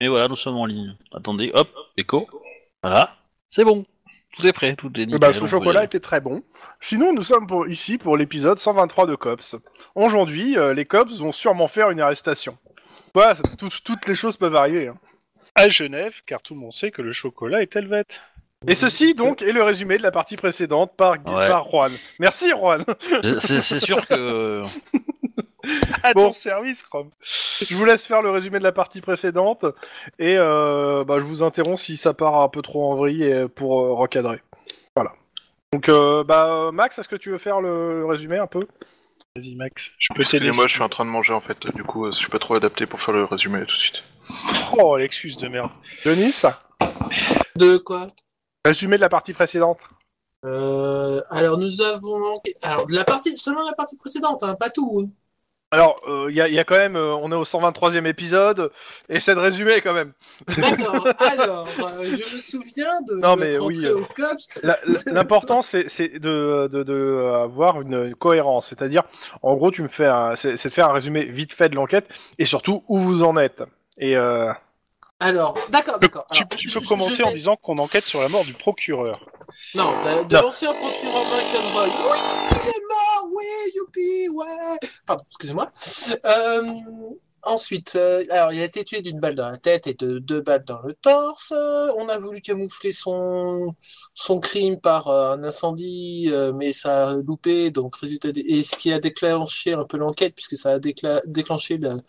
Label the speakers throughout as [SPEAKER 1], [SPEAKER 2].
[SPEAKER 1] Mais voilà, nous sommes en ligne. Attendez, hop, écho. Voilà, c'est bon. Tout est prêt, tout est
[SPEAKER 2] Eh
[SPEAKER 1] nickel.
[SPEAKER 2] ben, ce
[SPEAKER 1] on
[SPEAKER 2] chocolat
[SPEAKER 1] peut y
[SPEAKER 2] était très bon. Sinon, nous sommes pour, ici pour l'épisode 123 de Cops. Aujourd'hui, euh, les Cops vont sûrement faire une arrestation. Voilà, ça- tout- toutes les choses peuvent arriver. hein.
[SPEAKER 3] à Genève, car tout le monde sait que le chocolat est helvète.
[SPEAKER 2] Et ceci, donc, est le résumé de la partie précédente par, Gui-
[SPEAKER 1] Ouais.
[SPEAKER 2] par Juan. Merci, Juan
[SPEAKER 1] aller. C'est- C'est sûr que...
[SPEAKER 3] À
[SPEAKER 2] Bon.
[SPEAKER 3] ton service, Rome.
[SPEAKER 2] Je vous laisse faire le résumé de la partie précédente. Et euh, bah, je vous interromps si ça part un peu trop en vrille et- pour euh, recadrer. Voilà. Donc, euh, bah, euh, Max, est-ce que tu veux faire le, le résumé un peu
[SPEAKER 3] Vas-y, Max. Je peux t'aider.
[SPEAKER 4] Excusez-moi, je suis en train de manger en fait, du coup euh, je suis pas trop adapté pour faire le résumé tout de suite.
[SPEAKER 3] Oh, l'excuse de merde.
[SPEAKER 2] Denis
[SPEAKER 5] De quoi
[SPEAKER 2] Résumé de la partie précédente.
[SPEAKER 5] Euh, Alors, nous avons. Alors, de la partie, seulement la partie précédente, hein, pas tout. hein.
[SPEAKER 2] Alors, il y, a- y a quand même, euh, on est au 123e épisode, essaie de résumer quand même.
[SPEAKER 5] D'accord. alors, euh, je me souviens de.
[SPEAKER 2] Non,
[SPEAKER 5] de
[SPEAKER 2] mais
[SPEAKER 5] rentrer
[SPEAKER 2] oui, euh,
[SPEAKER 5] Au COPS.
[SPEAKER 2] La- la- L'important, c'est c'est de, de, de, euh, avoir une une cohérence, c'est-à-dire, en gros, tu me fais, un- c'est c'est de faire un résumé vite fait de l'enquête et surtout où vous en êtes. Et euh,
[SPEAKER 5] Alors, d'accord, d'accord.
[SPEAKER 3] Tu,
[SPEAKER 5] Alors,
[SPEAKER 3] tu
[SPEAKER 5] je-
[SPEAKER 3] peux
[SPEAKER 5] je-
[SPEAKER 3] commencer
[SPEAKER 5] je
[SPEAKER 3] en
[SPEAKER 5] vais-
[SPEAKER 3] disant qu'on enquête sur la mort du procureur.
[SPEAKER 5] Non, de, de
[SPEAKER 2] Non.
[SPEAKER 5] l'ancien procureur McEnroy. Oui, il est mort, oui, Oh, youpi, ouais. Pardon, excusez-moi. Euh, ensuite, euh, alors il a été tué d'une balle dans la tête et de deux balles dans le torse. Euh, On a voulu camoufler son, son crime par euh, un incendie, euh, mais ça a loupé. Donc, résultat, des- et ce qui a déclenché un peu l'enquête, puisque ça a décla- déclenché le-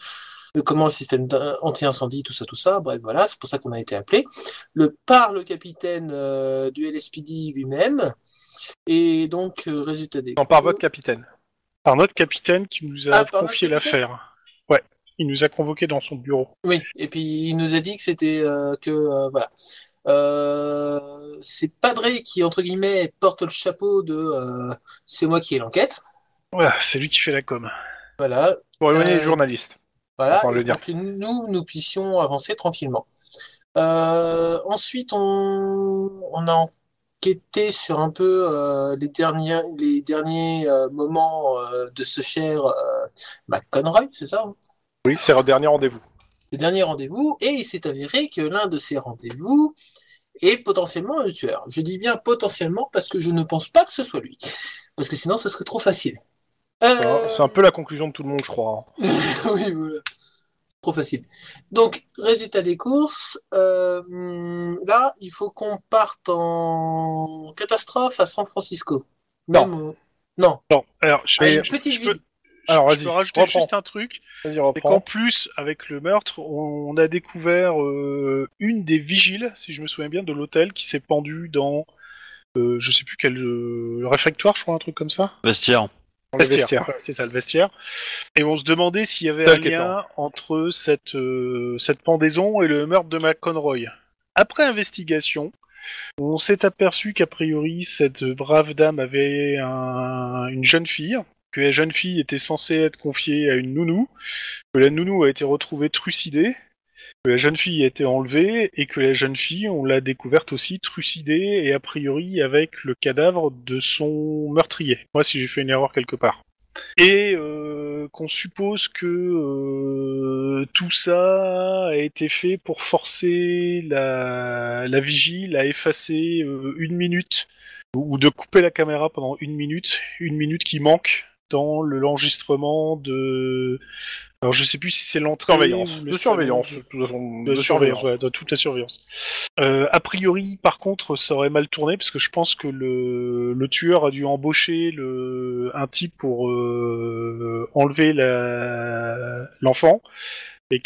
[SPEAKER 5] le- comment le système d'in- anti-incendie, tout ça, tout ça. Bref, voilà, c'est pour ça qu'on a été appelé le, par le capitaine euh, du LSPD lui-même. Et donc, euh, résultat des.
[SPEAKER 2] non, par votre capitaine.
[SPEAKER 3] Par notre capitaine qui nous a
[SPEAKER 5] Ah, par notre
[SPEAKER 3] confié
[SPEAKER 5] capitaine
[SPEAKER 3] l'affaire. Ouais. Il nous a convoqués dans son bureau.
[SPEAKER 5] Oui, et puis il nous a dit que c'était euh, que euh, voilà. Euh, c'est Padré qui, entre guillemets, porte le chapeau de euh, c'est moi qui ai l'enquête.
[SPEAKER 3] Voilà, c'est lui qui fait la com.
[SPEAKER 5] Voilà,
[SPEAKER 2] Pour éloigner
[SPEAKER 5] Euh,
[SPEAKER 2] les journalistes.
[SPEAKER 5] Voilà,
[SPEAKER 2] Enfin, je veux
[SPEAKER 5] et
[SPEAKER 2] dire.
[SPEAKER 5] pour que nous, nous puissions avancer tranquillement. Euh, ensuite, on, on a enquêté sur un peu euh, les derniers, les derniers euh, moments euh, de ce cher euh, McConroy, c'est ça? hein
[SPEAKER 2] Oui, c'est le dernier rendez-vous.
[SPEAKER 5] le dernier rendez-vous et il s'est avéré que l'un de ces rendez-vous est potentiellement le tueur. Je dis bien potentiellement parce que je ne pense pas que ce soit lui. Parce que sinon, ce serait trop facile.
[SPEAKER 2] C'est un-
[SPEAKER 5] Euh,
[SPEAKER 2] C'est un peu la conclusion de tout le monde, je crois. hein.
[SPEAKER 5] oui, voilà. Trop facile. Donc, résultat des courses. euh, là, il faut qu'on parte en catastrophe à San Francisco.
[SPEAKER 2] Non.
[SPEAKER 5] Même, euh, non. Ah,
[SPEAKER 3] Bon, alors, je,
[SPEAKER 2] Mais-
[SPEAKER 3] je- je-
[SPEAKER 5] Petite
[SPEAKER 3] je peux,
[SPEAKER 5] ville.
[SPEAKER 3] je-
[SPEAKER 2] Alors,
[SPEAKER 3] je
[SPEAKER 2] vas-y,
[SPEAKER 3] peux rajouter
[SPEAKER 2] reprends.
[SPEAKER 3] juste un truc.
[SPEAKER 2] Vas-y,
[SPEAKER 3] C'est qu'en
[SPEAKER 2] reprends.
[SPEAKER 3] plus, avec le meurtre, on a découvert euh, une des vigiles, si je me souviens bien, de l'hôtel qui s'est pendue dans, euh, je sais plus quel euh, le réfectoire, je crois, un truc comme ça.
[SPEAKER 1] Vestiaire.
[SPEAKER 2] Dans le
[SPEAKER 3] Vestiaire.
[SPEAKER 2] vestiaire.
[SPEAKER 3] Voilà, C'est ça, le vestiaire. Et on se demandait s'il y avait un
[SPEAKER 2] Tel qu'étant.
[SPEAKER 3] lien entre cette, euh, cette pendaison et le meurtre de McConroy. Après investigation, on s'est aperçu qu'a priori, cette brave dame avait un- une jeune fille, que la jeune fille était censée être confiée à une nounou, que la nounou a été retrouvée trucidée, que la jeune fille a été enlevée, et que la jeune fille, on l'a découverte aussi trucidée, et a priori avec le cadavre de son meurtrier. Moi, si j'ai fait une erreur quelque part. Et euh, qu'on suppose que euh, tout ça a été fait pour forcer la, la vigile à effacer euh, une minute, ou ou de couper la caméra pendant une minute, une minute qui manque dans le- l'enregistrement de... Alors je sais plus si c'est l'entrée
[SPEAKER 2] Surveillance.
[SPEAKER 3] ou le
[SPEAKER 2] De
[SPEAKER 3] salon
[SPEAKER 2] surveillance.
[SPEAKER 3] de-
[SPEAKER 2] De, de-
[SPEAKER 3] de,
[SPEAKER 2] de
[SPEAKER 3] surveillance,
[SPEAKER 2] surveillance.
[SPEAKER 3] ouais, de toute la surveillance. Euh, a priori, par contre, ça aurait mal tourné parce que je pense que le, le tueur a dû embaucher le, un type pour euh, enlever la- l'enfant et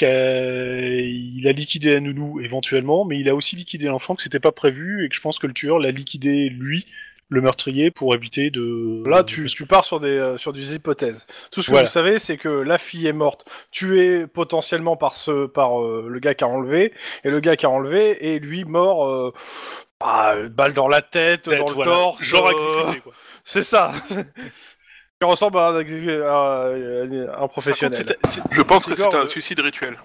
[SPEAKER 3] qu'il a liquidé la nounou éventuellement, mais il a aussi liquidé l'enfant que c'était pas prévu et que je pense que le tueur l'a liquidé lui, le meurtrier, pour éviter de.
[SPEAKER 2] Là, tu, tu pars sur des, euh, sur des hypothèses. Tout ce que
[SPEAKER 3] Voilà.
[SPEAKER 2] vous savez, c'est que la fille est morte, tuée potentiellement par, ce, par euh, le gars qui a enlevé, et le gars qui a enlevé est lui mort, euh, bah, euh, balle dans la tête,
[SPEAKER 3] Tête,
[SPEAKER 2] dans le
[SPEAKER 3] voilà.
[SPEAKER 2] torse.
[SPEAKER 3] Genre
[SPEAKER 2] euh,
[SPEAKER 3] exécuté, quoi.
[SPEAKER 2] C'est ça Qui ressemble à un, exé- à- à un
[SPEAKER 3] Par contre,
[SPEAKER 2] professionnel.
[SPEAKER 3] c'était- c'est-
[SPEAKER 4] Je pense que
[SPEAKER 2] C'est genre
[SPEAKER 4] c'est un
[SPEAKER 2] de-
[SPEAKER 4] suicide rituel.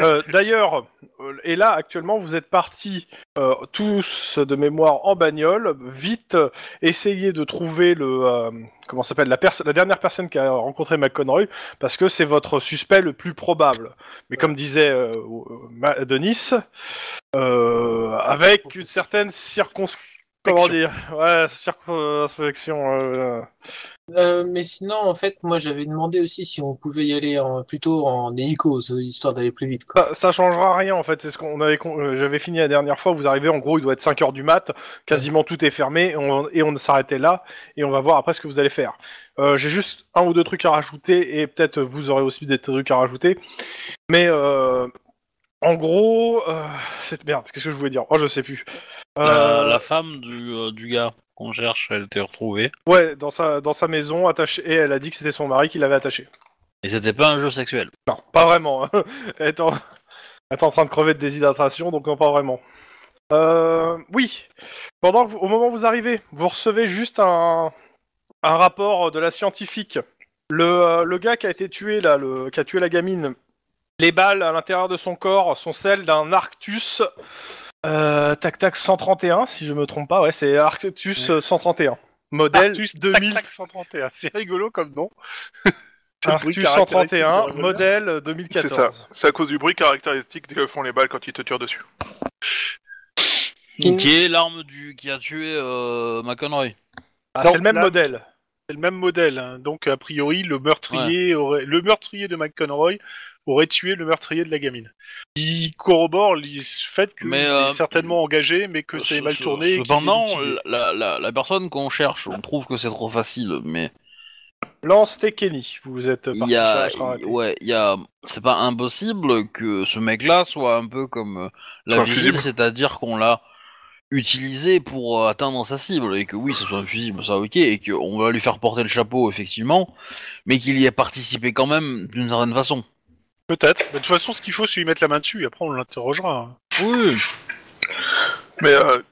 [SPEAKER 2] Euh, D'ailleurs, euh, et là actuellement, vous êtes partis euh, tous de mémoire en bagnole. Vite, euh, essayez de trouver le euh, comment ça s'appelle la, perso- la dernière personne qui a rencontré McConroy, parce que c'est votre suspect le plus probable. Mais comme disait euh, euh, Ma- Denis, euh, avec une certaine circonscription. Comment dire Ouais, circonspection. euh,
[SPEAKER 5] Euh, mais sinon, en fait, moi j'avais demandé aussi si on pouvait y aller en, plutôt en hélico, ce- histoire d'aller plus vite. Quoi.
[SPEAKER 2] Ça, Bah, ça changera rien en fait, c'est ce qu'on avait con- euh, j'avais fini la dernière fois, vous arrivez en gros, il doit être 5 heures du mat, quasiment tout est fermé et on, et on s'arrêtait là et on va voir après ce que vous allez faire. Euh, j'ai juste un ou deux trucs à rajouter et peut-être vous aurez aussi des trucs à rajouter. Mais euh, en gros, euh, cette merde, qu'est-ce que je voulais dire Oh, je sais plus. Euh,
[SPEAKER 1] La, la femme du, euh, du gars qu'on cherche, elle était retrouvée.
[SPEAKER 2] Ouais, dans sa dans sa maison attachée, et elle a dit que c'était son mari qui l'avait attachée.
[SPEAKER 1] Et c'était pas un jeu sexuel.
[SPEAKER 2] Non, pas vraiment. hein. Elle est en... elle est en train de crever de déshydratation, donc non, pas vraiment. Euh, oui. Pendant que vous- au moment où vous arrivez, vous recevez juste un, un rapport de la scientifique. Le, euh, le gars qui a été tué là, le, qui a tué la gamine, les balles à l'intérieur de son corps sont celles d'un Arctus euh, tac tac 131, si je me trompe pas. Ouais, c'est Arctus euh, 131, modèle
[SPEAKER 3] Arctus
[SPEAKER 2] 2000.
[SPEAKER 3] Tac, tac, 131. C'est rigolo comme nom. C'est le
[SPEAKER 2] Arctus
[SPEAKER 3] bruit caractéristique du
[SPEAKER 2] 131,
[SPEAKER 3] revolver.
[SPEAKER 2] modèle
[SPEAKER 4] C'est
[SPEAKER 2] 2014.
[SPEAKER 4] ça. C'est à cause du bruit caractéristique que font les balles quand ils te tirent dessus.
[SPEAKER 5] Mm.
[SPEAKER 1] Qui est l'arme du qui a tué euh, McConroy.
[SPEAKER 2] Ah,
[SPEAKER 3] Non,
[SPEAKER 2] c'est le même
[SPEAKER 3] là-
[SPEAKER 2] modèle.
[SPEAKER 3] C'est le même modèle. hein. Donc, a priori, le meurtrier, aurait... le meurtrier de McConroy aurait tué le meurtrier de la gamine. Il corrobore le fait qu'il
[SPEAKER 1] Mais, euh,
[SPEAKER 3] est certainement engagé, mais que c'est
[SPEAKER 1] Ce-
[SPEAKER 3] mal
[SPEAKER 1] ce-
[SPEAKER 3] tourné. et qu'il est
[SPEAKER 1] Cependant,
[SPEAKER 3] liquidé.
[SPEAKER 1] la, la, la personne qu'on cherche, on trouve que c'est trop facile, mais
[SPEAKER 2] Lance et Kenny, vous êtes
[SPEAKER 1] il
[SPEAKER 2] parti
[SPEAKER 1] y a,
[SPEAKER 2] sur la
[SPEAKER 1] il- ouais, il y a, c'est pas impossible que ce mec-là soit un peu comme euh, la
[SPEAKER 4] Soit un
[SPEAKER 1] vigile,
[SPEAKER 4] fusible.
[SPEAKER 1] c'est-à-dire qu'on l'a utilisé pour euh, atteindre sa cible et que oui, ce soit un fusible, ça ok, et qu'on va lui faire porter le chapeau effectivement, mais qu'il y ait participé quand même d'une certaine façon.
[SPEAKER 3] Peut-être. Mais De toute façon, ce qu'il faut, c'est lui mettre la main dessus. et Après, on l'interrogera. hein.
[SPEAKER 1] Oui.
[SPEAKER 4] Mais euh,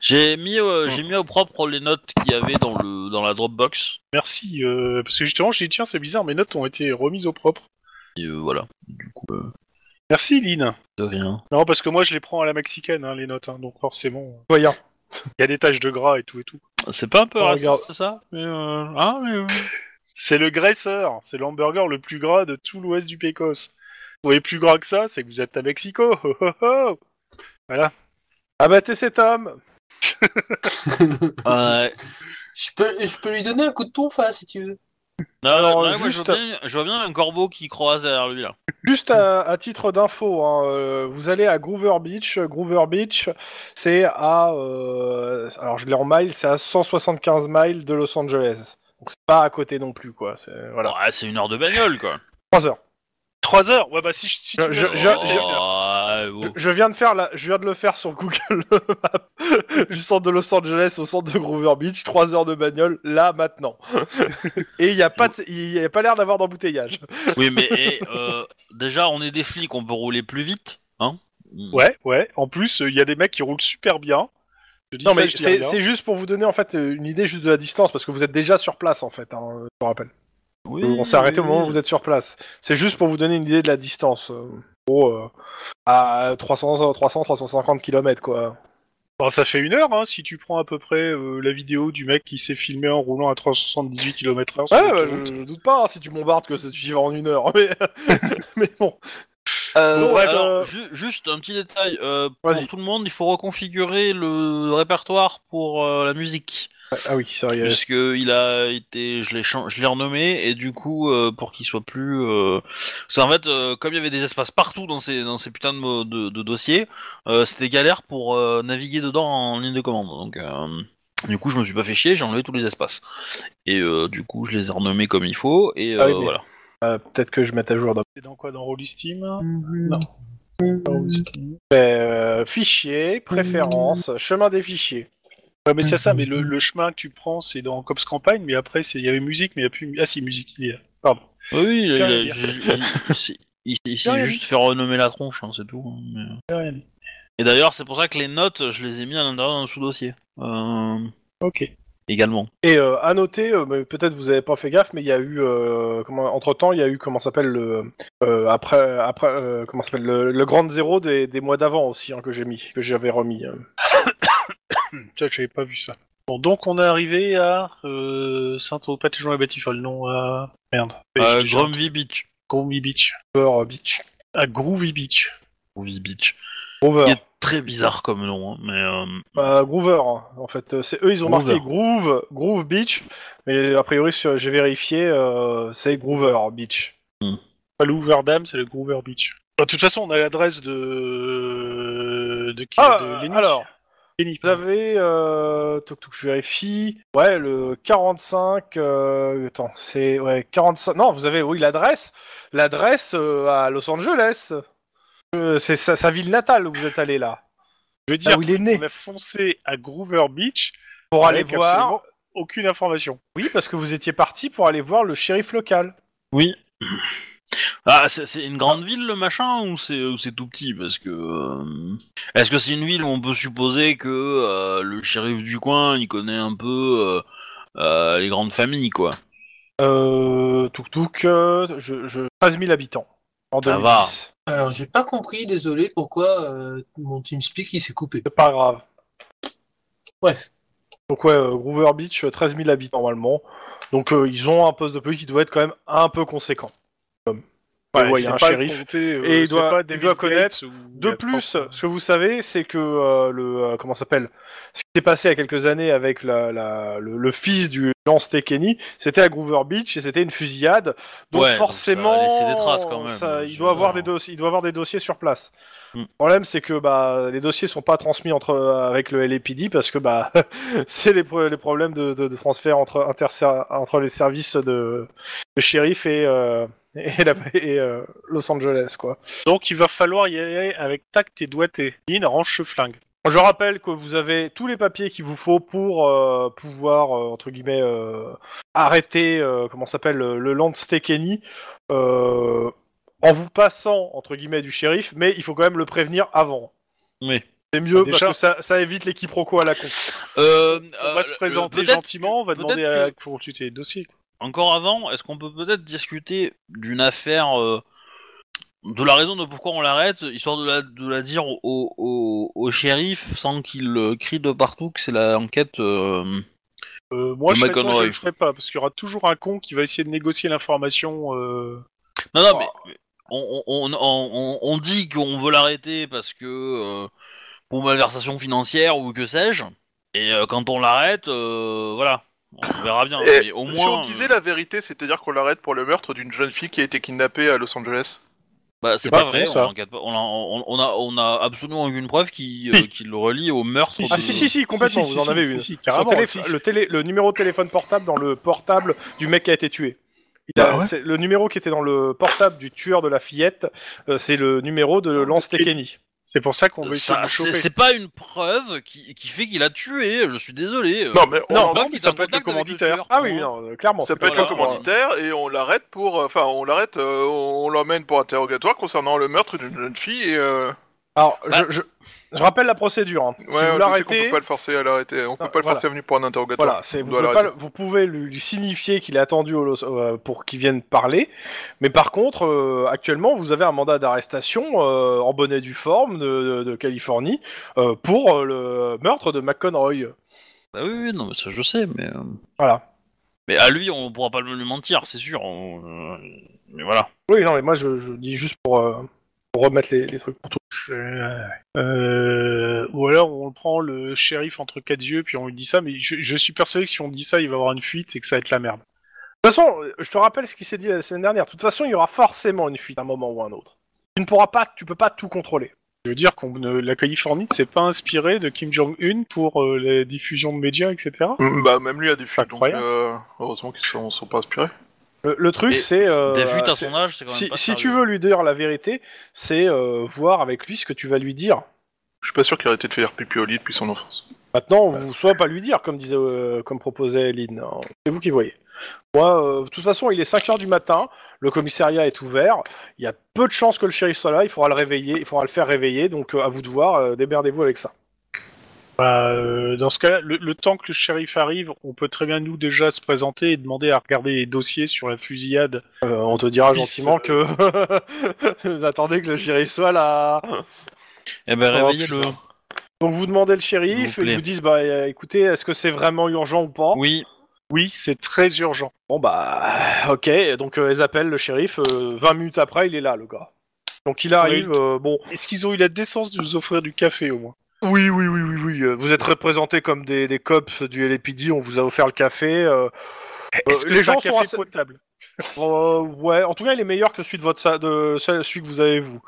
[SPEAKER 1] J'ai mis, euh, j'ai mis au propre les notes qu'il y avait dans le dans la Dropbox.
[SPEAKER 3] Merci. euh, Parce que justement, j'ai dit, tiens, c'est bizarre, mes notes ont été remises au propre.
[SPEAKER 1] Et euh, voilà,
[SPEAKER 3] Merci, Lynn.
[SPEAKER 1] de rien.
[SPEAKER 3] Non, parce que moi, je les prends à la mexicaine, hein, les notes. hein, donc, forcément,
[SPEAKER 2] Voyons.
[SPEAKER 3] il y a des taches de gras et tout et tout.
[SPEAKER 1] C'est pas un peu
[SPEAKER 2] Oh,
[SPEAKER 1] raciste
[SPEAKER 2] regarde.
[SPEAKER 1] ça mais euh, hein, mais, euh,
[SPEAKER 3] C'est le graisseur, c'est l'hamburger le plus gras de tout l'ouest du Pécos. Vous voyez plus gras que ça, c'est que vous êtes à Mexico. Ho, ho, ho.
[SPEAKER 2] Abattez Ah bah, cet homme
[SPEAKER 1] Ouais.
[SPEAKER 5] Je peux, je peux lui donner un coup de ton face si tu veux.
[SPEAKER 1] Non,
[SPEAKER 2] Alors,
[SPEAKER 1] ouais, moi, je,
[SPEAKER 2] juste-
[SPEAKER 1] vois bien, je vois bien un corbeau qui croise derrière lui là.
[SPEAKER 2] Juste à, à titre d'info, hein, euh, vous allez à Groover Beach. Groover Beach, c'est à... euh, alors je l'ai en miles, c'est à 175 miles de Los Angeles. Donc c'est pas à côté non plus, quoi. C'est, voilà.
[SPEAKER 1] Ouais, c'est une heure de bagnole quoi.
[SPEAKER 2] 3 heures.
[SPEAKER 3] 3 heures Ouais, bah si, je- si tu
[SPEAKER 2] Je-
[SPEAKER 3] me
[SPEAKER 2] je-
[SPEAKER 3] laisses-
[SPEAKER 2] je-
[SPEAKER 3] Ouais,
[SPEAKER 1] Oh,
[SPEAKER 3] c'est-
[SPEAKER 1] ouais,
[SPEAKER 2] Je,
[SPEAKER 1] bon.
[SPEAKER 2] je viens de faire la, je viens de le faire sur Google Maps. du centre de Los Angeles au centre de Groover Beach, 3 heures de bagnole, là, maintenant. Et il n'y a pas, de- il y a pas l'air d'avoir d'embouteillage.
[SPEAKER 1] Oui, mais eh, euh, déjà, on est des flics, on peut rouler plus vite, hein
[SPEAKER 3] ouais, ouais. En plus, euh, il y a des mecs qui roulent super bien. Je dis
[SPEAKER 2] Non
[SPEAKER 3] ça,
[SPEAKER 2] mais
[SPEAKER 3] je dis
[SPEAKER 2] c'est
[SPEAKER 3] rien.
[SPEAKER 2] c'est juste pour vous donner en fait euh, une idée juste de la distance parce que vous êtes déjà sur place en fait. hein, je vous rappelle.
[SPEAKER 1] Oui,
[SPEAKER 2] on s'est arrêté au
[SPEAKER 1] oui,
[SPEAKER 2] moment où
[SPEAKER 1] oui.
[SPEAKER 2] vous êtes sur place. C'est juste pour vous donner une idée de la distance. euh, en gros, euh, à 300, 300, 350 km quoi.
[SPEAKER 3] Bon, ça fait une heure, hein, si tu prends à peu près euh, la vidéo du mec qui s'est filmé en roulant à 378 km/h. sur
[SPEAKER 2] Ouais, bah,
[SPEAKER 3] l'autoroute.
[SPEAKER 2] je, je doute pas hein, si tu bombardes que c'est- tu y vas en une heure. Mais, mais bon.
[SPEAKER 1] Euh,
[SPEAKER 2] Bon, bref,
[SPEAKER 1] alors,
[SPEAKER 2] euh,
[SPEAKER 1] ju- juste un petit détail. euh,
[SPEAKER 2] Vas-y.
[SPEAKER 1] pour tout le monde, il faut reconfigurer le répertoire pour euh, la musique.
[SPEAKER 2] Ah oui, sérieux.
[SPEAKER 1] Puisque il a été, je l'ai, chan- je l'ai renommé et du coup euh, pour qu'il soit plus, euh... parce qu'en fait euh, comme il y avait des espaces partout dans ces dans ces putains de mo- de, de dossiers, euh, c'était galère pour euh, naviguer dedans en ligne de commande. Donc euh, du coup je me suis pas fait chier, j'ai enlevé tous les espaces et euh, du coup je les ai renommés comme il faut et
[SPEAKER 2] Ah oui,
[SPEAKER 1] euh,
[SPEAKER 2] mais-
[SPEAKER 1] voilà.
[SPEAKER 2] Euh, Peut-être que je mette à jour dans
[SPEAKER 3] C'est dans quoi Dans Roll Steam
[SPEAKER 5] Non.
[SPEAKER 2] euh, fichier, préférence, chemin des fichiers.
[SPEAKER 3] Ouais, mais c'est ça, mais le, le chemin que tu prends, c'est dans Cops Campagne, mais après, c'est- il y avait musique, mais il n'y a plus. Ah, si, musique, il y a. Pardon.
[SPEAKER 1] Oui, oui, il,
[SPEAKER 3] Rien
[SPEAKER 1] il-
[SPEAKER 3] à dire.
[SPEAKER 1] il- il- il- il- il s'est
[SPEAKER 3] Rien à
[SPEAKER 1] juste fait renommer la tronche, hein, c'est tout. hein, mais- Et d'ailleurs c'est pour ça que les notes je les ai mis à l'intérieur d'un sous-dossier. Euh...
[SPEAKER 3] Ok.
[SPEAKER 1] également.
[SPEAKER 2] Et euh, à noter, euh, mais peut-être vous avez pas fait gaffe, mais il y a eu, euh, comment, entre temps, il y a eu comment s'appelle le euh, après après euh, comment s'appelle le, le grand zéro des, des mois d'avant aussi hein, que j'ai mis, que j'avais remis. hein.
[SPEAKER 3] Tiens, j'avais pas vu ça. Bon, donc on est arrivé à euh, saint pas toujours les bâtis, le nom à... Merde.
[SPEAKER 1] Euh,
[SPEAKER 3] J'ai-
[SPEAKER 1] Grumby Beach.
[SPEAKER 3] Groovy Beach.
[SPEAKER 2] Over euh, Beach.
[SPEAKER 3] À Groovy Beach.
[SPEAKER 1] Grumby Beach.
[SPEAKER 2] Groover.
[SPEAKER 1] Qui est très bizarre comme nom, hein, mais euh,
[SPEAKER 2] Bah, Groover, hein. en fait. Euh, C'est eux, ils ont marqué
[SPEAKER 1] Groover.
[SPEAKER 2] Groove, Groove Beach, mais a priori, sur- j'ai vérifié, euh, c'est Groover Beach.
[SPEAKER 3] Pas le Hooverdam, c'est le Groover Beach. Bah, De toute façon, on a l'adresse de... de qui
[SPEAKER 2] Ah,
[SPEAKER 3] de Lenny.
[SPEAKER 2] alors,
[SPEAKER 3] Lenny,
[SPEAKER 2] vous avez, euh, toc toc, je vérifie, ouais, le 45, euh, attends, c'est, ouais, 45, non, vous avez, oui, l'adresse, l'adresse euh, à Los Angeles, Euh, c'est sa, sa ville natale où vous êtes allé là,
[SPEAKER 3] Je veux
[SPEAKER 2] là
[SPEAKER 3] dire,
[SPEAKER 2] où il est né,
[SPEAKER 3] on a foncé à Groover Beach
[SPEAKER 2] pour aller
[SPEAKER 3] avec
[SPEAKER 2] voir,
[SPEAKER 3] absolument aucune information.
[SPEAKER 2] oui, parce que vous étiez parti pour aller voir le shérif local.
[SPEAKER 1] oui. Ah, c'est c'est une grande ville le machin ou c'est ou c'est tout petit parce que euh, est-ce que c'est une ville où on peut supposer que euh, le shérif du coin il connaît un peu euh, euh, les grandes familles quoi.
[SPEAKER 2] Euh, Tuk Tuk, euh, je, je, 13 000 habitants en
[SPEAKER 1] Ça va.
[SPEAKER 2] 2010.
[SPEAKER 5] Alors, j'ai pas compris, désolé, pourquoi euh, mon TeamSpeak il s'est coupé.
[SPEAKER 2] C'est pas grave.
[SPEAKER 5] Bref.
[SPEAKER 2] Donc ouais, euh, Groover Beach, euh, 13 000 habitants normalement. Donc euh, ils ont un poste de police qui doit être quand même un peu conséquent. Comme- ouais, il y a un shérif. Et il doit- il doit connaître De plus, ce que vous savez, c'est que euh, le euh, comment ça s'appelle, ce qui s'est passé il y a quelques années avec la, la- le, le fils du Lance Tekeni, c'était à Groover Beach et c'était une fusillade. Donc
[SPEAKER 1] Ouais, donc ça a
[SPEAKER 2] forcément,
[SPEAKER 1] laissé des traces quand même,
[SPEAKER 2] ça-
[SPEAKER 1] euh,
[SPEAKER 2] il
[SPEAKER 1] je
[SPEAKER 2] doit
[SPEAKER 1] veux
[SPEAKER 2] avoir des
[SPEAKER 1] dire.
[SPEAKER 2] dossiers, il doit avoir des dossiers sur place.
[SPEAKER 1] Hmm.
[SPEAKER 2] Le problème, c'est que bah les dossiers sont pas transmis entre avec le LAPD parce que bah c'est les, pro- les problèmes de, de- de transfert entre inter- entre les services de, de shérif et euh, et, la- et, euh, Los Angeles quoi.
[SPEAKER 3] Donc il va falloir y aller avec tact et doigté. Lynn, range ce flingue.
[SPEAKER 2] Je rappelle que vous avez tous les papiers qu'il vous faut pour euh, pouvoir, euh, entre guillemets, euh, arrêter, euh, comment ça s'appelle, euh, le Landstekeni, euh, en vous passant, entre guillemets, du shérif, mais il faut quand même le prévenir avant.
[SPEAKER 1] Oui.
[SPEAKER 2] C'est mieux
[SPEAKER 3] Déjà-
[SPEAKER 2] parce que ça, ça évite les quiproquos à la con.
[SPEAKER 1] Euh,
[SPEAKER 3] On va se présenter gentiment, on va demander à consulter les dossiers.
[SPEAKER 1] encore avant, est-ce qu'on peut peut-être discuter d'une affaire, euh, de la raison de pourquoi on l'arrête, histoire de la, de la dire au, au, au shérif sans qu'il euh, crie de partout que c'est la enquête. euh,
[SPEAKER 3] Euh, moi,
[SPEAKER 1] Le
[SPEAKER 3] je, serais
[SPEAKER 1] McEnroy.
[SPEAKER 3] toi, je le ferai pas, parce qu'il y aura toujours un con qui va essayer de négocier l'information. euh,
[SPEAKER 1] Non, non, mais mais on, on, on, on- on dit qu'on veut l'arrêter parce que euh, pour malversation financière ou que sais-je. Et euh, quand on l'arrête, euh, voilà, on verra bien.
[SPEAKER 4] Eh,
[SPEAKER 1] mais au moins,
[SPEAKER 4] si on disait
[SPEAKER 1] euh,
[SPEAKER 4] la vérité, c'est-à-dire qu'on l'arrête pour le meurtre d'une jeune fille qui a été kidnappée à Los Angeles.
[SPEAKER 1] bah, c'est
[SPEAKER 3] pas
[SPEAKER 1] pas,
[SPEAKER 3] con,
[SPEAKER 1] vrai. on
[SPEAKER 3] ça.
[SPEAKER 1] l'enquête pas- On, a, on, on a, on a absolument aucune preuve qui, euh, qui le relie au meurtre.
[SPEAKER 2] Ah
[SPEAKER 1] de-
[SPEAKER 2] si, si, si, complètement,
[SPEAKER 3] si, si,
[SPEAKER 2] vous
[SPEAKER 3] si,
[SPEAKER 2] en avez
[SPEAKER 3] si,
[SPEAKER 2] une.
[SPEAKER 3] si,
[SPEAKER 2] Son
[SPEAKER 3] carrément,
[SPEAKER 2] télé-
[SPEAKER 3] si, si.
[SPEAKER 2] le, télé- le numéro de téléphone portable dans le portable du mec qui a été tué. Il a-
[SPEAKER 4] Bah ouais.
[SPEAKER 2] c'est Le numéro qui était dans le portable du tueur de la fillette, euh, c'est le numéro de Landstekeni.
[SPEAKER 3] C'est pour ça qu'on veut essayer
[SPEAKER 1] Ça,
[SPEAKER 3] de le
[SPEAKER 1] c'est
[SPEAKER 3] choper.
[SPEAKER 1] c'est pas une preuve qui, qui fait qu'il a tué, je suis désolé. Euh,
[SPEAKER 4] Non, mais on
[SPEAKER 1] Non,
[SPEAKER 4] en-
[SPEAKER 1] bah,
[SPEAKER 3] mais
[SPEAKER 1] il
[SPEAKER 3] ça
[SPEAKER 1] est en
[SPEAKER 3] peut être le
[SPEAKER 1] contact avec le tueur,
[SPEAKER 3] commanditaire.
[SPEAKER 2] Ah oui,
[SPEAKER 1] point.
[SPEAKER 2] non, euh, clairement.
[SPEAKER 4] ça
[SPEAKER 2] c'est
[SPEAKER 4] peut
[SPEAKER 2] pas
[SPEAKER 4] être
[SPEAKER 1] voilà.
[SPEAKER 4] le
[SPEAKER 2] grave.
[SPEAKER 4] commanditaire et on l'arrête pour. Enfin, on l'arrête, euh, on l'emmène pour interrogatoire concernant le meurtre d'une jeune fille et. euh,
[SPEAKER 2] Alors,
[SPEAKER 1] Bah-
[SPEAKER 2] je, je, je rappelle la procédure. hein.
[SPEAKER 4] Ouais,
[SPEAKER 2] si vous
[SPEAKER 4] je sais qu'on
[SPEAKER 2] l'arrêtez,
[SPEAKER 4] peut pas le forcer à l'arrêter. On peut
[SPEAKER 2] Ah,
[SPEAKER 4] pas le
[SPEAKER 2] voilà.
[SPEAKER 4] forcer à venir pour un interrogatoire.
[SPEAKER 2] voilà, c'est-
[SPEAKER 4] On
[SPEAKER 2] vous,
[SPEAKER 4] doit
[SPEAKER 2] pouvez pas
[SPEAKER 4] l'arrêter.
[SPEAKER 2] le- vous pouvez lui, lui signifier qu'il est attendu au Los- euh, pour qu'il vienne parler. Mais par contre, euh, actuellement, vous avez un mandat d'arrestation euh, en bonnet du forme de, de- de Californie euh, pour euh, le meurtre de McConroy.
[SPEAKER 1] Bah oui, oui, non, mais ça je sais, mais. euh,
[SPEAKER 2] Voilà.
[SPEAKER 1] Mais à lui, on pourra pas lui mentir, c'est sûr. on- euh, Mais voilà.
[SPEAKER 2] Oui, non, mais moi, je, je dis juste pour, euh, pour remettre les, les trucs.
[SPEAKER 3] Euh, euh, ou alors on prend le shérif entre quatre yeux puis on lui dit ça, mais je, je suis persuadé que si on dit ça, il va avoir une fuite et que ça va être la merde.
[SPEAKER 2] De toute façon, euh, je te rappelle ce qui s'est dit la semaine dernière. De toute façon, il y aura forcément une fuite à un moment ou un autre. Tu ne pourras pas, tu peux pas tout contrôler.
[SPEAKER 3] Je veux dire qu'on ne- la Californie ne s'est pas inspirée de Kim Jong-un pour euh, la diffusion de médias, etc.
[SPEAKER 4] Mm, Bah, même lui a des fuites, donc
[SPEAKER 3] Incroyable.
[SPEAKER 4] euh, heureusement qu'ils sont, sont pas inspirés.
[SPEAKER 2] Le, le truc,
[SPEAKER 1] Et
[SPEAKER 2] c'est. euh,
[SPEAKER 1] Des fuites à
[SPEAKER 2] c'est-
[SPEAKER 1] son âge, c'est quand même
[SPEAKER 2] Si,
[SPEAKER 1] pas
[SPEAKER 2] si tu
[SPEAKER 1] sérieux.
[SPEAKER 2] veux lui dire la vérité, c'est euh, voir avec lui ce que tu vas lui dire.
[SPEAKER 4] Je suis pas sûr qu'il a arrêté de faire pipi au lit depuis son enfance.
[SPEAKER 2] Maintenant, vous soit pas lui dire, comme disait, euh, comme proposait Lynn. hein. C'est vous qui voyez. Moi, euh, de toute façon, il est 5 heures du matin, le commissariat est ouvert, il y a peu de chances que le shérif soit là, il faudra le réveiller, il faudra le faire réveiller, donc euh, à vous de voir, euh, déberdez-vous avec ça.
[SPEAKER 3] Bah, euh, dans ce cas-là, le, le temps que le shérif arrive, on peut très bien nous déjà se présenter et demander à regarder les dossiers sur la fusillade.
[SPEAKER 2] Euh, on te dira
[SPEAKER 3] Puisse,
[SPEAKER 2] gentiment que. Attendez que le shérif soit là.
[SPEAKER 1] Eh ben,
[SPEAKER 2] Oh,
[SPEAKER 1] réveillez-le.
[SPEAKER 2] putain. Donc vous demandez le
[SPEAKER 1] S'il vous
[SPEAKER 2] shérif, et
[SPEAKER 1] plaît.
[SPEAKER 2] ils vous disent bah euh, écoutez, est-ce que c'est vraiment urgent ou pas
[SPEAKER 1] Oui.
[SPEAKER 3] Oui, c'est très urgent.
[SPEAKER 2] Bon bah ok, donc euh, ils appellent le shérif, euh, 20 minutes après il est là le gars. Donc il arrive,
[SPEAKER 3] Oui.
[SPEAKER 2] euh, bon,
[SPEAKER 3] Est-ce qu'ils ont eu la décence de nous offrir du café au moins
[SPEAKER 2] Oui, oui, oui, oui, oui. euh, Vous êtes représentés comme des, des cops du LAPD, on vous a offert le café. euh,
[SPEAKER 3] Est-ce
[SPEAKER 2] euh,
[SPEAKER 3] que
[SPEAKER 2] les
[SPEAKER 3] c'est un
[SPEAKER 2] gens
[SPEAKER 3] café
[SPEAKER 2] sont assez...
[SPEAKER 3] potable
[SPEAKER 2] euh, ouais, en tout cas, il est meilleur que celui de votre sa- de ce- celui que vous avez vous.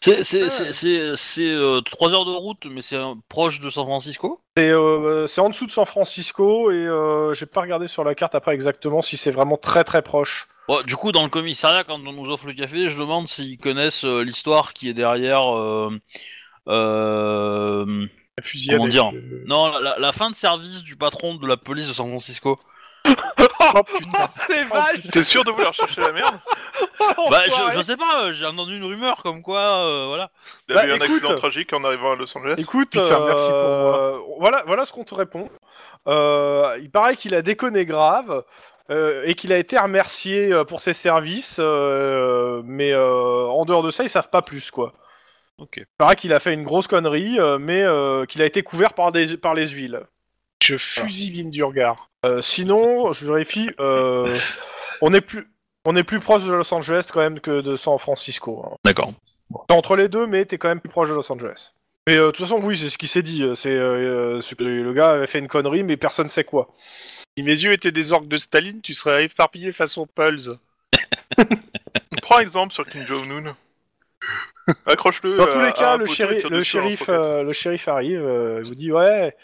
[SPEAKER 1] C'est c'est- c'est- c'est- c'est, euh, trois heures de route, mais c'est euh, proche de San Francisco.
[SPEAKER 2] C'est euh, c'est en dessous de San Francisco et euh, j'ai pas regardé sur la carte après exactement si c'est vraiment très très proche.
[SPEAKER 1] Bon, du coup, dans le commissariat, quand on nous offre le café, je demande s'ils connaissent euh, l'histoire qui est derrière. euh, euh,
[SPEAKER 3] La fusillade.
[SPEAKER 1] Comment dire
[SPEAKER 3] avec le-
[SPEAKER 1] non, la- la, la fin de service du patron de la police de San Francisco.
[SPEAKER 3] Oh putain
[SPEAKER 2] C'est
[SPEAKER 4] T'es sûr de vouloir chercher la merde
[SPEAKER 2] Oh,
[SPEAKER 1] Bah, je, je sais pas, euh, j'ai entendu une rumeur comme quoi, euh, voilà.
[SPEAKER 4] Il a
[SPEAKER 2] Bah,
[SPEAKER 4] eu un
[SPEAKER 2] écoute.
[SPEAKER 4] accident tragique en arrivant à Los Angeles.
[SPEAKER 2] Écoute,
[SPEAKER 3] Putain,
[SPEAKER 2] euh,
[SPEAKER 3] merci pour
[SPEAKER 2] Voilà, voilà ce qu'on te répond. Euh, il paraît qu'il a déconné grave euh, et qu'il a été remercié euh, pour ses services, euh, mais euh, en dehors de ça, ils savent pas plus quoi.
[SPEAKER 1] Ok.
[SPEAKER 2] Il paraît qu'il a fait une grosse connerie, euh, mais euh, qu'il a été couvert par, des, par les huiles. Ah.
[SPEAKER 3] Je fusille l'hymne du regard.
[SPEAKER 2] Euh, sinon, je vérifie, euh, on est plus. On est plus proche de Los Angeles quand même que de San Francisco. hein.
[SPEAKER 1] D'accord.
[SPEAKER 2] T'es entre les deux, mais t'es quand même plus proche de Los Angeles. Mais euh, de toute façon, oui, c'est ce qui s'est dit. euh, C'est euh, c'est que le gars avait fait une connerie, mais personne sait quoi.
[SPEAKER 3] Si mes yeux étaient des orques de Staline, tu serais éparpillé façon Pulse.
[SPEAKER 4] Prends exemple sur Kim Jong-un. Accroche-le.
[SPEAKER 2] Dans
[SPEAKER 4] à-
[SPEAKER 2] tous les
[SPEAKER 4] à
[SPEAKER 2] cas,
[SPEAKER 4] Euh, un
[SPEAKER 2] le,
[SPEAKER 4] poteau et
[SPEAKER 2] chéri-
[SPEAKER 4] tire
[SPEAKER 2] le
[SPEAKER 4] dessus en
[SPEAKER 2] shérif,
[SPEAKER 4] lance-roquette.
[SPEAKER 2] euh, le shérif arrive, euh, il vous dit ouais.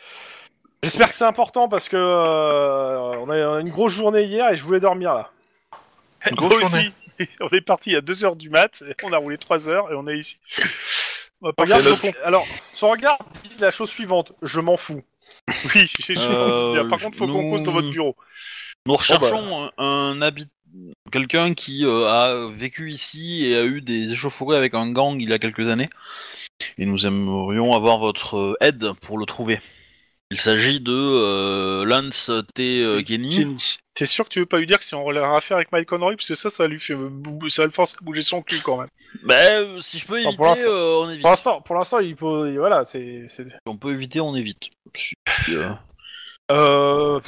[SPEAKER 2] J'espère que c'est important parce que euh, on, a, on a une grosse journée hier et je voulais dormir là.
[SPEAKER 4] Une
[SPEAKER 3] Moi
[SPEAKER 4] grosse journée.
[SPEAKER 3] aussi. on est parti à 2h du mat, on a roulé 3h et on est ici. On va pas
[SPEAKER 2] Euh, Regarde
[SPEAKER 3] faire
[SPEAKER 2] son- alors, son regard dit la chose suivante. Je m'en fous.
[SPEAKER 3] Oui, j'ai- j'ai-
[SPEAKER 1] Euh,
[SPEAKER 3] par contre, faut qu'on
[SPEAKER 1] nous-
[SPEAKER 3] cause dans votre bureau.
[SPEAKER 1] Nous recherchons un, un habit... quelqu'un qui euh, a vécu ici et a eu des échauffourées avec un gang il y a quelques années. Et nous aimerions avoir votre euh, aide pour le trouver. Il s'agit de euh, Lance T. euh, Kenny.
[SPEAKER 3] Kenny, t'es sûr que tu veux pas lui dire que c'est en relation affaire avec Mike Conroy Parce que ça, ça lui fait, bou- ça le force à bouger son cul quand même.
[SPEAKER 1] Ben, euh, si je peux
[SPEAKER 2] Non,
[SPEAKER 1] éviter,
[SPEAKER 2] pour l'instant-
[SPEAKER 1] euh, on évite.
[SPEAKER 2] Pour l'instant, pour l'instant, il pose. Voilà, c'est. c'est-
[SPEAKER 1] Si on peut éviter, on évite. Si- si, euh,
[SPEAKER 2] Euh,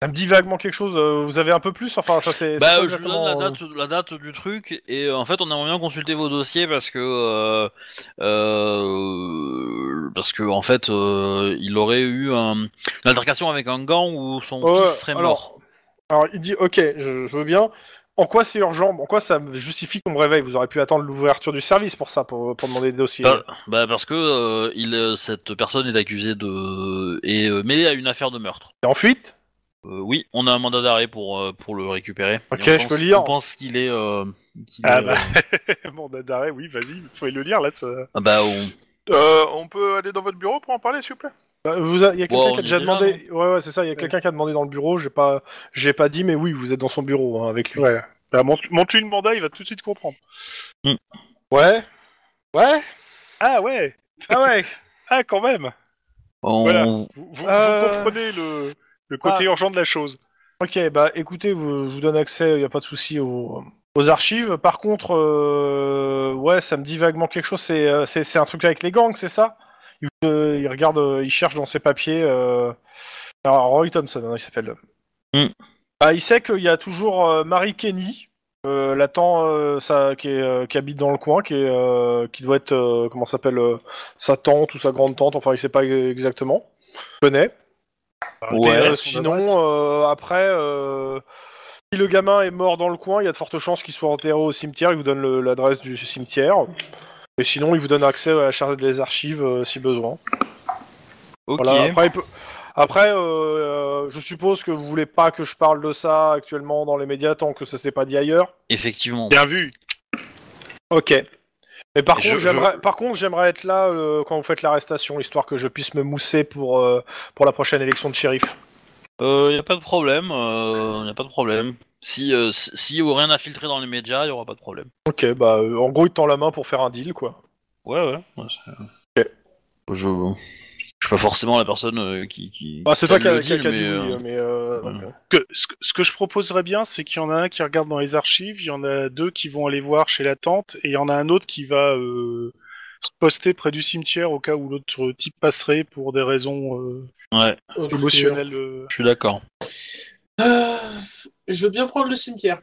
[SPEAKER 2] ça me dit vaguement quelque chose. euh, Vous avez un peu plus. Enfin, ça c'est. c'est
[SPEAKER 1] Bah,
[SPEAKER 2] pas
[SPEAKER 1] je vous donne la
[SPEAKER 2] exactement- euh,
[SPEAKER 1] date, la date du truc, et euh, en fait, on aimerait bien consulter vos dossiers parce que. euh, euh, parce que, en fait, euh, il aurait eu un, une altercation avec un gang où son
[SPEAKER 2] Ouais,
[SPEAKER 1] fils serait mort.
[SPEAKER 2] Euh, Alors, il dit ok, je, je veux bien. En quoi c'est urgent En quoi ça me justifie qu'on me réveille Vous auriez pu attendre l'ouverture du service pour ça, pour, pour demander des dossiers.
[SPEAKER 1] Bah, bah, parce que euh, il, euh, cette personne est accusée de. et euh, mêlée à une affaire de meurtre.
[SPEAKER 2] T'es en fuite
[SPEAKER 1] Euh, oui, on a un mandat d'arrêt pour, euh, pour le récupérer. Et
[SPEAKER 2] Ok,
[SPEAKER 1] on
[SPEAKER 2] je
[SPEAKER 1] pense-
[SPEAKER 2] peux lire.
[SPEAKER 1] On pense qu'il est. euh, qu'il
[SPEAKER 3] Ah
[SPEAKER 1] est,
[SPEAKER 3] bah.
[SPEAKER 1] euh,
[SPEAKER 3] Mandat d'arrêt, oui, vas-y, faut le lire là. Ça...
[SPEAKER 1] ah bah, on-
[SPEAKER 4] Euh, on peut aller dans votre bureau pour en parler, s'il vous plaît
[SPEAKER 2] Bah, vous a- Il y a quelqu'un
[SPEAKER 1] Bon, on
[SPEAKER 2] qui a
[SPEAKER 1] est hein.
[SPEAKER 2] déjà
[SPEAKER 1] déjà,
[SPEAKER 2] demandé. ouais, ouais, c'est ça. Il y a quelqu'un qui a demandé dans le bureau. J'ai pas, j'ai pas dit, mais oui, vous êtes dans son bureau hein, avec lui.
[SPEAKER 3] Ouais. Bah, montre- Montre-lui le mandat, il va tout de suite comprendre.
[SPEAKER 2] Ouais. Ouais.
[SPEAKER 3] Ah ouais
[SPEAKER 2] Ah ouais.
[SPEAKER 3] Ah quand même
[SPEAKER 1] on-
[SPEAKER 3] Voilà. Vous, vous- vous
[SPEAKER 2] Euh.
[SPEAKER 3] comprenez le, le côté urgent de la chose.
[SPEAKER 2] Ok, bah écoutez, vous, je vous donne accès, il n'y a pas de souci aux, aux archives. Par contre, euh, ouais, ça me dit vaguement quelque chose, c'est, euh, c'est, c'est un truc avec les gangs, c'est ça il, euh, il regarde, euh, il cherche dans ses papiers. euh, alors, Roy Thompson, hein, il s'appelle.
[SPEAKER 1] Mm.
[SPEAKER 2] Bah, il sait qu'il y a toujours euh, Marie Kenny, euh, la tante, euh, sa- qui, est, euh, qui habite dans le coin, qui, est, euh, qui doit être, euh, comment ça s'appelle, euh, sa tante ou sa grande tante, enfin, il sait pas exactement. Je connais.
[SPEAKER 1] Ouais.
[SPEAKER 2] Mais, euh,
[SPEAKER 3] son
[SPEAKER 2] sinon,
[SPEAKER 3] adresse.
[SPEAKER 2] euh, après, euh, si le gamin est mort dans le coin, il y a de fortes chances qu'il soit enterré au cimetière. Il vous donne le- l'adresse du cimetière. Et sinon, il vous donne accès à la charte des archives euh, si besoin.
[SPEAKER 1] ok.
[SPEAKER 2] Voilà, Après, il peut- après, euh, euh, je suppose que vous voulez pas que je parle de ça actuellement dans les médias tant que ça s'est pas dit ailleurs.
[SPEAKER 1] Effectivement.
[SPEAKER 3] Bien vu
[SPEAKER 2] Ok. Mais par
[SPEAKER 1] Je-
[SPEAKER 2] contre,
[SPEAKER 1] je-
[SPEAKER 2] j'aimerais, par contre, j'aimerais être là euh, quand vous faites l'arrestation, histoire que je puisse me mousser pour euh, pour la prochaine élection de shérif.
[SPEAKER 1] Euh, y a pas de problème, euh, y a pas de problème. Si euh, si s'il y a rien à filtrer dans les médias, y aura pas de problème.
[SPEAKER 2] Ok, bah, euh, en gros, il te tend la main pour faire un deal, quoi.
[SPEAKER 1] Ouais ouais. ouais, c'est- Je Je suis pas forcément la personne euh, qui. qui
[SPEAKER 2] Bah, c'est
[SPEAKER 1] qui
[SPEAKER 2] toi
[SPEAKER 1] donne
[SPEAKER 2] qui as
[SPEAKER 1] le
[SPEAKER 2] qui a-
[SPEAKER 1] deal,
[SPEAKER 2] qui a
[SPEAKER 1] mais,
[SPEAKER 2] dit oui,
[SPEAKER 1] euh,
[SPEAKER 2] mais. euh,
[SPEAKER 1] voilà.
[SPEAKER 2] donc, euh,
[SPEAKER 3] Que- ce, que- ce que je proposerais bien, c'est qu'il y en a un qui regarde dans les archives, il y en a deux qui vont aller voir chez la tante, et il y en a un autre qui va euh, se poster près du cimetière au cas où l'autre type passerait pour des raisons euh,
[SPEAKER 1] Ouais,
[SPEAKER 3] émotionnelles. euh.
[SPEAKER 1] je suis d'accord.
[SPEAKER 5] Euh, je veux bien prendre le cimetière.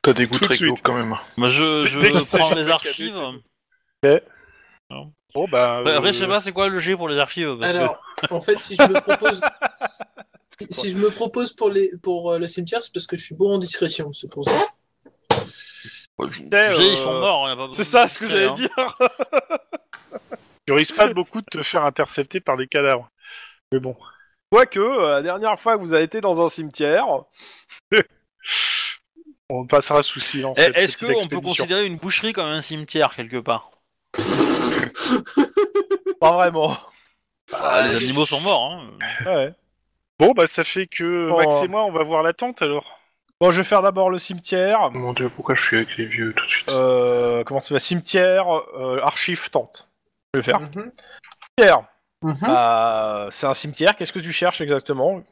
[SPEAKER 4] T'as des goûts
[SPEAKER 3] Tout de
[SPEAKER 4] très
[SPEAKER 3] suite.
[SPEAKER 4] glauques, quand même.
[SPEAKER 1] Bah, je
[SPEAKER 3] Dès que
[SPEAKER 1] je
[SPEAKER 3] c'est
[SPEAKER 1] prends
[SPEAKER 3] genre
[SPEAKER 1] les
[SPEAKER 3] de
[SPEAKER 1] archives.
[SPEAKER 3] cadet,
[SPEAKER 2] Bon, bah.
[SPEAKER 1] Après,
[SPEAKER 3] Euh,
[SPEAKER 1] je sais pas c'est quoi le G pour les archives. parce que-
[SPEAKER 5] Alors, en fait, si je me propose, si je me propose pour les pour euh, le cimetière, c'est parce que je suis bon en discrétion. C'est pour ça.
[SPEAKER 1] Ouais, je-
[SPEAKER 2] sais,
[SPEAKER 1] je dis, ils
[SPEAKER 2] euh,
[SPEAKER 1] sont morts, y a pas besoin
[SPEAKER 2] C'est
[SPEAKER 1] de
[SPEAKER 2] ça ce que
[SPEAKER 1] discuter,
[SPEAKER 2] j'allais
[SPEAKER 1] hein.
[SPEAKER 2] dire.
[SPEAKER 3] Tu risques pas beaucoup de te faire intercepter par des cadavres. Mais bon.
[SPEAKER 2] Quoique, euh, la dernière fois que vous avez été dans un cimetière,
[SPEAKER 3] On passera sous silence.
[SPEAKER 1] Eh,
[SPEAKER 3] cette
[SPEAKER 1] Est-ce
[SPEAKER 3] petite
[SPEAKER 1] qu'on peut
[SPEAKER 3] expédition.
[SPEAKER 1] considérer une boucherie comme un cimetière quelque part
[SPEAKER 2] pas vraiment.
[SPEAKER 1] Ah, Les animaux sont morts. Hein.
[SPEAKER 2] Ouais.
[SPEAKER 3] Bon, bah ça fait que
[SPEAKER 2] Oh.
[SPEAKER 3] Max et moi, on va voir la tante alors.
[SPEAKER 2] Bon, je vais faire d'abord le cimetière.
[SPEAKER 4] Mon dieu, pourquoi je suis avec les vieux tout de suite
[SPEAKER 2] Euh, comment ça va Cimetière, euh, archive, tente. Je vais faire.
[SPEAKER 5] Mhm.
[SPEAKER 2] Cimetière.
[SPEAKER 5] Mhm.
[SPEAKER 2] Bah, c'est un cimetière. Qu'est-ce que tu cherches exactement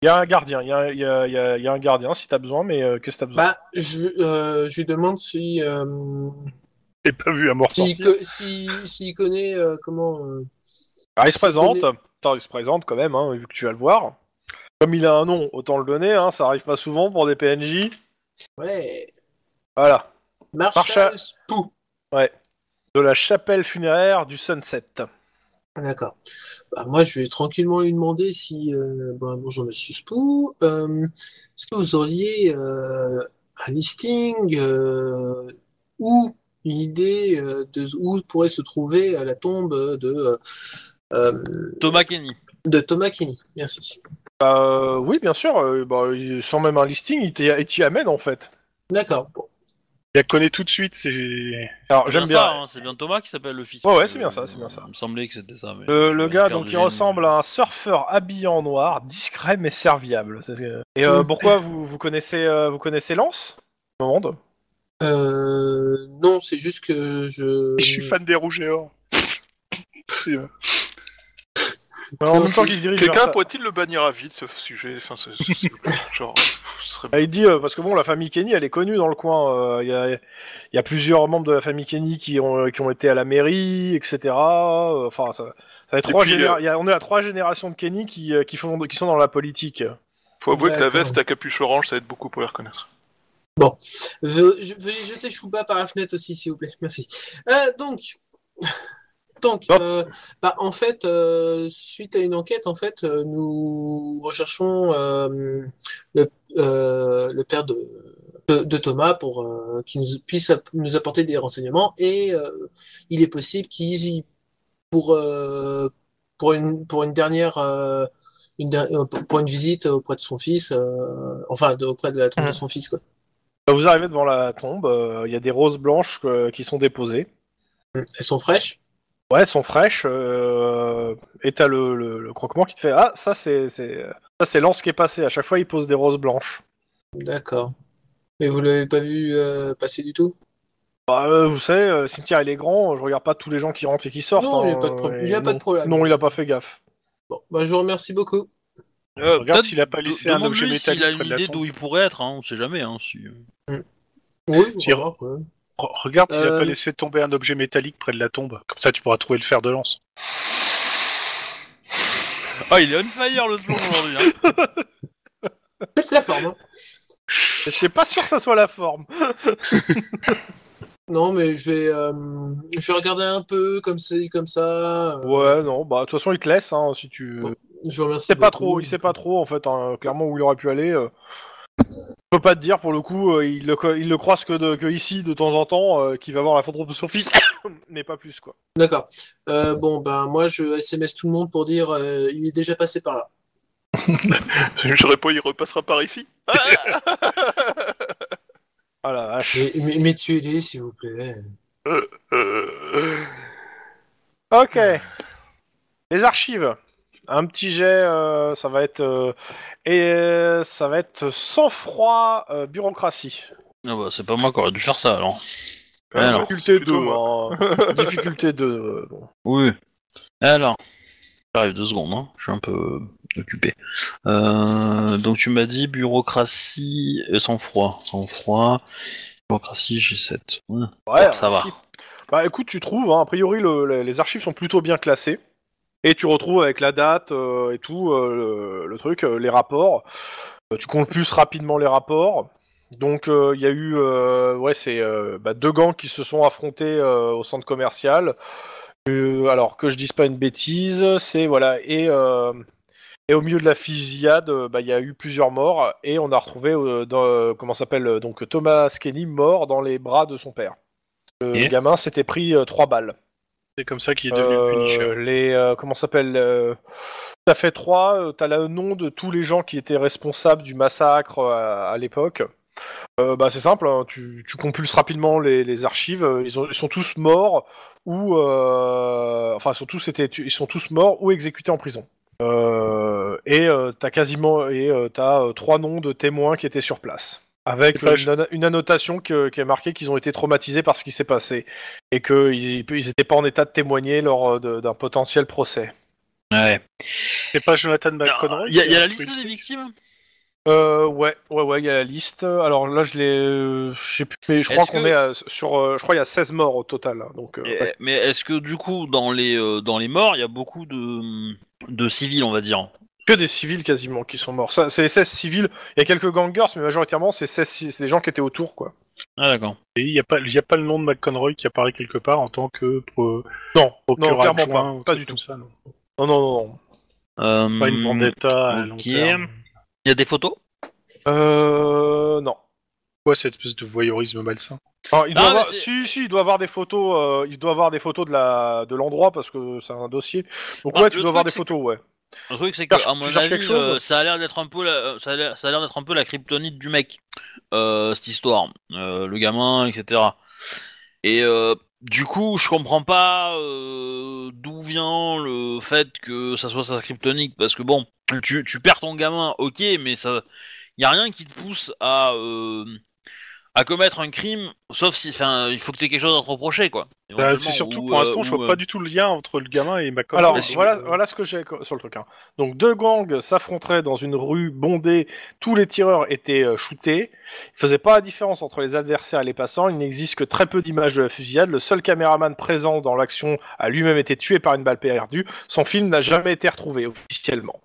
[SPEAKER 2] Il y a un gardien. Il y a, il y a- il y a- il y a un gardien si t'as besoin, mais euh, qu'est-ce que t'as besoin
[SPEAKER 5] Bah, je, euh, je lui demande si euh,
[SPEAKER 3] J'ai pas vu à mort
[SPEAKER 5] s'il
[SPEAKER 3] sortir.
[SPEAKER 5] co- si, s'il connaît euh, comment. euh,
[SPEAKER 2] Alors, Ah, il se
[SPEAKER 5] si
[SPEAKER 2] présente.
[SPEAKER 5] vous
[SPEAKER 2] Attends, il se présente quand même, hein, vu que tu vas le voir. Comme il a un nom, autant le donner. Hein, ça arrive pas souvent pour des PNJ.
[SPEAKER 5] Ouais.
[SPEAKER 2] Voilà.
[SPEAKER 5] Marshall Spoo.
[SPEAKER 2] De la chapelle funéraire du Sunset.
[SPEAKER 5] Ah, D'accord. Bah, moi, je vais tranquillement lui demander si. euh, bon, bonjour, monsieur Spoo. Euh, Est-ce que vous auriez euh, un listing euh, ou une idée euh, de où pourrait se trouver euh, la tombe de, euh, euh,
[SPEAKER 1] Thomas Kenny.
[SPEAKER 5] de Thomas Kenny Merci.
[SPEAKER 2] Bah, euh, oui, bien sûr. euh, bah, il- sans même un listing, il t'y- il t'y amène en fait.
[SPEAKER 5] D'accord. Bon.
[SPEAKER 3] Je la connais tout de suite, c'est.
[SPEAKER 2] Alors,
[SPEAKER 1] C'est
[SPEAKER 2] j'aime
[SPEAKER 1] bien
[SPEAKER 2] bien.
[SPEAKER 1] ça, hein, c'est bien Thomas qui s'appelle le fils.
[SPEAKER 2] Ouais, ouais,
[SPEAKER 1] Euh,
[SPEAKER 2] c'est bien ça, c'est bien ça.
[SPEAKER 1] Il me semblait que c'était ça. Mais
[SPEAKER 2] Le, le
[SPEAKER 1] j'avais
[SPEAKER 2] gars,
[SPEAKER 1] perdu
[SPEAKER 2] donc,
[SPEAKER 1] le
[SPEAKER 2] il
[SPEAKER 1] génie.
[SPEAKER 2] ressemble à un surfeur habillé en noir, discret mais serviable. C'est- c'est- Et euh,
[SPEAKER 5] Mm.
[SPEAKER 2] pourquoi vous, vous connaissez euh, vous connaissez Lance Le monde
[SPEAKER 5] Euh, non, c'est juste que je.
[SPEAKER 3] Je suis fan des rouges et or. C'est-
[SPEAKER 2] Mais En même temps qu'il se dirige vers
[SPEAKER 4] Quelqu'un
[SPEAKER 2] ça.
[SPEAKER 4] pourrait-il le bannir à vide, ce sujet Enfin, ce- ce- ce- genre, ce serait...
[SPEAKER 2] Ah, Il dit, euh, parce que bon, la famille Kenny, elle est connue dans le coin. euh, Il y, a, il y a plusieurs membres de la famille Kenny qui ont, euh, qui ont été à la mairie, etc. euh, Enfin, ça, ça fait trois
[SPEAKER 4] puis,
[SPEAKER 2] généra-
[SPEAKER 4] euh,
[SPEAKER 2] il y a- on est à trois générations de Kenny qui, euh, qui, font, qui sont dans la politique.
[SPEAKER 4] Faut avouer que ta
[SPEAKER 5] D'accord.
[SPEAKER 4] veste à capuche orange, ça aide beaucoup pour les reconnaître.
[SPEAKER 5] Ve- je- Veuillez jeter Chouba par la fenêtre aussi, s'il vous plaît. Merci. Euh, donc, donc
[SPEAKER 2] Hop.
[SPEAKER 5] euh, bah, en fait, euh, suite à une enquête, en fait, euh, nous recherchons euh, le, euh, le père de, de, de Thomas pour euh, qu'il nous, puisse app- nous apporter des renseignements et euh, il est possible qu'il pour euh, pour une pour une dernière euh, une der- euh, pour- pour une visite auprès de son fils, euh, enfin de- auprès de la tombe de son fils, quoi.
[SPEAKER 2] Bah, Vous arrivez devant la tombe, euh, il y a des roses blanches euh, qui sont déposées.
[SPEAKER 5] Elles sont fraîches.
[SPEAKER 2] Ouais, elles sont fraîches. euh, et t'as le, le, le croquement qui te fait Ah, ça c'est c'est- ça c'est Lance qui est passé. À chaque fois, il pose des roses blanches.
[SPEAKER 5] D'accord. Mais vous l'avez pas vu euh, passer du tout?
[SPEAKER 2] Bah, euh, vous savez, euh, le cimetière il est grand. Je regarde pas tous les gens qui rentrent et qui sortent.
[SPEAKER 5] Non, il y a
[SPEAKER 2] hein,
[SPEAKER 5] pas de problème.
[SPEAKER 2] et
[SPEAKER 5] Il y a pas de
[SPEAKER 2] non.
[SPEAKER 5] problème.
[SPEAKER 2] Non, il a pas fait gaffe.
[SPEAKER 5] Bon, bah, je vous remercie beaucoup.
[SPEAKER 1] Euh,
[SPEAKER 3] Regarde
[SPEAKER 1] peut-être
[SPEAKER 3] s'il a pas
[SPEAKER 1] de-
[SPEAKER 3] laissé un
[SPEAKER 1] demande-lui
[SPEAKER 3] objet
[SPEAKER 1] S'il
[SPEAKER 3] métallique
[SPEAKER 1] a une
[SPEAKER 3] près de la
[SPEAKER 1] idée
[SPEAKER 3] tombe.
[SPEAKER 1] d'où il pourrait être, hein, on sait jamais. Hein, si...
[SPEAKER 5] Oui, on va
[SPEAKER 3] Pierre.
[SPEAKER 5] voir, ouais.
[SPEAKER 3] Re- Regarde s'il a
[SPEAKER 5] Euh,
[SPEAKER 3] pas laissé tomber un objet métallique près de la tombe. Comme ça, tu pourras trouver le fer de lance.
[SPEAKER 1] Ah, il est on fire le plomb aujourd'hui. Hein.
[SPEAKER 5] Peut-être la forme. hein.
[SPEAKER 2] Je suis pas sûr que ça soit la forme.
[SPEAKER 5] Non, mais je vais, euh, je vais regarder un peu comme c'est comme ça. Euh,
[SPEAKER 2] Ouais, non. Bah, de toute façon, il te laisse hein, si tu.
[SPEAKER 5] Bon, Je
[SPEAKER 2] Il
[SPEAKER 5] vous remercie
[SPEAKER 2] sait pas
[SPEAKER 5] beaucoup.
[SPEAKER 2] trop. Il sait pas trop en fait. hein, clairement où il aurait pu aller. euh. Je peux pas te dire pour le coup. euh, il le co- il le croise que, de, que ici de temps en temps, euh, qu'il va voir la photo de son fils, mais pas plus quoi.
[SPEAKER 5] D'accord. Euh, bon, ben moi je SMS tout le monde pour dire euh, il est déjà passé par là.
[SPEAKER 4] J'aurais pas, il repassera par ici.
[SPEAKER 2] Ah la vache.
[SPEAKER 5] Mais, mais, mais tuez-les, s'il vous plaît.
[SPEAKER 4] Euh,
[SPEAKER 2] Ok. Les archives. Un petit jet, euh, ça va être euh, et euh, ça va être sang froid euh, bureaucratie.
[SPEAKER 1] Ah bah, c'est pas moi qui aurais dû faire ça alors.
[SPEAKER 4] Ouais,
[SPEAKER 1] Alors.
[SPEAKER 4] ouais, euh, c'est
[SPEAKER 2] hein. Difficulté
[SPEAKER 4] plutôt
[SPEAKER 2] 2.
[SPEAKER 4] moi.
[SPEAKER 2] Difficulté 2.
[SPEAKER 1] Oui. Alors, J'arrive deux secondes, hein. je suis un peu occupé. Euh, donc tu m'as dit bureaucratie euh, et sang-froid. Sang-froid, bureaucratie, j'ai 7.
[SPEAKER 2] Ouais,
[SPEAKER 1] ça va.
[SPEAKER 2] archives. Bah écoute, tu trouves, hein, a priori le- le- les archives sont plutôt bien classées. Et tu retrouves avec la date euh, et tout, euh, le, le truc, euh, les rapports. Euh, tu comptes plus rapidement les rapports. Donc euh, il y a eu euh, ouais, c'est, euh, bah, deux gangs qui se sont affrontés euh, au centre commercial. Euh, alors que je dise pas une bêtise, c'est voilà. Et, euh, et au milieu de la fusillade, euh, bah, il y a eu plusieurs morts. Et on a retrouvé euh, dans, euh, comment ça s'appelle euh, donc Thomas Kenny mort dans les bras de son père. Le
[SPEAKER 1] Et
[SPEAKER 2] gamin s'était pris euh, trois balles.
[SPEAKER 3] C'est comme ça qu'il est devenu
[SPEAKER 2] Euh,
[SPEAKER 3] le Punisher.
[SPEAKER 2] les euh, comment ça s'appelle euh, T'as fait trois. euh, T'as le nom de tous les gens qui étaient responsables du massacre euh, à, à l'époque. Euh, bah c'est simple, hein, tu, tu compulses rapidement les, les archives. euh, Ils, ont- ils sont tous morts ou euh, enfin ils sont tous étaient- ils sont tous morts ou exécutés en prison. Euh, et euh, t'as quasiment et euh, t'as euh, trois noms de témoins qui étaient sur place. Avec
[SPEAKER 3] C'est pas
[SPEAKER 2] euh,
[SPEAKER 3] ch-
[SPEAKER 2] une, anno- une annotation que- qui est marquée qu'ils ont été traumatisés par ce qui s'est passé et qu'ils n'étaient pas en état de témoigner lors euh, de- d'un potentiel procès.
[SPEAKER 1] Ouais.
[SPEAKER 3] C'est pas Jonathan McConroy
[SPEAKER 1] Il y, a- y a la
[SPEAKER 3] qui
[SPEAKER 1] liste
[SPEAKER 3] a
[SPEAKER 1] des victimes
[SPEAKER 2] Euh, ouais, ouais, ouais, il y a la liste. Alors là, je l'ai, euh, je sais plus, mais je crois
[SPEAKER 1] Est-ce
[SPEAKER 2] qu'on
[SPEAKER 1] que-
[SPEAKER 2] est à- sur, euh, je crois il y a 16 morts au total. hein, donc, euh,
[SPEAKER 1] Et-
[SPEAKER 2] ouais.
[SPEAKER 1] Mais est-ce que du coup, dans les, euh, dans les morts, il y a beaucoup de, de civils, on va dire
[SPEAKER 2] que des civils quasiment qui sont morts. Ça, c'est les 16 civils. Il y a quelques gangers, mais majoritairement c'est 16, ci- c'est des gens qui étaient autour, quoi.
[SPEAKER 1] Ah, d'accord.
[SPEAKER 3] Et il n'y a, pas- il y a pas le nom de McConroy qui apparaît quelque part en tant que pro-
[SPEAKER 2] Non,
[SPEAKER 3] procureur
[SPEAKER 2] non, clairement
[SPEAKER 3] adjoint
[SPEAKER 2] pas,
[SPEAKER 3] ou
[SPEAKER 2] pas
[SPEAKER 3] truc
[SPEAKER 2] du tout.
[SPEAKER 3] comme ça, non.
[SPEAKER 2] Non, non, non, non.
[SPEAKER 1] Euh,
[SPEAKER 3] Pas une vendetta à long
[SPEAKER 1] ok.
[SPEAKER 3] terme.
[SPEAKER 1] Il y a des photos
[SPEAKER 2] Euh, non.
[SPEAKER 3] Quoi, cette espèce de voyeurisme malsain
[SPEAKER 2] Enfin, il doit
[SPEAKER 1] Ah,
[SPEAKER 2] avoir...
[SPEAKER 1] mais c'est-
[SPEAKER 2] Si, si, il doit avoir des photos. euh, il doit avoir des photos de la, de l'endroit parce que c'est un dossier. Donc
[SPEAKER 1] Ah,
[SPEAKER 2] ouais, tu
[SPEAKER 1] le
[SPEAKER 2] dois avoir des
[SPEAKER 1] truc, c'est
[SPEAKER 2] photos, ouais.
[SPEAKER 1] Le truc, c'est
[SPEAKER 2] Cherche-
[SPEAKER 1] que, à
[SPEAKER 2] tu
[SPEAKER 1] mon
[SPEAKER 2] cherches quelque
[SPEAKER 1] avis,
[SPEAKER 2] chose
[SPEAKER 1] euh, ça a l'air d'être un peu la, euh, ça a l'air, ça a l'air d'être un peu la kryptonite du mec, euh, cette histoire, Euh, le gamin, etc. Et euh, du coup, je comprends pas euh, d'où vient le fait que ça soit sa kryptonite, parce que bon, tu, tu perds ton gamin, ok, mais ça, y a rien qui te pousse à euh, à commettre un crime, sauf si, enfin, il faut que t'aies quelque chose à te reprocher, quoi.
[SPEAKER 3] Bah,
[SPEAKER 1] Éventuellement,
[SPEAKER 3] C'est surtout
[SPEAKER 1] ou,
[SPEAKER 3] pour
[SPEAKER 1] euh,
[SPEAKER 3] l'instant, je
[SPEAKER 1] ou,
[SPEAKER 3] vois
[SPEAKER 1] euh,
[SPEAKER 3] pas du tout le lien entre le gamin et McConroy.
[SPEAKER 2] Alors
[SPEAKER 1] Mais si-
[SPEAKER 2] voilà, voilà ce que j'ai co- sur le truc. hein. Donc deux gangs s'affronteraient dans une rue bondée, tous les tireurs étaient euh, shootés, ils faisaient pas la différence entre les adversaires et les passants, il n'existe que très peu d'images de la fusillade, le seul caméraman présent dans l'action a lui-même été tué par une balle perdue, son film n'a jamais été retrouvé officiellement.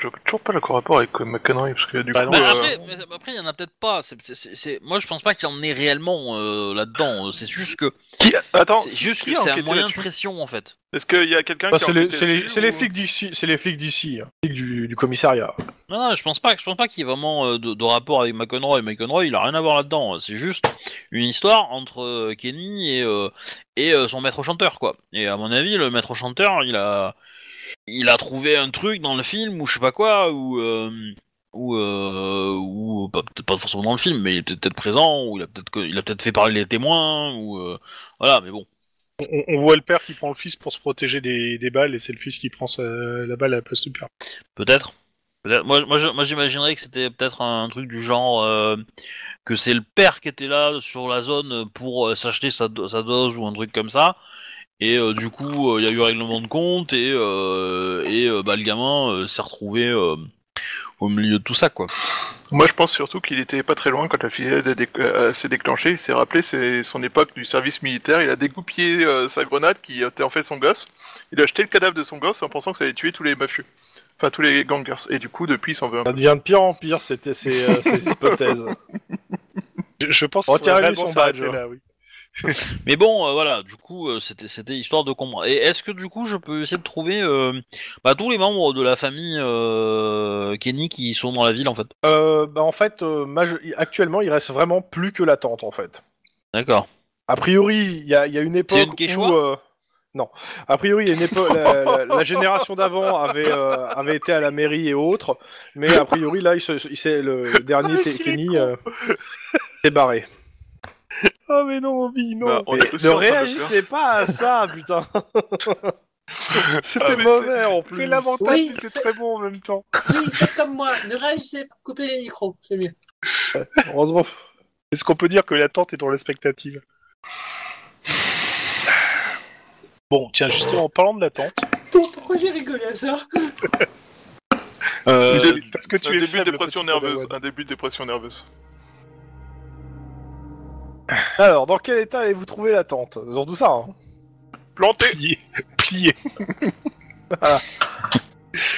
[SPEAKER 4] Je vois toujours pas le rapport avec euh, McConaughey, parce que du
[SPEAKER 3] Bah
[SPEAKER 4] coup...
[SPEAKER 3] non,
[SPEAKER 4] euh,
[SPEAKER 1] hein. Bah, après, mais après, il y en a peut-être pas. C'est, c'est- c'est- c'est- Moi, je pense pas qu'il y en ait réellement euh, là-dedans. Euh, C'est juste que
[SPEAKER 4] qui- Attends,
[SPEAKER 1] c'est juste
[SPEAKER 4] qui
[SPEAKER 1] que
[SPEAKER 4] a
[SPEAKER 1] c'est un
[SPEAKER 4] enquêté
[SPEAKER 1] moyen de
[SPEAKER 4] là-dessus
[SPEAKER 1] pression en fait.
[SPEAKER 4] Est-ce qu'il y a quelqu'un
[SPEAKER 2] Bah,
[SPEAKER 4] qui a
[SPEAKER 2] c'est les,
[SPEAKER 4] enquêté
[SPEAKER 2] c'est les-
[SPEAKER 4] là-dessus,
[SPEAKER 2] c'est les
[SPEAKER 4] ou-
[SPEAKER 2] flics d'ici, c'est les flics d'ici, hein, les flics du, du commissariat.
[SPEAKER 1] Non, non, je pense pas. Je pense pas qu'il y ait vraiment euh, de, de rapport avec McEnroy. McEnroy, il a rien à voir là-dedans. hein. C'est juste une histoire entre euh, Kenny et euh, et euh, son maître chanteur quoi. Et à mon avis, le maître chanteur, il a il a trouvé un truc dans le film ou je sais pas quoi ou euh, ou, euh, ou pas, peut-être pas forcément dans le film, mais il était peut-être présent ou il a peut-être il a peut-être fait parler les témoins ou euh, voilà. Mais bon.
[SPEAKER 3] On, on voit le père qui prend le fils pour se protéger des, des balles et c'est le fils qui prend sa- la balle à la place du père.
[SPEAKER 1] Peut-être. Peut-être. Moi, moi, je- moi, j'imaginerais que c'était peut-être un truc du genre euh, que c'est le père qui était là sur la zone pour euh, s'acheter sa, do- sa dose ou un truc comme ça. Et euh, du coup, euh, il y a eu règlement de compte et, euh, et euh, bah, le gamin euh, s'est retrouvé euh, au milieu de tout ça, quoi.
[SPEAKER 4] Moi, je pense surtout qu'il était pas très loin quand la fusillade a déc- euh, s'est déclenchée. Il s'est rappelé c'est son époque du service militaire. Il a dégoupillé euh, sa grenade qui était en fait son gosse. Il a jeté le cadavre de son gosse en pensant que ça allait tuer tous les mafieux. Enfin, tous les gangers. Et du coup, depuis, il s'en veut un peu.
[SPEAKER 2] Ça devient de pire en pire, c'était ces, euh, ces hypothèses.
[SPEAKER 3] Je, je pense
[SPEAKER 2] Oh,
[SPEAKER 3] qu'on
[SPEAKER 2] tiens,
[SPEAKER 3] va
[SPEAKER 2] lui, son
[SPEAKER 3] vraiment s'arrêter
[SPEAKER 2] badge.
[SPEAKER 3] là, oui.
[SPEAKER 1] Mais bon, euh, voilà, du coup, euh, c'était, c'était histoire de comprendre. Et est-ce que du coup, je peux essayer de trouver euh, bah, tous les membres de la famille euh, Kenny qui sont dans la ville, en fait
[SPEAKER 2] Euh, bah, en fait, euh, maje- actuellement, il reste vraiment plus que la tente en fait.
[SPEAKER 1] D'accord.
[SPEAKER 2] A priori, il y, a- il y a une époque
[SPEAKER 1] C'est une Quechua
[SPEAKER 2] où... euh, non. A priori, il y a une époque... la, la- la génération d'avant avait, euh, avait été à la mairie et autres. Mais a priori, là, il se- il s'est- le, le dernier
[SPEAKER 4] Ah,
[SPEAKER 2] Te-
[SPEAKER 4] qu'il est
[SPEAKER 2] Kenny
[SPEAKER 4] con.
[SPEAKER 2] euh, s'est barré.
[SPEAKER 3] Ah mais non, Obi, non
[SPEAKER 4] Bah, on
[SPEAKER 2] Mais
[SPEAKER 4] est aussi
[SPEAKER 2] ne
[SPEAKER 4] en train de le faire.
[SPEAKER 2] réagissez pas à ça, putain C'était
[SPEAKER 4] Ah, mais
[SPEAKER 2] mauvais, en plus
[SPEAKER 3] C'est l'avantage,
[SPEAKER 5] Oui,
[SPEAKER 3] mais c'est
[SPEAKER 5] c'est-
[SPEAKER 3] très bon en même temps.
[SPEAKER 5] Oui, faites comme moi, ne réagissez pas, coupez les micros, c'est mieux.
[SPEAKER 2] Heureusement.
[SPEAKER 3] Est-ce qu'on peut dire que l'attente est dans l'expectative Bon, tiens, justement, en parlant de l'attente,
[SPEAKER 5] Pour- pourquoi j'ai rigolé à ça
[SPEAKER 3] Euh,
[SPEAKER 4] début-
[SPEAKER 3] parce que tu
[SPEAKER 4] un
[SPEAKER 3] es
[SPEAKER 4] début
[SPEAKER 3] faible,
[SPEAKER 4] de dépression
[SPEAKER 3] petit
[SPEAKER 4] nerveuse.
[SPEAKER 3] Padawan.
[SPEAKER 4] Un début de dépression nerveuse.
[SPEAKER 2] Alors, dans quel état allez-vous trouver la tente C'est Surtout ça. hein.
[SPEAKER 4] Planté
[SPEAKER 3] Plié. Plié.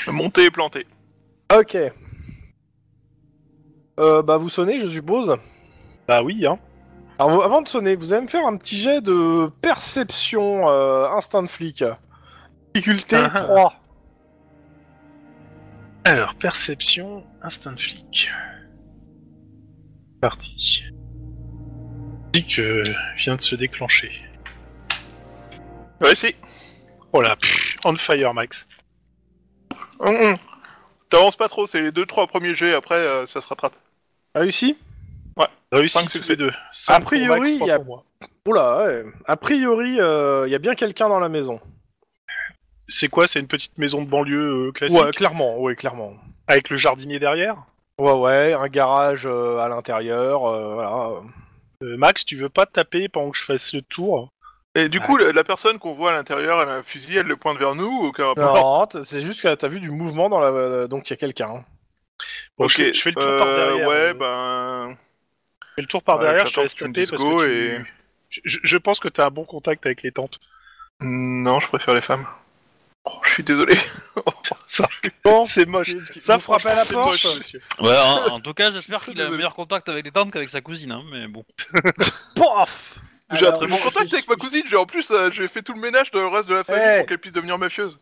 [SPEAKER 4] Monté et planté.
[SPEAKER 2] Ok. Euh, bah, vous sonnez, je suppose.
[SPEAKER 3] Bah oui, hein.
[SPEAKER 2] Alors, vous- avant de sonner, vous allez me faire un petit jet de perception euh, instinct de flic. Difficulté
[SPEAKER 3] Ah ah.
[SPEAKER 2] 3.
[SPEAKER 3] Alors, perception, instinct de flic. Parti. Flic euh, vient de se déclencher.
[SPEAKER 4] Ouais, si.
[SPEAKER 3] Oh là, pff, on fire, Max.
[SPEAKER 4] Hum, hum. T'avances pas trop, c'est les 2-3 premiers jets, après euh, ça se rattrape.
[SPEAKER 2] Réussi
[SPEAKER 3] Réussi
[SPEAKER 4] Cinq
[SPEAKER 3] tous
[SPEAKER 4] succès.
[SPEAKER 3] les deux. Cinq
[SPEAKER 2] A priori,
[SPEAKER 3] pour Max, trois
[SPEAKER 2] y a-
[SPEAKER 3] pour moi.
[SPEAKER 2] Oula, ouais. A priori, il y a bien quelqu'un dans la maison.
[SPEAKER 3] C'est quoi C'est une petite maison de banlieue euh, classique
[SPEAKER 2] Ouais, clairement, ouais, clairement.
[SPEAKER 3] avec le jardinier derrière
[SPEAKER 2] Ouais, ouais, un garage euh, à l'intérieur, euh, voilà.
[SPEAKER 3] Euh, Max, tu veux pas taper pendant que je fasse le tour
[SPEAKER 4] Et du coup, la, la personne qu'on voit à l'intérieur, elle a un fusil, elle le pointe vers nous ou aucun rapport
[SPEAKER 2] Non, t- c'est juste que t'as vu du mouvement dans la... euh, Donc il y a quelqu'un. hein.
[SPEAKER 3] Bon,
[SPEAKER 4] Ok,
[SPEAKER 3] je, fais- je fais le tour par
[SPEAKER 4] euh,
[SPEAKER 3] derrière.
[SPEAKER 4] Ouais,
[SPEAKER 3] euh,
[SPEAKER 4] ben.
[SPEAKER 3] Je fais le tour par
[SPEAKER 4] Ouais,
[SPEAKER 3] derrière, je te
[SPEAKER 4] j'attends
[SPEAKER 3] laisse
[SPEAKER 4] que tu me
[SPEAKER 3] taper
[SPEAKER 4] dises
[SPEAKER 3] parce
[SPEAKER 4] go
[SPEAKER 3] que
[SPEAKER 4] et-
[SPEAKER 3] tu- je, je- je pense que t'as un bon contact avec les tentes.
[SPEAKER 4] Non, je préfère les femmes. Oh, je suis désolé.
[SPEAKER 3] Ça,
[SPEAKER 2] Bon.
[SPEAKER 3] c'est moche.
[SPEAKER 2] Vous frappez à la
[SPEAKER 3] franchement,
[SPEAKER 2] porte
[SPEAKER 3] c'est moche, monsieur.
[SPEAKER 1] Ouais, en, en tout cas, j'espère
[SPEAKER 4] Je suis
[SPEAKER 1] qu'il a un
[SPEAKER 4] désolé.
[SPEAKER 1] meilleur contact avec les tantes qu'avec sa cousine, hein, mais bon.
[SPEAKER 2] Paf
[SPEAKER 4] J'ai un
[SPEAKER 5] Alors,
[SPEAKER 4] très bon
[SPEAKER 5] je-
[SPEAKER 4] contact
[SPEAKER 5] je-
[SPEAKER 4] avec ma cousine, j'ai en plus euh, j'ai fait tout le ménage dans le reste de la famille
[SPEAKER 2] Hey.
[SPEAKER 4] pour qu'elle puisse devenir mafieuse.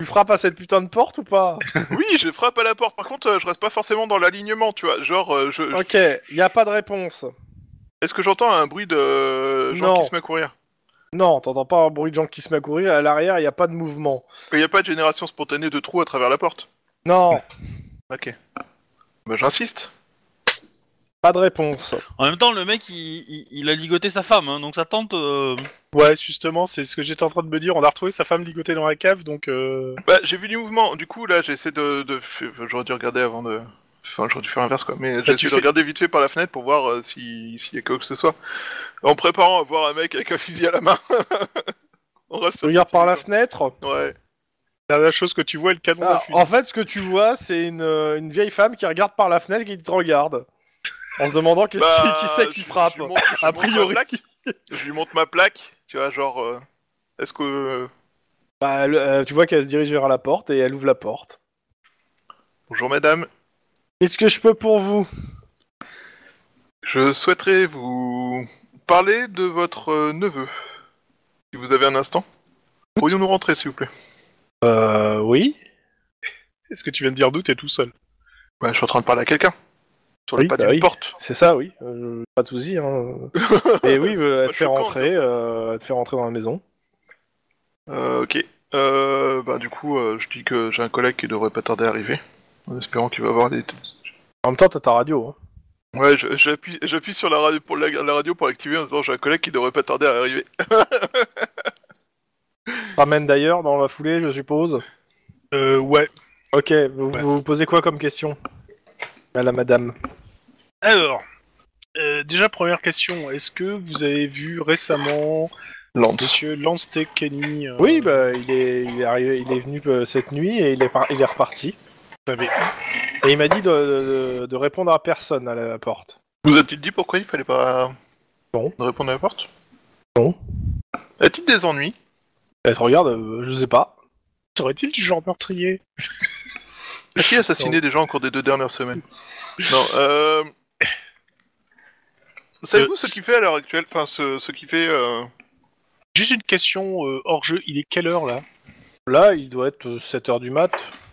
[SPEAKER 2] Tu frappes à cette putain de porte ou pas
[SPEAKER 4] Oui, je frappe à la porte. Par contre, euh, je reste pas forcément dans l'alignement, tu vois. Genre, euh, je, je-
[SPEAKER 2] Ok, il a pas de réponse.
[SPEAKER 4] est-ce que j'entends un bruit de gens
[SPEAKER 2] Non.
[SPEAKER 4] qui se met à courir
[SPEAKER 2] Non, t'entends pas un bruit de gens qui se met à courir, à l'arrière, il y a pas de mouvement.
[SPEAKER 4] Il n'y a pas de génération spontanée de trous à travers la porte.
[SPEAKER 2] Non,
[SPEAKER 4] Ok. Bah, j'insiste.
[SPEAKER 2] pas de réponse.
[SPEAKER 1] En même temps, le mec, il, il- il a ligoté sa femme, hein, donc sa tante. euh,
[SPEAKER 3] Ouais, justement, c'est ce que j'étais en train de me dire. On a retrouvé sa femme ligotée dans la cave, donc. euh,
[SPEAKER 4] Bah, j'ai vu du mouvement. Du coup, là, j'essaie de, de- j'aurais dû regarder avant de. Enfin, j'aurais dû faire l'inverse, quoi.
[SPEAKER 2] Bah,
[SPEAKER 4] Mais j'essaie
[SPEAKER 3] tu
[SPEAKER 4] de
[SPEAKER 3] fais-
[SPEAKER 4] regarder vite fait par la fenêtre pour voir euh, si s'il y a quoi que ce soit. En préparant à voir un mec avec un fusil à la main. On reste.
[SPEAKER 2] Tu
[SPEAKER 4] sur
[SPEAKER 2] regardes
[SPEAKER 4] cette
[SPEAKER 2] par la
[SPEAKER 4] idée,
[SPEAKER 2] fenêtre.
[SPEAKER 4] quoi. Ouais.
[SPEAKER 3] La dernière chose que tu vois est le canon d'un
[SPEAKER 2] Ah,
[SPEAKER 3] fusil.
[SPEAKER 2] en fait, ce que tu vois, c'est une, euh, une vieille femme qui regarde par la fenêtre et qui te regarde. En se demandant qu'est-ce qui-
[SPEAKER 4] Bah,
[SPEAKER 2] qui, c'est qui
[SPEAKER 4] je- je
[SPEAKER 2] frappe.
[SPEAKER 4] lui montre- je lui
[SPEAKER 2] A
[SPEAKER 4] montre ma
[SPEAKER 2] priori.
[SPEAKER 4] plaque. Je lui montre ma plaque. Tu vois, genre. euh, Est-ce que. euh,
[SPEAKER 2] Bah, le- euh, tu vois qu'elle se dirige vers la porte et elle ouvre la porte.
[SPEAKER 4] Bonjour madame,
[SPEAKER 2] Qu'est-ce que je peux pour vous
[SPEAKER 4] je souhaiterais vous parler de votre euh, neveu. Si vous avez un instant, pourrions-nous rentrer s'il vous plaît
[SPEAKER 2] Euh, oui.
[SPEAKER 3] Est-ce que tu viens de dire d'où t'es tout seul
[SPEAKER 4] Bah, Je suis en train de parler à quelqu'un. Sur le
[SPEAKER 2] Oui,
[SPEAKER 4] pas
[SPEAKER 2] bah
[SPEAKER 4] d'une
[SPEAKER 2] oui.
[SPEAKER 4] porte.
[SPEAKER 2] C'est ça, oui. Euh, pas de soucis. Hein. et oui, euh, elle
[SPEAKER 4] Bah,
[SPEAKER 2] te fait
[SPEAKER 4] choquant,
[SPEAKER 2] rentrer, euh, elle te fait rentrer dans la maison.
[SPEAKER 4] Euh, ok. Euh, bah, du coup, euh, je dis que j'ai un collègue qui devrait pas tarder à arriver. En espérant qu'il va avoir des.
[SPEAKER 2] En même temps, t'as ta radio. hein.
[SPEAKER 4] Ouais, je- j'appuie j'appuie sur la radio, pour la, la radio pour l'activer en disant j'ai un collègue qui devrait pas tarder à arriver.
[SPEAKER 2] Ramène d'ailleurs dans la foulée, je suppose.
[SPEAKER 3] Euh, ouais.
[SPEAKER 2] Ok, vous
[SPEAKER 3] Ouais.
[SPEAKER 2] vous posez quoi comme question à la madame
[SPEAKER 3] Alors,
[SPEAKER 2] oh.
[SPEAKER 3] euh, déjà, première question. Est-ce que vous avez vu récemment
[SPEAKER 4] Lance.
[SPEAKER 3] monsieur Lance T. Kenny euh,
[SPEAKER 2] Oui, bah, il est, il est arrivé, il est venu euh, cette nuit et il est, par- il est reparti.
[SPEAKER 3] vous savez-
[SPEAKER 2] Et il m'a dit de, de- de répondre à personne à la porte.
[SPEAKER 4] Vous a-t-il dit pourquoi il fallait pas.
[SPEAKER 2] Non.
[SPEAKER 4] répondre à la porte
[SPEAKER 2] Non.
[SPEAKER 4] A-t-il des ennuis
[SPEAKER 2] Elle te regarde, euh, je sais pas.
[SPEAKER 3] Serait-il du genre meurtrier
[SPEAKER 4] Qui a assassiné des gens au cours des deux dernières semaines Non, euh... Savez-vous
[SPEAKER 3] Euh,
[SPEAKER 4] ce qui fait à l'heure actuelle Enfin, ce, ce qui fait... euh,
[SPEAKER 3] Juste une question euh, hors jeu. Il est quelle heure là
[SPEAKER 2] Là, il doit être 7h du mat.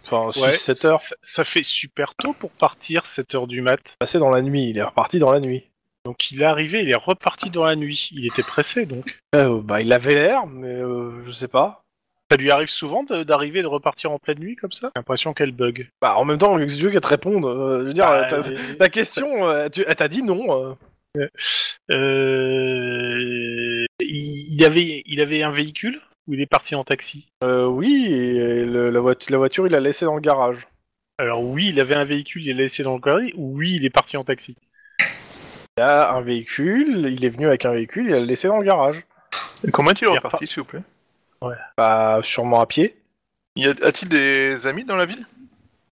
[SPEAKER 2] Enfin, 6-7h.
[SPEAKER 3] Ça, ça fait super tôt pour partir, 7h du mat.
[SPEAKER 2] Passé dans la nuit, il est reparti dans la nuit.
[SPEAKER 3] Donc il est arrivé, il est reparti dans la nuit. Il était pressé donc.
[SPEAKER 2] Euh, bah, il avait l'air, mais euh, je sais pas.
[SPEAKER 3] Ça lui arrive souvent de- d'arriver et de repartir en pleine nuit comme ça J'ai l'impression qu'elle bug.
[SPEAKER 2] Bah, en même temps, si tu veux qu'elle te réponde, euh, je veux dire,
[SPEAKER 3] Bah,
[SPEAKER 2] ta,
[SPEAKER 3] euh,
[SPEAKER 2] ta question, euh, tu- elle t'a dit non. euh.
[SPEAKER 3] Euh, il, il avait, il avait un véhicule ou il est parti en taxi
[SPEAKER 2] Euh, oui, et le- la, voit- la voiture, il l'a laissée dans le garage.
[SPEAKER 3] Alors oui, il avait un véhicule, il l'a laissé dans le garage. Ou oui, il est parti en taxi.
[SPEAKER 2] Il a un véhicule, il est venu avec un véhicule, il l'a laissé dans le garage.
[SPEAKER 4] Comment est-il
[SPEAKER 3] Il y a
[SPEAKER 4] reparti, s'il vous plaît
[SPEAKER 2] Bah, sûrement à pied.
[SPEAKER 4] Y a- a-t-il des amis dans la ville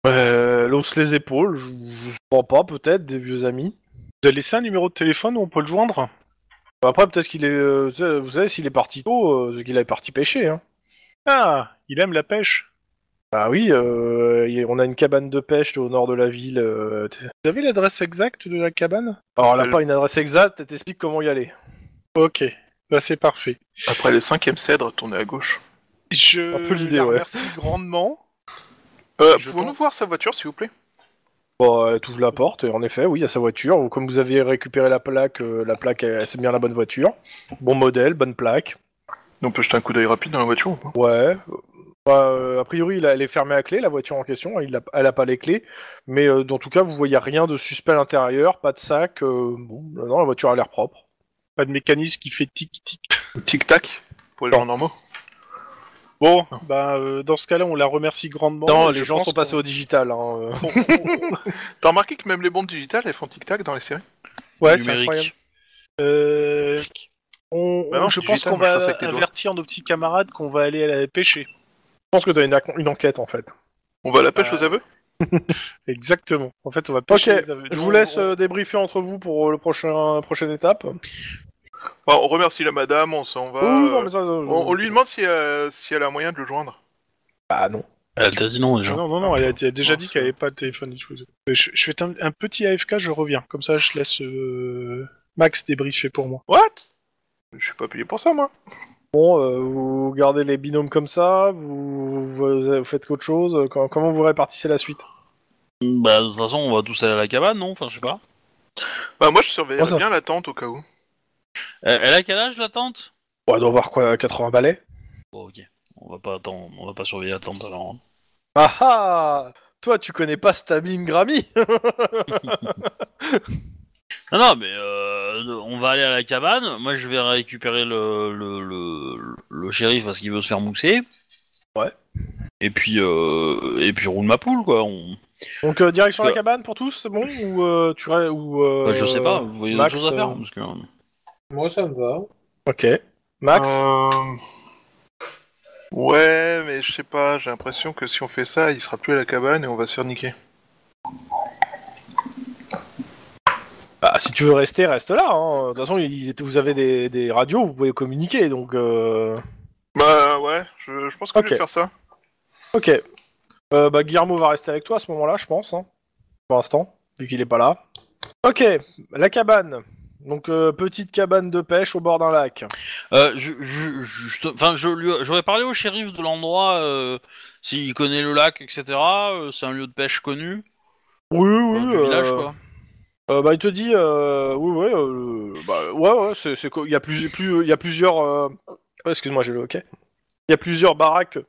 [SPEAKER 2] Euh, l'os les épaules, je, je crois pas, peut-être, des vieux amis.
[SPEAKER 3] Vous avez laissé un numéro de téléphone où on peut le joindre Bah,
[SPEAKER 2] Après, peut-être qu'il est. euh, tu sais, vous savez, s'il est parti tôt, euh, c'est qu'il est parti pêcher. Hein.
[SPEAKER 3] Ah, il aime la pêche.
[SPEAKER 2] Bah oui, euh, il y a- on a une cabane de pêche au nord de la ville. euh, t-
[SPEAKER 3] Vous avez l'adresse exacte de la cabane
[SPEAKER 2] Alors, elle a
[SPEAKER 4] Elle-
[SPEAKER 2] pas une adresse exacte, elle t'explique comment y aller.
[SPEAKER 3] Ok, bah c'est parfait.
[SPEAKER 4] Après le cinquième cèdre, tournez à gauche.
[SPEAKER 3] Je
[SPEAKER 2] Un peu l'idée,
[SPEAKER 3] la
[SPEAKER 2] ouais.
[SPEAKER 3] remercie grandement.
[SPEAKER 4] Euh,
[SPEAKER 3] Je
[SPEAKER 4] Pouvons-nous
[SPEAKER 3] pense-
[SPEAKER 4] voir sa voiture, s'il vous plaît
[SPEAKER 2] Bon, elle touche la porte, et en effet, oui, il y a sa voiture. Comme vous avez récupéré la plaque, euh, la plaque, elle- c'est bien la bonne voiture. Bon modèle, bonne plaque.
[SPEAKER 4] On peut jeter un coup d'œil rapide dans la voiture ou pas
[SPEAKER 2] Ouais. Bah, euh, a priori, il a- elle est fermée à clé, la voiture en question. hein, Il a- elle a pas les clés. Mais euh, en tout cas, vous voyez rien de suspect à l'intérieur, pas de sac. euh, bon, non, la voiture a l'air propre.
[SPEAKER 3] Pas de mécanisme qui fait tic-tic.
[SPEAKER 4] Tic-tac Pour les gens normaux
[SPEAKER 3] Bon, bah euh, dans ce cas-là, on la remercie grandement.
[SPEAKER 2] non,
[SPEAKER 3] Je
[SPEAKER 2] les gens
[SPEAKER 3] pense
[SPEAKER 2] sont passés
[SPEAKER 3] qu'on-
[SPEAKER 2] au digital. hein, euh.
[SPEAKER 4] T'as remarqué que même les bombes digitales, elles font tic-tac dans les séries
[SPEAKER 3] Ouais, c'est
[SPEAKER 1] numérique.
[SPEAKER 3] incroyable. Euh, on-
[SPEAKER 4] Bah non,
[SPEAKER 3] je
[SPEAKER 4] c'est
[SPEAKER 3] pense
[SPEAKER 4] digital,
[SPEAKER 3] qu'on
[SPEAKER 4] moi, je
[SPEAKER 3] va
[SPEAKER 4] pense avec les doigts.
[SPEAKER 3] avertir nos petits camarades qu'on va aller à la pêcher.
[SPEAKER 2] Je pense que t'as une, ac- une enquête en fait.
[SPEAKER 4] On va à la pêche
[SPEAKER 3] Bah,
[SPEAKER 4] aux aveux
[SPEAKER 3] Exactement. En fait, on va pêcher.
[SPEAKER 2] Ok,
[SPEAKER 3] les aveugles.
[SPEAKER 2] Je
[SPEAKER 3] Non,
[SPEAKER 2] vous laisse
[SPEAKER 3] on-
[SPEAKER 2] euh, débriefer entre vous pour euh, le prochain prochaine étape.
[SPEAKER 4] Enfin, On remercie la madame, on s'en va.
[SPEAKER 2] Oui, oui, non,
[SPEAKER 4] euh,
[SPEAKER 2] mais ça,
[SPEAKER 4] on,
[SPEAKER 2] euh,
[SPEAKER 4] on lui demande si, euh, si elle a moyen de le joindre.
[SPEAKER 2] Ah non.
[SPEAKER 1] Elle t'a dit non
[SPEAKER 3] Ah
[SPEAKER 1] déjà.
[SPEAKER 3] Non, non, non, elle a, elle a déjà
[SPEAKER 4] Non,
[SPEAKER 3] dit
[SPEAKER 4] c'est-
[SPEAKER 3] qu'elle n'avait pas de téléphone. du tout. Mais Je, je fais un, un petit AFK, je reviens. Comme ça, je laisse euh, Max débriefer pour moi.
[SPEAKER 4] What Je suis pas payé pour ça, moi.
[SPEAKER 2] Bon, euh, vous gardez les binômes comme ça, vous, vous- vous faites qu'autre chose. euh, quand- comment vous répartissez la suite
[SPEAKER 1] Bah, de toute façon, on va tous aller à la cabane, non Enfin, je sais pas.
[SPEAKER 4] Bah moi, je surveillerais
[SPEAKER 2] Moi, ça-
[SPEAKER 4] bien la tente au cas où.
[SPEAKER 1] Elle, elle a quel âge la tante
[SPEAKER 2] On doit voir quoi 80 balais
[SPEAKER 1] Bon, ok. On va pas attendre, on va pas surveiller la tante alors. hein.
[SPEAKER 2] Ah ah Toi, tu connais pas Stabine Grammy
[SPEAKER 1] Non, non, mais euh, on va aller à la cabane. Moi, je vais récupérer le, le, le, le shérif parce qu'il veut se faire mousser.
[SPEAKER 2] Ouais.
[SPEAKER 1] Et puis, euh, et puis roule ma poule, quoi. On...
[SPEAKER 2] Donc, euh, direction la
[SPEAKER 1] Euh.
[SPEAKER 2] cabane pour tous, c'est bon Ou euh, tu. ra- Ou, euh,
[SPEAKER 1] Bah, je sais pas, vous voyez d'autres
[SPEAKER 2] Max,
[SPEAKER 1] choses à faire
[SPEAKER 2] euh,
[SPEAKER 1] parce que...
[SPEAKER 5] Moi, ça me va.
[SPEAKER 2] Ok. Max
[SPEAKER 4] Euh, Ouais, mais je sais pas, j'ai l'impression que si on fait ça, il sera plus à la cabane et on va se faire niquer.
[SPEAKER 2] Bah, si tu veux rester, reste là. hein. De toute façon, ils étaient- vous avez des, des radios, vous pouvez communiquer. Donc, euh,
[SPEAKER 4] Bah ouais, je, je pense que
[SPEAKER 2] Ok.
[SPEAKER 4] je vais faire ça.
[SPEAKER 2] ok. Euh, bah, Guillermo va rester avec toi à ce moment-là, je pense. hein, pour l'instant, vu qu'il est pas là. Ok, la cabane. Donc, euh, petite cabane de pêche au bord d'un lac.
[SPEAKER 1] Euh, je, je, je- enfin, je lui, j'aurais parlé au shérif de l'endroit, euh, s'il connaît le lac, etc. euh, c'est un lieu de pêche connu,
[SPEAKER 2] Oui, oui.
[SPEAKER 1] enfin, du village,
[SPEAKER 2] euh,
[SPEAKER 1] quoi.
[SPEAKER 2] euh, bah, il te dit, euh, oui, oui, euh, bah, ouais, ouais, c'est, c'est co- il y a plus, plus, il y a plusieurs, euh, oh, excuse-moi, j'ai le, ok, il y a plusieurs baraques qui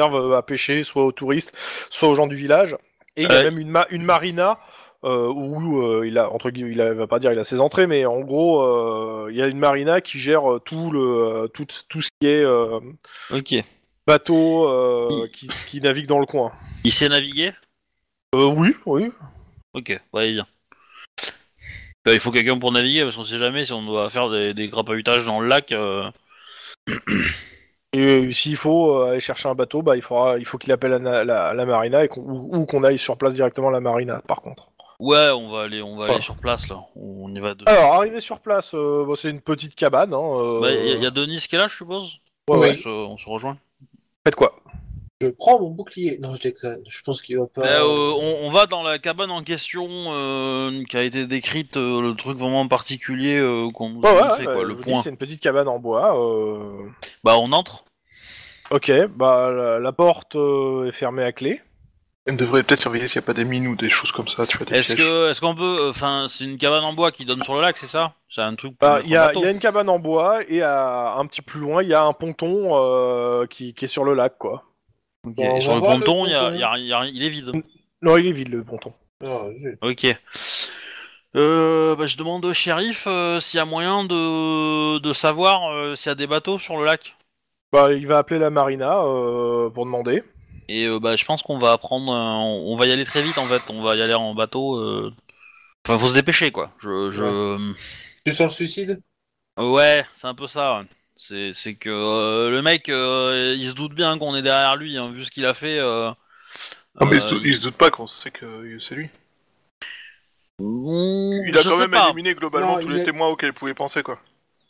[SPEAKER 2] servent euh, à pêcher, soit aux touristes, soit aux gens du village, et il y a
[SPEAKER 1] Ouais.
[SPEAKER 2] même une, ma- une marina euh, où euh, il a, entre guillemets, il a- va pas dire, il a ses entrées, mais en gros, euh, il y a une marina qui gère euh, tout le, euh, tout, tout ce qui est euh,
[SPEAKER 1] Ok.
[SPEAKER 2] bateau euh, qui, qui navigue dans le coin.
[SPEAKER 1] Il sait naviguer
[SPEAKER 2] Euh, oui, oui.
[SPEAKER 1] Ok, ouais, bien. Euh, il faut quelqu'un pour naviguer, parce qu'on sait jamais si on doit faire des, des grapahutages dans le lac. euh.
[SPEAKER 2] Et euh, s'il faut euh, aller chercher un bateau, bah, il, faudra, il faut qu'il appelle la, na- la- la marina et qu'on- ou, ou qu'on aille sur place directement à la marina, par contre.
[SPEAKER 1] Ouais, on va aller, on va aller
[SPEAKER 2] Voilà.
[SPEAKER 1] sur place, là. On y va de...
[SPEAKER 2] Alors, arrivé sur place, euh, bon, c'est une petite cabane. Hein, euh,
[SPEAKER 1] Bah, y, a- y a Denis qui est là, je suppose
[SPEAKER 2] ouais,
[SPEAKER 5] Oui.
[SPEAKER 2] ouais.
[SPEAKER 1] on, se, on se rejoint.
[SPEAKER 2] Faites quoi
[SPEAKER 5] Je prends mon bouclier. Non, je déconne. Je pense qu'il va pas.
[SPEAKER 1] Bah, euh, on, on va dans la cabane en question euh, qui a été décrite, euh, le truc vraiment particulier euh, qu'on nous a
[SPEAKER 2] Ouais, Bah, ouais,
[SPEAKER 1] montré,
[SPEAKER 2] ouais,
[SPEAKER 1] quoi,
[SPEAKER 2] je
[SPEAKER 1] le
[SPEAKER 2] vous dis,
[SPEAKER 1] point.
[SPEAKER 2] C'est une petite cabane en bois. euh,
[SPEAKER 1] Bah, on entre.
[SPEAKER 2] Ok, bah, la, la porte euh, est fermée à clé.
[SPEAKER 4] Elle devrait peut-être surveiller s'il n'y a pas des mines ou des choses comme ça, tu vois, des
[SPEAKER 1] Est-ce
[SPEAKER 4] pièges.
[SPEAKER 1] que, est-ce qu'on peut, euh, enfin, c'est une cabane en bois qui donne sur le lac, c'est ça C'est un truc. pour
[SPEAKER 2] Bah,
[SPEAKER 1] mettre
[SPEAKER 2] Il y, a
[SPEAKER 1] un bateau.
[SPEAKER 2] il y a une cabane en bois et à, un petit plus loin, il y a un ponton euh, qui, qui est sur le lac. quoi.
[SPEAKER 1] Ok,
[SPEAKER 5] Bon, on
[SPEAKER 1] et sur
[SPEAKER 5] va
[SPEAKER 1] le
[SPEAKER 5] voir le
[SPEAKER 1] ponton, il y a-
[SPEAKER 5] ponton.
[SPEAKER 1] il y a- il y a- il est vide.
[SPEAKER 2] Non, il est vide le ponton.
[SPEAKER 5] Non, zut.
[SPEAKER 1] Ok. Euh, bah, je demande au shérif euh, s'il y a moyen de, de savoir euh, s'il y a des bateaux sur le lac.
[SPEAKER 2] Bah, il va appeler la marina euh, pour demander.
[SPEAKER 1] Et euh, bah, je pense qu'on va prendre. un- On on va y aller très vite en fait. On va y aller en bateau. euh. Enfin, faut se dépêcher quoi. Je. je...
[SPEAKER 5] Tu sens le suicide
[SPEAKER 1] Ouais, c'est un peu ça. ouais. C'est c'est que euh, le mec, euh, il se doute bien qu'on est derrière lui, hein, vu ce qu'il a fait. euh,
[SPEAKER 4] Non, Ah, mais
[SPEAKER 1] euh,
[SPEAKER 4] il se, dou- il se doute pas qu'on sait que c'est lui.
[SPEAKER 1] mm,
[SPEAKER 4] Il a
[SPEAKER 1] je
[SPEAKER 4] quand
[SPEAKER 1] sais
[SPEAKER 4] même
[SPEAKER 1] pas.
[SPEAKER 4] éliminé globalement
[SPEAKER 5] Non,
[SPEAKER 4] tous
[SPEAKER 5] il
[SPEAKER 4] les
[SPEAKER 5] est-
[SPEAKER 4] témoins auxquels il pouvait penser, quoi.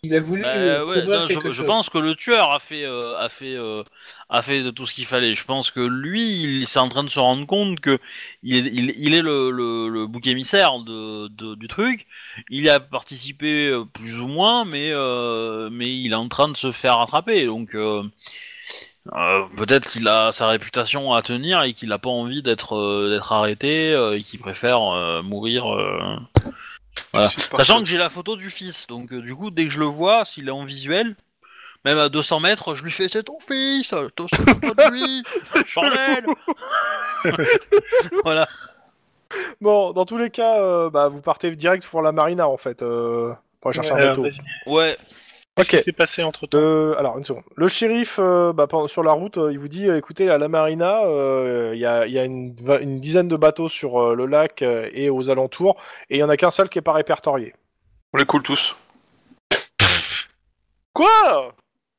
[SPEAKER 5] Il a voulu
[SPEAKER 1] Bah,
[SPEAKER 5] euh,
[SPEAKER 1] ouais,
[SPEAKER 5] couvrir
[SPEAKER 1] non, je,
[SPEAKER 5] quelque
[SPEAKER 1] je
[SPEAKER 5] chose.
[SPEAKER 1] pense que le tueur a fait, euh, a fait, euh, a fait de tout ce qu'il fallait. Je pense que lui, il s'est en train de se rendre compte que il est, il, il est le, le, le bouc émissaire de, de- du truc. Il y a participé euh, plus ou moins, mais, euh, mais il est en train de se faire attraper. Donc euh, euh, peut-être qu'il a sa réputation à tenir et qu'il n'a pas envie d'être, euh, d'être arrêté euh, et qu'il préfère euh, mourir. euh, Voilà.
[SPEAKER 4] C'est par-
[SPEAKER 1] Ah. Sachant que j'ai la photo du fils, donc euh, du coup, dès que je le vois, s'il est en visuel, même à 200 mètres, je lui fais C'est ton fils, euh, t'as cette photo de lui, bordel Voilà.
[SPEAKER 2] Bon, dans tous les cas, euh, bah, vous partez direct pour la marina en fait. Euh, pour aller chercher un
[SPEAKER 3] Euh,
[SPEAKER 2] bateau.
[SPEAKER 3] vas-y.
[SPEAKER 1] Ouais,
[SPEAKER 3] Qu'est-ce
[SPEAKER 2] Ok.
[SPEAKER 3] qui s'est passé entre temps
[SPEAKER 2] Le- Alors, une seconde. Le shérif, euh, bah, pendant- sur la route, euh, il vous dit euh, écoutez, à la marina, euh, il y a, il y a une, va- une dizaine de bateaux sur euh, le lac euh, et aux alentours, et il y en a qu'un seul qui est pas répertorié.
[SPEAKER 4] On les coule tous. Quoi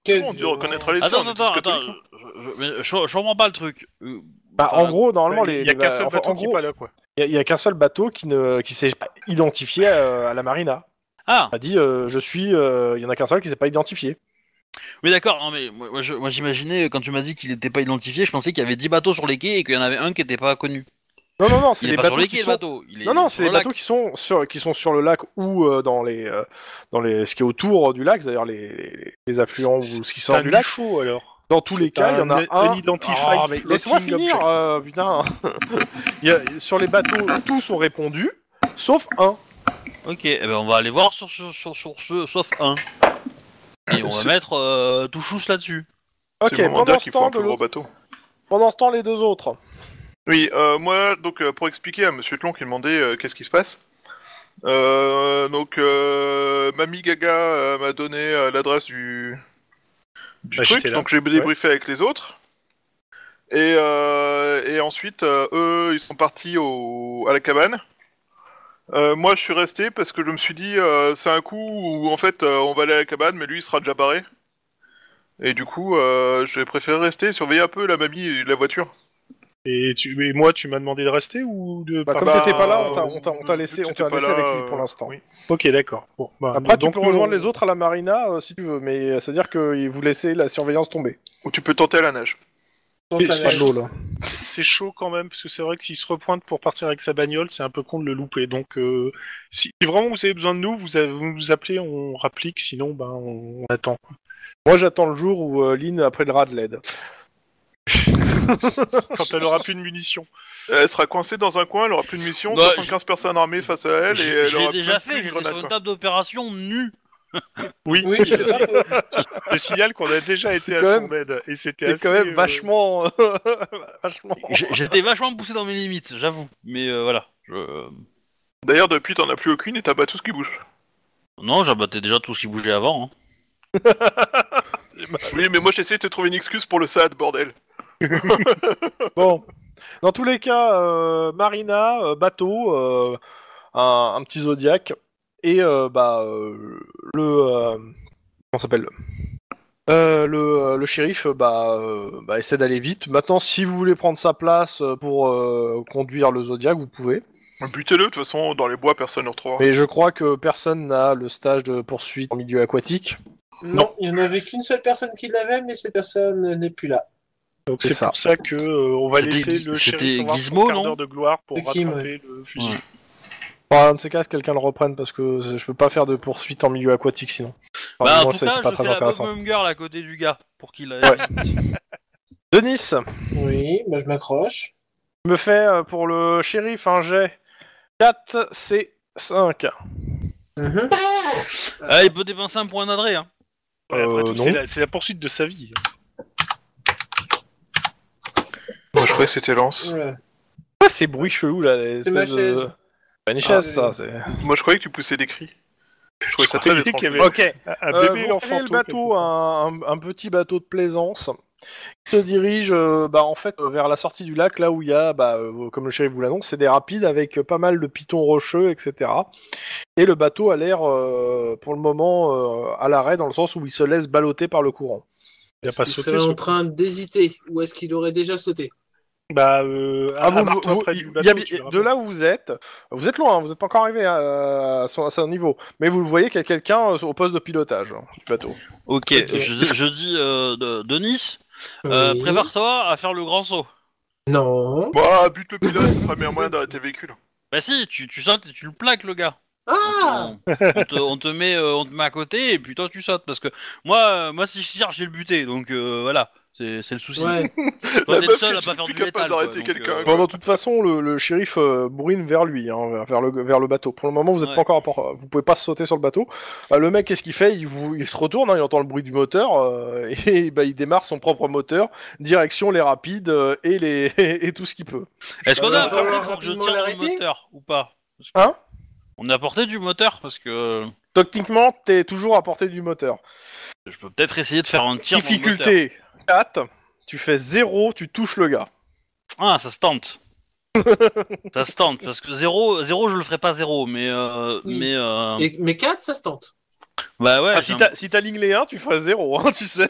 [SPEAKER 5] Quelle
[SPEAKER 4] On dû
[SPEAKER 5] violence.
[SPEAKER 4] reconnaître les
[SPEAKER 1] attends,
[SPEAKER 4] on est tous
[SPEAKER 1] attends, attends,
[SPEAKER 4] catholiques.
[SPEAKER 1] je, je- mais je- je comprends pas le truc. Euh,
[SPEAKER 2] Bah,
[SPEAKER 1] enfin,
[SPEAKER 2] en gros, normalement, les.
[SPEAKER 3] Ah, Il y a
[SPEAKER 2] les-
[SPEAKER 3] qu'un seul
[SPEAKER 2] enfin,
[SPEAKER 3] bateau
[SPEAKER 2] en
[SPEAKER 3] qui est
[SPEAKER 2] gros,
[SPEAKER 3] pas là, quoi.
[SPEAKER 2] il y a- il y a, qu'un seul bateau qui ne qui s'est pas identifié euh, à la marina.
[SPEAKER 1] Ah,
[SPEAKER 2] On a dit euh, je suis, euh, il y en a qu'un seul qui s'est pas identifié.
[SPEAKER 1] oui, d'accord, non, mais moi, moi, je- moi, j'imaginais, quand tu m'as dit qu'il n'était pas identifié, je pensais qu'il y avait 10 bateaux sur les quais et qu'il y en avait un qui n'était pas connu.
[SPEAKER 2] Non, non, non, c'est
[SPEAKER 1] Il est
[SPEAKER 2] les
[SPEAKER 1] pas sur
[SPEAKER 2] bateaux
[SPEAKER 1] les
[SPEAKER 2] qui
[SPEAKER 1] quais, le
[SPEAKER 2] sont
[SPEAKER 1] bateau. Il est
[SPEAKER 2] Non,
[SPEAKER 1] il
[SPEAKER 2] non,
[SPEAKER 1] est sur
[SPEAKER 2] c'est les
[SPEAKER 1] le lac.
[SPEAKER 2] bateaux qui sont sur qui sont sur le lac ou euh, dans les euh, dans les ce qui est autour du lac, d'ailleurs les, les, les affluents ou
[SPEAKER 3] C'est-
[SPEAKER 2] ce qui
[SPEAKER 3] C'est
[SPEAKER 2] sort
[SPEAKER 3] un
[SPEAKER 2] du lac.
[SPEAKER 3] UFO, alors.
[SPEAKER 2] Dans tous les
[SPEAKER 3] c'est
[SPEAKER 2] cas, il y en a
[SPEAKER 3] un
[SPEAKER 2] un.
[SPEAKER 3] unidentified
[SPEAKER 2] Oh, mais Laisse-moi
[SPEAKER 3] floating
[SPEAKER 2] finir,
[SPEAKER 3] object.
[SPEAKER 2] euh, putain. Il y a- sur les bateaux, tous ont répondu, sauf un.
[SPEAKER 1] Ok, eh ben on va aller voir sur, sur, sur, sur ce, sauf un. Et on va
[SPEAKER 4] C'est-
[SPEAKER 1] mettre euh, tout chousse là-dessus.
[SPEAKER 2] Ok.
[SPEAKER 4] C'est le moment
[SPEAKER 2] Pendant
[SPEAKER 4] d'heure
[SPEAKER 2] ce
[SPEAKER 4] qu'il faut
[SPEAKER 2] temps,
[SPEAKER 4] un
[SPEAKER 2] de
[SPEAKER 4] plus gros
[SPEAKER 2] l'autre-
[SPEAKER 4] bateau.
[SPEAKER 2] pendant ce temps, les deux autres.
[SPEAKER 4] Oui, euh, moi, donc, euh, pour expliquer à Monsieur Tlon qui demandait euh, qu'est-ce qui se passe, euh, donc, euh, Mamie Gaga euh, m'a donné euh, l'adresse du, du
[SPEAKER 3] Bah,
[SPEAKER 4] truc,
[SPEAKER 3] j'étais là.
[SPEAKER 4] donc j'ai débriefé avec les autres. Et, euh, et ensuite, euh, eux, ils sont partis au, à la cabane. Euh, moi, je suis resté parce que je me suis dit, euh, c'est un coup où, en fait, euh, on va aller à la cabane, mais lui, il sera déjà barré. Et du coup, euh, j'ai préféré rester, surveiller un peu la mamie et la voiture.
[SPEAKER 3] Et, tu, et moi, tu m'as demandé de rester ou de
[SPEAKER 2] Bah, comme
[SPEAKER 3] partir
[SPEAKER 2] t'étais pas là, on t'a-
[SPEAKER 4] euh,
[SPEAKER 2] on t'a on t'a laissé,
[SPEAKER 4] vu que
[SPEAKER 2] on t'a
[SPEAKER 4] t'étais
[SPEAKER 2] laissé
[SPEAKER 4] pas là,
[SPEAKER 2] avec lui pour
[SPEAKER 4] euh,
[SPEAKER 2] l'instant.
[SPEAKER 4] oui.
[SPEAKER 3] Ok, d'accord. Bon, bah,
[SPEAKER 2] Après, tu
[SPEAKER 3] donc,
[SPEAKER 2] peux
[SPEAKER 3] nous,
[SPEAKER 2] rejoindre
[SPEAKER 3] on-
[SPEAKER 2] les autres à la marina euh, si tu veux, mais euh, c'est-à-dire que vous laissez la surveillance tomber.
[SPEAKER 4] Ou tu peux tenter à la nage.
[SPEAKER 5] Donc,
[SPEAKER 3] C'est
[SPEAKER 5] la
[SPEAKER 2] Pas de
[SPEAKER 5] neige.
[SPEAKER 2] l'eau là.
[SPEAKER 3] C'est c'est chaud quand même, parce que c'est vrai que s'il se repointe pour partir avec sa bagnole, c'est un peu con de le louper. Donc, euh, si si vraiment vous avez besoin de nous, vous, avez- vous nous appelez, on rapplique, sinon, ben, on, on attend.
[SPEAKER 2] Moi, j'attends le jour où euh, Lynn a pris le rat de l'aide.
[SPEAKER 3] Quand elle aura plus de munitions.
[SPEAKER 4] Elle sera coincée dans un coin, elle aura plus de mission,
[SPEAKER 1] Bah,
[SPEAKER 4] 75 personnes armées face à elle, et
[SPEAKER 1] J'ai-
[SPEAKER 4] elle
[SPEAKER 1] je
[SPEAKER 4] aura
[SPEAKER 1] l'ai déjà
[SPEAKER 4] même
[SPEAKER 1] fait,
[SPEAKER 4] plus de
[SPEAKER 1] j'étais
[SPEAKER 4] grenades,
[SPEAKER 1] sur une
[SPEAKER 4] quoi.
[SPEAKER 1] table d'opération nue.
[SPEAKER 3] Oui,
[SPEAKER 5] Oui,
[SPEAKER 3] je,
[SPEAKER 5] tout à fait.
[SPEAKER 3] je signale qu'on a déjà
[SPEAKER 2] C'est
[SPEAKER 3] été à
[SPEAKER 2] quand
[SPEAKER 3] son aide, et c'était
[SPEAKER 2] C'est
[SPEAKER 3] assez...
[SPEAKER 2] quand même
[SPEAKER 3] euh,
[SPEAKER 2] vachement, vachement.
[SPEAKER 1] J'ai- J'étais vachement poussé dans mes limites, j'avoue. Mais euh, voilà. Je-
[SPEAKER 4] D'ailleurs, depuis, t'en as plus aucune et t'as pas tout ce qui bouge.
[SPEAKER 1] Non, j'abattais déjà tout ce qui bougeait avant. hein. Ah,
[SPEAKER 4] Oui, mais moi, j'essaie de te trouver une excuse pour le SAD, bordel.
[SPEAKER 2] Bon, dans tous les cas, euh, marina, euh, bateau, euh, un, un petit zodiaque et euh, bah euh, le euh, comment s'appelle Euh, le, euh, le shérif euh, bah, euh, bah, essaie d'aller vite. Maintenant, si vous voulez prendre sa place euh, pour euh, conduire le zodiaque, vous pouvez.
[SPEAKER 4] Butez-le, de toute façon, dans les bois, personne ne le retrouvera.
[SPEAKER 2] Mais je crois que personne n'a le stage de poursuite en milieu aquatique.
[SPEAKER 5] Non, il y en avait qu'une seule personne qui l'avait, mais cette personne n'est plus là.
[SPEAKER 3] Donc
[SPEAKER 2] C'est
[SPEAKER 3] c'est
[SPEAKER 2] ça.
[SPEAKER 3] pour ça que euh, on va
[SPEAKER 1] C'était
[SPEAKER 3] laisser
[SPEAKER 1] Gui-
[SPEAKER 3] le
[SPEAKER 1] c'était
[SPEAKER 3] shérif avoir
[SPEAKER 1] Gizmo,
[SPEAKER 3] son quart
[SPEAKER 1] non
[SPEAKER 3] d'heure de gloire pour
[SPEAKER 5] C'est qui,
[SPEAKER 3] rattraper le fusil.
[SPEAKER 1] Ouais.
[SPEAKER 2] Enfin, un de ces cas, que quelqu'un le reprenne parce que je peux pas faire de poursuite en milieu aquatique sinon. Enfin,
[SPEAKER 1] bah,
[SPEAKER 2] du
[SPEAKER 1] en
[SPEAKER 2] moins,
[SPEAKER 1] tout
[SPEAKER 2] c'est-
[SPEAKER 1] cas,
[SPEAKER 2] c'est pas
[SPEAKER 1] je
[SPEAKER 2] très
[SPEAKER 1] fais la
[SPEAKER 2] intéressant.
[SPEAKER 1] Bubblegum Girl à côté du gars pour qu'il aille vite.
[SPEAKER 2] Denis,
[SPEAKER 5] Oui, moi je m'accroche.
[SPEAKER 2] me fais euh, pour le shérif un jet 4 C5.
[SPEAKER 5] Mhm.
[SPEAKER 1] Ah, il peut dépenser un point d'adré. Hein.
[SPEAKER 3] Ouais, après
[SPEAKER 2] Euh,
[SPEAKER 3] tout,
[SPEAKER 2] non.
[SPEAKER 3] c'est la, c'est la poursuite de sa vie.
[SPEAKER 4] Moi, je croyais que c'était Lance.
[SPEAKER 5] Ouais.
[SPEAKER 2] Pourquoi ces bruits chelous là les
[SPEAKER 5] C'est ma
[SPEAKER 2] espèces de-
[SPEAKER 5] chaise.
[SPEAKER 2] Pas une chaise,
[SPEAKER 5] Ah,
[SPEAKER 2] ça. c'est-
[SPEAKER 4] Moi, je croyais que tu poussais des cris. Je trouvais ça
[SPEAKER 3] croyais
[SPEAKER 4] très
[SPEAKER 3] qu'il y
[SPEAKER 4] étrange.
[SPEAKER 3] avait-
[SPEAKER 2] Ok.
[SPEAKER 3] Un
[SPEAKER 2] Euh,
[SPEAKER 3] Ah, bébé,
[SPEAKER 2] vous
[SPEAKER 3] l'enfant.
[SPEAKER 2] repérez le bateau, un, un- un petit bateau de plaisance qui se dirige euh, bah, en fait euh, vers la sortie du lac, là où il y a, bah, euh, comme le shérif vous l'annonce, c'est des rapides avec euh, pas mal de pitons rocheux, etc. Et le bateau a l'air, euh, pour le moment, euh, à l'arrêt, dans le sens où il se laisse balloter par le courant.
[SPEAKER 3] Il a pas
[SPEAKER 5] Il
[SPEAKER 3] sauté.
[SPEAKER 5] serait
[SPEAKER 3] ce-
[SPEAKER 5] en train d'hésiter ou est-ce qu'il aurait déjà sauté
[SPEAKER 3] Bah, euh,
[SPEAKER 2] Ah,
[SPEAKER 3] à-
[SPEAKER 2] vous-
[SPEAKER 3] à Marteau,
[SPEAKER 2] vous-
[SPEAKER 3] après,
[SPEAKER 2] il-
[SPEAKER 3] du
[SPEAKER 2] il y a-
[SPEAKER 3] bateau, tu le
[SPEAKER 2] de
[SPEAKER 3] rappelles.
[SPEAKER 2] là où vous êtes, vous êtes loin, hein, vous n'êtes pas encore arrivé à, à son, à son niveau, mais vous le voyez qu'il y a quelqu'un euh, au poste de pilotage hein, du bateau.
[SPEAKER 1] Ok,
[SPEAKER 5] Ok.
[SPEAKER 1] Je, je dis, euh, de- Denis, euh,
[SPEAKER 5] Oui.
[SPEAKER 1] prépare-toi à faire le grand saut.
[SPEAKER 5] Non.
[SPEAKER 4] Bah, bute le pilote, ce sera meilleur moyen d'arrêter le véhicule.
[SPEAKER 1] Bah si, tu, tu sautes et tu le plaques, le gars.
[SPEAKER 5] Ah
[SPEAKER 1] On, on te, on te met, euh, on te met à côté et puis toi tu sautes parce que moi, euh, moi si je tire, j'ai le buté donc euh, voilà, c'est c'est le souci.
[SPEAKER 5] Ouais.
[SPEAKER 1] Toi
[SPEAKER 4] La
[SPEAKER 1] t'es le
[SPEAKER 4] meuf
[SPEAKER 1] seul
[SPEAKER 4] qui
[SPEAKER 1] à pas
[SPEAKER 4] est
[SPEAKER 1] faire du
[SPEAKER 4] capable
[SPEAKER 1] métal. euh,
[SPEAKER 4] d'arrêter quelqu'un,
[SPEAKER 2] Bon, de toute façon, le, le shérif euh, bourrine vers lui, hein, vers- vers, le, vers le bateau. Pour le moment, vous êtes
[SPEAKER 1] Ouais.
[SPEAKER 2] pas encore, à port- euh, vous pouvez pas sauter sur le bateau. Euh, le mec, qu'est-ce qu'il fait il, vous- il se retourne, hein, il entend le bruit du moteur euh, et bah, il démarre son propre moteur, direction les rapides euh, et les et tout ce qu'il peut.
[SPEAKER 1] Est-ce qu'on
[SPEAKER 5] va
[SPEAKER 1] a apporté
[SPEAKER 5] falloir
[SPEAKER 1] pour que je
[SPEAKER 5] rapidement
[SPEAKER 1] tire du
[SPEAKER 5] l'arrêter
[SPEAKER 1] moteur ou pas Parce que-
[SPEAKER 2] Hein
[SPEAKER 1] On a apporté du moteur parce que
[SPEAKER 2] Techniquement, t'es toujours à portée du moteur.
[SPEAKER 1] je peux peut-être essayer de faire un tir. pour le moteur.
[SPEAKER 2] Difficulté 4, tu fais 0, tu touches le gars.
[SPEAKER 1] Ah, ça se tente. ça se tente parce que zéro, zéro, je le ferai pas zéro, mais euh,
[SPEAKER 5] Oui.
[SPEAKER 1] mais euh,
[SPEAKER 5] Et- mais 4, ça se tente.
[SPEAKER 1] bah ouais.
[SPEAKER 2] Ah,
[SPEAKER 1] j'ai
[SPEAKER 2] si
[SPEAKER 1] un-
[SPEAKER 2] t'as- si t'alignes les 1, tu ferais 0, hein, tu sais.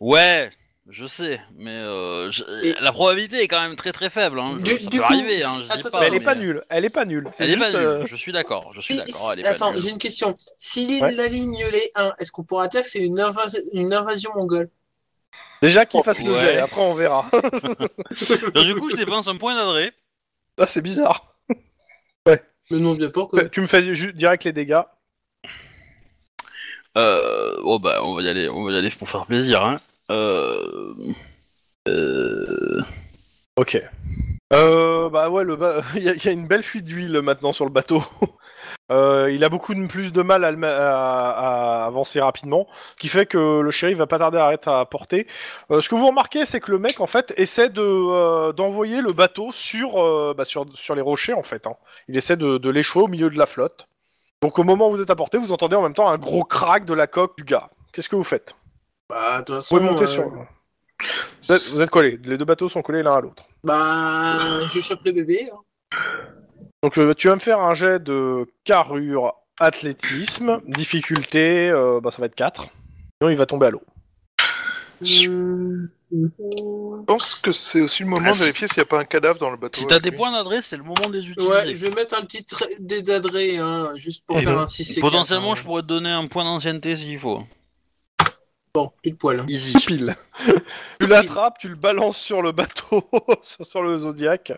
[SPEAKER 1] Ouais, je sais, mais euh, je-
[SPEAKER 5] Et-
[SPEAKER 1] la probabilité est quand même très très faible. Hein. Je-
[SPEAKER 5] Du-
[SPEAKER 1] ça
[SPEAKER 5] du
[SPEAKER 1] peut
[SPEAKER 5] coup,
[SPEAKER 1] arriver, hein,
[SPEAKER 5] si-
[SPEAKER 1] je dis
[SPEAKER 5] attends,
[SPEAKER 1] pas.
[SPEAKER 2] Mais elle est
[SPEAKER 1] mais-
[SPEAKER 2] pas nulle, elle est pas nulle. C'est
[SPEAKER 1] Elle est pas
[SPEAKER 2] juste,
[SPEAKER 1] nulle,
[SPEAKER 2] euh,
[SPEAKER 1] je suis d'accord, je suis
[SPEAKER 5] Et-
[SPEAKER 1] d'accord, elle est
[SPEAKER 5] Attends,
[SPEAKER 1] pas nulle.
[SPEAKER 5] j'ai une question. S'il
[SPEAKER 2] Ouais.
[SPEAKER 5] aligne les 1, est-ce qu'on pourra dire que c'est une, invas- une invasion mongole
[SPEAKER 2] Déjà qu'il fasse le
[SPEAKER 1] Oh, Ouais.
[SPEAKER 2] jet, après on verra.
[SPEAKER 1] Donc, du coup, je dépense un point d'adresse.
[SPEAKER 2] Là, Ah, c'est bizarre.
[SPEAKER 5] Je me demande bien pourquoi.
[SPEAKER 2] Tu me fais ju- direct les dégâts.
[SPEAKER 1] Euh, oh bah, on va y aller, on va y aller pour faire plaisir. Hein. Euh, euh,
[SPEAKER 2] Ok. Euh, bah ouais, le ba- il y, a- il y a une belle fuite d'huile maintenant sur le bateau. Euh, il a beaucoup de, plus de mal à, le ma- à- à avancer rapidement, ce qui fait que le shérif va pas tarder à arrêter à porter. Euh, ce que vous remarquez, c'est que le mec en fait essaie de euh, d'envoyer le bateau sur, euh, bah, sur sur les rochers en fait. hein. Il essaie de, de l'échouer au milieu de la flotte. Donc au moment où vous êtes à portée, vous entendez en même temps un gros crack de la coque du gars. Qu'est-ce que vous faites
[SPEAKER 5] Bah, de toute
[SPEAKER 2] Vous
[SPEAKER 5] façon,
[SPEAKER 2] pouvez monter
[SPEAKER 5] euh,
[SPEAKER 2] sur. Vous êtes- vous êtes collés. Les deux bateaux sont collés l'un à l'autre.
[SPEAKER 5] Bah, je chope le bébé. hein.
[SPEAKER 2] Donc euh, tu vas me faire un jet de carrure athlétisme, difficulté, euh, bah, ça va être 4. Sinon il va tomber à l'eau.
[SPEAKER 5] Hum, hum.
[SPEAKER 4] Je pense que c'est aussi le moment
[SPEAKER 1] Ah,
[SPEAKER 4] de
[SPEAKER 1] si-
[SPEAKER 4] vérifier s'il n'y a pas un cadavre dans le bateau. hein,
[SPEAKER 1] si t'as
[SPEAKER 4] avec
[SPEAKER 1] des
[SPEAKER 4] lui.
[SPEAKER 1] points d'adresse, c'est le moment de les utiliser.
[SPEAKER 5] Ouais, je vais mettre un petit trait dédadré, hein, juste pour
[SPEAKER 2] Et
[SPEAKER 5] faire
[SPEAKER 2] bon.
[SPEAKER 5] un 6 et
[SPEAKER 1] Eh
[SPEAKER 5] hein.
[SPEAKER 1] Potentiellement, je pourrais te donner un point d'ancienneté s'il faut.
[SPEAKER 5] Bon, une poil. hein.
[SPEAKER 1] Easy.
[SPEAKER 2] Pile. tu l'attrapes, tu le balances sur le bateau, sur sur le Zodiac.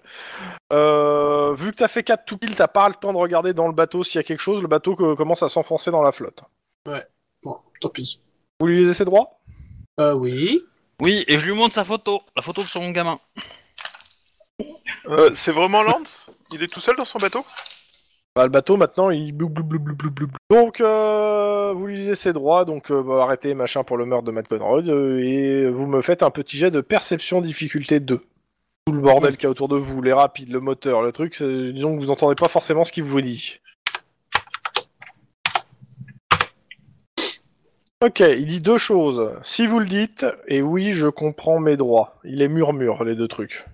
[SPEAKER 2] Euh, vu que t'as fait 4 tout pile, t'as pas le temps de regarder dans le bateau s'il y a quelque chose, le bateau euh, commence à s'enfoncer dans la flotte.
[SPEAKER 5] Bon, tant pis.
[SPEAKER 2] Vous lui laissez droit
[SPEAKER 5] Euh, oui.
[SPEAKER 1] Oui, et je lui montre sa photo, la photo de son gamin.
[SPEAKER 4] Euh, c'est vraiment Lance Il est tout seul dans son bateau
[SPEAKER 2] bah, Le bateau maintenant il... blou, blou, blou, blou, blou, blou, blou. Donc euh, vous lui laissez droit, donc euh, bah, arrêtez machin pour le meurtre de Matt Conroy, euh, et vous me faites un petit jet de perception difficulté 2. tout le bordel qu'il y a autour de vous, les rapides, le moteur, le truc, c'est- disons que vous entendez pas forcément ce qu'il vous dit. Ok, il dit deux choses. Si vous le dites, et oui, je comprends mes droits. Il est murmure, les deux trucs.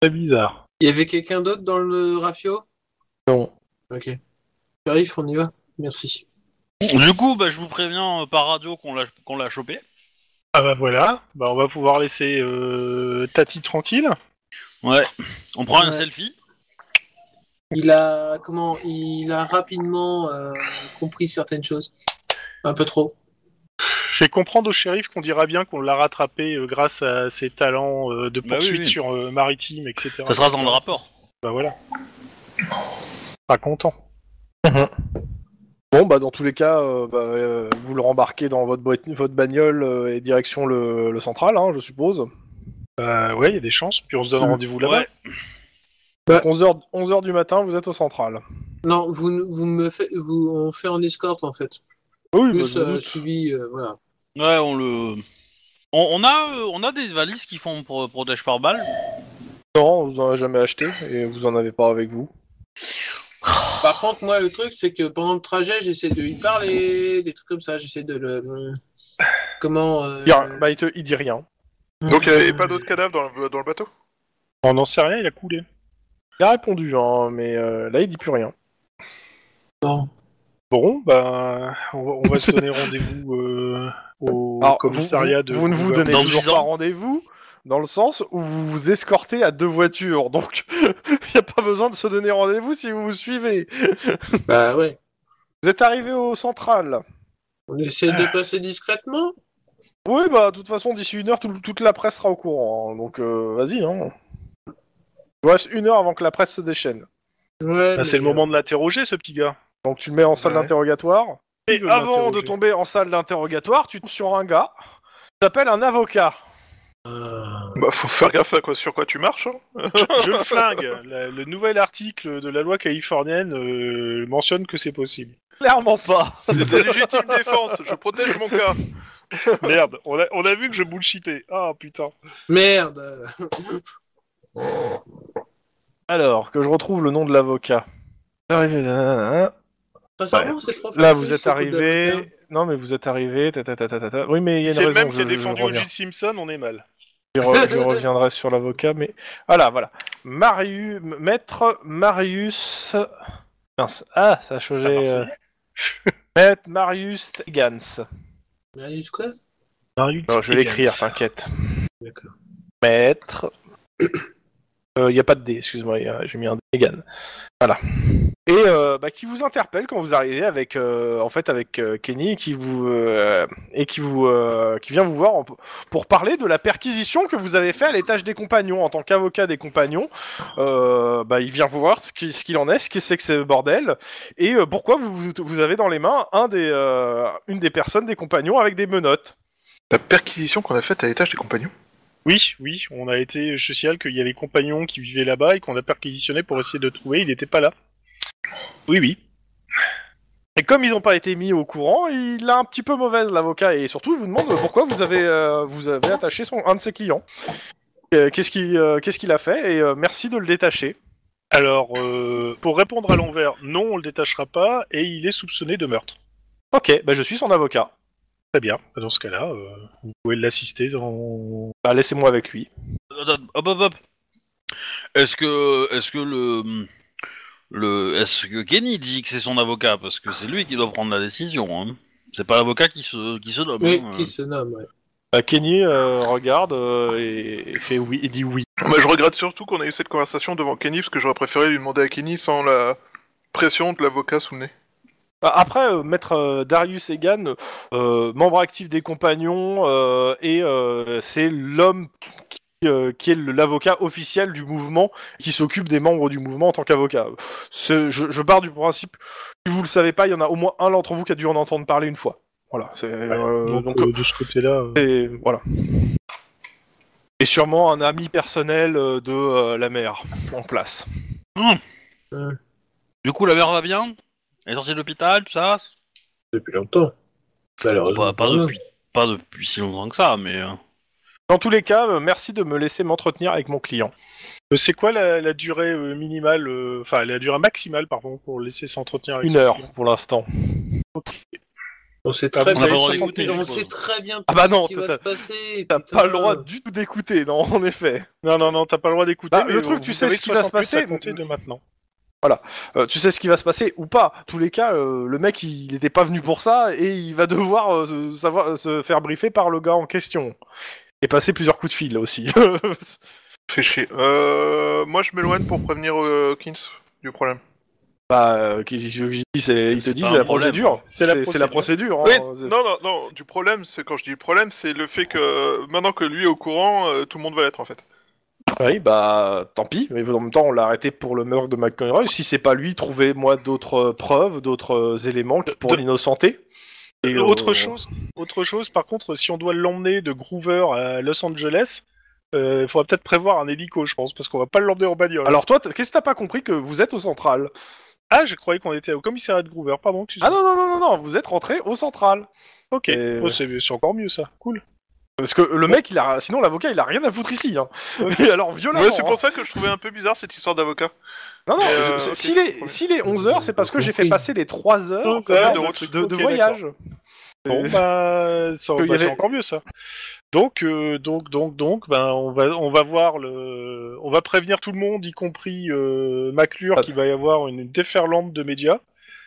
[SPEAKER 3] Très bizarre.
[SPEAKER 5] Il y avait quelqu'un d'autre dans le rafio
[SPEAKER 2] Non.
[SPEAKER 5] Ok. Shérif, on y va. Merci.
[SPEAKER 1] Du coup, bah, je vous préviens euh, par radio qu'on l'a qu'on l'a chopé.
[SPEAKER 3] Ah bah voilà, bah on va pouvoir laisser euh, Tati tranquille.
[SPEAKER 1] Ouais. On prend un
[SPEAKER 5] Ouais.
[SPEAKER 1] selfie.
[SPEAKER 5] Il a comment Il a rapidement euh, compris certaines choses. Un peu trop.
[SPEAKER 3] Je vais comprendre au shérif qu'on dira bien qu'on l'a rattrapé euh, grâce à ses talents euh, de
[SPEAKER 1] Bah oui,
[SPEAKER 3] poursuite
[SPEAKER 1] oui.
[SPEAKER 3] sur euh, maritime, etc.
[SPEAKER 1] Ça sera dans le rapport.
[SPEAKER 3] Bah voilà. Pas content.
[SPEAKER 2] Bon, bah dans tous les cas, euh, bah, euh, vous le rembarquez dans votre, boîte- votre bagnole euh, et direction le, le central, hein, je suppose.
[SPEAKER 3] Bah ouais, il y a des chances, puis on se donne
[SPEAKER 2] Mm.
[SPEAKER 3] rendez-vous là-bas.
[SPEAKER 1] Ouais.
[SPEAKER 2] 11h, 11h du matin, vous êtes au central.
[SPEAKER 5] Non, vous, nous- vous me faites, vous, on fait en escorte en fait.
[SPEAKER 2] Oui, bah,
[SPEAKER 5] Plus
[SPEAKER 2] je me
[SPEAKER 5] euh,
[SPEAKER 2] doute.
[SPEAKER 5] suivi, euh, voilà.
[SPEAKER 1] Ouais, on le. On, on a, euh, on a des valises qui font pro- protège par balle.
[SPEAKER 2] bah, Non, vous en avez jamais acheté et vous en avez pas avec vous.
[SPEAKER 5] Par contre, moi, le truc, c'est que pendant le trajet, j'essaie de lui parler, des trucs comme ça. J'essaie de le. Comment. euh,
[SPEAKER 2] Il, bah, il, te- il dit rien.
[SPEAKER 4] Donc, euh, il n'y avait pas d'autres cadavres dans le, dans le bateau
[SPEAKER 3] On n'en sait rien, il a coulé.
[SPEAKER 2] Il a répondu, hein, mais euh, là, il dit plus rien.
[SPEAKER 5] Bon.
[SPEAKER 3] Bon, ben, on va, on va se donner rendez-vous euh, au
[SPEAKER 2] Alors,
[SPEAKER 3] commissariat
[SPEAKER 2] vous,
[SPEAKER 3] de.
[SPEAKER 2] vous ne vous donnez
[SPEAKER 1] Dans
[SPEAKER 2] toujours
[SPEAKER 1] dix ans.
[SPEAKER 2] pas rendez-vous dans le sens où vous vous escortez à deux voitures, donc il n'y a pas besoin de se donner rendez-vous si vous vous suivez.
[SPEAKER 5] Bah ouais.
[SPEAKER 2] Vous êtes arrivé au central.
[SPEAKER 5] On essaie de passer discrètement.
[SPEAKER 2] Oui, bah de toute façon, d'ici une heure, tout- toute la presse sera au courant, hein, donc euh, vas-y. Hein. Il vous reste une heure avant que la presse se déchaîne. Bah,
[SPEAKER 5] Ouais.
[SPEAKER 3] Ben, c'est
[SPEAKER 5] mais,
[SPEAKER 3] le moment de l'interroger, ce petit gars.
[SPEAKER 2] Donc tu le mets en salle
[SPEAKER 4] Ouais.
[SPEAKER 2] d'interrogatoire. Et
[SPEAKER 3] Il veut
[SPEAKER 2] avant de
[SPEAKER 3] l'interroger.
[SPEAKER 2] tomber en salle d'interrogatoire, tu tombes sur un gars qui s'appelle un avocat.
[SPEAKER 5] euh,
[SPEAKER 4] Bah, faut faire gaffe à quoi, sur quoi tu marches. hein.
[SPEAKER 3] Je le flingue. La- le nouvel article de la loi californienne euh, mentionne que c'est possible.
[SPEAKER 2] Clairement
[SPEAKER 1] Bah,
[SPEAKER 2] pas.
[SPEAKER 4] C'est de la légitime défense, je protège mon cas.
[SPEAKER 3] Merde, on a, on a vu que je bullshitais. Ah putain.
[SPEAKER 5] Merde.
[SPEAKER 2] Alors, que je retrouve le nom de l'avocat. Arrivé, nanana.
[SPEAKER 5] Sincèrement, c'est trop facile.
[SPEAKER 2] Là, vous êtes
[SPEAKER 5] ce coup d'avocat.
[SPEAKER 2] arrivé. Non, mais vous êtes arrivé. ta, ta, ta, ta, ta, ta. Oui, mais il y a une
[SPEAKER 3] C'est le
[SPEAKER 2] raison.
[SPEAKER 3] même
[SPEAKER 2] je,
[SPEAKER 3] qui a
[SPEAKER 2] je
[SPEAKER 3] défendu
[SPEAKER 2] reviens.
[SPEAKER 3] O.J. Simpson, on est mal.
[SPEAKER 2] Je re- je reviendrai sur l'avocat, mais voilà, voilà. Marius, maître Marius. Mince. Ah, ça a changé.
[SPEAKER 3] Ah,
[SPEAKER 2] euh, Maître Marius Tegans.
[SPEAKER 5] Marius quoi
[SPEAKER 2] Non, je vais l'écrire, t'inquiète.
[SPEAKER 5] D'accord.
[SPEAKER 2] Maître. Il n'y Euh, a pas de D, excuse-moi, y a- j'ai mis un D. Egan. Voilà. Et euh, bah, qui vous interpelle quand vous arrivez avec, euh, en fait, avec euh, Kenny, qui vous euh, et qui vous, euh, qui vient vous voir en- pour parler de la perquisition que vous avez fait à l'étage des compagnons en tant qu'avocat des compagnons. Euh, bah, il vient vous voir ce qui- ce qu'il en est, ce qui c'est que c'est bordel et euh, pourquoi vous, vous- vous avez dans les mains un des, euh, une des personnes des compagnons avec des menottes.
[SPEAKER 4] La perquisition qu'on a faite à l'étage des compagnons.
[SPEAKER 3] Oui, oui, on a été social qu'il y a des compagnons qui vivaient là-bas et qu'on a perquisitionné pour essayer de le trouver. Il n'était pas là. Oui, oui.
[SPEAKER 2] Et comme ils n'ont pas été mis au courant, il a un petit peu mauvaise l'avocat et surtout il vous demande pourquoi vous avez euh, vous avez attaché son un de ses clients. Euh, qu'est-ce qu'il euh, qu'est-ce qu'il a fait et euh, merci de le détacher.
[SPEAKER 3] Alors, euh, pour répondre à l'envers, non, on le détachera pas et il est soupçonné de meurtre.
[SPEAKER 2] Ok, bah je suis son avocat.
[SPEAKER 3] Très bien. Dans ce cas-là, euh, vous pouvez l'assister dans...
[SPEAKER 2] Bah laissez-moi avec lui.
[SPEAKER 1] Attends, hop, hop, hop. Est-ce que, est-ce que le, le, est-ce que Kenny dit que c'est son avocat parce que c'est lui qui doit prendre la décision. Hein. C'est pas l'avocat qui se, qui se nomme.
[SPEAKER 5] Oui,
[SPEAKER 2] euh,
[SPEAKER 1] hein.
[SPEAKER 5] qui se nomme, ouais.
[SPEAKER 2] Bah, Kenny euh, regarde euh, et, et fait oui et dit oui.
[SPEAKER 4] Moi, je regrette surtout qu'on ait eu cette conversation devant Kenny, parce que j'aurais préféré lui demander à Kenny sans la pression de l'avocat sous le nez.
[SPEAKER 2] Bah, Après, euh, maître euh, Darius Egan, euh, membre actif des compagnons, euh, et euh, c'est l'homme qui, euh, qui est le- l'avocat officiel du mouvement, qui s'occupe des membres du mouvement en tant qu'avocat. Ce- Je, je pars du principe, si vous le savez pas, il y en a au moins un d'entre vous qui a dû en entendre parler une fois. Voilà, c'est... euh,
[SPEAKER 3] Donc,
[SPEAKER 2] donc,
[SPEAKER 3] euh, de ce côté-là. euh,
[SPEAKER 2] c'est- voilà. Et sûrement un ami personnel euh, de euh, la mère en place.
[SPEAKER 1] Du coup, la mère va bien. Elle est sortie de l'hôpital, tout ça.
[SPEAKER 5] euh, Depuis longtemps. Malheureusement.
[SPEAKER 1] Bah, pas
[SPEAKER 5] pour
[SPEAKER 1] depuis, pas depuis si longtemps que ça, mais. euh,
[SPEAKER 2] Dans tous les cas, euh, merci de me laisser m'entretenir avec mon client.
[SPEAKER 3] Euh, C'est quoi la, la durée euh, minimale, euh, enfin la durée maximale, pardon, pour laisser s'entretenir avec
[SPEAKER 2] Une
[SPEAKER 3] son
[SPEAKER 2] heure
[SPEAKER 3] client
[SPEAKER 2] pour l'instant.
[SPEAKER 5] On sait
[SPEAKER 2] bah,
[SPEAKER 3] Ah,
[SPEAKER 5] très
[SPEAKER 3] vous
[SPEAKER 5] bien,
[SPEAKER 3] avez
[SPEAKER 5] ce
[SPEAKER 3] pas
[SPEAKER 5] qui-
[SPEAKER 1] écouté,
[SPEAKER 5] on
[SPEAKER 1] je
[SPEAKER 5] sait
[SPEAKER 1] suppose.
[SPEAKER 5] très bien
[SPEAKER 2] Ah bah non,
[SPEAKER 5] ce qui va
[SPEAKER 2] t'as-
[SPEAKER 5] se passer.
[SPEAKER 2] T'as
[SPEAKER 5] putain.
[SPEAKER 2] pas le droit du tout d'écouter, non, en effet.
[SPEAKER 3] Non, non, non, t'as pas le droit d'écouter.
[SPEAKER 2] Bah,
[SPEAKER 3] mais
[SPEAKER 2] le truc,
[SPEAKER 3] vous
[SPEAKER 2] tu sais
[SPEAKER 3] avez
[SPEAKER 2] ce qui va se
[SPEAKER 3] 68 à
[SPEAKER 2] passer.
[SPEAKER 3] compter de maintenant.
[SPEAKER 2] Euh, tu sais ce qui va se passer ou pas. Tous les cas, euh, le mec, il n'était pas venu pour ça et il va devoir euh, se- savoir, euh, se faire briefer par le gars en question. Et passer plusieurs coups de fil aussi.
[SPEAKER 4] Fait chier. Euh, moi, je m'éloigne pour prévenir euh, Kins du problème.
[SPEAKER 2] bah, euh, qu'est-ce que je dis, c'est- ils te
[SPEAKER 1] C'est
[SPEAKER 2] disent
[SPEAKER 1] pas un
[SPEAKER 2] c'est la
[SPEAKER 1] problème,
[SPEAKER 2] procédure.
[SPEAKER 3] c'est la
[SPEAKER 2] C'est la procédure.
[SPEAKER 4] Oui,
[SPEAKER 2] hein, c'est-
[SPEAKER 4] non, non, non, du problème, c'est quand je dis le problème, c'est le fait que maintenant que lui est au courant, euh, tout le monde va l'être en fait.
[SPEAKER 2] Oui, bah tant pis, mais en même temps on l'a arrêté pour le meurtre de McConroy. Si c'est pas lui, trouvez-moi d'autres euh, preuves, d'autres euh, éléments qui- pour
[SPEAKER 3] De-
[SPEAKER 2] l'innocenter. Et,
[SPEAKER 3] Euh, autre
[SPEAKER 2] euh,
[SPEAKER 3] chose, autre chose. Par contre, si on doit l'emmener de Groover à Los Angeles, il faudra peut-être prévoir un hélico, je pense, parce qu'on va pas l'emmener en bagnole.
[SPEAKER 2] Alors toi, t'as- qu'est-ce que t'as pas compris que vous êtes au central
[SPEAKER 3] ah, je croyais qu'on était au commissariat de Groover, pardon. excuse-moi.
[SPEAKER 2] Ah non, non, non, non, non, vous êtes rentré au central.
[SPEAKER 3] ok.
[SPEAKER 2] Et-
[SPEAKER 3] Oh, c'est c'est encore mieux ça. Cool.
[SPEAKER 2] Parce que le mec, il a, sinon l'avocat, il a rien à foutre ici. Hein. Et alors violemment.
[SPEAKER 4] Ouais, c'est
[SPEAKER 2] hein.
[SPEAKER 4] pour ça que je trouvais un peu bizarre cette histoire d'avocat.
[SPEAKER 2] Non, non,
[SPEAKER 4] Mais, euh,
[SPEAKER 2] je-
[SPEAKER 4] ok,
[SPEAKER 2] s'il est,
[SPEAKER 4] problème.
[SPEAKER 2] s'il est 11h, c'est parce que j'ai fait
[SPEAKER 5] Compris.
[SPEAKER 3] Oh,
[SPEAKER 2] passer les 3 heures
[SPEAKER 3] Onze heures
[SPEAKER 2] de,
[SPEAKER 4] de
[SPEAKER 2] de-
[SPEAKER 4] route.
[SPEAKER 2] de
[SPEAKER 3] Ok,
[SPEAKER 2] voyage.
[SPEAKER 3] Bon, bah, ça aurait
[SPEAKER 2] Parce qu'il y
[SPEAKER 3] passé
[SPEAKER 2] avait-
[SPEAKER 3] encore mieux, ça. Donc, euh, donc, donc, donc, ben, on va, on va voir le, on va prévenir tout le monde, y compris euh, Maclure,
[SPEAKER 2] Ah.
[SPEAKER 3] qu'il va y avoir une déferlante de médias.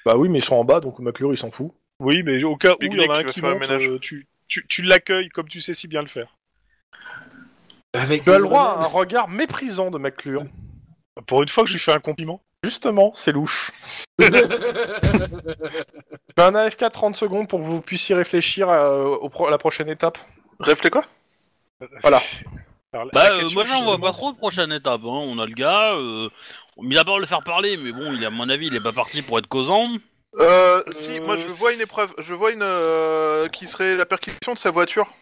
[SPEAKER 2] Bah oui, mais ils sont en bas, donc McClure, il s'en fout.
[SPEAKER 3] Oui, mais au cas où il y en
[SPEAKER 4] Picnic,
[SPEAKER 3] a un
[SPEAKER 4] tu vas
[SPEAKER 3] qui
[SPEAKER 4] faire le
[SPEAKER 3] monte,
[SPEAKER 4] ménage.
[SPEAKER 3] euh, tu, tu, tu l'accueilles comme tu sais si bien le faire.
[SPEAKER 5] Avec
[SPEAKER 2] Tu as le droit à un regard méprisant de McClure.
[SPEAKER 3] Pour une fois que je lui fais un compliment.
[SPEAKER 2] Justement, c'est louche. Je fais un AFK 30 secondes pour que vous puissiez réfléchir à, au pro- à la prochaine étape.
[SPEAKER 4] Réfléchis quoi
[SPEAKER 2] Voilà.
[SPEAKER 3] Alors, la-
[SPEAKER 1] Bah,
[SPEAKER 3] la
[SPEAKER 1] euh,
[SPEAKER 3] question,
[SPEAKER 1] moi j'en vois pas
[SPEAKER 3] justement,
[SPEAKER 1] trop de prochaine étape. hein. On a le gars, euh, mis à part le faire parler, mais bon, il, à mon avis, il est pas parti pour être causant.
[SPEAKER 4] euh, Si, moi je
[SPEAKER 3] Euh,
[SPEAKER 4] vois une épreuve, je vois une euh, qui serait la perquisition de sa voiture.
[SPEAKER 2] hein.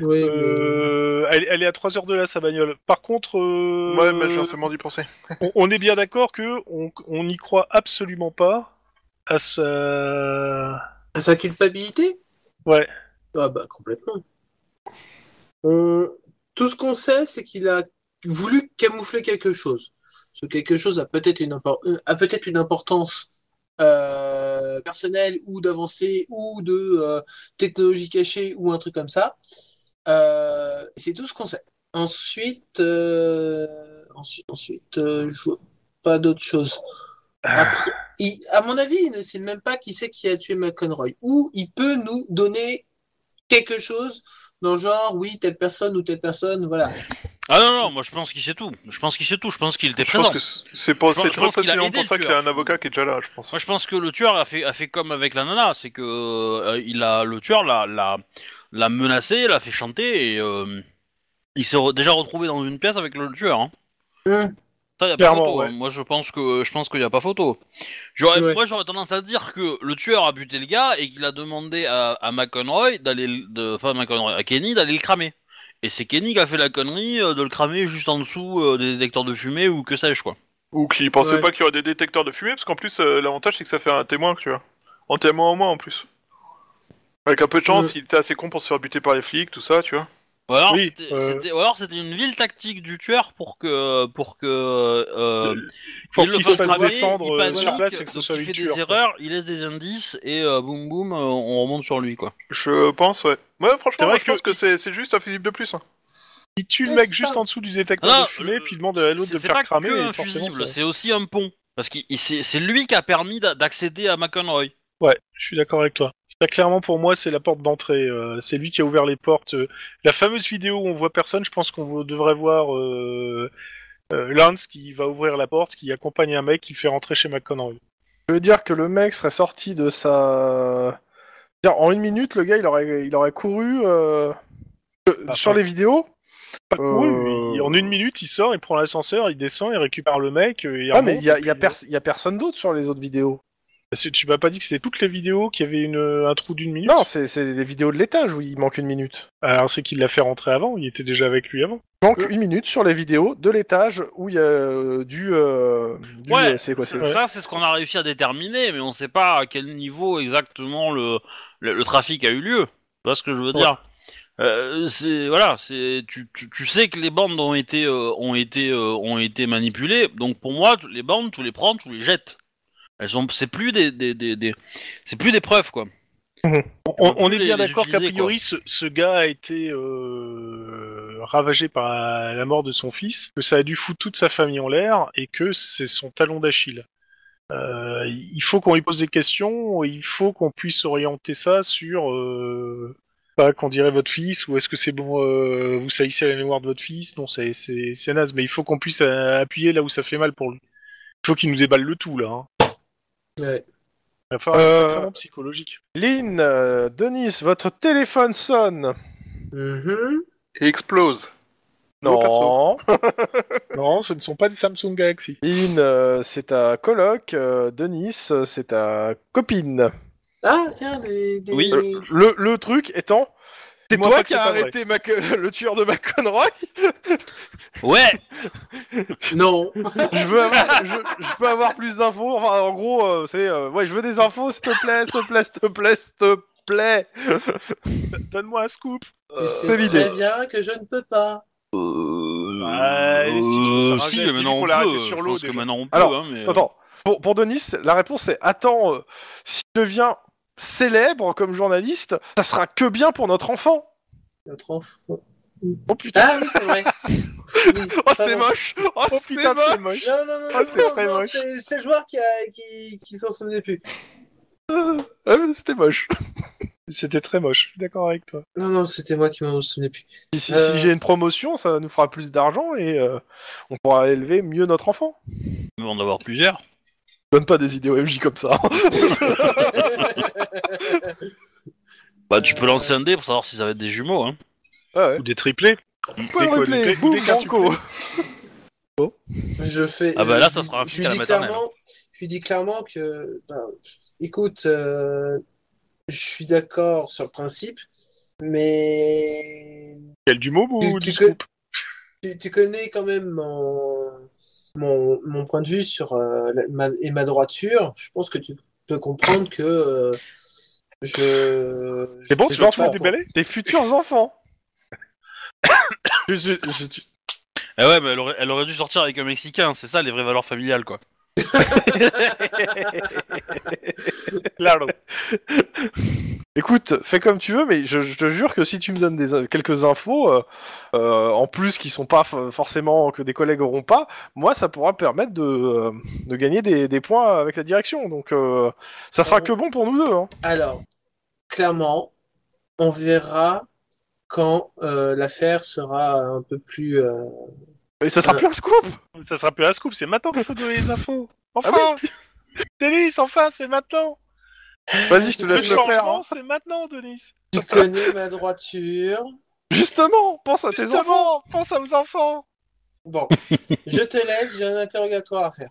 [SPEAKER 5] Oui,
[SPEAKER 3] Euh, elle, elle est à 3 heures de là, sa bagnole. Par contre, euh,
[SPEAKER 4] Ouais, mais j'ai seulement dû penser.
[SPEAKER 3] on, on est bien d'accord que on on n'y croit absolument pas à sa.
[SPEAKER 5] mais- Sa culpabilité
[SPEAKER 3] Ouais.
[SPEAKER 5] Ah bah complètement. On- Tout ce qu'on sait, c'est qu'il a voulu camoufler quelque chose. Ce quelque chose a peut-être une, impor- euh, a peut-être une importance euh, personnelle ou d'avancée ou de euh, technologie cachée ou un truc comme ça. Euh, c'est tout ce qu'on sait. Ensuite, euh, ensuite, ensuite euh, je vois pas d'autre chose. Après, il- à mon avis, il ne sait même pas qui c'est qui a tué McConroy. Ou il peut nous donner quelque chose dans le genre, oui, telle personne ou telle personne, voilà.
[SPEAKER 1] Ah non, non, moi je pense qu'il sait tout. Je pense qu'il sait tout. Je pense qu'il était
[SPEAKER 4] Je pense
[SPEAKER 1] présent.
[SPEAKER 4] que c'est pas,
[SPEAKER 1] Je pense-
[SPEAKER 4] c'est
[SPEAKER 1] je
[SPEAKER 4] trop
[SPEAKER 1] pense qu'il a
[SPEAKER 4] facilement
[SPEAKER 1] aidé
[SPEAKER 4] pour
[SPEAKER 1] le
[SPEAKER 4] ça qu'il y a
[SPEAKER 1] tueur.
[SPEAKER 4] un avocat qui est déjà là, je pense.
[SPEAKER 1] Moi je pense que le tueur a fait, a fait comme avec la nana. C'est que euh, il a, le tueur l'a, l'a, l'a menacé, l'a fait chanter et euh, il s'est re- déjà retrouvé dans une pièce avec le tueur. hein.
[SPEAKER 5] Hum.
[SPEAKER 1] Ça, y a pas
[SPEAKER 3] Clairement,
[SPEAKER 1] photo. hein.
[SPEAKER 3] ouais.
[SPEAKER 1] Moi, je pense que je pense qu'il n'y a pas photo. J'aurais,
[SPEAKER 5] Ouais.
[SPEAKER 1] moi, j'aurais tendance à dire que le tueur a buté le gars et qu'il a demandé à, à McEnroy d'aller, le- de, enfin à McEnroy, à Kenny d'aller le cramer. Et c'est Kenny qui a fait la connerie euh, de le cramer juste en dessous euh, des détecteurs de fumée ou que sais-je quoi.
[SPEAKER 4] Ou qui pensait
[SPEAKER 5] Ouais.
[SPEAKER 4] pas qu'il y aurait des détecteurs de fumée, parce qu'en plus, euh, l'avantage c'est que ça fait un témoin, tu vois. En témoin au moins en plus. Avec un peu de chance, il était assez con pour se faire buter par les flics, tout ça, tu vois.
[SPEAKER 1] Ou alors,
[SPEAKER 3] Oui,
[SPEAKER 1] c'était,
[SPEAKER 3] euh.
[SPEAKER 1] c'était- ou alors c'était une ville tactique du tueur pour que pour que euh,
[SPEAKER 3] pour
[SPEAKER 1] il le
[SPEAKER 3] qu'il
[SPEAKER 1] fasse
[SPEAKER 3] se fasse
[SPEAKER 1] cramer,
[SPEAKER 3] descendre,
[SPEAKER 1] il
[SPEAKER 3] euh,
[SPEAKER 1] panique,
[SPEAKER 3] sur place et que ce
[SPEAKER 1] donc
[SPEAKER 3] soit
[SPEAKER 1] il
[SPEAKER 3] lui
[SPEAKER 1] fait
[SPEAKER 3] le tueur,
[SPEAKER 1] des
[SPEAKER 3] quoi.
[SPEAKER 1] erreurs, il laisse des indices et euh, boum boum, euh, on remonte sur lui quoi.
[SPEAKER 4] Je pense, ouais. Ouais,
[SPEAKER 3] C'est
[SPEAKER 4] franchement,
[SPEAKER 3] vrai
[SPEAKER 4] moi, je
[SPEAKER 3] que-
[SPEAKER 4] pense que c'est c'est juste un fusible de plus. hein.
[SPEAKER 3] Il tue le
[SPEAKER 5] Ouais,
[SPEAKER 3] mec
[SPEAKER 5] c'est
[SPEAKER 3] juste
[SPEAKER 5] ça.
[SPEAKER 3] en dessous du détecteur
[SPEAKER 1] Non,
[SPEAKER 3] de fumée,
[SPEAKER 1] le-
[SPEAKER 3] puis il demande à l'autre
[SPEAKER 1] C'est-
[SPEAKER 3] de le
[SPEAKER 1] c'est
[SPEAKER 3] faire
[SPEAKER 1] pas
[SPEAKER 3] cramer.
[SPEAKER 1] que un
[SPEAKER 3] et forcément,
[SPEAKER 1] fusible,
[SPEAKER 3] ça-
[SPEAKER 1] c'est aussi un pont. Parce que c'est c'est lui qui a permis d'a- d'accéder à McEnroy.
[SPEAKER 3] Ouais, je suis d'accord avec toi. Ça, clairement, pour moi, c'est la porte d'entrée. euh, c'est lui qui a ouvert les portes. Euh, La fameuse vidéo où on voit personne, je pense qu'on vo- devrait voir euh, euh, Lance qui va ouvrir la porte, qui accompagne un mec, qui le fait rentrer chez McConroy.
[SPEAKER 2] Je veux dire que le mec serait sorti de sa. C'est-à-dire, en une minute, le gars, il aurait, il aurait couru euh, euh,
[SPEAKER 3] Ah,
[SPEAKER 2] sur
[SPEAKER 3] ouais.
[SPEAKER 2] les vidéos.
[SPEAKER 3] Pas cool,
[SPEAKER 2] Euh.
[SPEAKER 3] lui. Il- En une minute, il sort, il prend l'ascenseur, il descend, il récupère le mec. euh, il
[SPEAKER 2] Ah,
[SPEAKER 3] remonte,
[SPEAKER 2] mais il y a,
[SPEAKER 3] et
[SPEAKER 2] il y a
[SPEAKER 3] puis- euh,
[SPEAKER 2] pers- il y a personne d'autre sur les autres vidéos.
[SPEAKER 3] C'est- Tu m'as pas dit que c'était toutes les vidéos qui avaient une, un trou d'une minute Ah,
[SPEAKER 2] Non, c'est c'est les vidéos de l'étage où il manque une minute.
[SPEAKER 3] Alors, c'est qu'il l'a fait rentrer avant, il était déjà avec lui avant.
[SPEAKER 2] Il manque une minute sur les vidéos de l'étage où il y a euh, du. euh, du,
[SPEAKER 1] Ouais,
[SPEAKER 2] euh, c'est quoi c'est-
[SPEAKER 1] C'est- Ça, c'est ce qu'on a réussi à déterminer, mais on sait pas à quel niveau exactement le, le, le trafic a eu lieu. Tu vois ce que je veux dire Euh, c'est voilà, c'est tu, tu, tu sais que les bandes ont été euh, ont été euh, ont été manipulées. Donc pour moi, tu- les bandes, tu les prends, tu les jettes. Elles sont c'est plus des, des, des, des- c'est plus des preuves quoi.
[SPEAKER 3] On,
[SPEAKER 1] peut
[SPEAKER 3] on
[SPEAKER 1] plus
[SPEAKER 3] est
[SPEAKER 1] les-
[SPEAKER 3] bien
[SPEAKER 1] les
[SPEAKER 3] d'accord qu'a
[SPEAKER 1] utiliser,
[SPEAKER 3] priori, ce, ce gars a été euh, ravagé par la, la mort de son fils, que ça a dû foutre toute sa famille en l'air et que c'est son talon d'Achille. Euh, il faut qu'on lui pose des questions, il faut qu'on puisse orienter ça sur, euh, pas qu'on dirait votre fils, ou est-ce que c'est bon, euh, vous saillissez la mémoire de votre fils Non, c'est- c'est c'est naze, mais il faut qu'on puisse euh, appuyer là où ça fait mal pour lui. Il faut qu'il nous déballe le tout, là. Hein.
[SPEAKER 5] Ouais.
[SPEAKER 3] Il va falloir être
[SPEAKER 2] Euh,
[SPEAKER 3] sacrément psychologique.
[SPEAKER 2] Lynn, euh, Denis, votre téléphone sonne.
[SPEAKER 5] Mhm.
[SPEAKER 4] Et explose. Nouveau
[SPEAKER 2] Non.
[SPEAKER 3] Non, ce ne sont pas des Samsung Galaxy.
[SPEAKER 2] Lynn, euh, c'est ta coloc. euh, Denis, euh, c'est ta copine.
[SPEAKER 5] Ah, tiens, des. des-
[SPEAKER 1] Oui.
[SPEAKER 2] Le, le truc étant, c'est
[SPEAKER 3] Dis-moi
[SPEAKER 2] toi
[SPEAKER 3] pas que
[SPEAKER 2] qui as
[SPEAKER 3] c'est pas
[SPEAKER 2] arrêté Mac- euh, le tueur de McConroy.
[SPEAKER 1] Ouais.
[SPEAKER 5] Non.
[SPEAKER 2] je, veux avoir, je, je peux avoir plus d'infos. Enfin, en gros, euh, c'est euh, ouais, je veux des infos, s'il te plaît, s'il te plaît, s'il te plaît, s'il te plaît.
[SPEAKER 3] Donne-moi un scoop.
[SPEAKER 5] Tu sais
[SPEAKER 2] c'est l'idée.
[SPEAKER 5] très bien que je ne peux pas.
[SPEAKER 1] Euh,
[SPEAKER 3] Ouais, si tu veux faire un
[SPEAKER 1] si,
[SPEAKER 3] geste,
[SPEAKER 1] maintenant
[SPEAKER 3] il
[SPEAKER 1] on
[SPEAKER 3] faut
[SPEAKER 1] peut.
[SPEAKER 3] l'arrêter
[SPEAKER 1] euh,
[SPEAKER 3] sur
[SPEAKER 1] je
[SPEAKER 3] l'eau,
[SPEAKER 1] pense que
[SPEAKER 3] déjà.
[SPEAKER 1] maintenant on peut.
[SPEAKER 2] Alors,
[SPEAKER 1] hein, mais...
[SPEAKER 2] Attends, pour, pour Denis, la réponse c'est attends, euh, s'il devient célèbre comme journaliste, ça sera que bien pour notre enfant.
[SPEAKER 5] Notre enfant.
[SPEAKER 2] Oh putain,
[SPEAKER 5] Ah oui, c'est vrai. Oui,
[SPEAKER 2] oh c'est
[SPEAKER 5] pardon.
[SPEAKER 2] moche, oh,
[SPEAKER 3] Oh
[SPEAKER 2] c'est
[SPEAKER 3] putain,
[SPEAKER 2] moche.
[SPEAKER 3] c'est moche.
[SPEAKER 5] Non, non, non,
[SPEAKER 2] Ah,
[SPEAKER 5] non,
[SPEAKER 2] c'est
[SPEAKER 5] non,
[SPEAKER 2] très
[SPEAKER 5] non,
[SPEAKER 2] moche.
[SPEAKER 5] c'est c'est le joueur qui, a- qui, qui s'en souvenait plus.
[SPEAKER 2] Ah, mais C'était moche.
[SPEAKER 3] C'était très moche. Je suis d'accord avec toi.
[SPEAKER 5] Non, non, c'était moi qui m'en souvenais plus.
[SPEAKER 2] Si, si-
[SPEAKER 5] Euh.
[SPEAKER 2] si j'ai une promotion, ça nous fera plus d'argent et euh, on pourra élever mieux notre enfant.
[SPEAKER 1] On va en avoir plusieurs.
[SPEAKER 2] Donne pas des idées OMJ comme ça.
[SPEAKER 1] Bah, tu peux lancer un dé pour savoir si ça va être des jumeaux. Hein.
[SPEAKER 2] ah ouais.
[SPEAKER 3] Ou des triplés.
[SPEAKER 2] Point
[SPEAKER 3] Des quoi,
[SPEAKER 2] replay,
[SPEAKER 3] des- des
[SPEAKER 2] boum,
[SPEAKER 3] quintuplés.
[SPEAKER 2] banco.
[SPEAKER 5] Je fais.
[SPEAKER 1] Ah bah là,
[SPEAKER 5] je-
[SPEAKER 1] ça fera un
[SPEAKER 5] je
[SPEAKER 1] truc
[SPEAKER 5] lui
[SPEAKER 1] à la
[SPEAKER 5] dis
[SPEAKER 1] maternelle.
[SPEAKER 5] clairement, je lui dis clairement que, ben, écoute, euh, je suis d'accord sur le principe, mais
[SPEAKER 3] Quel du mob ou
[SPEAKER 5] tu,
[SPEAKER 3] du
[SPEAKER 5] tu co-
[SPEAKER 3] scoop
[SPEAKER 5] tu- tu connais quand même mon, mon, mon point de vue sur euh, la- ma- et ma droiture. Je pense que tu peux comprendre que euh, je.
[SPEAKER 2] C'est bon,
[SPEAKER 5] je-
[SPEAKER 2] tu l'enfants
[SPEAKER 5] je-
[SPEAKER 2] des balais Tes futurs enfants. Je- je- je- tu-
[SPEAKER 1] Eh ouais, mais elle aurait, elle aurait dû sortir avec un Mexicain, c'est ça les vraies valeurs familiales quoi.
[SPEAKER 3] Claro.
[SPEAKER 2] Écoute, fais comme tu veux, mais je, je te jure que si tu me donnes des, quelques infos, euh, euh, en plus qui sont pas f- forcément que des collègues auront pas, moi ça pourra me permettre de, euh, de gagner des, des points avec la direction. Donc euh, ça sera
[SPEAKER 5] Ouais.
[SPEAKER 2] que bon pour nous deux. hein.
[SPEAKER 5] Alors, clairement, on verra quand euh, l'affaire sera un peu plus. euh,
[SPEAKER 2] Et ça sera
[SPEAKER 5] Ouais.
[SPEAKER 2] plus un scoop.
[SPEAKER 3] Ça sera plus un scoop. C'est maintenant qu'il faut donner les infos. Enfin
[SPEAKER 2] Ah
[SPEAKER 3] Denis, enfin, c'est maintenant
[SPEAKER 2] Vas-y, je te
[SPEAKER 5] Le
[SPEAKER 2] laisse le faire. hein.
[SPEAKER 3] changement, c'est maintenant, Denis
[SPEAKER 5] Tu connais ma droiture.
[SPEAKER 2] Justement, pense à tes enfants.
[SPEAKER 3] Justement, pense à vos enfants
[SPEAKER 5] Bon, je te laisse, j'ai un interrogatoire à faire.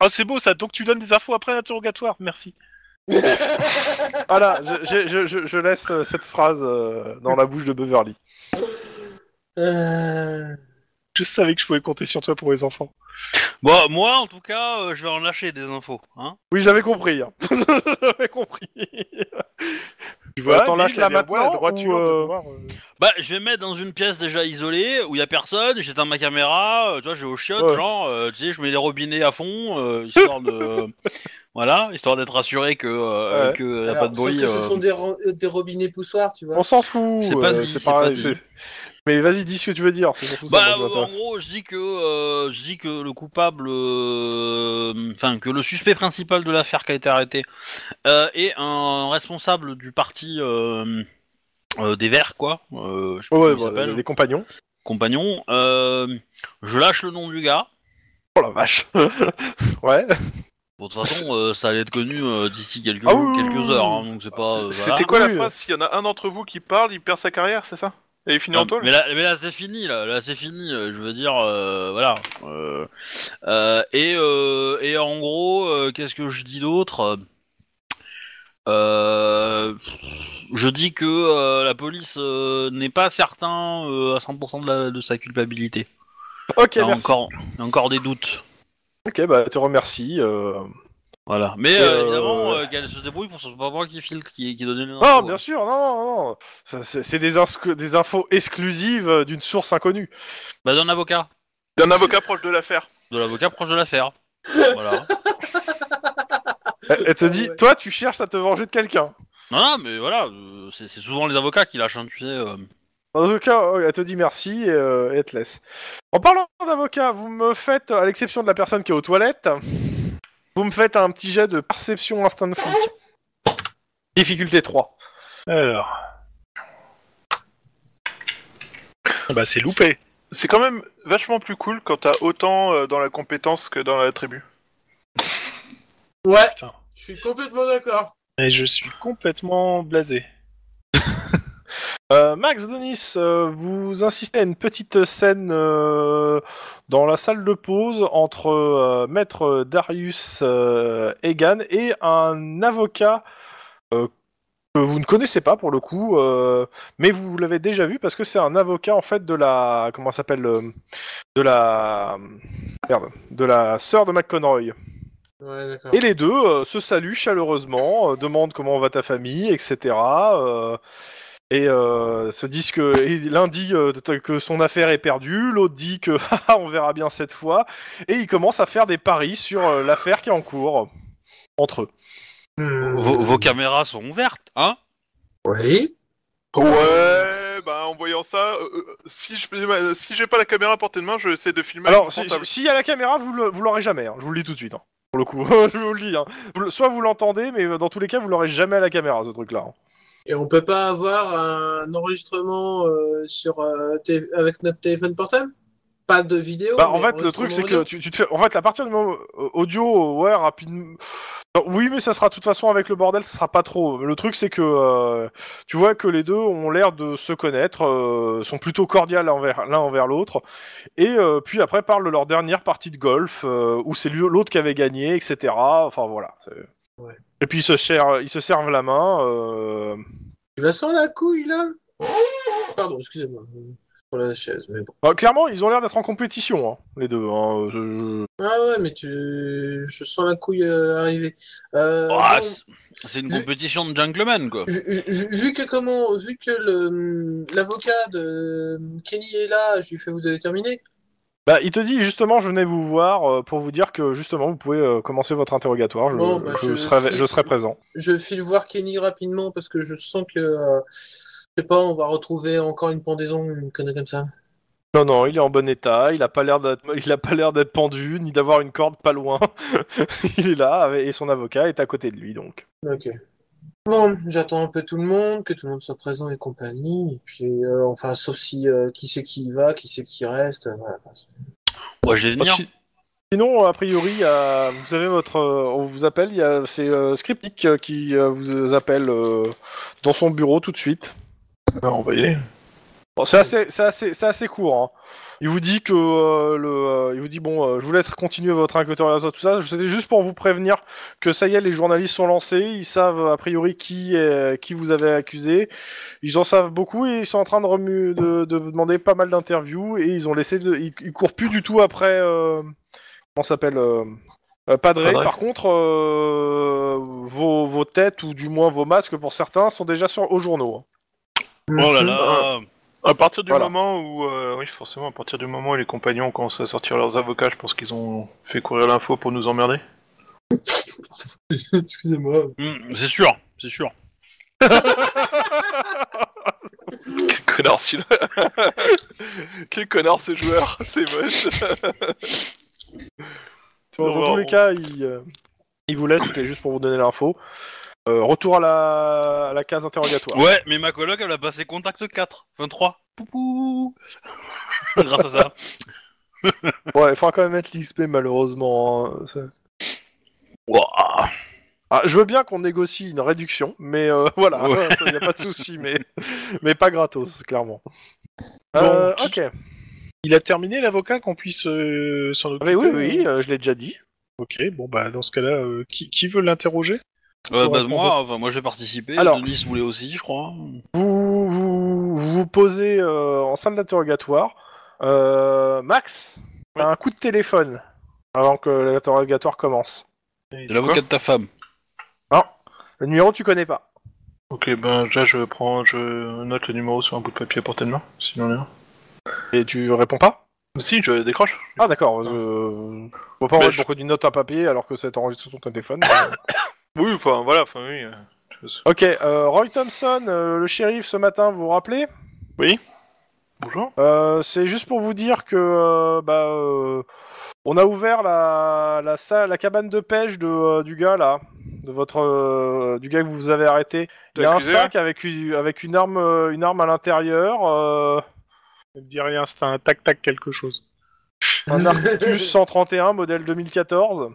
[SPEAKER 3] Ah, c'est beau ça, donc tu donnes des infos après l'interrogatoire, merci.
[SPEAKER 2] Voilà, je, Ah je- je- je- je laisse euh, cette phrase euh, dans la bouche de Beverly.
[SPEAKER 5] Euh,
[SPEAKER 3] Je savais que je pouvais compter sur toi pour les enfants.
[SPEAKER 1] Bon, moi en tout cas, euh, je vais en lâcher des infos. Hein.
[SPEAKER 2] Oui, j'avais compris. hein. j'avais compris.
[SPEAKER 3] Tu
[SPEAKER 2] vois,
[SPEAKER 3] attends,
[SPEAKER 2] lui,
[SPEAKER 3] lâche-la
[SPEAKER 2] il avait
[SPEAKER 3] maintenant,
[SPEAKER 2] la euh,
[SPEAKER 3] la
[SPEAKER 2] droiture
[SPEAKER 3] droiture
[SPEAKER 2] de
[SPEAKER 4] euh,
[SPEAKER 1] Bah, je vais me mettre dans une pièce déjà isolée où y a personne, j'éteins ma caméra, euh, tu vois, j'ai au chiottes,
[SPEAKER 2] Ouais.
[SPEAKER 1] genre, euh, tu sais, je mets les robinets à fond, euh, histoire de. voilà, histoire d'être rassuré que, euh,
[SPEAKER 2] Ouais.
[SPEAKER 1] que y a
[SPEAKER 5] alors,
[SPEAKER 1] pas de
[SPEAKER 5] sauf
[SPEAKER 1] bruit.
[SPEAKER 5] que ce
[SPEAKER 1] euh.
[SPEAKER 5] sont des, ro- euh, des robinets poussoirs, tu vois.
[SPEAKER 2] On s'en fout.
[SPEAKER 1] C'est pas
[SPEAKER 2] euh,
[SPEAKER 1] dit, c'est
[SPEAKER 2] pareil,
[SPEAKER 1] pas
[SPEAKER 2] c'est-
[SPEAKER 1] dit.
[SPEAKER 2] Mais vas-y, dis ce que tu veux dire. C'est surtout
[SPEAKER 1] Bah,
[SPEAKER 2] ça. moi, qui
[SPEAKER 1] euh, en
[SPEAKER 2] m'intéresse.
[SPEAKER 1] gros, je dis que euh, je dis que le coupable, euh, enfin que le suspect principal de l'affaire qui a été arrêté euh, est un responsable du parti euh, euh, des Verts, quoi. Euh, je sais pas
[SPEAKER 2] Ouais,
[SPEAKER 1] comment il
[SPEAKER 2] bah,
[SPEAKER 1] s'appelle,
[SPEAKER 2] les compagnons.
[SPEAKER 1] compagnon. Euh, je lâche le nom du gars.
[SPEAKER 2] Oh la vache. ouais.
[SPEAKER 1] Bon, de toute façon, euh, ça allait être connu euh, d'ici quelques,
[SPEAKER 2] Ah oui, oui,
[SPEAKER 1] quelques
[SPEAKER 2] oui.
[SPEAKER 1] heures, hein, donc c'est pas. euh, voilà.
[SPEAKER 4] C'était quoi la
[SPEAKER 2] Oui.
[SPEAKER 4] phrase S'il y en a un d'entre vous qui parle, il perd sa carrière, c'est ça Et il finit en
[SPEAKER 1] Non,
[SPEAKER 4] tôle
[SPEAKER 1] mais là, mais là, c'est fini, là, là c'est fini. euh, Je veux dire, euh, voilà. euh, euh, et, euh, et en gros, euh, qu'est-ce que je dis d'autre Euh, Je dis que euh, la police euh, n'est pas certain euh, à 100% de, la- de sa culpabilité.
[SPEAKER 2] Ok,
[SPEAKER 1] Il y a
[SPEAKER 2] merci.
[SPEAKER 1] encore, il y a encore des doutes.
[SPEAKER 2] Ok, bah te remercie. euh.
[SPEAKER 1] Voilà. Mais
[SPEAKER 2] Et,
[SPEAKER 1] euh,
[SPEAKER 2] euh,
[SPEAKER 1] évidemment,
[SPEAKER 2] ouais.
[SPEAKER 1] euh, qu'elle se débrouille pour que ce soit pas moi qui filtre, qui, qui donne les
[SPEAKER 2] Non,
[SPEAKER 1] infos,
[SPEAKER 2] bien
[SPEAKER 1] hein.
[SPEAKER 2] sûr, non, non, non. Ça, C'est c'est des, ins- des infos exclusives euh, d'une source inconnue.
[SPEAKER 1] Bah, d'un avocat.
[SPEAKER 4] D'un avocat proche de l'affaire.
[SPEAKER 1] De l'avocat proche de l'affaire. voilà.
[SPEAKER 2] Elle, elle te dit,
[SPEAKER 5] Ouais.
[SPEAKER 2] toi, tu cherches à te venger de quelqu'un.
[SPEAKER 1] Non, non, mais voilà, euh, c'est c'est souvent les avocats qui lâchent, hein, tu sais. euh.
[SPEAKER 2] Dans tout cas, euh, elle te dit merci et euh, elle te laisse. En parlant d'avocat, vous me faites, à l'exception de la personne qui est aux toilettes, vous me faites un petit jet de perception instinct de flic. Difficulté 3.
[SPEAKER 3] Alors. Ah Bah, c'est loupé.
[SPEAKER 4] C'est quand même vachement plus cool quand t'as autant euh, dans la compétence que dans la tribu.
[SPEAKER 5] Ouais,
[SPEAKER 3] Putain.
[SPEAKER 5] je suis complètement d'accord.
[SPEAKER 3] Et je suis complètement blasé.
[SPEAKER 2] Euh, Max, Denis, euh, vous insistez à une petite scène euh, dans la salle de pause entre euh, maître Darius euh, Egan et un avocat euh, que vous ne connaissez pas pour le coup, euh, mais vous l'avez déjà vu parce que c'est un avocat en fait de la comment ça s'appelle euh, de la merde de la sœur de McConroy.
[SPEAKER 5] Ouais, d'accord.
[SPEAKER 2] Et les deux euh, se saluent chaleureusement, euh, demandent comment va ta famille, etc. euh, et euh, se disent que et l'un dit euh, t- que son affaire est perdue, l'autre dit que haha, on verra bien cette fois, et ils commencent à faire des paris sur euh, l'affaire qui est en cours euh, entre eux.
[SPEAKER 1] Vos, vos caméras sont ouvertes, hein
[SPEAKER 5] Hmm. Oui.
[SPEAKER 4] Ouais, bah en voyant ça, euh, euh, si je fais ma- si j'ai pas la caméra à portée de main, je essaie de filmer.
[SPEAKER 2] Alors,
[SPEAKER 4] avec mon
[SPEAKER 2] si-
[SPEAKER 4] portable.
[SPEAKER 2] s'il y a la caméra, vous le- vous l'aurez jamais, hein, je vous le dis tout de suite. hein, Pour le coup, je vous le dis. hein. Vous le- Soit vous l'entendez, mais euh, dans tous les cas, vous l'aurez jamais à la caméra, ce truc-là. hein.
[SPEAKER 5] Et on peut pas avoir un enregistrement euh, sur euh, té- avec notre téléphone portable Pas de vidéo
[SPEAKER 2] Bah, en
[SPEAKER 5] mais
[SPEAKER 2] fait, le truc, c'est que
[SPEAKER 5] enregistrement
[SPEAKER 2] tu, tu te fais. En fait, à partir du moment. euh, Audio, euh, ouais, rapidement. Non, oui, mais ça sera de toute façon avec le bordel, ça sera pas trop. Le truc, c'est que euh, tu vois que les deux ont l'air de se connaître, euh, sont plutôt cordiales envers- l'un envers l'autre, et euh, puis après parlent de leur dernière partie de golf euh, où c'est lui- l'autre qui avait gagné, etc. Enfin voilà. c'est-
[SPEAKER 5] Ouais.
[SPEAKER 2] Et puis ils se, cher- ils se servent la main. euh,
[SPEAKER 5] Tu la sens la couille là Pardon, excusez-moi. Pour la chaise, mais bon.
[SPEAKER 2] bah, clairement, ils ont l'air d'être en compétition, hein, les deux. hein, je-
[SPEAKER 5] Ah ouais, mais tu... je sens la couille euh, arriver. Euh,
[SPEAKER 1] Ah,
[SPEAKER 5] bon,
[SPEAKER 1] c'est- C'est une compétition de gentlemen, quoi.
[SPEAKER 5] vu, vu- vu que comment, vu que le hum, l'avocat de hum, Kenny est là, je lui fais vous avez terminé.
[SPEAKER 2] Bah, il te dit justement, je venais vous voir euh, pour vous dire que justement, vous pouvez euh, commencer votre interrogatoire. Je,
[SPEAKER 5] Bon, bah,
[SPEAKER 2] je
[SPEAKER 5] je
[SPEAKER 2] serai,
[SPEAKER 5] suis-
[SPEAKER 2] je serai présent.
[SPEAKER 5] Je file voir Kenny rapidement parce que je sens que, euh, je sais pas, on va retrouver encore une pendaison, une connerie comme ça.
[SPEAKER 2] Non, non, il est en bon état. Il a pas l'air d'être, il a pas l'air d'être pendu ni d'avoir une corde pas loin. il est là avec- et son avocat est à côté de lui, donc.
[SPEAKER 5] Ok. Bon, j'attends un peu tout le monde, que tout le monde soit présent et compagnie. Et puis, euh, enfin, sauf si euh, qui c'est qui y va, qui c'est qui reste. euh, voilà.
[SPEAKER 1] Ouais, hein. je vais venir.
[SPEAKER 2] Si- Sinon, a priori, il y a- vous avez votre, euh, on vous appelle. il y a- C'est euh, Skripnik euh, qui euh, vous appelle euh, dans son bureau tout de suite.
[SPEAKER 4] Non, Bah, on va y aller.
[SPEAKER 2] Bon, c'est assez, c'est assez, c'est assez court. hein. Il vous dit que euh, le, euh, il vous dit bon, euh, je vous laisse continuer votre interrogatoire, tout ça. C'était juste pour vous prévenir que ça y est, les journalistes sont lancés. Ils savent euh, a priori qui, est- qui vous avez accusé. Ils en savent beaucoup et ils sont en train de remuer, de, de vous demander pas mal d'interviews et ils ont laissé, de, ils, ils courent plus du tout après. euh, comment ça s'appelle euh, euh, Padré.
[SPEAKER 4] Padré.
[SPEAKER 2] Par contre, euh, vos, vos têtes ou du moins vos masques pour certains sont déjà sur aux journaux. hein.
[SPEAKER 1] Oh là là.
[SPEAKER 4] À partir du
[SPEAKER 2] Voilà.
[SPEAKER 4] moment où, euh, oui, forcément, à partir du moment où les compagnons ont commencé à sortir leurs avocats, je pense qu'ils ont fait courir l'info pour nous emmerder.
[SPEAKER 5] Excusez-moi.
[SPEAKER 1] Hmm, c'est sûr, c'est sûr.
[SPEAKER 4] Quel connard celui-là Quel connard ce joueur C'est moche
[SPEAKER 2] Dans, dans
[SPEAKER 4] Bon,
[SPEAKER 2] tous les
[SPEAKER 4] on-
[SPEAKER 2] cas, il, euh, il vous laisse, c'était juste pour vous donner l'info. Euh, retour à la, à la case interrogatoire.
[SPEAKER 1] Ouais, mais ma coloc, elle a passé contact 4, 23. Poupou Grâce à ça.
[SPEAKER 2] Ouais, il faudra quand même mettre l'XP malheureusement. hein, ça-
[SPEAKER 1] Ouah.
[SPEAKER 2] Ah, je veux bien qu'on négocie une réduction, mais euh, voilà,
[SPEAKER 1] Ouais.
[SPEAKER 2] il n'y a pas de souci, mais, mais pas gratos, clairement.
[SPEAKER 3] Bon,
[SPEAKER 2] Euh,
[SPEAKER 3] qui-
[SPEAKER 2] ok.
[SPEAKER 3] Il a terminé l'avocat qu'on puisse euh, s'en occuper
[SPEAKER 2] Oui, oui, oui, euh, je l'ai déjà dit.
[SPEAKER 3] Ok, bon bah dans ce cas-là, euh, qui, qui veut l'interroger
[SPEAKER 1] Euh,
[SPEAKER 3] Pour
[SPEAKER 1] bah,
[SPEAKER 3] répondre.
[SPEAKER 1] moi, enfin, moi, je vais participer.
[SPEAKER 2] Alors.
[SPEAKER 1] Denis voulait aussi, je crois. hein.
[SPEAKER 2] Vous vous, vous vous posez euh, en salle d'interrogatoire. Euh, Max, t'as un coup de téléphone avant que l'interrogatoire commence.
[SPEAKER 1] C'est l'avocat de ta femme.
[SPEAKER 2] Le numéro, tu connais pas.
[SPEAKER 4] Ok, ben déjà je prends, je note le numéro sur un bout de papier à portée de main, s'il en est un.
[SPEAKER 2] Et tu réponds pas
[SPEAKER 4] Si, je décroche.
[SPEAKER 2] Ah d'accord, euh, faut pas
[SPEAKER 4] Mais
[SPEAKER 2] envoyer
[SPEAKER 4] je-
[SPEAKER 2] beaucoup d'une note à papier alors que c'est enregistré sur ton téléphone.
[SPEAKER 4] Oui, enfin voilà, enfin oui. euh, je-
[SPEAKER 2] ok, euh, Roy Thompson, euh, le shérif ce matin, vous vous rappelez
[SPEAKER 4] Bonjour.
[SPEAKER 2] Euh, C'est juste pour vous dire que euh, bah, euh, on a ouvert la, la, salle, la cabane de pêche de, euh, du gars là, de votre, euh, du gars que vous avez arrêté. Il y a un
[SPEAKER 4] L'accusé,
[SPEAKER 2] sac avec une, avec une arme, euh, une arme à l'intérieur, euh,
[SPEAKER 3] Elle me dit rien, c'est un tac-tac quelque chose.
[SPEAKER 2] un Arctus 131 modèle 2014.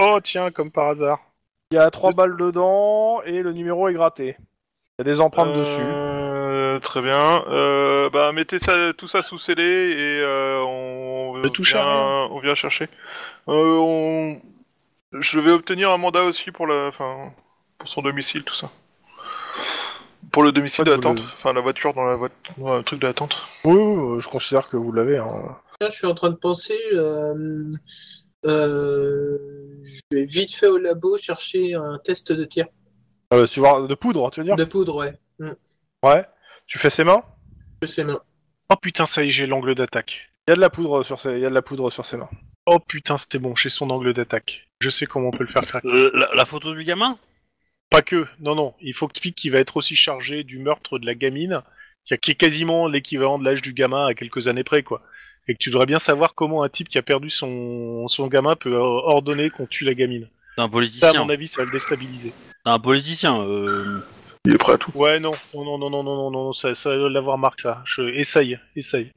[SPEAKER 3] Oh tiens, comme par hasard.
[SPEAKER 2] Il y a trois balles dedans et le numéro est gratté. Il y a des empreintes dessus.
[SPEAKER 4] Euh, Très bien. Euh, bah mettez ça, tout ça sous scellé et euh, on,
[SPEAKER 3] Ne touche à
[SPEAKER 4] vient, on vient chercher. Euh, on... Je vais obtenir un mandat aussi pour la, enfin, pour son domicile, tout ça. Pour le domicile
[SPEAKER 2] Ouais,
[SPEAKER 4] de la
[SPEAKER 2] vous le-
[SPEAKER 4] tente, enfin la voiture dans la voiture, le truc de la tente.
[SPEAKER 2] Oui, oui, Euh, je considère que vous l'avez. hein.
[SPEAKER 5] Là, je suis en train de penser. euh, euh, je vais vite fait au labo chercher un test de tir.
[SPEAKER 2] Euh, tu vois, de poudre, tu veux dire
[SPEAKER 5] De poudre, ouais.
[SPEAKER 2] Ouais. Tu fais ses mains
[SPEAKER 5] Je sais mains.
[SPEAKER 3] Oh putain, ça y est, j'ai l'angle d'attaque.
[SPEAKER 2] Il y a de la poudre sur ses, il y a de la poudre sur ses mains.
[SPEAKER 3] Oh putain, c'était bon, j'ai son angle d'attaque. Je sais comment on peut le faire craquer.
[SPEAKER 1] Euh, La, la photo du gamin
[SPEAKER 3] Pas que, non, non. Il faut expliquer qu'il va être aussi chargé du meurtre de la gamine, qui a- qui est quasiment l'équivalent de l'âge du gamin à quelques années près, quoi. Et que tu devrais bien savoir comment un type qui a perdu son, son gamin peut euh, ordonner qu'on tue la gamine.
[SPEAKER 1] C'est un
[SPEAKER 3] Ça, à
[SPEAKER 1] politicien.
[SPEAKER 3] mon avis, ça va le déstabiliser.
[SPEAKER 1] C'est un politicien. euh,
[SPEAKER 4] Il est prêt à tout.
[SPEAKER 3] Ouais, non, Oh, non, non, non, non, non, non, non, ça, ça va l'avoir marqué, ça. Je... Essaye, essaye.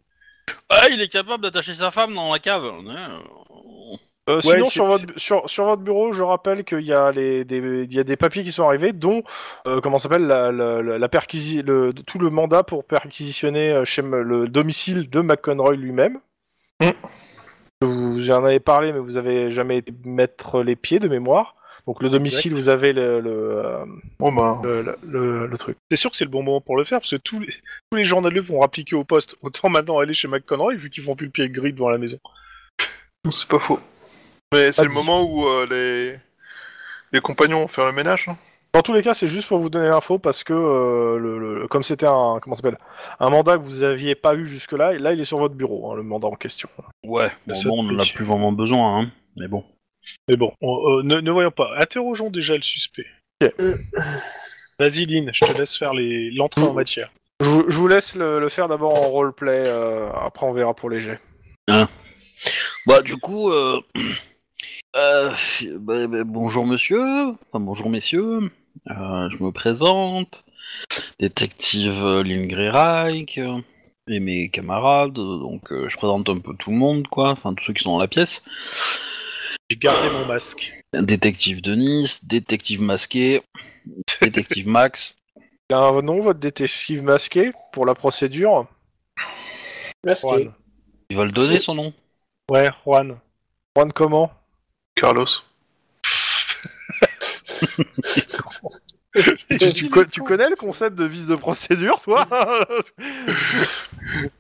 [SPEAKER 1] Ah, il est capable d'attacher sa femme dans la cave. Ouais.
[SPEAKER 2] Euh,
[SPEAKER 3] Ouais,
[SPEAKER 2] sinon,
[SPEAKER 3] c'est-
[SPEAKER 2] sur votre, sur, sur votre bureau, je rappelle qu'il y, a les- des- il y a des papiers qui sont arrivés, dont, euh, comment ça s'appelle, la, la, la- la perquisi- le, tout le mandat pour perquisitionner euh, chez me- le domicile de McConroy lui-même.
[SPEAKER 4] Mm.
[SPEAKER 2] Vous en avez parlé, mais vous avez jamais été mettre les pieds de mémoire. Donc le domicile, vous avez le, le, euh,
[SPEAKER 4] Bon bah.
[SPEAKER 2] le, le- le- le truc.
[SPEAKER 3] C'est sûr que c'est le bon moment pour le faire, parce que tous les, tous les journaliers vont rappliquer au poste. Autant maintenant aller chez McConroy, vu qu'ils font plus le pied gris devant la maison.
[SPEAKER 4] C'est pas faux. Mais c'est
[SPEAKER 2] Pas
[SPEAKER 4] le
[SPEAKER 2] dit.
[SPEAKER 4] moment où euh, les... les compagnons vont faire le ménage. hein. non
[SPEAKER 2] Dans tous les cas, c'est juste pour vous donner l'info parce que euh, le, le- comme c'était un comment ça s'appelle un mandat que vous aviez pas eu jusque-là, et là il est sur votre bureau, hein, le mandat en question.
[SPEAKER 1] Ouais, bon,
[SPEAKER 3] Ça
[SPEAKER 1] bon, on n'en a
[SPEAKER 3] pique.
[SPEAKER 1] plus vraiment besoin, hein. Mais bon.
[SPEAKER 3] Mais bon, on- euh, ne, ne voyons pas. Interrogeons déjà le suspect.
[SPEAKER 2] Ok.
[SPEAKER 5] Euh.
[SPEAKER 3] Vas-y, Lynn, je te laisse faire les- l'entrée en matière.
[SPEAKER 2] Je, vous- je vous laisse le, le faire d'abord en roleplay, euh, après on verra pour les jets.
[SPEAKER 1] Bah, du coup, euh... euh, bah, bah, bonjour monsieur, enfin, bonjour messieurs, Euh, je me présente, détective euh, Lynn Greyreich euh, et mes camarades, euh, donc euh, je présente un peu tout le monde, quoi, enfin tous ceux qui sont dans la pièce.
[SPEAKER 3] J'ai gardé mon masque.
[SPEAKER 1] Détective Denis, détective masqué, détective Max,
[SPEAKER 2] Il y a un nom, votre détective masqué, pour la procédure.
[SPEAKER 5] Masqué.
[SPEAKER 3] Juan.
[SPEAKER 1] il va le donner son nom
[SPEAKER 3] Ouais, Juan.
[SPEAKER 2] Juan comment
[SPEAKER 4] Carlos.
[SPEAKER 2] tu, tu co- tu connais le concept de vice de procédure, toi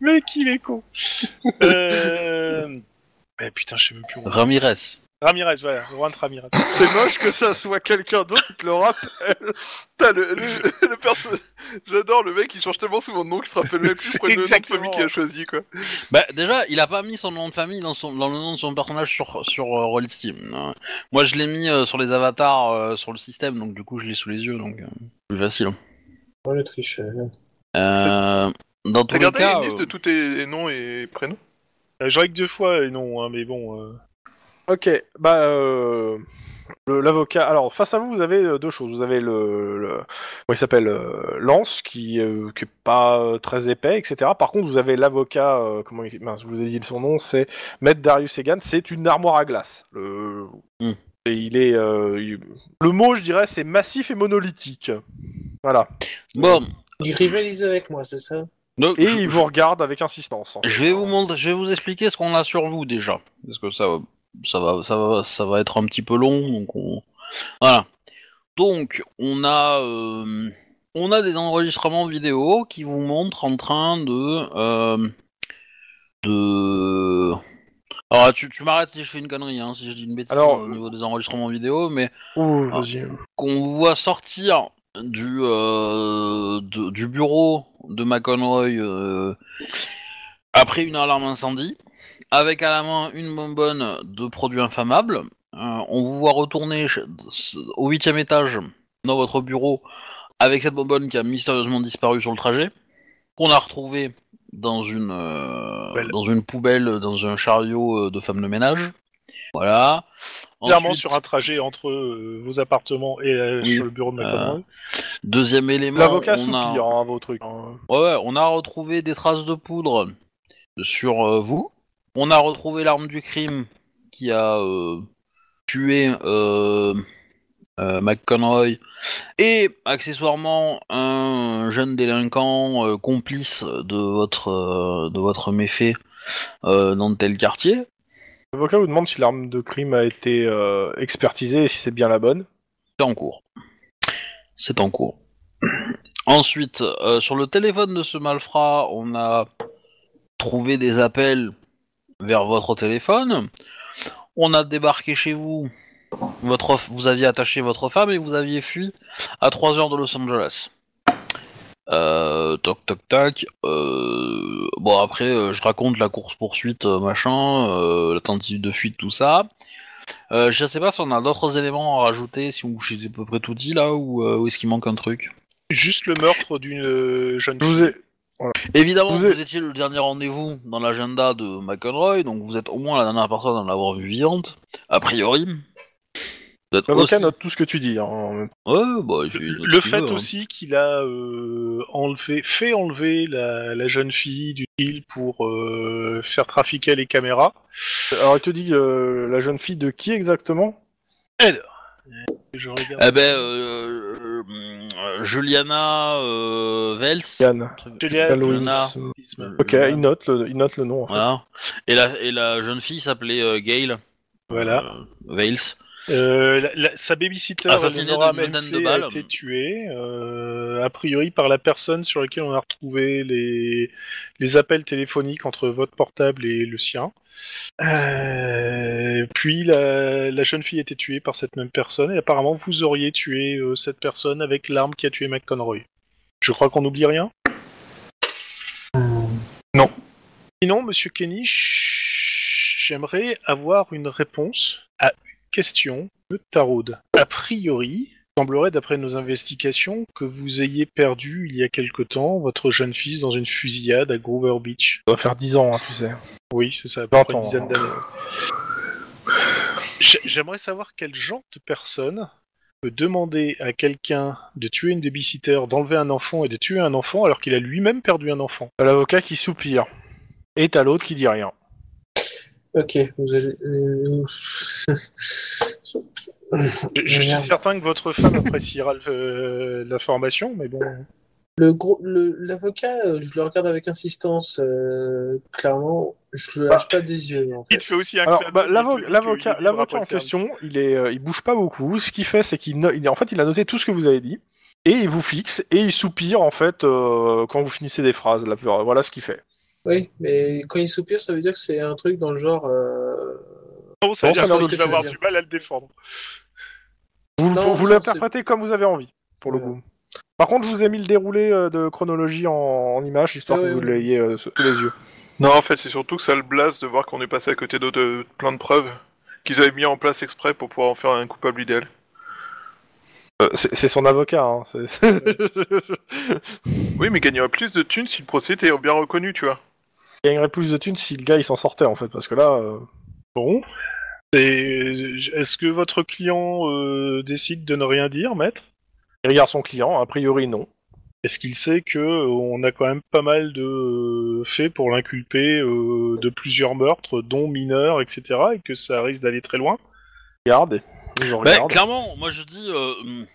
[SPEAKER 3] Mec, il est con. euh... eh, putain, je sais même plus où. on-
[SPEAKER 1] Ramirez.
[SPEAKER 3] Ramirez, voilà, Juan Ramirez.
[SPEAKER 2] C'est moche que ça soit quelqu'un d'autre qui te le rappelle.
[SPEAKER 4] Putain, le, le, le perso... J'adore le mec, il change tellement souvent de nom qu'il se rappelle même plus
[SPEAKER 3] C'est
[SPEAKER 4] près de le nom de
[SPEAKER 3] exactement.
[SPEAKER 4] famille qu'il a choisi quoi.
[SPEAKER 1] Bah déjà, il a pas mis son nom de famille dans, son, dans le nom de son personnage sur, sur euh, Rollsteam. Euh, moi, je l'ai mis euh, sur les avatars, euh, sur le système, donc du coup, je l'ai sous les yeux, donc euh, plus facile.
[SPEAKER 5] Oh, le tricheur.
[SPEAKER 1] Euh, dans tous
[SPEAKER 4] T'as
[SPEAKER 1] les
[SPEAKER 4] gardé
[SPEAKER 1] cas,
[SPEAKER 4] une liste
[SPEAKER 1] euh,
[SPEAKER 4] de tous tes noms et prénoms
[SPEAKER 3] Euh, J'aurais que deux fois, et non, hein, mais bon. euh,
[SPEAKER 2] Ok, bah euh, le- l'avocat. Alors face à vous, vous avez euh, deux choses. Vous avez le, le- comment il s'appelle euh, Lance, qui, euh, qui est pas euh, très épais, etc. Par contre, vous avez l'avocat. euh, comment il, mince, je vous ai dit son nom, c'est Maître Darius Egan. C'est une armoire à glace. Le-
[SPEAKER 1] Hmm.
[SPEAKER 2] et il est euh, il- le mot, je dirais, c'est massif et monolithique. Voilà.
[SPEAKER 1] bon,
[SPEAKER 5] Il rivalise avec moi, c'est ça
[SPEAKER 1] donc,
[SPEAKER 2] Et
[SPEAKER 1] je,
[SPEAKER 2] il vous regarde avec insistance. hein. en fait.
[SPEAKER 1] je vais vous montrer, je vais vous expliquer ce qu'on a sur vous déjà, parce que ça, va- ça va, ça va, ça va être un petit peu long, donc on, voilà. Donc, on a, euh, on a des enregistrements vidéo qui vous montrent en train de, euh, de. Alors, tu, tu m'arrêtes si je fais une connerie, hein, si je dis une bêtise
[SPEAKER 2] Alors,
[SPEAKER 1] au niveau des enregistrements vidéo, mais
[SPEAKER 3] Oh,
[SPEAKER 2] Ouh,
[SPEAKER 1] Ah.
[SPEAKER 2] vas-y.
[SPEAKER 1] qu'on vous voit sortir du, euh, de- du bureau de McConroy euh, après une alarme incendie, avec à la main une bonbonne de produits infammables. Euh, on vous voit retourner ch- au huitième étage dans votre bureau avec cette bonbonne qui a mystérieusement disparu sur le trajet, qu'on a retrouvée dans une, euh,
[SPEAKER 3] Poubelle.
[SPEAKER 1] dans une poubelle, dans un chariot euh, de femmes de ménage. Voilà.
[SPEAKER 3] Clairement
[SPEAKER 1] Ensuite,
[SPEAKER 3] sur un trajet entre euh, vos appartements et euh,
[SPEAKER 1] Oui,
[SPEAKER 3] sur le bureau de McConroy.
[SPEAKER 1] Deuxième élément,
[SPEAKER 2] L'avocat
[SPEAKER 1] on a...
[SPEAKER 2] soupire hein, vos trucs. hein.
[SPEAKER 1] Ouais, ouais, on a retrouvé des traces de poudre sur euh, vous. On a retrouvé l'arme du crime qui a euh, tué euh, euh, McConroy. Et accessoirement, un jeune délinquant euh, complice de votre, euh, de votre méfait euh, dans tel quartier.
[SPEAKER 2] L'avocat vous demande si l'arme de crime a été euh, expertisée et si c'est bien la bonne.
[SPEAKER 1] C'est en cours. C'est en cours. Ensuite, euh, sur le téléphone de ce malfrat, on a trouvé des appels vers votre téléphone. On a débarqué chez vous. Votre, vous aviez attaché votre femme et vous aviez fui à 3 heures de Los Angeles. Euh, toc toc tac. Euh, bon après, euh, je raconte la course poursuite, machin, euh, la tentative de fuite, tout ça. Euh, je sais pas si on a d'autres éléments à rajouter, si on- j'ai à peu près tout dit là, ou, euh, ou est-ce qu'il manque un truc
[SPEAKER 3] Juste le meurtre d'une euh, jeune
[SPEAKER 2] Je vous ai...
[SPEAKER 1] Évidemment,
[SPEAKER 2] Vous
[SPEAKER 1] vous,
[SPEAKER 2] êtes-
[SPEAKER 1] étiez le dernier rendez-vous dans l'agenda de McElroy, donc vous êtes au moins la dernière personne à l'avoir vue vivante, a priori. Vous êtes
[SPEAKER 2] L'avocat
[SPEAKER 1] aussi-
[SPEAKER 2] note tout ce que tu dis. hein, en même temps.
[SPEAKER 1] Ouais, bah, il fait ce
[SPEAKER 3] Le
[SPEAKER 1] qu'il
[SPEAKER 3] fait
[SPEAKER 1] veut, hein.
[SPEAKER 3] aussi qu'il a euh, enlevé, fait enlever la, la jeune fille du île pour euh, faire trafiquer les caméras.
[SPEAKER 2] Alors, il te dit euh, la jeune fille de qui exactement
[SPEAKER 3] Je regarde.
[SPEAKER 1] Eh ben, euh, euh, Juliana euh, Vels.
[SPEAKER 2] Yann.
[SPEAKER 3] Juliana
[SPEAKER 1] Juliana.
[SPEAKER 3] Prism.
[SPEAKER 2] Ok,
[SPEAKER 1] Juliana.
[SPEAKER 2] il note le, il note le nom. en fait.
[SPEAKER 1] Voilà. Et la, et la jeune fille s'appelait euh, Gail
[SPEAKER 3] Voilà.
[SPEAKER 1] Vales.
[SPEAKER 3] Euh, la- la- sa babysitter
[SPEAKER 1] Assassinée
[SPEAKER 3] Eleonora
[SPEAKER 1] d'une vingtaine de
[SPEAKER 3] Mensley
[SPEAKER 1] balles.
[SPEAKER 3] a été tuée, euh, a priori par la personne sur laquelle on a retrouvé les, les appels téléphoniques entre votre portable et le sien. Euh, puis la, la jeune fille a été tuée par cette même personne et apparemment vous auriez tué euh, cette personne avec l'arme qui a tué McConroy. Je crois qu'on n'oublie rien. Sinon, Monsieur Kenny, j'aimerais avoir une réponse à une question de Taraude. A priori, il semblerait, d'après nos investigations, que vous ayez perdu il y a quelque temps votre jeune fils dans une fusillade à Grover Beach.
[SPEAKER 2] Ça doit faire 10 ans, hein, tu sais.
[SPEAKER 3] Oui, c'est ça, à peu près
[SPEAKER 2] J'entends.
[SPEAKER 3] une dizaine d'années. J'ai- J'aimerais savoir quel genre de personne peut demander à quelqu'un de tuer une babysitter, d'enlever un enfant et de tuer un enfant alors qu'il a lui-même perdu un enfant.
[SPEAKER 2] T'as L'avocat qui soupire. Et t'as l'autre qui dit rien.
[SPEAKER 5] Ok, vous allez. euh,
[SPEAKER 3] Je, je suis
[SPEAKER 5] Merde.
[SPEAKER 3] certain que votre femme appréciera le- la formation, mais bon.
[SPEAKER 5] Le gros, le- l'avocat, euh, je le regarde avec insistance. euh, clairement, je le lâche pas des yeux. En fait.
[SPEAKER 4] Il te fait aussi un
[SPEAKER 2] Alors,
[SPEAKER 4] clin
[SPEAKER 2] bah,
[SPEAKER 4] d'œil,
[SPEAKER 2] l'avo-
[SPEAKER 4] il te dit
[SPEAKER 2] l'avocat,
[SPEAKER 4] qu'il est libre
[SPEAKER 2] l'avocat
[SPEAKER 4] après
[SPEAKER 2] en
[SPEAKER 4] le service.
[SPEAKER 2] question, il est, euh, il bouge pas beaucoup. Ce qu'il fait, c'est qu'il, no- il- en fait, il a noté tout ce que vous avez dit et il vous fixe et il soupire en fait euh, quand vous finissez des phrases. La plupart- Voilà ce qu'il fait.
[SPEAKER 5] Oui, mais quand il soupire, ça veut dire que c'est un truc dans le genre. euh,
[SPEAKER 4] Non, Oh, ça veut
[SPEAKER 2] Non,
[SPEAKER 4] dire
[SPEAKER 2] ça a l'air
[SPEAKER 4] que
[SPEAKER 2] de
[SPEAKER 4] tu vas avoir
[SPEAKER 5] dire.
[SPEAKER 4] du mal à le défendre.
[SPEAKER 2] Vous,
[SPEAKER 5] Non,
[SPEAKER 2] vous
[SPEAKER 5] non,
[SPEAKER 2] l'interprétez comme vous avez envie pour le
[SPEAKER 5] Voilà.
[SPEAKER 2] coup. Par contre, je vous ai mis le déroulé euh, de chronologie en, en image histoire
[SPEAKER 5] Ah
[SPEAKER 2] que
[SPEAKER 5] ouais,
[SPEAKER 2] vous
[SPEAKER 5] ouais.
[SPEAKER 2] l'ayez euh, sous les yeux.
[SPEAKER 4] Non, en fait, c'est surtout que ça le blase de voir qu'on est passé à côté d'autres de plein de preuves qu'ils avaient mis en place exprès pour pouvoir en faire un coupable idéal.
[SPEAKER 2] Euh, c'est c'est son avocat. Hein, c'est- c'est-
[SPEAKER 4] Oui, mais gagnerait plus de thunes si le procès était bien reconnu, tu vois.
[SPEAKER 2] il gagnerait plus de thunes si le gars il s'en sortait en fait parce que là. euh,
[SPEAKER 3] Bon. Et, euh, Est-ce que votre client euh, décide de ne rien dire, maître
[SPEAKER 2] Il regarde son client, a priori non.
[SPEAKER 3] Est-ce qu'il sait que euh, on a quand même pas mal de euh, faits pour l'inculper euh, de plusieurs meurtres, dont mineurs, etc., et que ça risque d'aller très loin
[SPEAKER 2] Il regarde, il
[SPEAKER 4] Bah,
[SPEAKER 2] vous
[SPEAKER 1] Ben,
[SPEAKER 2] regarde.
[SPEAKER 1] clairement, moi je dis, euh, hum,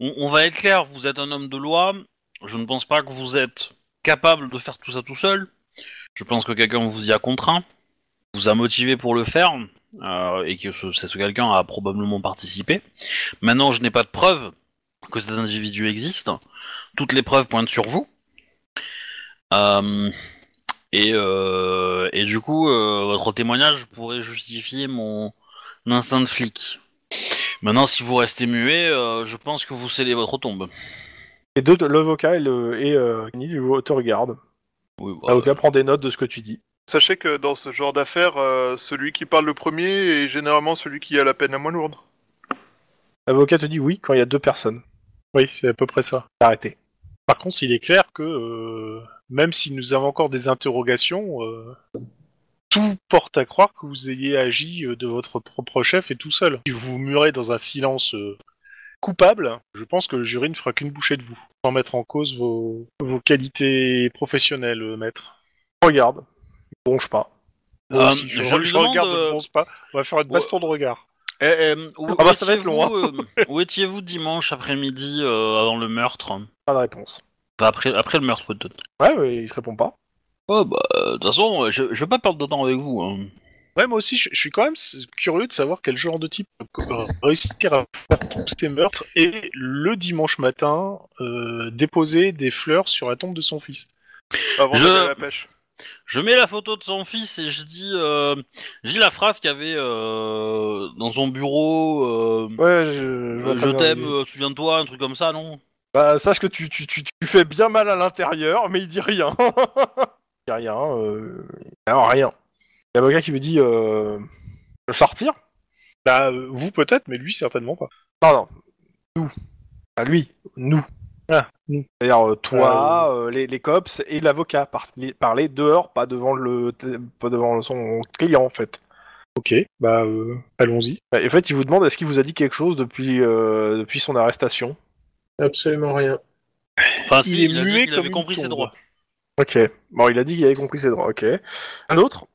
[SPEAKER 1] on, on va être clair, vous êtes un homme de loi, je ne pense pas que vous êtes capable de faire tout ça tout seul, je pense que quelqu'un vous y a contraint, vous a motivé pour le faire, euh, et que ce, c'est ce quelqu'un a probablement participé. Maintenant, je n'ai pas de preuves que cet individu existe, toutes les preuves pointent sur vous. Euh, et, euh, et du coup, euh, votre témoignage pourrait justifier mon instinct de flic. Maintenant, si vous restez muet, euh, je pense que vous scellez votre tombe.
[SPEAKER 2] Et deux, l'avocat et, le, et euh, Kenny lui- te regardent.
[SPEAKER 1] Oui, bah,
[SPEAKER 2] L'avocat prend des notes de ce que tu dis.
[SPEAKER 4] Sachez que dans ce genre d'affaires, euh, celui qui parle le premier est généralement celui qui a la peine la moins lourde.
[SPEAKER 2] L'avocat te dit oui quand il y a deux personnes.
[SPEAKER 3] Oui, c'est à peu près ça.
[SPEAKER 2] Arrêtez.
[SPEAKER 3] Par contre, il est clair que euh, même si nous avons encore des interrogations, euh, tout porte à croire que vous ayez agi euh, de votre propre chef et tout seul. Si vous vous murez dans un silence euh, coupable, je pense que le jury ne fera qu'une bouchée de vous, sans mettre en cause vos, vos qualités professionnelles, euh, maître.
[SPEAKER 2] Regarde. Bonge pas.
[SPEAKER 3] Bon,
[SPEAKER 1] Euh,
[SPEAKER 3] si je,
[SPEAKER 1] je
[SPEAKER 3] je
[SPEAKER 1] lui demande,
[SPEAKER 3] regarde,
[SPEAKER 1] euh,
[SPEAKER 3] ne pense pas. On va faire une
[SPEAKER 1] ouais.
[SPEAKER 3] baston de regard.
[SPEAKER 1] eh, eh, où
[SPEAKER 2] Ah bah, ça va être
[SPEAKER 1] étiez-vous, euh, où étiez-vous dimanche après-midi euh, avant le meurtre
[SPEAKER 2] Pas de réponse.
[SPEAKER 1] Pas après, après le meurtre, peut-être.
[SPEAKER 2] Ouais, mais il se répond pas.
[SPEAKER 1] Oh, bah, euh, de toute façon, euh, je, je vais pas perdre de temps avec vous. hein.
[SPEAKER 3] Ouais, moi aussi, je, je suis quand même s- curieux de savoir quel genre de type euh, réussir à faire tous ces meurtres et le dimanche matin euh, déposer des fleurs sur la tombe de son fils.
[SPEAKER 4] Avant
[SPEAKER 1] Je-
[SPEAKER 4] d'aller à la pêche.
[SPEAKER 1] Je mets la photo de son fils et je dis, euh, je dis la phrase qu'il y avait euh, dans son bureau. euh,
[SPEAKER 2] Ouais, je, vois
[SPEAKER 1] euh,
[SPEAKER 2] très
[SPEAKER 1] je
[SPEAKER 2] bien.
[SPEAKER 1] t'aime, euh, souviens-toi, un truc comme ça, non
[SPEAKER 2] Bah, sache que tu, tu, tu, tu fais bien mal à l'intérieur, mais il dit rien. il dit rien. Euh... Alors, rien. L'avocat qui me dit euh... sortir
[SPEAKER 3] Bah, euh, vous peut-être, mais lui certainement pas.
[SPEAKER 2] Non, non. Nous. Pas lui, nous.
[SPEAKER 3] Ah, nous.
[SPEAKER 2] C'est-à-dire euh, toi, euh, les, les cops et l'avocat. Par parler dehors, pas devant le, pas devant le- son client en fait.
[SPEAKER 3] Ok, bah euh, allons-y.
[SPEAKER 2] Et en fait, il vous demande est-ce qu'il vous a dit quelque chose depuis, euh, depuis son arrestation.
[SPEAKER 5] Absolument rien.
[SPEAKER 1] Enfin,
[SPEAKER 3] Il
[SPEAKER 1] si,
[SPEAKER 3] est
[SPEAKER 1] a dit
[SPEAKER 3] muet
[SPEAKER 1] qu'il
[SPEAKER 3] comme
[SPEAKER 1] avait
[SPEAKER 3] une
[SPEAKER 1] compris ses
[SPEAKER 3] tombe.
[SPEAKER 1] droits.
[SPEAKER 2] Ok. Bon, il a dit qu'il avait compris ses droits. Ok. Un autre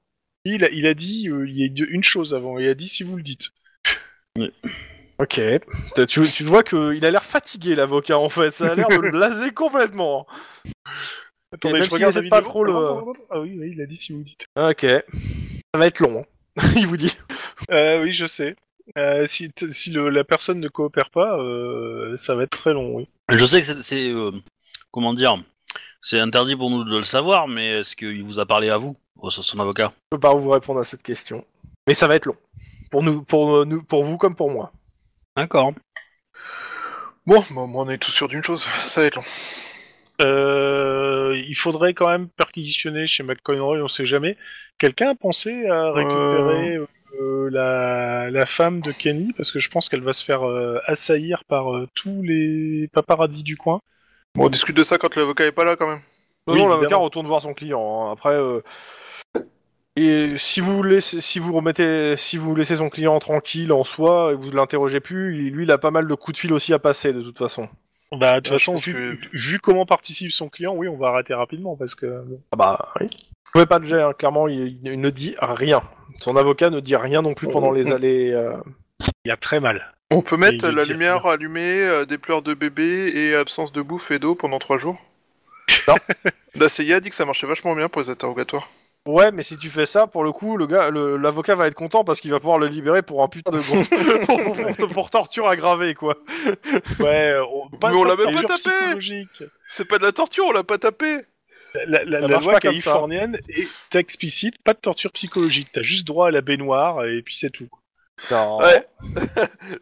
[SPEAKER 3] Il a, il a dit, euh, il y a dit une chose avant. Il a dit si vous le dites.
[SPEAKER 2] Ok. T'as- Tu, tu vois qu'il a l'air fatigué, l'avocat, en fait. Ça a l'air de le blaser complètement.
[SPEAKER 3] Attendez,
[SPEAKER 2] même
[SPEAKER 3] je
[SPEAKER 2] s'il
[SPEAKER 3] regarde la
[SPEAKER 2] essaie pas
[SPEAKER 3] vidéo.
[SPEAKER 2] trop le-
[SPEAKER 3] Ah, non, non, non. Ah oui, oui, il a dit si vous le dites.
[SPEAKER 2] Ok. Ça va être long. hein. il vous dit.
[SPEAKER 3] Euh, oui, je sais. Euh, si t- si le- la personne ne coopère pas, euh, ça va être très long. Oui.
[SPEAKER 1] Je sais que c'est- c'est. euh, comment dire C'est interdit pour nous de le savoir, mais est-ce qu'il vous a parlé à vous, au- son avocat
[SPEAKER 2] Je peux pas vous répondre à cette question. Mais ça va être long. Pour nous, pour euh, nous, pour vous comme pour moi.
[SPEAKER 1] D'accord.
[SPEAKER 4] Bon, bon, on est tous sûrs d'une chose, ça va être long.
[SPEAKER 3] Euh, il faudrait quand même perquisitionner chez McConroy, on sait jamais. Quelqu'un a pensé à récupérer euh, la, la femme de Kenny Parce que je pense qu'elle va se faire euh, assaillir par euh, tous les paparazzis du coin.
[SPEAKER 4] Bon, on discute de ça quand l'avocat est pas là quand même.
[SPEAKER 2] Non,
[SPEAKER 3] Oui,
[SPEAKER 2] non, l'avocat
[SPEAKER 3] évidemment.
[SPEAKER 2] retourne voir son client. hein. Après, euh, et si vous laissez, si vous remettez, si vous laissez son client tranquille en soi et vous l'interrogez plus, il- lui, il a pas mal de coups de fil aussi à passer de toute façon.
[SPEAKER 3] Bah, de toute
[SPEAKER 4] Ouais, je
[SPEAKER 3] façon,
[SPEAKER 4] pense
[SPEAKER 3] vu, vu comment participe son client, oui, on va arrêter rapidement parce que. bon.
[SPEAKER 2] Ah bah oui. Je pouvais pas le gérer, hein. clairement, il, il ne dit rien. Son avocat ne dit rien non plus pendant les allées. euh,
[SPEAKER 3] Il a très mal.
[SPEAKER 4] On peut mettre
[SPEAKER 3] il
[SPEAKER 4] la
[SPEAKER 3] tire
[SPEAKER 4] lumière allumée, euh, des pleurs de bébé et absence de bouffe et d'eau pendant trois jours.
[SPEAKER 2] Non.
[SPEAKER 4] La CIA a dit que ça marchait vachement bien pour les interrogatoires.
[SPEAKER 2] Ouais, mais si tu fais ça, pour le coup, le gars, le- l'avocat va être content parce qu'il va pouvoir le libérer pour un putain de gros- pour, pour- pour- pour torture aggravée, quoi.
[SPEAKER 3] Ouais, on,
[SPEAKER 4] Mais on l'a
[SPEAKER 3] de
[SPEAKER 4] même pas
[SPEAKER 3] torture
[SPEAKER 4] tapé
[SPEAKER 3] psychologique.
[SPEAKER 4] C'est pas de la torture, on l'a pas tapé
[SPEAKER 3] La, la-
[SPEAKER 2] Ça
[SPEAKER 3] la
[SPEAKER 2] marche
[SPEAKER 3] loi
[SPEAKER 2] pas comme ça.
[SPEAKER 3] californienne est explicite, pas de torture psychologique. T'as juste droit à la baignoire et puis c'est tout.
[SPEAKER 2] Non.
[SPEAKER 4] Ouais.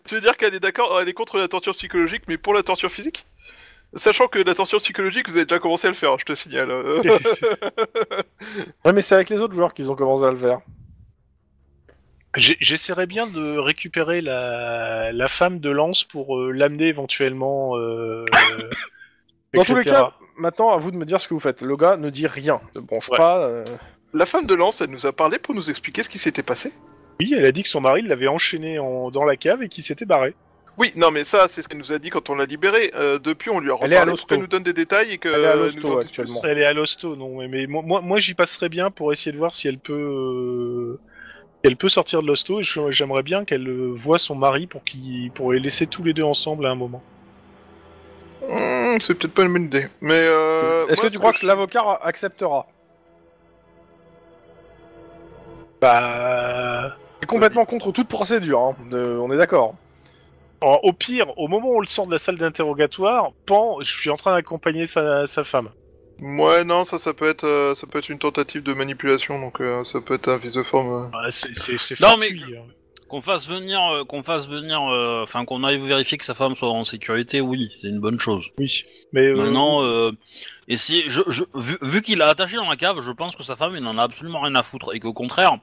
[SPEAKER 4] Tu veux dire qu'elle est d'accord, elle est contre la torture psychologique, mais pour la torture physique Sachant que la torture psychologique, vous avez déjà commencé à le faire, je te signale. Euh,
[SPEAKER 2] Ouais, mais c'est avec les autres joueurs qu'ils ont commencé à le faire.
[SPEAKER 3] J'ai- J'essaierai bien de récupérer la, la femme de Lance pour euh, l'amener éventuellement. Euh,
[SPEAKER 2] Dans
[SPEAKER 3] etc.
[SPEAKER 2] tous les cas, maintenant, à vous de me dire ce que vous faites. Le gars ne dit rien, ne bronche
[SPEAKER 3] Ouais.
[SPEAKER 2] pas. euh,
[SPEAKER 4] La femme de Lance, elle nous a parlé pour nous expliquer ce qui s'était passé.
[SPEAKER 3] Oui, elle a dit que son mari l'avait enchaîné en- dans la cave et qu'il s'était barré.
[SPEAKER 4] Oui, non, mais ça, c'est ce qu'elle nous a dit quand on l'a libérée. Euh, depuis, on lui a
[SPEAKER 2] Elle est à
[SPEAKER 4] reparlé pour
[SPEAKER 2] l'hosto.
[SPEAKER 4] qu'elle nous donne des détails et que
[SPEAKER 2] Elle est à
[SPEAKER 4] euh,
[SPEAKER 2] l'hosto,
[SPEAKER 4] nous en dise plus.
[SPEAKER 2] actuellement.
[SPEAKER 3] Elle est à l'hosto, non Mais, mais moi, moi, moi, j'y passerai bien pour essayer de voir si elle peut, euh, si elle peut sortir de l'hosto. et je- J'aimerais bien qu'elle euh, voie son mari pour qu'ils pour les laisser tous les deux ensemble à un moment.
[SPEAKER 4] Hmm, c'est peut-être pas une bonne idée. Mais euh,
[SPEAKER 2] Est-ce
[SPEAKER 4] moi,
[SPEAKER 2] que
[SPEAKER 4] ce
[SPEAKER 2] tu crois que
[SPEAKER 4] je-
[SPEAKER 2] l'avocat acceptera
[SPEAKER 3] Bah,
[SPEAKER 2] C'est complètement contre toute procédure, hein, de- on est d'accord.
[SPEAKER 3] en- au pire, au moment où on le sort de la salle d'interrogatoire, pan, je suis en train d'accompagner sa, sa femme.
[SPEAKER 4] Ouais, non, ça, ça peut être, euh, ça peut être une tentative de manipulation, donc euh, ça peut être un vice de forme. euh.
[SPEAKER 3] Ah, c'est- C'est c'est
[SPEAKER 1] Non, mais-
[SPEAKER 3] fortuit, hein.
[SPEAKER 1] Qu'on fasse venir, euh, qu'on fasse venir, euh, enfin qu'on arrive à vérifier que sa femme soit en sécurité, oui, c'est une bonne chose.
[SPEAKER 3] Oui, mais euh,
[SPEAKER 1] Maintenant, euh, et si, je, je- vu, vu qu'il a attaché dans la cave, je pense que sa femme, il n'en a absolument rien à foutre, et qu'au contraire,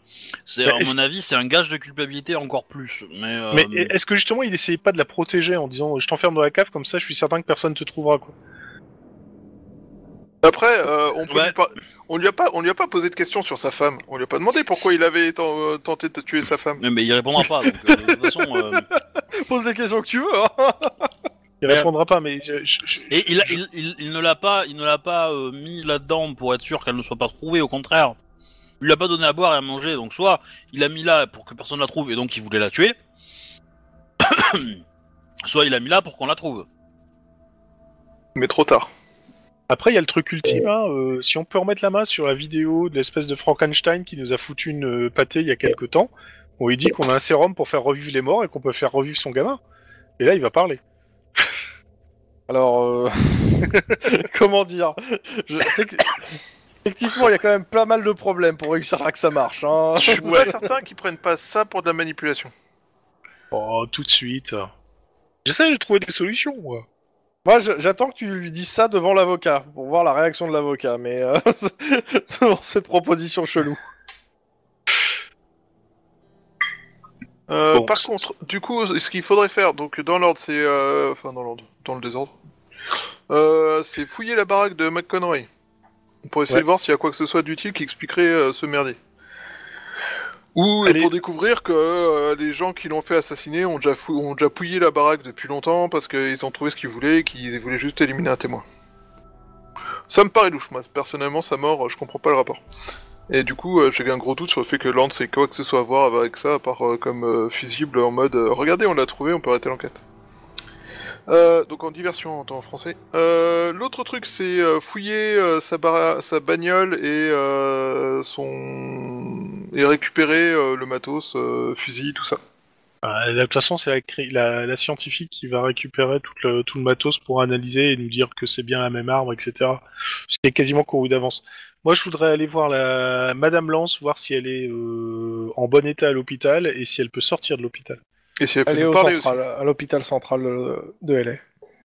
[SPEAKER 1] c'est
[SPEAKER 3] Mais
[SPEAKER 1] à
[SPEAKER 3] est-ce-
[SPEAKER 1] mon avis, c'est un gage de culpabilité encore plus. Mais, euh,
[SPEAKER 3] mais est-ce que justement il essayait pas de la protéger en disant je t'enferme dans la cave comme ça je suis certain que personne te trouvera quoi.
[SPEAKER 4] Après, euh, on, peut
[SPEAKER 1] Ouais.
[SPEAKER 4] lui par- on lui a pas, on lui a pas posé de questions sur sa femme. On lui a pas demandé pourquoi il avait tant- euh, tenté de tuer sa femme.
[SPEAKER 1] mais, il répondra pas. donc, euh, de toute façon, euh,
[SPEAKER 2] Pose les questions que tu veux, hein.
[SPEAKER 3] Il
[SPEAKER 1] Mais- euh,
[SPEAKER 3] répondra pas mais je, je- je-
[SPEAKER 1] et il, a- il, il- il ne l'a pas, il ne l'a pas euh, mis là-dedans pour être sûr qu'elle ne soit pas trouvée. Au contraire, il lui a pas donné à boire et à manger. Donc soit il l'a mis là pour que personne la trouve et donc il voulait la tuer, soit il l'a mis là pour qu'on la trouve.
[SPEAKER 4] Mais trop tard.
[SPEAKER 3] Après, il y a le truc ultime, hein, euh, si on peut remettre la main sur la vidéo de l'espèce de Frankenstein qui nous a foutu une euh, pâtée il y a quelques temps, où il dit qu'on a un sérum pour faire revivre les morts et qu'on peut faire revivre son gamin. Et là, il va parler.
[SPEAKER 2] Alors, euh, comment dire Je- tec- Techniquement, il y a quand même pas mal de problèmes pour réussir à que ça marche. Hein.
[SPEAKER 4] Je suis pas certain qu'ils prennent pas ça pour de la manipulation.
[SPEAKER 3] Oh, tout de suite. J'essaie de trouver des solutions, moi.
[SPEAKER 2] Moi, je- j'attends que tu lui dises ça devant l'avocat, pour voir la réaction de l'avocat, mais euh, devant cette proposition chelou.
[SPEAKER 4] Euh,
[SPEAKER 1] Bon,
[SPEAKER 4] par contre, du coup, ce qu'il faudrait faire, donc dans l'ordre, c'est. euh, Enfin, dans l'ordre, dans le désordre. Euh, c'est fouiller la baraque de McConroy. Pour essayer
[SPEAKER 3] Ouais.
[SPEAKER 4] de voir s'il y a quoi que ce soit d'utile qui expliquerait euh, ce merdier. Ou et
[SPEAKER 3] Allez.
[SPEAKER 4] pour découvrir que euh, les gens qui l'ont fait assassiner ont déjà, fou- ont déjà pouillé la baraque depuis longtemps parce qu'ils ont trouvé ce qu'ils voulaient et qu'ils voulaient juste éliminer un témoin. Ça me paraît louche, moi. Personnellement, sa mort, euh, je comprends pas le rapport. Et du coup, euh, j'ai un gros doute sur le fait que Lance ait quoi que ce soit à voir avec ça, à part euh, comme euh, fusible en mode euh, Regardez, on l'a trouvé, on peut arrêter l'enquête. Euh, donc en diversion en temps français. Euh, L'autre truc, c'est euh, fouiller euh, sa, bara- sa bagnole et euh, son et récupérer euh, le matos, euh, fusil, tout ça.
[SPEAKER 3] Euh, de toute façon, c'est la, cré- la- la scientifique qui va récupérer tout le, tout le matos pour analyser et nous dire que c'est bien la même arbre, etc. Ce qui est quasiment couru d'avance. Moi, je voudrais aller voir la Madame Lance, voir si elle est euh, en bon état à l'hôpital et si elle peut sortir de l'hôpital.
[SPEAKER 4] Et si elle peut
[SPEAKER 2] Elle est
[SPEAKER 4] nous
[SPEAKER 2] au
[SPEAKER 4] parler aussi.
[SPEAKER 2] central, à l'hôpital central de, de LA.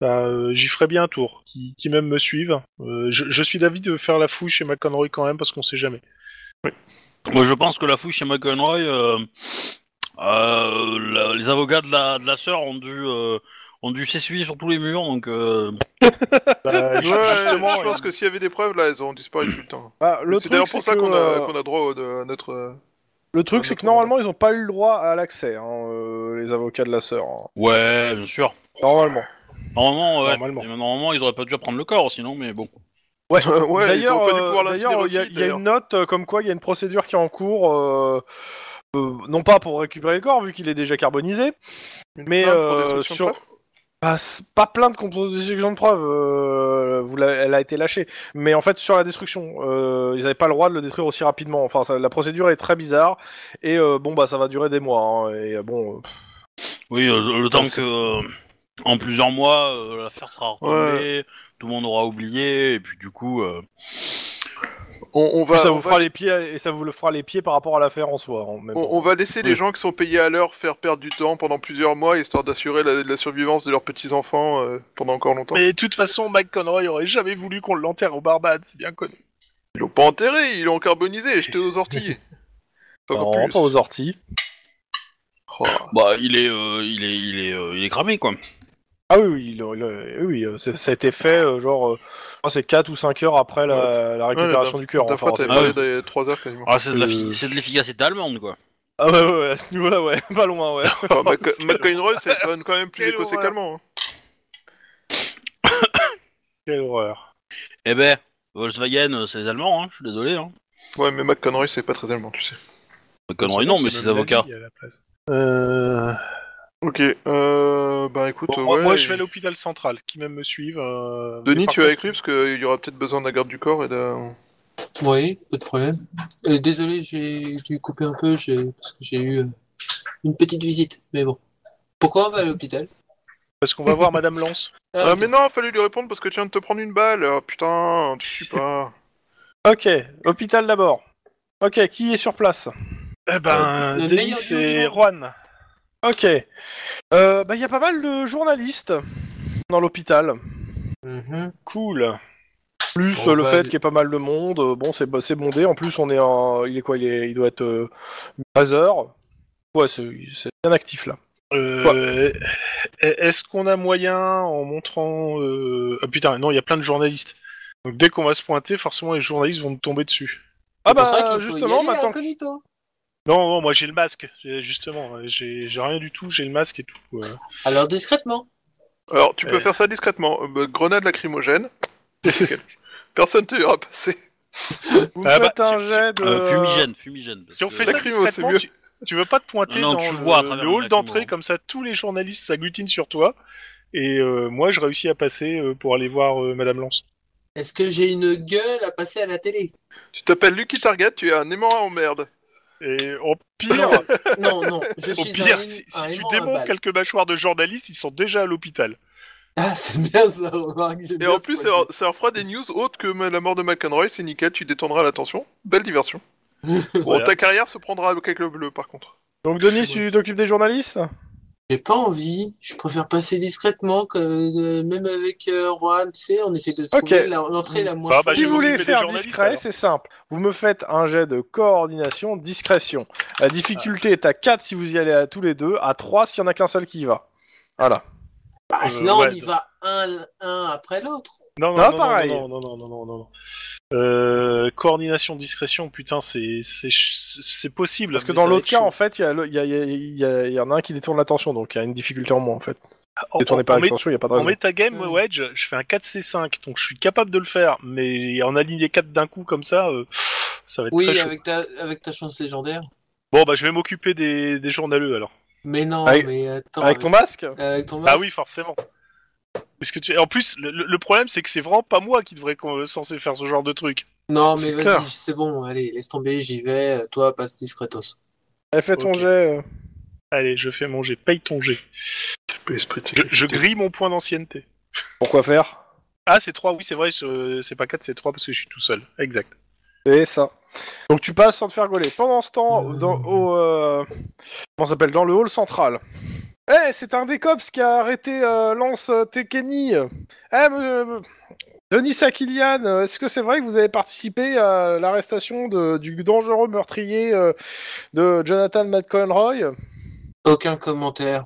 [SPEAKER 3] Bah, euh, J'y ferai bien un tour. Qui, qui même me suivent. Euh, je, je suis d'avis de faire la fouille chez McConroy quand même parce qu'on sait jamais.
[SPEAKER 1] Moi, je pense que la fouille chez McEnroy, euh, euh, la- les avocats de la, de la sœur ont dû, euh, ont dû s'essuyer sur tous les murs, donc euh,
[SPEAKER 3] Bah,
[SPEAKER 4] Ouais,
[SPEAKER 3] ju- justement,
[SPEAKER 4] je pense que s'il y avait des preuves, là, elles ont disparu tout le temps.
[SPEAKER 2] Bah, le
[SPEAKER 4] C'est
[SPEAKER 2] truc,
[SPEAKER 4] d'ailleurs pour
[SPEAKER 2] c'est
[SPEAKER 4] ça
[SPEAKER 2] que,
[SPEAKER 4] qu'on
[SPEAKER 2] euh,
[SPEAKER 4] a, qu'on a droit au- de- à notre. euh,
[SPEAKER 2] Le truc,
[SPEAKER 4] Un
[SPEAKER 2] c'est que
[SPEAKER 4] autre
[SPEAKER 2] normalement, ils n'ont pas eu le droit à l'accès, hein, euh, les avocats de la sœur. hein.
[SPEAKER 1] ouais, bien sûr.
[SPEAKER 2] Normalement.
[SPEAKER 1] Normalement, ouais.
[SPEAKER 3] Normalement.
[SPEAKER 1] Et normalement, ils auraient pas dû prendre le corps, sinon, mais bon.
[SPEAKER 4] Ouais, ouais
[SPEAKER 2] d'ailleurs,
[SPEAKER 4] ils ont pas dû
[SPEAKER 2] euh,
[SPEAKER 4] pouvoir
[SPEAKER 2] d'ailleurs,
[SPEAKER 4] l'incinérer
[SPEAKER 2] il y a-
[SPEAKER 4] aussi,
[SPEAKER 2] il y a
[SPEAKER 4] d'ailleurs.
[SPEAKER 2] une note euh, comme quoi il y a une procédure qui est en cours, euh, euh, non pas pour récupérer le corps, vu qu'il est déjà carbonisé, mais
[SPEAKER 4] plainte pour
[SPEAKER 2] euh,
[SPEAKER 4] destruction de
[SPEAKER 2] sur... Bah, c'est pas plein de destruction de preuves, euh, vous l'avez- elle a été lâchée. Mais en fait, sur la destruction, euh, ils n'avaient pas le droit de le détruire aussi rapidement. Enfin, ça- la procédure est très bizarre, et euh, bon, bah ça va durer des mois. hein, et euh, bon, euh,
[SPEAKER 1] Oui, euh, le temps
[SPEAKER 2] c'est-
[SPEAKER 1] que euh, en plusieurs mois, euh, l'affaire sera retombée, tout le monde aura oublié, et puis du coup, euh,
[SPEAKER 4] On, on va,
[SPEAKER 2] ça
[SPEAKER 4] on
[SPEAKER 2] vous
[SPEAKER 4] va-
[SPEAKER 2] fera les pieds et ça vous le fera les pieds par rapport à l'affaire en soi. hein, mais
[SPEAKER 4] on-
[SPEAKER 2] bon.
[SPEAKER 4] on va laisser les
[SPEAKER 1] Oui.
[SPEAKER 4] gens qui sont payés à l'heure faire perdre du temps pendant plusieurs mois, histoire d'assurer la, la survivance de leurs petits-enfants euh, pendant encore longtemps.
[SPEAKER 3] Mais de toute façon, McConroy aurait jamais voulu qu'on l'enterre au Barbade, c'est bien connu.
[SPEAKER 4] Ils l'ont pas enterré, ils l'ont carbonisé et jeté aux orties. Pas
[SPEAKER 2] Alors,
[SPEAKER 4] encore
[SPEAKER 2] on
[SPEAKER 4] plus.
[SPEAKER 2] rentre aux orties.
[SPEAKER 4] Oh,
[SPEAKER 1] bah, il est, euh, il est, il est, euh, il est cramé, quoi.
[SPEAKER 2] Ah oui, oui, il- il- euh, oui, euh, c'est- ça a été fait euh, genre, euh, je crois que c'est 4 ou 5 heures après la,
[SPEAKER 4] Ouais,
[SPEAKER 2] la récupération
[SPEAKER 4] ouais,
[SPEAKER 2] du cœur.
[SPEAKER 4] la
[SPEAKER 2] enfin,
[SPEAKER 4] fois, t'avais
[SPEAKER 2] c'est-
[SPEAKER 4] parlé des 3 heures quasiment.
[SPEAKER 1] Ah, c'est de la
[SPEAKER 2] Euh.
[SPEAKER 1] fi- c'est de l'efficacité allemande, quoi.
[SPEAKER 2] Ah ouais, ouais, ouais, à ce niveau-là, ouais, pas loin, ouais.
[SPEAKER 4] Enfin, Mc- McCoy ça sonne quand même plus
[SPEAKER 3] Quelle
[SPEAKER 4] écossais
[SPEAKER 3] horreur.
[SPEAKER 4] qu'allemand. hein.
[SPEAKER 3] Quelle horreur.
[SPEAKER 1] Eh ben, Volkswagen, euh, c'est les Allemands, hein, je suis désolé. Hein.
[SPEAKER 4] Ouais, mais McConroy, c'est pas très allemand, tu sais.
[SPEAKER 1] McEnroy, non, mais
[SPEAKER 3] C'est
[SPEAKER 1] ses
[SPEAKER 3] même
[SPEAKER 1] avocats.
[SPEAKER 3] nazi à la place. Euh...
[SPEAKER 4] Ok, euh, bah écoute,
[SPEAKER 3] Bon, moi,
[SPEAKER 4] ouais,
[SPEAKER 3] moi, je vais à
[SPEAKER 4] et-
[SPEAKER 3] l'hôpital central, qui même me suivent. euh, mais
[SPEAKER 4] Denis,
[SPEAKER 3] par
[SPEAKER 4] tu as
[SPEAKER 3] contre-
[SPEAKER 4] écrit parce qu'il y aura peut-être besoin de la garde du corps et de...
[SPEAKER 5] Oui, pas de problème. Euh, désolé, j'ai dû couper un peu j'ai- parce que j'ai eu euh, une petite visite, mais bon. Pourquoi on va à l'hôpital
[SPEAKER 3] Parce qu'on va voir Madame Lance.
[SPEAKER 5] Ah,
[SPEAKER 4] Ah,
[SPEAKER 5] ok.
[SPEAKER 4] mais non, fallait lui répondre parce que tu viens de te prendre une balle. Ah, putain, tu suis pas.
[SPEAKER 2] Ok, hôpital d'abord. Ok, qui est sur place
[SPEAKER 3] Eh ben,
[SPEAKER 5] Le
[SPEAKER 3] Denis,
[SPEAKER 5] meilleur duo du
[SPEAKER 3] c'est
[SPEAKER 5] monde.
[SPEAKER 3] Juan.
[SPEAKER 2] Ok, euh, bah il y a pas mal de journalistes dans l'hôpital.
[SPEAKER 5] Mhm.
[SPEAKER 3] Cool.
[SPEAKER 2] Plus
[SPEAKER 5] On
[SPEAKER 2] euh, le
[SPEAKER 5] va
[SPEAKER 2] fait
[SPEAKER 5] aller-
[SPEAKER 2] qu'il y ait pas mal de monde, euh, bon c'est c'est bondé. En plus on est en, il est quoi, il, est- il doit être euh, 13 heures. Ouais, c'est c'est bien actif là.
[SPEAKER 3] Euh, Est-ce qu'on a moyen, en montrant... euh, Ah putain, non, il y a plein de journalistes. Donc dès qu'on va se pointer, forcément, les journalistes vont nous tomber dessus.
[SPEAKER 2] Ah
[SPEAKER 5] C'est
[SPEAKER 2] bah
[SPEAKER 5] pour ça qu'il faut y
[SPEAKER 2] justement
[SPEAKER 5] aller
[SPEAKER 2] maintenant que-
[SPEAKER 5] incognito.
[SPEAKER 3] Non, non, moi j'ai le masque, J'ai- justement. J'ai j'ai rien du tout, j'ai le masque et tout. euh.
[SPEAKER 5] Alors discrètement.
[SPEAKER 4] Alors, tu peux
[SPEAKER 3] Euh.
[SPEAKER 4] faire ça discrètement. Euh, bah, grenade lacrymogène. Nickel. Personne te verra passer.
[SPEAKER 2] vous
[SPEAKER 3] Ah bah,
[SPEAKER 2] faites un
[SPEAKER 3] si- si-
[SPEAKER 2] jet de.
[SPEAKER 1] Euh, fumigène, fumigène. parce
[SPEAKER 3] Si on
[SPEAKER 1] que-
[SPEAKER 3] fait ça
[SPEAKER 4] Lacrymo, c'est
[SPEAKER 3] discrètement,
[SPEAKER 4] mieux.
[SPEAKER 3] tu, tu veux pas te pointer
[SPEAKER 1] Non, non,
[SPEAKER 3] dans
[SPEAKER 1] tu
[SPEAKER 3] le,
[SPEAKER 1] vois à travers
[SPEAKER 3] le
[SPEAKER 1] le
[SPEAKER 3] hall
[SPEAKER 1] lacrymo,
[SPEAKER 3] d'entrée,
[SPEAKER 1] hein.
[SPEAKER 3] comme ça tous les journalistes s'agglutinent sur toi. Et euh, moi, je réussis à passer euh, pour aller voir euh, Madame Lance.
[SPEAKER 5] Est-ce que j'ai une gueule à passer à la télé
[SPEAKER 4] Tu t'appelles Lucky Target, tu es un aimant en merde.
[SPEAKER 3] Et au
[SPEAKER 5] Non,
[SPEAKER 3] pire,
[SPEAKER 5] non, non, je
[SPEAKER 3] au
[SPEAKER 5] suis un,
[SPEAKER 3] pire,
[SPEAKER 5] aim-
[SPEAKER 3] si,
[SPEAKER 5] un
[SPEAKER 3] si tu
[SPEAKER 5] aimant à
[SPEAKER 3] démontes
[SPEAKER 5] balle.
[SPEAKER 3] quelques mâchoires de journalistes, ils sont déjà à l'hôpital.
[SPEAKER 5] Ah, c'est bien ça, remarque. j'aime
[SPEAKER 4] Et
[SPEAKER 5] bien
[SPEAKER 4] en
[SPEAKER 5] ce
[SPEAKER 4] plus,
[SPEAKER 5] point
[SPEAKER 4] ça
[SPEAKER 5] de
[SPEAKER 4] leur- ça leur fera des news autres que ma- la mort de McEnroy. C'est nickel, tu détendras l'attention. Belle diversion. Bon,
[SPEAKER 3] Voilà.
[SPEAKER 4] ta carrière se prendra avec le bleu, par contre.
[SPEAKER 2] Donc Denis, tu t'occupes des journalistes
[SPEAKER 5] J'ai pas envie. Je préfère passer discrètement, que, euh, même avec euh, Juan, tu sais, on essaie de
[SPEAKER 2] Ok.
[SPEAKER 5] trouver la- l'entrée la moins
[SPEAKER 3] Bah, bah,
[SPEAKER 2] Si
[SPEAKER 3] j'ai
[SPEAKER 2] vous
[SPEAKER 5] folle.
[SPEAKER 3] voulu
[SPEAKER 2] voulez
[SPEAKER 3] des
[SPEAKER 2] faire
[SPEAKER 3] journalistes,
[SPEAKER 2] discret,
[SPEAKER 3] alors.
[SPEAKER 2] c'est simple. Vous me faites un jet de coordination, discrétion. La difficulté est à 4 si vous y allez à tous les deux, à 3 s'il y en a qu'un seul qui y va. Voilà.
[SPEAKER 5] Bah,
[SPEAKER 3] Euh,
[SPEAKER 5] sinon, on
[SPEAKER 3] ouais,
[SPEAKER 5] y
[SPEAKER 3] donc-
[SPEAKER 5] va un, un après l'autre.
[SPEAKER 3] Non,
[SPEAKER 2] Ah,
[SPEAKER 3] non, non,
[SPEAKER 2] pareil.
[SPEAKER 3] non, non, non, non, non, non, non. Euh, coordination, discrétion, putain, c'est c'est c'est possible.
[SPEAKER 2] Parce que
[SPEAKER 3] mais
[SPEAKER 2] dans
[SPEAKER 3] ça va
[SPEAKER 2] l'autre
[SPEAKER 3] être
[SPEAKER 2] cas,
[SPEAKER 3] chaud.
[SPEAKER 2] en fait, il y, a le- il y a- il y a- il y a- il y en a un qui détourne l'attention, donc il y a une difficulté en moins en fait.
[SPEAKER 3] En-
[SPEAKER 2] Détourner
[SPEAKER 3] en-
[SPEAKER 2] par
[SPEAKER 3] en met-
[SPEAKER 2] l'attention, il n'y a pas de
[SPEAKER 3] en
[SPEAKER 2] raison.
[SPEAKER 3] metagame,
[SPEAKER 5] Ouais.
[SPEAKER 3] ouais, je, je fais un 4C5, donc je suis capable de le faire, mais en aligner 4 d'un coup comme ça, euh, ça va être très
[SPEAKER 5] Oui,
[SPEAKER 3] chaud.
[SPEAKER 5] avec ta, avec ta chance légendaire.
[SPEAKER 3] Bon, bah je vais m'occuper des, des journaleux alors.
[SPEAKER 5] Mais non,
[SPEAKER 2] Avec-
[SPEAKER 5] mais attends.
[SPEAKER 2] Avec ton masque
[SPEAKER 5] avec ton
[SPEAKER 3] Bah
[SPEAKER 5] masque.
[SPEAKER 3] oui, forcément. Parce que tu... En plus, le, le- le problème, c'est que c'est vraiment pas moi qui devrais qu'on- censé faire ce genre de truc.
[SPEAKER 5] Non, mais
[SPEAKER 3] C'est clair.
[SPEAKER 5] vas-y, c'est bon, allez, laisse tomber, j'y vais. euh, Toi, passe discretos.
[SPEAKER 2] Allez, fais ton
[SPEAKER 3] Ok.
[SPEAKER 2] jet. euh.
[SPEAKER 3] Allez, je fais mon jet, paye ton jet.
[SPEAKER 4] L'esprit de
[SPEAKER 3] Je, je
[SPEAKER 4] sécurité.
[SPEAKER 3] grille mon point d'ancienneté.
[SPEAKER 2] Pourquoi faire
[SPEAKER 3] Ah, c'est 3, oui, c'est vrai, je- c'est pas 4, c'est 3 parce que je suis tout seul. Exact.
[SPEAKER 2] C'est ça. Donc tu passes sans te faire gauler. Pendant ce temps,
[SPEAKER 5] Euh.
[SPEAKER 2] dans, au, euh, comment ça s'appelle Dans le hall central. Eh, c'est un des cops qui a arrêté euh, Lance euh, Tekeni. Eh, me- me- Denis Akilian, euh, est-ce que c'est vrai que vous avez participé à l'arrestation de- du dangereux meurtrier euh, de Jonathan McConroy
[SPEAKER 5] Aucun commentaire.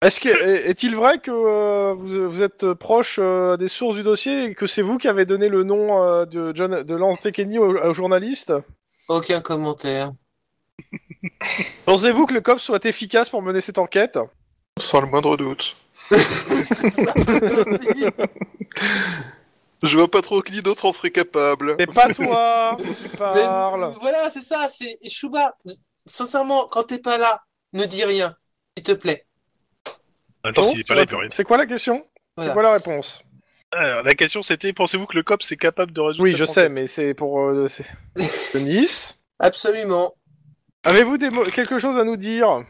[SPEAKER 2] Est-ce que est- est-il vrai que euh, vous, vous êtes proche euh, des sources du dossier et que c'est vous qui avez donné le nom euh, de, John, de Lance Tekeni au, au journaliste
[SPEAKER 5] Aucun commentaire.
[SPEAKER 2] Pensez-vous que le COP soit efficace pour mener cette enquête
[SPEAKER 4] Sans le moindre doute.
[SPEAKER 5] C'est ça, aussi.
[SPEAKER 4] Je vois pas trop qui d'autre en serait capable.
[SPEAKER 2] C'est pas toi qui
[SPEAKER 5] Mais- euh,
[SPEAKER 2] parle
[SPEAKER 5] voilà, c'est ça, c'est Chouba. Sincèrement, quand t'es pas là, ne dis rien, s'il te plaît.
[SPEAKER 3] Attends,
[SPEAKER 2] Non,
[SPEAKER 3] s'il est pas
[SPEAKER 2] tu
[SPEAKER 3] là, il
[SPEAKER 2] réponds.
[SPEAKER 3] peut rien.
[SPEAKER 2] C'est quoi la question
[SPEAKER 5] Voilà.
[SPEAKER 2] C'est quoi la réponse
[SPEAKER 3] Alors, la question c'était pensez-vous que le COP est capable de résoudre
[SPEAKER 2] Oui,
[SPEAKER 3] cette
[SPEAKER 2] je sais,
[SPEAKER 3] enquête
[SPEAKER 2] mais c'est pour euh, c'est- Denis.
[SPEAKER 5] Absolument.
[SPEAKER 2] Avez-vous des mots- quelque chose à nous dire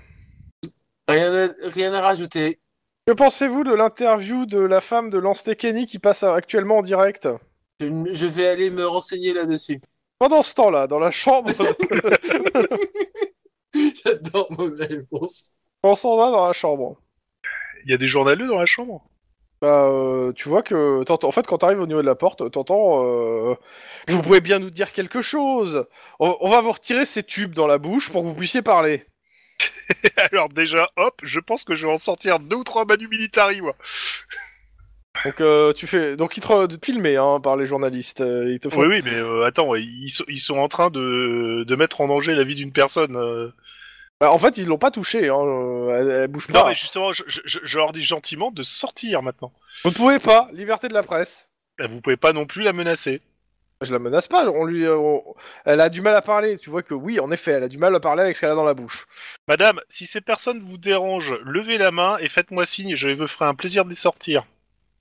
[SPEAKER 5] Rien à, rien à rajouter.
[SPEAKER 2] Que pensez-vous de l'interview de la femme de Lance Tekeni qui passe à- actuellement en direct
[SPEAKER 5] Je, je vais aller me renseigner là-dessus.
[SPEAKER 2] Pendant ce temps-là, dans la chambre,
[SPEAKER 5] J'adore ma réponse.
[SPEAKER 2] pendant ce temps-là, dans la chambre.
[SPEAKER 3] Il y a des journaleux dans la chambre
[SPEAKER 2] Bah, euh, tu vois que, t'entends- en fait, quand t'arrives au niveau de la porte, t'entends. euh, vous pouvez bien nous dire quelque chose. On, on va vous retirer ces tubes dans la bouche pour que vous puissiez parler.
[SPEAKER 3] Alors déjà, hop, je pense que je vais en sortir deux ou trois Manu Militari, moi.
[SPEAKER 2] Donc euh, tu fais, donc ils te re- de te filmer hein, par les journalistes. euh, Ils te font.
[SPEAKER 3] Oui, oui, mais euh, attends, ils, sont- ils sont en train de, de mettre en danger la vie d'une personne. euh.
[SPEAKER 2] Bah, en fait, ils l'ont pas touché. Hein, euh, elle, elle bouge pas.
[SPEAKER 3] Non, mais justement, je, je- je- je leur dis gentiment de sortir maintenant.
[SPEAKER 2] Vous ne pouvez pas. Liberté de la presse.
[SPEAKER 3] Euh, Vous pouvez pas non plus la menacer.
[SPEAKER 2] Je la menace pas. On lui, euh, on- elle a du mal à parler. Tu vois que oui, en effet, elle a du mal à parler avec ce qu'elle a dans la bouche.
[SPEAKER 3] Madame, si ces personnes vous dérangent, levez la main et faites-moi signe, je me ferai un plaisir de les sortir.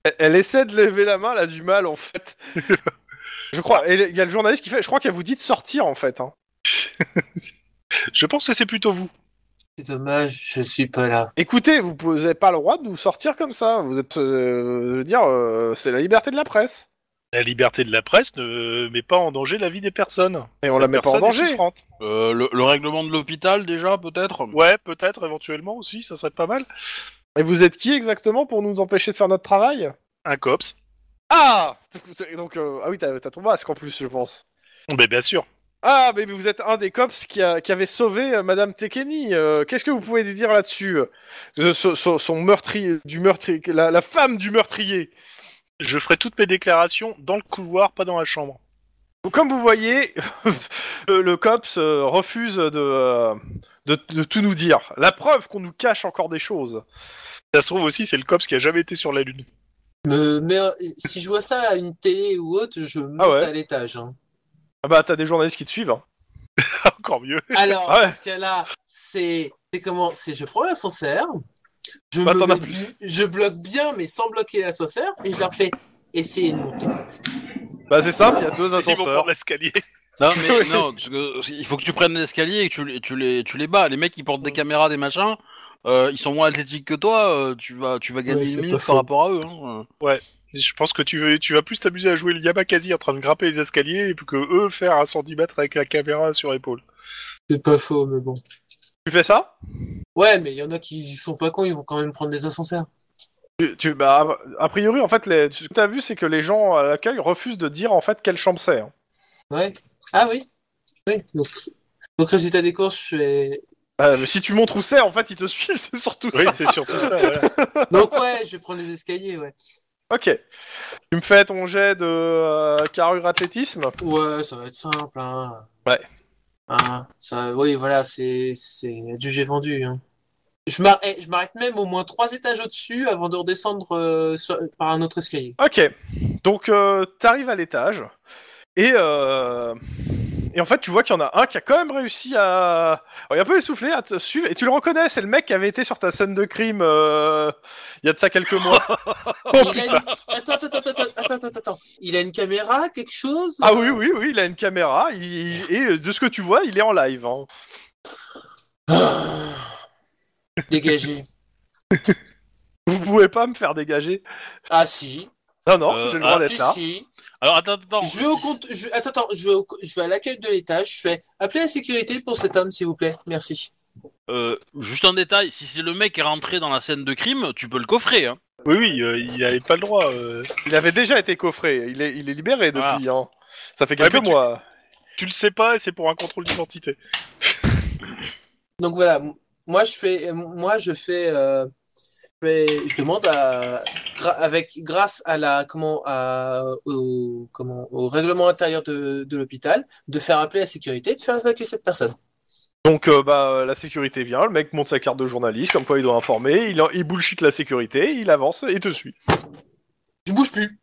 [SPEAKER 2] Elle, elle essaie de lever la main. Elle a du mal en fait. je crois. Et il y a le journaliste qui fait. Je crois qu'elle vous dit de sortir en fait. Hein.
[SPEAKER 3] Je pense que c'est plutôt vous.
[SPEAKER 5] C'est dommage, je suis pas là.
[SPEAKER 2] Écoutez, vous n'avez pas le droit de nous sortir comme ça. Vous êtes, euh, je veux dire, euh, c'est la liberté de la presse.
[SPEAKER 3] La liberté de la presse ne met pas en danger la vie des personnes.
[SPEAKER 2] Et on la met pas en
[SPEAKER 3] personne est
[SPEAKER 2] danger.
[SPEAKER 3] souffrante.
[SPEAKER 1] Euh, le, le règlement de l'hôpital déjà peut-être.
[SPEAKER 3] Ouais, peut-être, éventuellement aussi, ça serait pas mal.
[SPEAKER 2] Et vous êtes qui exactement pour nous empêcher de faire notre travail
[SPEAKER 3] Un COPS.
[SPEAKER 2] Ah Donc, euh, ah oui, t'as t'as ton masque en plus, je pense.
[SPEAKER 3] Mais bien sûr.
[SPEAKER 2] Ah, mais vous êtes un des cops qui, a- qui avait sauvé euh, Madame Tekeni. Euh, Qu'est-ce que vous pouvez dire là-dessus Euh, son, son- son meurtrier, du meurtrier, la, la femme du meurtrier.
[SPEAKER 3] Je ferai toutes mes déclarations dans le couloir, pas dans la chambre.
[SPEAKER 2] Donc, Comme vous voyez, le, le cops euh, refuse de, euh, de, de tout nous dire. La preuve qu'on nous cache encore des choses.
[SPEAKER 3] Ça se trouve aussi, c'est le COPS qui a jamais été sur la Lune.
[SPEAKER 5] Me- mais euh, si je vois ça à une télé ou autre, je monte
[SPEAKER 2] Ah ouais.
[SPEAKER 5] à l'étage. hein.
[SPEAKER 2] Ah bah, t'as des journalistes qui te suivent. hein.
[SPEAKER 3] Encore mieux.
[SPEAKER 5] Alors,
[SPEAKER 2] Ah ouais.
[SPEAKER 5] parce que là, c'est c'est comment C'est je prends l'ascenseur, je,
[SPEAKER 2] Bah,
[SPEAKER 5] me
[SPEAKER 2] t'en as
[SPEAKER 5] mets
[SPEAKER 2] plus.
[SPEAKER 5] bi- je bloque bien, mais sans bloquer l'ascenseur, et je leur fais essayer de monter.
[SPEAKER 2] Bah, c'est simple, il y a deux
[SPEAKER 3] Ils vont
[SPEAKER 2] ascenseurs.
[SPEAKER 3] prendre l'escalier.
[SPEAKER 1] Non, mais non, parce que il faut que tu prennes l'escalier et que tu, les- tu, les, tu les bats. Les mecs, ils portent des caméras, des machins. euh, ils sont moins athlétiques que toi. euh, tu vas, tu vas gagner
[SPEAKER 5] Ouais,
[SPEAKER 1] une
[SPEAKER 5] c'est
[SPEAKER 1] minute
[SPEAKER 5] pas
[SPEAKER 1] par
[SPEAKER 5] faux.
[SPEAKER 1] rapport à eux. hein.
[SPEAKER 3] Je pense que tu, veux, tu vas plus t'amuser à jouer le Yamakasi en train de grimper les escaliers et que eux faire à 110 mètres avec la caméra sur l'épaule.
[SPEAKER 5] C'est pas faux, mais bon.
[SPEAKER 2] Tu fais ça
[SPEAKER 5] Ouais, mais il y en a qui sont pas cons, ils vont quand même prendre les ascenseurs.
[SPEAKER 2] tu, tu- bah, A priori, en fait, les- ce que t'as vu, c'est que les gens à l'accueil refusent de dire en fait quelle chambre c'est. hein.
[SPEAKER 5] Ouais. Ah oui. Oui. Donc, donc résultat des courses, je fais.
[SPEAKER 2] Euh, mais si tu montres où c'est, en fait, ils te suivent, c'est surtout
[SPEAKER 3] Oui,
[SPEAKER 2] ça.
[SPEAKER 3] c'est surtout ça. voilà.
[SPEAKER 5] Donc ouais, je vais prendre les escaliers, ouais.
[SPEAKER 2] Ok. Tu me fais ton jet de euh, carrure athlétisme
[SPEAKER 5] Ouais, ça va être simple, hein.
[SPEAKER 2] Ouais.
[SPEAKER 5] Hein, ça, oui, voilà, c'est, c'est du j'ai vendu, hein. Je m'arrête, je m'arrête même au moins trois étages au-dessus avant de redescendre euh, sur- par un autre escalier.
[SPEAKER 2] Ok. Donc, euh, t'arrives à l'étage. Et, euh, et en fait, tu vois qu'il y en a un qui a quand même réussi à. Alors, il est un peu essoufflé à te suivre. Et tu le reconnais, c'est le mec qui avait été sur ta scène de crime euh, il y a de ça quelques mois. Oh,
[SPEAKER 5] Il a une- Attends, attends, attends, attends, attends, attends, attends. Il a une caméra, quelque chose?
[SPEAKER 2] ah oui, oui, oui, il a une caméra. il- Et euh, de ce que tu vois, il est en live. hein.
[SPEAKER 5] Ah. Dégagé.
[SPEAKER 2] Vous pouvez pas me faire dégager.
[SPEAKER 5] Ah si.
[SPEAKER 2] Non, non,
[SPEAKER 1] Euh,
[SPEAKER 2] j'ai le droit
[SPEAKER 1] ah,
[SPEAKER 2] d'être
[SPEAKER 5] Si,
[SPEAKER 2] là.
[SPEAKER 5] si.
[SPEAKER 1] Alors attends, attends.
[SPEAKER 5] Je vais au compte, je, attends, attends, je vais, au- je vais à l'accueil de l'étage, je fais appeler la sécurité pour cet homme, s'il vous plaît. Merci.
[SPEAKER 1] Euh, juste un détail, si c'est le mec qui est rentré dans la scène de crime, tu peux le coffrer. Hein.
[SPEAKER 3] Oui, oui, euh, il n'avait pas le droit. euh.
[SPEAKER 2] Il avait déjà été coffré. Il est, il est libéré depuis. hein. Ça fait
[SPEAKER 3] Ouais,
[SPEAKER 2] quelques
[SPEAKER 3] mais tu-
[SPEAKER 2] mois.
[SPEAKER 3] Tu le sais pas et c'est pour un contrôle d'identité.
[SPEAKER 5] Donc voilà, m- moi je fais, moi je fais, euh, je, fais- je demande à, gra- avec, grâce à la, comment, à, au, comment, au règlement intérieur de, de l'hôpital, de faire appeler la sécurité et de faire évacuer cette personne.
[SPEAKER 2] Donc euh, bah euh, la sécurité vient, le mec monte sa carte de journaliste, comme quoi il doit informer, il, en- il bullshit la sécurité, il avance et te suit.
[SPEAKER 5] Je bouge plus.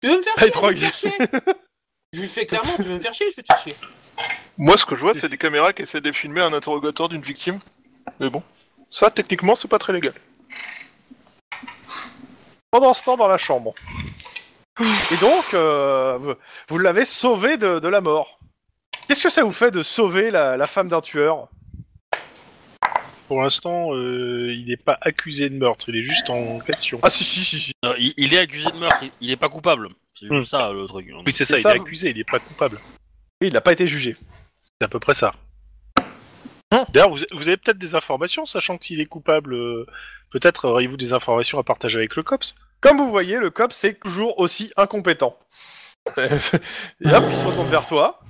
[SPEAKER 5] Tu veux me faire
[SPEAKER 2] Ah, il
[SPEAKER 5] chier, tu veux me
[SPEAKER 2] drogue.
[SPEAKER 5] faire chier. Je lui fais clairement, tu veux me faire chier, je vais te faire chier.
[SPEAKER 4] Moi, ce que je vois, c'est des caméras qui essaient de filmer un interrogatoire d'une victime. Mais bon, ça, techniquement, c'est pas très légal.
[SPEAKER 2] Pendant ce temps dans la chambre. Et donc euh, vous, vous l'avez sauvé de, de la mort. Qu'est-ce que ça vous fait de sauver la, la femme d'un tueur
[SPEAKER 3] Pour l'instant, euh, il n'est pas accusé de meurtre, il est juste en question.
[SPEAKER 2] Ah si si si si.
[SPEAKER 1] Euh, il, il est accusé de meurtre, il, il est pas coupable. C'est juste ça le truc. hein.
[SPEAKER 3] Oui, c'est ça,
[SPEAKER 2] C'est
[SPEAKER 3] il
[SPEAKER 2] ça,
[SPEAKER 3] est
[SPEAKER 2] vous-
[SPEAKER 3] accusé, il n'est pas coupable.
[SPEAKER 2] Oui, il n'a pas été jugé.
[SPEAKER 3] C'est à peu près ça. D'ailleurs, vous, vous avez peut-être des informations, sachant que s'il est coupable, euh, peut-être auriez-vous des informations à partager avec le COPS.
[SPEAKER 2] Comme vous voyez, le cop c'est toujours aussi incompétent. et hop, il se retourne vers toi.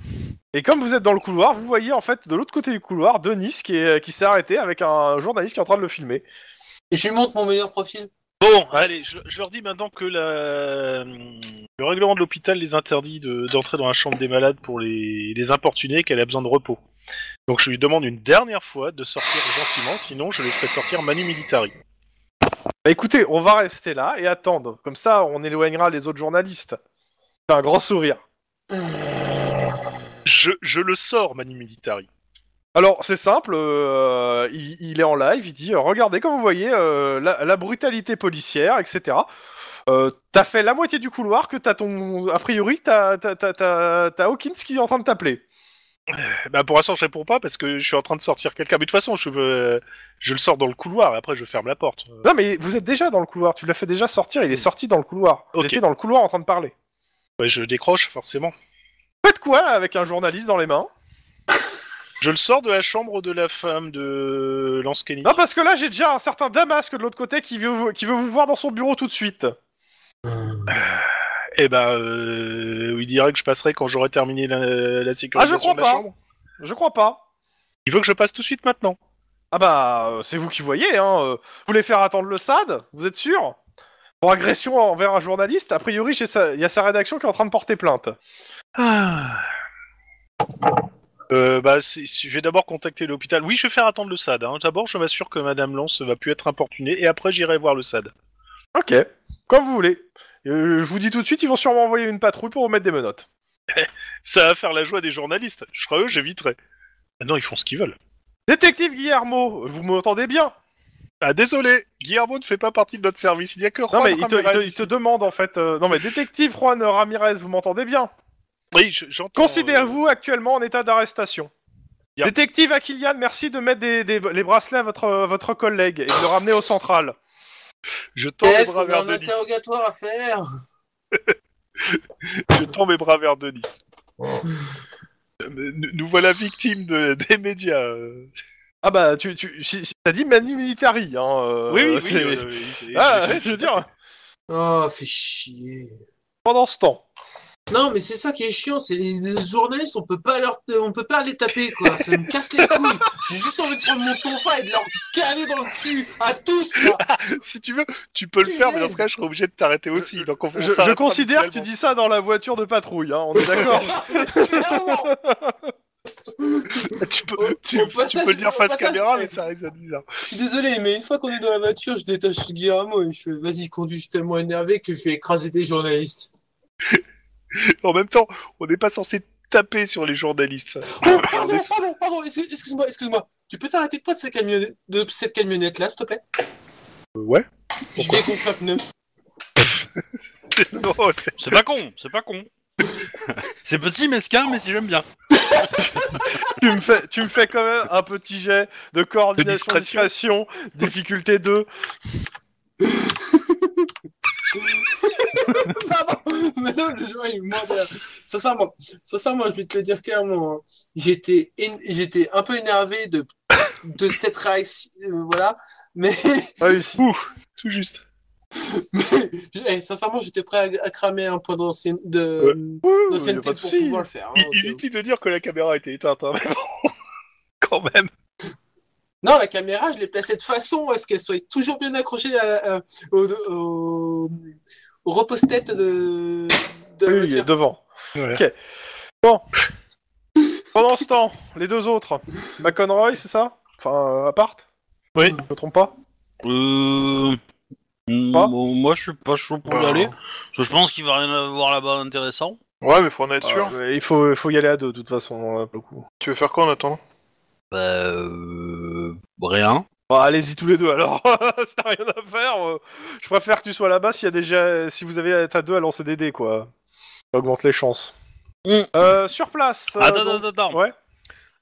[SPEAKER 2] Et comme vous êtes dans le couloir, vous voyez en fait de l'autre côté du couloir Denis qui est- qui s'est arrêté avec un journaliste qui est en train de le filmer.
[SPEAKER 5] Et je lui montre mon meilleur profil.
[SPEAKER 3] Bon, allez, je, je leur dis maintenant que la- le règlement de l'hôpital les interdit de- d'entrer dans la chambre des malades pour les, les importuner, qu'elle a besoin de repos. Donc je lui demande une dernière fois de sortir gentiment, sinon je les ferai sortir manu militari.
[SPEAKER 2] Bah écoutez, on va rester là et attendre. Comme ça, on éloignera les autres journalistes. Fait un grand sourire.
[SPEAKER 3] Je, je le sors manu militari.
[SPEAKER 2] Alors, c'est simple, euh, il, il est en live, il dit euh, Regardez, comme vous voyez, euh, la, la brutalité policière, etc. Euh, t'as fait la moitié du couloir que t'as ton. A priori, t'as, t'as, t'as, t'as, t'as Hawkins qui est en train de t'appeler.
[SPEAKER 3] Eh ben, pour l'instant je réponds pas parce que je suis en train de sortir quelqu'un, mais de toute façon je, veux- je le sors dans le couloir et après je ferme la porte. Euh,
[SPEAKER 2] Non, mais vous êtes déjà dans le couloir, tu l'as fait déjà sortir, il est sorti dans le couloir. Vous
[SPEAKER 3] Ok.
[SPEAKER 2] étiez dans le couloir en train de parler.
[SPEAKER 3] bah, je décroche forcément.
[SPEAKER 2] Faites quoi avec un journaliste dans les mains
[SPEAKER 3] Je le sors de la chambre de la femme de Lance Kenny.
[SPEAKER 2] Non, parce que là, j'ai déjà un certain Damasque de l'autre côté qui veut, vous- qui veut vous voir dans son bureau tout de suite.
[SPEAKER 3] Eh ben, euh, il dirait que je passerai quand j'aurai terminé la, la
[SPEAKER 2] Ah,
[SPEAKER 3] sécurisation
[SPEAKER 2] je crois
[SPEAKER 3] de la
[SPEAKER 2] pas.
[SPEAKER 3] chambre.
[SPEAKER 2] Je crois pas.
[SPEAKER 3] Il veut que je passe tout de suite maintenant.
[SPEAKER 2] Ah bah, euh, c'est vous qui voyez, hein. euh, Vous voulez faire attendre le SAD Vous êtes sûr Pour agression envers un journaliste, a priori, chez sa- il y a sa rédaction qui est en train de porter plainte.
[SPEAKER 3] Ah. Euh, bah, c'est- c'est- je vais d'abord contacter l'hôpital. Oui, je vais faire attendre le SAD. hein. D'abord, je m'assure que Madame Lance va plus être importunée, et après, j'irai voir le SAD.
[SPEAKER 2] Ok, comme vous voulez. Euh, je vous dis tout de suite, ils vont sûrement envoyer une patrouille pour vous mettre des menottes.
[SPEAKER 3] Ça va faire la joie des journalistes. Je serai eux, j'éviterai. Ah non, ils font ce qu'ils veulent.
[SPEAKER 2] Détective Guillermo, vous m'entendez bien
[SPEAKER 3] Ah, désolé, Guillermo ne fait pas partie de notre service. Il n'y a que Juan
[SPEAKER 2] Non mais il te, il te-
[SPEAKER 3] Ramirez.
[SPEAKER 2] il te demande en fait. euh, non mais détective Juan Ramirez, vous m'entendez bien
[SPEAKER 3] Oui, je- j'entends.
[SPEAKER 2] Considérez-vous actuellement en état d'arrestation.
[SPEAKER 3] Bien.
[SPEAKER 2] Détective Akilian, merci de mettre des, des- les bracelets à votre, votre collègue et de le ramener au central.
[SPEAKER 3] euh, je tends mes
[SPEAKER 5] Bref,
[SPEAKER 3] bras
[SPEAKER 5] on a
[SPEAKER 3] vers
[SPEAKER 5] un
[SPEAKER 3] Denis.
[SPEAKER 5] interrogatoire à faire.
[SPEAKER 3] Je tends mes bras vers Denis. Euh, Nous, nous voilà victimes de- des médias. euh.
[SPEAKER 2] Ah bah, tu, tu si- si- t'as dit Manu Militari, hein. euh,
[SPEAKER 3] oui, oui, oui.
[SPEAKER 2] c'est-
[SPEAKER 3] euh, oui, c'est-
[SPEAKER 2] Ah,
[SPEAKER 3] j'ai-
[SPEAKER 2] je veux dire,
[SPEAKER 5] Oh, fait chier.
[SPEAKER 2] pendant ce temps.
[SPEAKER 5] Non, mais c'est ça qui est chiant, c'est les les journalistes, on peut pas leur, on peut pas les taper, quoi. Ça me casse les couilles. J'ai juste envie de prendre mon tonfa et de leur caler dans le cul à tous, là.
[SPEAKER 4] si tu veux, tu peux le faire, mais dans ce cas, je serais obligé de t'arrêter aussi. Donc on, on
[SPEAKER 2] Je, je
[SPEAKER 4] s'arrêtera
[SPEAKER 2] considère que tu
[SPEAKER 4] mutuellement.
[SPEAKER 2] dis ça dans la voiture de patrouille, hein, on est d'accord.
[SPEAKER 5] Clairement.
[SPEAKER 4] tu peux,
[SPEAKER 5] Au-
[SPEAKER 4] tu,
[SPEAKER 5] au
[SPEAKER 4] tu
[SPEAKER 5] passage-
[SPEAKER 4] peux le dire
[SPEAKER 5] au
[SPEAKER 4] face
[SPEAKER 5] passage- euh,
[SPEAKER 4] caméra, mais ça risque d'être bizarre.
[SPEAKER 5] Je suis désolé, mais une fois qu'on est dans la voiture, je détache Guillermo et je fais, vas-y, conduis, je suis tellement énervé que je vais écraser des journalistes.
[SPEAKER 4] En même temps, on n'est pas censé taper sur les journalistes.
[SPEAKER 5] Oh, pardon, pardon, pardon, excuse- excuse-moi, excuse-moi. Tu peux t'arrêter de près de cette camionnette, de cette camionnette là, s'il te plaît?
[SPEAKER 4] ouais.
[SPEAKER 5] Je dégonfle un pneu.
[SPEAKER 4] Non, c'est-
[SPEAKER 1] C'est pas con, c'est pas con. c'est petit mesquin, mais si j'aime bien.
[SPEAKER 2] tu me fais, tu me fais quand même un petit jet de coordination,
[SPEAKER 4] De
[SPEAKER 2] discrétion, difficulté 2.
[SPEAKER 5] Pardon, mais non, le joueur il est moins bien. Sincèrement, sincèrement, je vais te le dire clairement. hein. J'étais, en- j'étais un peu énervé de, de cette réaction, euh, voilà. Mais,
[SPEAKER 2] Réussi.
[SPEAKER 4] tout juste.
[SPEAKER 5] mais je- eh, sincèrement, j'étais prêt à, à cramer un point d'ancien- de-
[SPEAKER 2] Ouh, y a
[SPEAKER 5] d'ancienneté
[SPEAKER 2] pas de
[SPEAKER 5] pour
[SPEAKER 2] souci.
[SPEAKER 5] pouvoir le faire. hein,
[SPEAKER 4] I-
[SPEAKER 5] au cas où.
[SPEAKER 4] Inutile de dire que la caméra était éteinte, hein, mais bon, quand même.
[SPEAKER 5] Non, la caméra, je l'ai placée de façon à ce qu'elle soit toujours bien accrochée à- à- au, au, au repose-tête de, de
[SPEAKER 2] Oui,
[SPEAKER 5] la
[SPEAKER 2] il est
[SPEAKER 5] voiture.
[SPEAKER 2] devant.
[SPEAKER 3] Voilà.
[SPEAKER 2] Ok. Bon. Pendant ce temps, les deux autres. McConroy, c'est ça Enfin, euh, Apart
[SPEAKER 3] Oui.
[SPEAKER 2] Je me trompe pas
[SPEAKER 1] Euh...
[SPEAKER 2] Pas
[SPEAKER 1] bon, moi, je suis pas chaud pour y
[SPEAKER 4] Bah.
[SPEAKER 1] aller. Parce que je pense qu'il va rien avoir là-bas d'intéressant.
[SPEAKER 4] Ouais, mais faut en être sûr.
[SPEAKER 2] Euh, mais Il faut, il faut y aller à deux, de toute façon, euh, pour le coup.
[SPEAKER 4] Tu veux faire quoi en attendant
[SPEAKER 1] Bah, euh... Rien.
[SPEAKER 2] Bon, allez-y tous les deux, alors. si t'as rien à faire, euh, je préfère que tu sois là-bas s'il y a déjà... Si vous avez à être à deux à lancer des dés, quoi. Ça augmente les chances.
[SPEAKER 1] Mm.
[SPEAKER 2] Euh, sur place euh,
[SPEAKER 1] attends,
[SPEAKER 2] donc-
[SPEAKER 1] attends, attends.
[SPEAKER 2] Ouais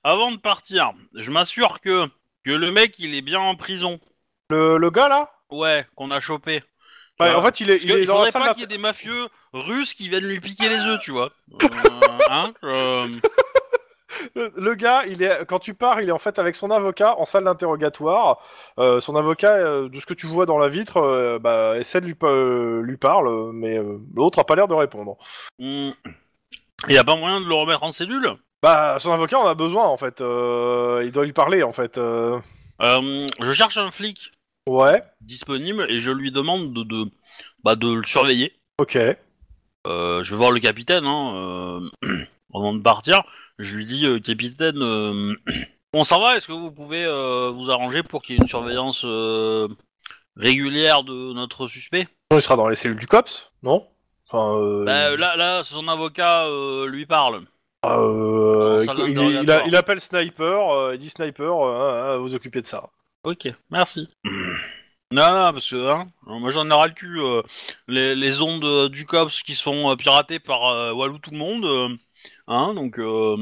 [SPEAKER 1] Avant de partir, je m'assure que... que le mec, il est bien en prison.
[SPEAKER 2] le, le gars, là
[SPEAKER 1] Ouais, qu'on a chopé.
[SPEAKER 2] Ouais,
[SPEAKER 1] Voilà.
[SPEAKER 2] En fait, il est,
[SPEAKER 1] Parce
[SPEAKER 2] il
[SPEAKER 1] que
[SPEAKER 2] est
[SPEAKER 1] il
[SPEAKER 2] dans la
[SPEAKER 1] faudrait
[SPEAKER 2] salle
[SPEAKER 1] pas
[SPEAKER 2] d'app-
[SPEAKER 1] qu'il y ait des mafieux russes qui viennent lui piquer les œufs, tu vois. Euh, hein, euh,
[SPEAKER 2] Le, le gars, il est quand tu pars, il est en fait avec son avocat en salle d'interrogatoire. Euh, son avocat, euh, de ce que tu vois dans la vitre, euh, bah, essaie de lui, pa- euh, lui parle, euh, mais euh, l'autre a pas l'air de répondre.
[SPEAKER 1] hmm. Il y a pas moyen de le remettre en cellule
[SPEAKER 2] Bah, son avocat, on a besoin en fait. Euh, il doit lui parler en fait. Euh,
[SPEAKER 1] Euh, Je cherche un flic
[SPEAKER 2] Ouais.
[SPEAKER 1] disponible et je lui demande de, de, bah, de le surveiller.
[SPEAKER 2] Ok.
[SPEAKER 1] Euh, je vais voir le capitaine hein, euh, avant de partir. Je lui dis, euh, capitaine, euh, on s'en va. Est-ce que vous pouvez euh, vous arranger pour qu'il y ait une surveillance euh, régulière de notre suspect
[SPEAKER 2] Non, il sera dans les cellules du cops, non Enfin, euh,
[SPEAKER 1] Bah, Là, là, son avocat euh, lui parle.
[SPEAKER 2] euh,
[SPEAKER 1] en salle
[SPEAKER 2] il, il-
[SPEAKER 1] d'interrogatoire.
[SPEAKER 2] il a- il appelle sniper, euh, il dit sniper, euh, hein, hein, vous occupez de ça.
[SPEAKER 1] Ok, merci. Non, non, parce que hein, moi j'en ai ras le cul. euh, les, les ondes euh, du COPS qui sont euh, piratées par euh, Walou tout le monde. euh, hein, donc euh,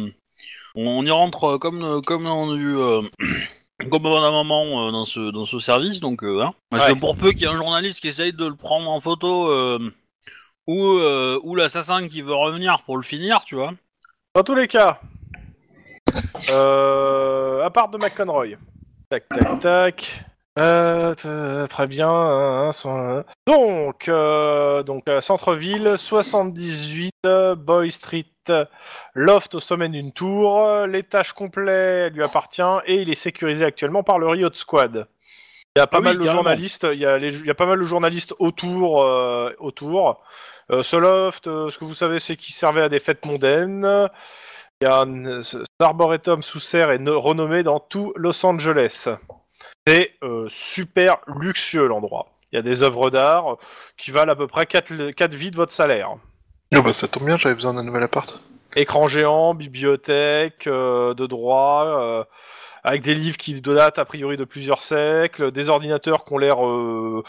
[SPEAKER 1] on, on y rentre euh, comme, euh, comme on a eu. euh, Comme avant un moment euh, dans ce dans ce service, donc euh, hein, parce
[SPEAKER 2] Ouais.
[SPEAKER 1] que pour peu qu'il y ait un journaliste qui essaye de le prendre en photo euh, ou euh, ou l'assassin qui veut revenir pour le finir, tu vois.
[SPEAKER 2] Dans tous les cas, euh, à part de McConroy. Tac, tac, tac. Euh, t- très bien. hein, hein, son- hein. Donc, euh, donc euh, centre-ville, 78 euh, Boy Street, euh, loft au sommet d'une tour. euh, L'étage complet lui appartient et il est sécurisé actuellement par le Riot Squad. Il y a pas
[SPEAKER 1] Ah oui,
[SPEAKER 2] mal de
[SPEAKER 1] carrément.
[SPEAKER 2] journalistes. Il y, a les- il y a pas mal de journalistes autour, euh, autour. Euh, ce loft, euh, ce que vous savez, c'est qu'il servait à des fêtes mondaines. Il y a un, euh, ce- cet arboretum sous serre est no- renommé dans tout Los Angeles. C'est euh, super luxueux l'endroit. Il y a des œuvres d'art qui valent à peu près 4, vies de votre salaire.
[SPEAKER 4] Non, bah ça tombe bien, j'avais besoin d'un nouvel appart.
[SPEAKER 2] Écran géant, bibliothèque, euh, de droit, euh, avec des livres qui datent a priori de plusieurs siècles, des ordinateurs qui ont l'air euh,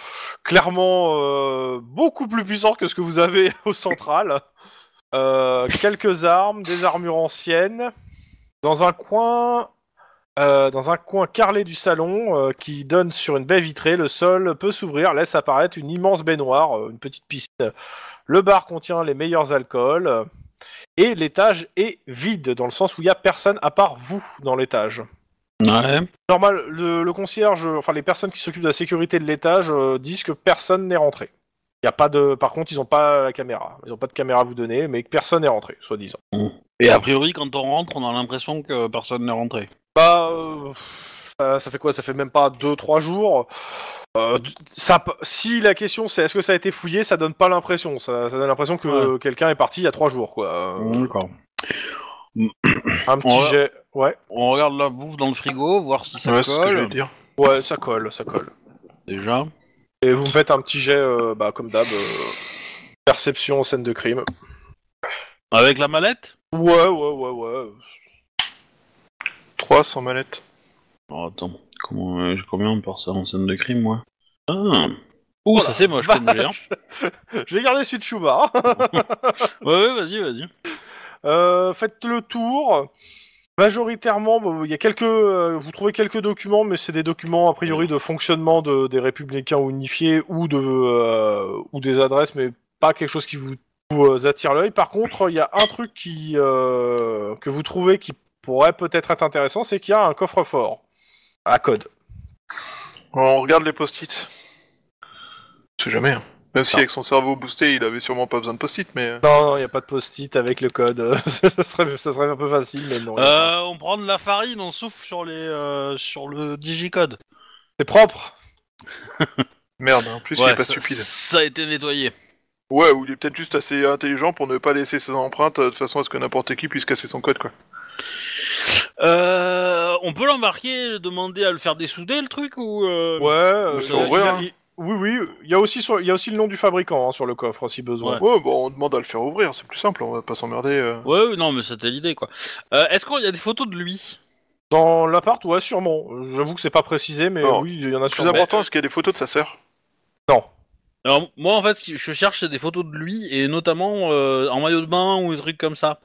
[SPEAKER 2] clairement euh, beaucoup plus puissants que ce que vous avez au central, Euh, quelques armes, des armures anciennes, dans un coin, euh, dans un coin carrelé du salon euh, qui donne sur une baie vitrée, le sol peut s'ouvrir, laisse apparaître une immense baignoire, euh, une petite piscine. Le bar contient les meilleurs alcools. euh, et l'étage est vide, dans le sens où il n'y a personne à part vous dans l'étage.
[SPEAKER 1] Ouais.
[SPEAKER 2] Normal, le, le concierge, euh, enfin les personnes qui s'occupent de la sécurité de l'étage euh, disent que personne n'est rentré. Il Y a pas de, par contre, ils n'ont pas la caméra. Ils n'ont pas de caméra à vous donner, mais que personne n'est rentré, soi-disant.
[SPEAKER 1] Et a priori, quand on rentre, on a l'impression que personne n'est rentré.
[SPEAKER 2] Bah, euh, ça, ça fait quoi Ça fait même pas 2-3 jours. Euh, ça, p- si la question c'est est-ce que ça a été fouillé, ça donne pas l'impression. Ça, ça donne l'impression que
[SPEAKER 1] Ouais.
[SPEAKER 2] euh, quelqu'un est parti il y a 3 jours, quoi. Euh,
[SPEAKER 1] D'accord.
[SPEAKER 2] Un petit
[SPEAKER 1] Ouais.
[SPEAKER 2] jet. Ouais.
[SPEAKER 1] On regarde la bouffe dans le frigo, voir si ça
[SPEAKER 4] Ouais, c'est ce que je
[SPEAKER 1] colle.
[SPEAKER 4] vais dire.
[SPEAKER 2] Ouais, ça colle, ça colle.
[SPEAKER 1] Déjà.
[SPEAKER 2] Et vous me faites un petit jet, euh, bah, comme d'hab, euh, perception scène de crime.
[SPEAKER 1] Avec la mallette
[SPEAKER 2] Ouais, ouais, ouais, ouais.
[SPEAKER 4] 300 mallettes.
[SPEAKER 1] Oh, attends, comment, euh, j'ai combien on part ça en scène de crime, moi Ah Ouh, ça c'est moche comme j'ai, hein.
[SPEAKER 2] Je vais garder celui de Chouba. hein.
[SPEAKER 1] Ouais, ouais, vas-y, vas-y.
[SPEAKER 2] Euh, faites le tour. Majoritairement, bon, il y a quelques, euh, vous trouvez quelques documents, mais c'est des documents a priori de fonctionnement de, des républicains unifiés ou de euh, ou des adresses, mais pas quelque chose qui vous, vous euh, attire l'œil. Par contre, il y a un truc qui euh, que vous trouvez qui pourrait peut-être être intéressant, c'est qu'il y a un coffre-fort à code.
[SPEAKER 4] On regarde les post-it. On sait jamais. hein. Même si
[SPEAKER 2] Non.
[SPEAKER 4] avec son cerveau boosté, il avait sûrement pas besoin de post-it, mais. euh,
[SPEAKER 2] Non, non, il n'y a pas de post-it avec le code. ça, serait, ça serait un peu facile, mais non. il y a pas.
[SPEAKER 1] Euh, on prend de la farine, on souffle sur les, euh, sur le digicode.
[SPEAKER 2] C'est propre.
[SPEAKER 4] Merde, en plus il est pas
[SPEAKER 1] ça-
[SPEAKER 4] stupide.
[SPEAKER 1] Ça a été nettoyé.
[SPEAKER 4] Ouais, ou il est peut-être juste assez intelligent pour ne pas laisser ses empreintes euh, de façon à ce que n'importe qui puisse casser son code, quoi.
[SPEAKER 1] Euh, on peut l'embarquer, demander à le faire dessouder le truc ou euh,
[SPEAKER 2] Ouais. euh,
[SPEAKER 1] c'est
[SPEAKER 2] il y a-
[SPEAKER 4] vrai,
[SPEAKER 2] il y a-
[SPEAKER 4] hein.
[SPEAKER 2] il- Oui, oui. Il y a aussi sur- il y a aussi le nom du fabricant hein, sur le coffre si besoin.
[SPEAKER 1] Ouais.
[SPEAKER 4] Ouais, bon, on demande à le faire ouvrir, c'est plus simple, on va pas s'emmerder. euh.
[SPEAKER 1] Ouais, ouais, non, mais c'était l'idée quoi. Euh, Est-ce qu'il y a des photos de lui
[SPEAKER 2] Dans l'appart, ouais, sûrement. J'avoue que c'est pas précisé, mais
[SPEAKER 4] Non.
[SPEAKER 2] oui, il y en a
[SPEAKER 4] Le plus
[SPEAKER 2] sûrement.
[SPEAKER 1] euh,
[SPEAKER 4] important, est-ce qu'il y a des photos de sa sœur
[SPEAKER 1] Alors, moi en fait, ce que je cherche, c'est des photos de lui et notamment euh, en maillot de bain ou des trucs comme ça.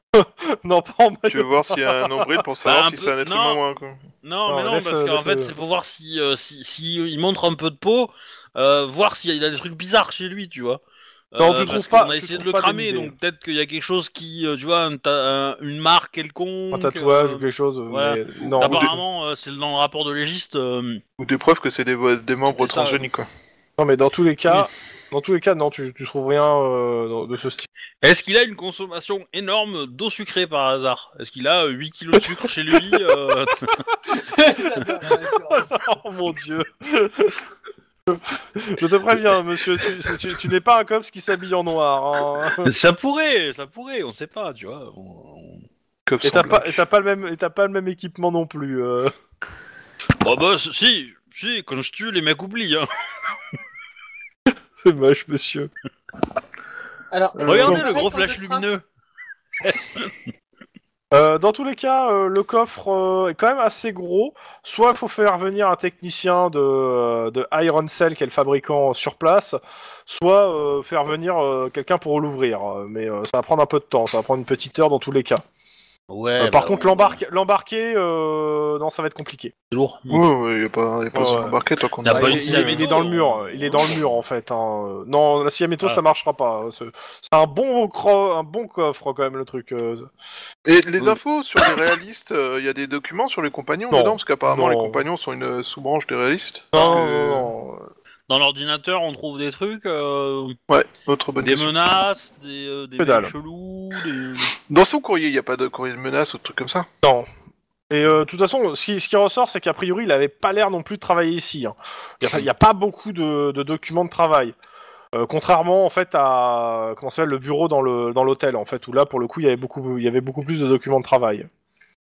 [SPEAKER 2] non, pas en
[SPEAKER 4] Tu veux voir s'il y a un nombril pour savoir
[SPEAKER 1] Bah, un
[SPEAKER 4] si
[SPEAKER 1] peu-
[SPEAKER 4] c'est un être
[SPEAKER 1] non.
[SPEAKER 4] humain ou un. quoi.
[SPEAKER 1] Non,
[SPEAKER 2] Non,
[SPEAKER 1] mais non,
[SPEAKER 2] laisse,
[SPEAKER 1] parce qu'en
[SPEAKER 2] laisse-
[SPEAKER 1] fait, c'est pour voir si, euh, si, si il montre un peu de peau, euh, voir s'il a des trucs bizarres chez lui, tu vois. Euh,
[SPEAKER 2] Non, tu
[SPEAKER 1] parce
[SPEAKER 2] trouves pas-
[SPEAKER 1] qu'on a
[SPEAKER 2] tu
[SPEAKER 1] essayé de
[SPEAKER 2] trouves
[SPEAKER 1] le
[SPEAKER 2] pas
[SPEAKER 1] cramer,
[SPEAKER 2] d'idée.
[SPEAKER 1] donc peut-être qu'il y a quelque chose qui, euh, tu vois, un ta- un- une marque quelconque.
[SPEAKER 2] un tatouage
[SPEAKER 1] euh,
[SPEAKER 2] ou quelque chose.
[SPEAKER 1] voilà.
[SPEAKER 2] mais Non.
[SPEAKER 1] Apparemment, euh, c'est dans le rapport de légiste. euh,
[SPEAKER 4] Ou des preuves que c'est des, vo- des membres
[SPEAKER 1] C'est ça,
[SPEAKER 4] transgéniques, quoi.
[SPEAKER 2] Non, mais dans tous les cas, dans tous les cas, non, tu, tu trouves rien euh, dans- de ce style.
[SPEAKER 1] Est-ce qu'il a une consommation énorme d'eau sucrée par hasard Est-ce qu'il a euh, 8 kilos de sucre chez lui euh,
[SPEAKER 5] J'adore la référence.
[SPEAKER 2] oh mon dieu. Je te préviens, monsieur, tu, c'est- tu- tu n'es pas un copse qui s'habille en noir. hein.
[SPEAKER 1] Ça pourrait, ça pourrait, on sait pas, tu vois. on- on-
[SPEAKER 4] Comme
[SPEAKER 2] Et t'as
[SPEAKER 4] semblable.
[SPEAKER 2] pas, et t'as pas le même, et t'as pas le même équipement non plus. euh.
[SPEAKER 1] Oh bah si, si, quand je tue, les mecs oublient. Hein.
[SPEAKER 2] C'est moche, monsieur.
[SPEAKER 5] Alors, est-ce
[SPEAKER 1] Regardez
[SPEAKER 5] qu'on
[SPEAKER 1] le
[SPEAKER 5] arrête
[SPEAKER 1] gros
[SPEAKER 5] quand
[SPEAKER 1] flash
[SPEAKER 5] ce sera
[SPEAKER 1] lumineux.
[SPEAKER 2] Euh, dans tous les cas, euh, le coffre euh, est quand même assez gros. Soit il faut faire venir un technicien de, euh, de Iron Cell, qui est le fabricant, sur place, soit euh, faire venir euh, quelqu'un pour l'ouvrir. Euh, Mais euh, ça va prendre un peu de temps, ça va prendre une petite heure dans tous les cas.
[SPEAKER 1] Ouais.
[SPEAKER 2] Euh, par contre, l'embarque- l'embarquer, euh, non, ça va être compliqué.
[SPEAKER 1] C'est lourd.
[SPEAKER 4] Ouais, ouais, y a pas, y a pas
[SPEAKER 2] Ouais,
[SPEAKER 4] besoin
[SPEAKER 2] ouais.
[SPEAKER 4] d'embarquer tant qu'on
[SPEAKER 1] Y a
[SPEAKER 4] a-
[SPEAKER 1] pas
[SPEAKER 2] Bah, il,
[SPEAKER 1] une hein.
[SPEAKER 2] il-
[SPEAKER 1] scie à
[SPEAKER 2] il est
[SPEAKER 1] métaux,
[SPEAKER 2] dans le
[SPEAKER 1] on-
[SPEAKER 2] mur, il est dans le mur en fait. hein. Euh, Non, la scie à métaux, ça marchera pas. hein. C'est c'est un bon, cro- un bon coffre quand même le truc. euh.
[SPEAKER 4] Et les infos sur les réalistes, il y a des documents sur les compagnons
[SPEAKER 2] Non.
[SPEAKER 4] dedans Parce qu'apparemment, les
[SPEAKER 2] Non.
[SPEAKER 4] compagnons sont une euh, sous-branche des réalistes.
[SPEAKER 2] Non,
[SPEAKER 4] Euh,
[SPEAKER 2] non, non.
[SPEAKER 1] Dans l'ordinateur, on trouve des trucs, euh,
[SPEAKER 4] Ouais, autre bonne
[SPEAKER 1] des
[SPEAKER 4] question.
[SPEAKER 1] menaces, des, euh, des
[SPEAKER 2] Que dalle.
[SPEAKER 1] mecs chelous, des.
[SPEAKER 4] Dans son courrier, il n'y a pas de courrier de menace ou de trucs comme ça
[SPEAKER 2] Et euh, de toute façon, ce qui, ce qui ressort, c'est qu'a priori, il avait pas l'air non plus de travailler ici. hein. Il n'y a, pas beaucoup de, de documents de travail. Euh, contrairement en fait à comment ça s'appelle, le bureau dans le dans l'hôtel en fait où là pour le coup il y avait beaucoup il y avait beaucoup plus de documents de travail.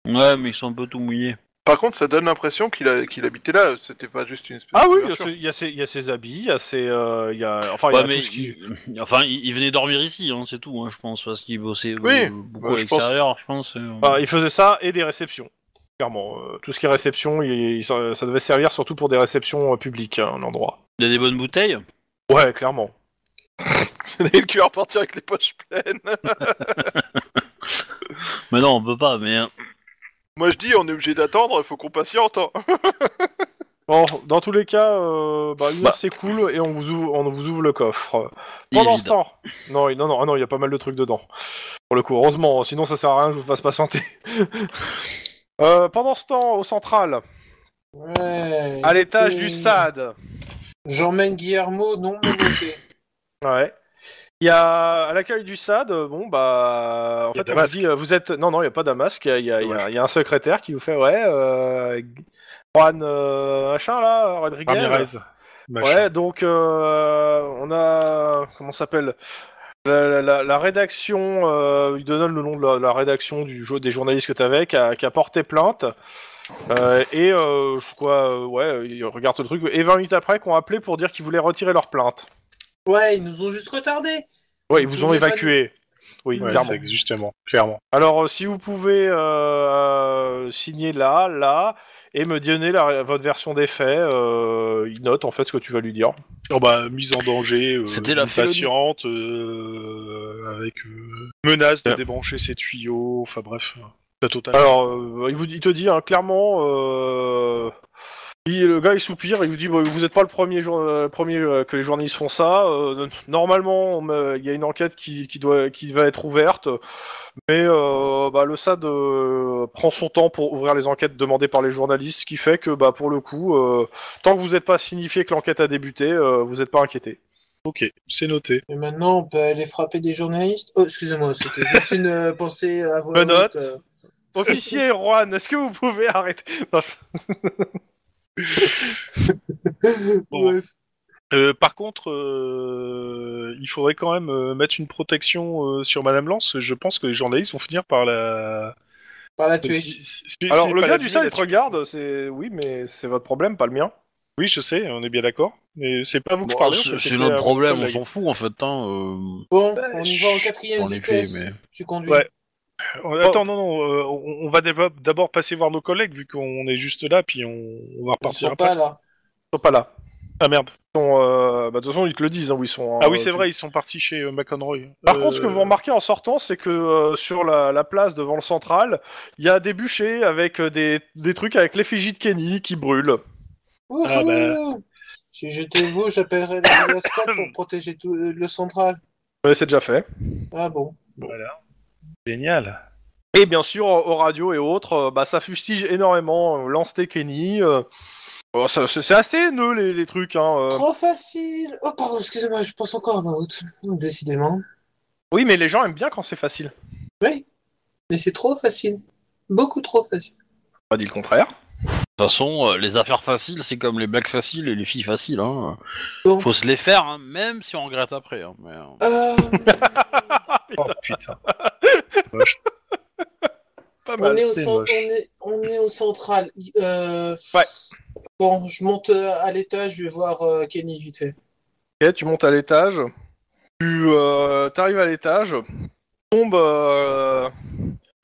[SPEAKER 1] Ouais, mais ils sont un peu tout mouillés.
[SPEAKER 4] Par contre, ça donne l'impression qu'il a- qu'il habitait là, c'était pas juste une espèce
[SPEAKER 2] Ah
[SPEAKER 4] de
[SPEAKER 2] oui, il y a
[SPEAKER 4] version.
[SPEAKER 2] ses- il y, a ses- il y a ses habits, il y a ses euh, il y a enfin il y
[SPEAKER 1] Ouais,
[SPEAKER 2] a
[SPEAKER 1] mais
[SPEAKER 2] tout ce qui
[SPEAKER 1] ils- enfin, ils ils venaient dormir ici, hein, c'est tout, hein, je pense, parce qu'ils bossaient euh,
[SPEAKER 4] Oui,
[SPEAKER 1] beaucoup
[SPEAKER 4] bah,
[SPEAKER 1] à
[SPEAKER 4] je pense.
[SPEAKER 1] l'extérieur, je pense. euh,
[SPEAKER 2] Enfin, Bah, il faisait ça et des réceptions. Clairement, euh, tout ce qui est réception, il- il- ça ça devait servir surtout pour des réceptions euh, publiques, hein, l'endroit.
[SPEAKER 1] Il y a des bonnes bouteilles.
[SPEAKER 2] Ouais, clairement.
[SPEAKER 4] Et le cul à repartir avec les poches pleines.
[SPEAKER 1] Mais non, on peut pas, mais. euh,
[SPEAKER 4] Moi je dis, on est obligé d'attendre, faut qu'on patiente. hein.
[SPEAKER 2] Bon, dans tous les cas, euh, bah, une
[SPEAKER 1] Bah.
[SPEAKER 2] heure, c'est cool et on vous ouvre, on vous ouvre le coffre.
[SPEAKER 1] il est
[SPEAKER 2] Pendant ce
[SPEAKER 1] vide.
[SPEAKER 2] temps, non, il- non, non, ah non, il y a pas mal de trucs dedans. Pour le coup, heureusement, sinon ça sert à rien que je vous fasse patienter. Euh, pendant ce temps, au central,
[SPEAKER 5] Ouais.
[SPEAKER 2] À l'étage du
[SPEAKER 5] Et-
[SPEAKER 2] SAD.
[SPEAKER 5] J'emmène Guillermo non menotté.
[SPEAKER 2] Ouais. Il y a à l'accueil du SAD, euh, bon bah en
[SPEAKER 3] Il y a
[SPEAKER 2] fait on vous
[SPEAKER 3] Damasque.
[SPEAKER 2] dit euh, vous êtes non non il y a pas Damasque, il y a, il y a- il y a- il y a un secrétaire qui vous fait ouais euh, Juan euh, machin là Rodriguez.
[SPEAKER 3] Ramirez. machin.
[SPEAKER 2] Ouais, donc euh, on a comment ça s'appelle la, la- la- la rédaction, euh, il donne le nom de la, la rédaction du jeu des journalistes que t'avais, qui a, qui a porté plainte. Euh, et euh, je crois, euh, ouais, ils regardent le truc. Et 20 minutes après, qu'on appelé pour dire qu'ils voulaient retirer leur plainte.
[SPEAKER 5] Ouais, ils nous ont juste retardé.
[SPEAKER 2] Ouais, ils vous ont
[SPEAKER 5] Vous avez
[SPEAKER 2] évacué. Oui,
[SPEAKER 3] Ouais,
[SPEAKER 2] clairement.
[SPEAKER 3] c'est justement, clairement.
[SPEAKER 2] Alors, euh, si vous pouvez euh, signer là, là, et me donner la- votre version des faits, euh, il note en fait ce que tu vas lui dire.
[SPEAKER 3] Oh bah, mise en danger, euh,
[SPEAKER 1] C'était la
[SPEAKER 3] patiente, euh, avec euh, menace de
[SPEAKER 1] Ouais.
[SPEAKER 3] débrancher ses tuyaux, enfin bref, euh, la totale.
[SPEAKER 2] Alors, euh, il, vous, il te dit hein, clairement, euh, il- le gars il soupire, il vous dit Bon, vous n'êtes pas le premier, jour, euh, premier euh, que les journalistes font ça. euh, normalement, on me- il y a une enquête qui, qui doit, qui va être ouverte, mais euh, bah, le SAD euh, prend son temps pour ouvrir les enquêtes demandées par les journalistes, ce qui fait que bah, pour le coup, euh, tant que vous n'êtes pas signifié que l'enquête a débuté, euh, vous n'êtes pas inquiété.
[SPEAKER 3] Ok, c'est noté.
[SPEAKER 5] Et maintenant, on peut aller frapper des journalistes. Oh, excusez-moi, c'était juste une euh, pensée à voix
[SPEAKER 2] Menottes.
[SPEAKER 5] haute, euh.
[SPEAKER 2] Officier Juan, est-ce que vous pouvez arrêter Non, je-
[SPEAKER 3] Bon.
[SPEAKER 5] Bref.
[SPEAKER 3] Euh, par contre, euh, il faudrait quand même euh, mettre une protection euh, sur Madame Lance. Je pense que les journalistes vont finir par la.
[SPEAKER 5] Par la tuer.
[SPEAKER 3] Si- si- si-
[SPEAKER 2] Alors,
[SPEAKER 3] si
[SPEAKER 2] le
[SPEAKER 3] pas
[SPEAKER 2] gars
[SPEAKER 3] la
[SPEAKER 2] du
[SPEAKER 3] tuer,
[SPEAKER 2] SAD
[SPEAKER 3] la
[SPEAKER 2] il te
[SPEAKER 3] tuer.
[SPEAKER 2] regarde, c'est oui, mais c'est votre problème, pas le mien.
[SPEAKER 3] Oui, je sais, on est bien d'accord. Mais c'est pas vous que je
[SPEAKER 1] Bon,
[SPEAKER 3] parlais.
[SPEAKER 1] c'est
[SPEAKER 3] c'était
[SPEAKER 1] c'est notre
[SPEAKER 3] à mon
[SPEAKER 1] problème, on
[SPEAKER 3] collègue.
[SPEAKER 1] s'en fout en fait. Hein, euh,
[SPEAKER 5] Bon, on y va en
[SPEAKER 1] je-
[SPEAKER 5] quatrième
[SPEAKER 1] en effet,
[SPEAKER 5] vitesse.
[SPEAKER 1] mais-
[SPEAKER 5] Tu conduis.
[SPEAKER 3] Ouais. Euh, Attends, non, non, euh, on, on va d'abord- d'abord passer voir nos collègues vu qu'on est juste là, puis on, on
[SPEAKER 5] Ils
[SPEAKER 3] va repartir
[SPEAKER 5] sont
[SPEAKER 3] après.
[SPEAKER 5] pas là.
[SPEAKER 2] Ils sont pas là.
[SPEAKER 3] Ah merde.
[SPEAKER 2] Ils sont, euh, bah, de toute façon, ils te le disent hein, où ils sont. hein.
[SPEAKER 3] Ah oui, c'est
[SPEAKER 2] Tu-
[SPEAKER 3] vrai, ils sont partis chez euh, McEnroy.
[SPEAKER 2] Par
[SPEAKER 3] Euh,
[SPEAKER 2] contre, ce que vous remarquez en sortant, c'est que euh, sur la, la place devant le central, il y a des bûchers avec euh, des, des trucs avec l'effigie de Kenny qui brûle.
[SPEAKER 3] Ah bah.
[SPEAKER 5] Wouhou Si j'étais vous, j'appellerais le Bioscope pour protéger tout, euh, le central.
[SPEAKER 2] Ouais, c'est déjà fait.
[SPEAKER 5] Ah bon.
[SPEAKER 3] Génial.
[SPEAKER 2] Et bien sûr, euh, aux radios et autres, euh, bah, ça fustige énormément euh, Lance T. Kenny. euh. Bon, ça- c'est c'est assez haineux les, les trucs. Hein, euh.
[SPEAKER 5] Trop facile Oh pardon, excusez-moi, je pense encore à ma route. Décidément.
[SPEAKER 2] Oui, mais les gens aiment bien quand c'est facile.
[SPEAKER 5] Oui. Mais c'est trop facile. Beaucoup trop facile.
[SPEAKER 2] On pas dit le contraire.
[SPEAKER 1] De toute façon, euh, les affaires faciles, c'est comme les blagues faciles et les filles faciles. Hein.
[SPEAKER 5] Bon.
[SPEAKER 1] Faut se les faire, hein, même si on regrette après. hein, mais, euh,
[SPEAKER 5] Euh,
[SPEAKER 3] Oh putain.
[SPEAKER 2] Pas
[SPEAKER 5] on,
[SPEAKER 2] mal.
[SPEAKER 5] est au
[SPEAKER 3] c'est
[SPEAKER 5] cen-
[SPEAKER 3] moche.
[SPEAKER 5] on, est, on est au central. Euh,
[SPEAKER 2] Ouais.
[SPEAKER 5] Bon, je monte euh, à l'étage, je vais voir euh, Kenny vite fait.
[SPEAKER 2] Ok, tu montes à l'étage. Tu euh, arrives à l'étage. Tombe euh,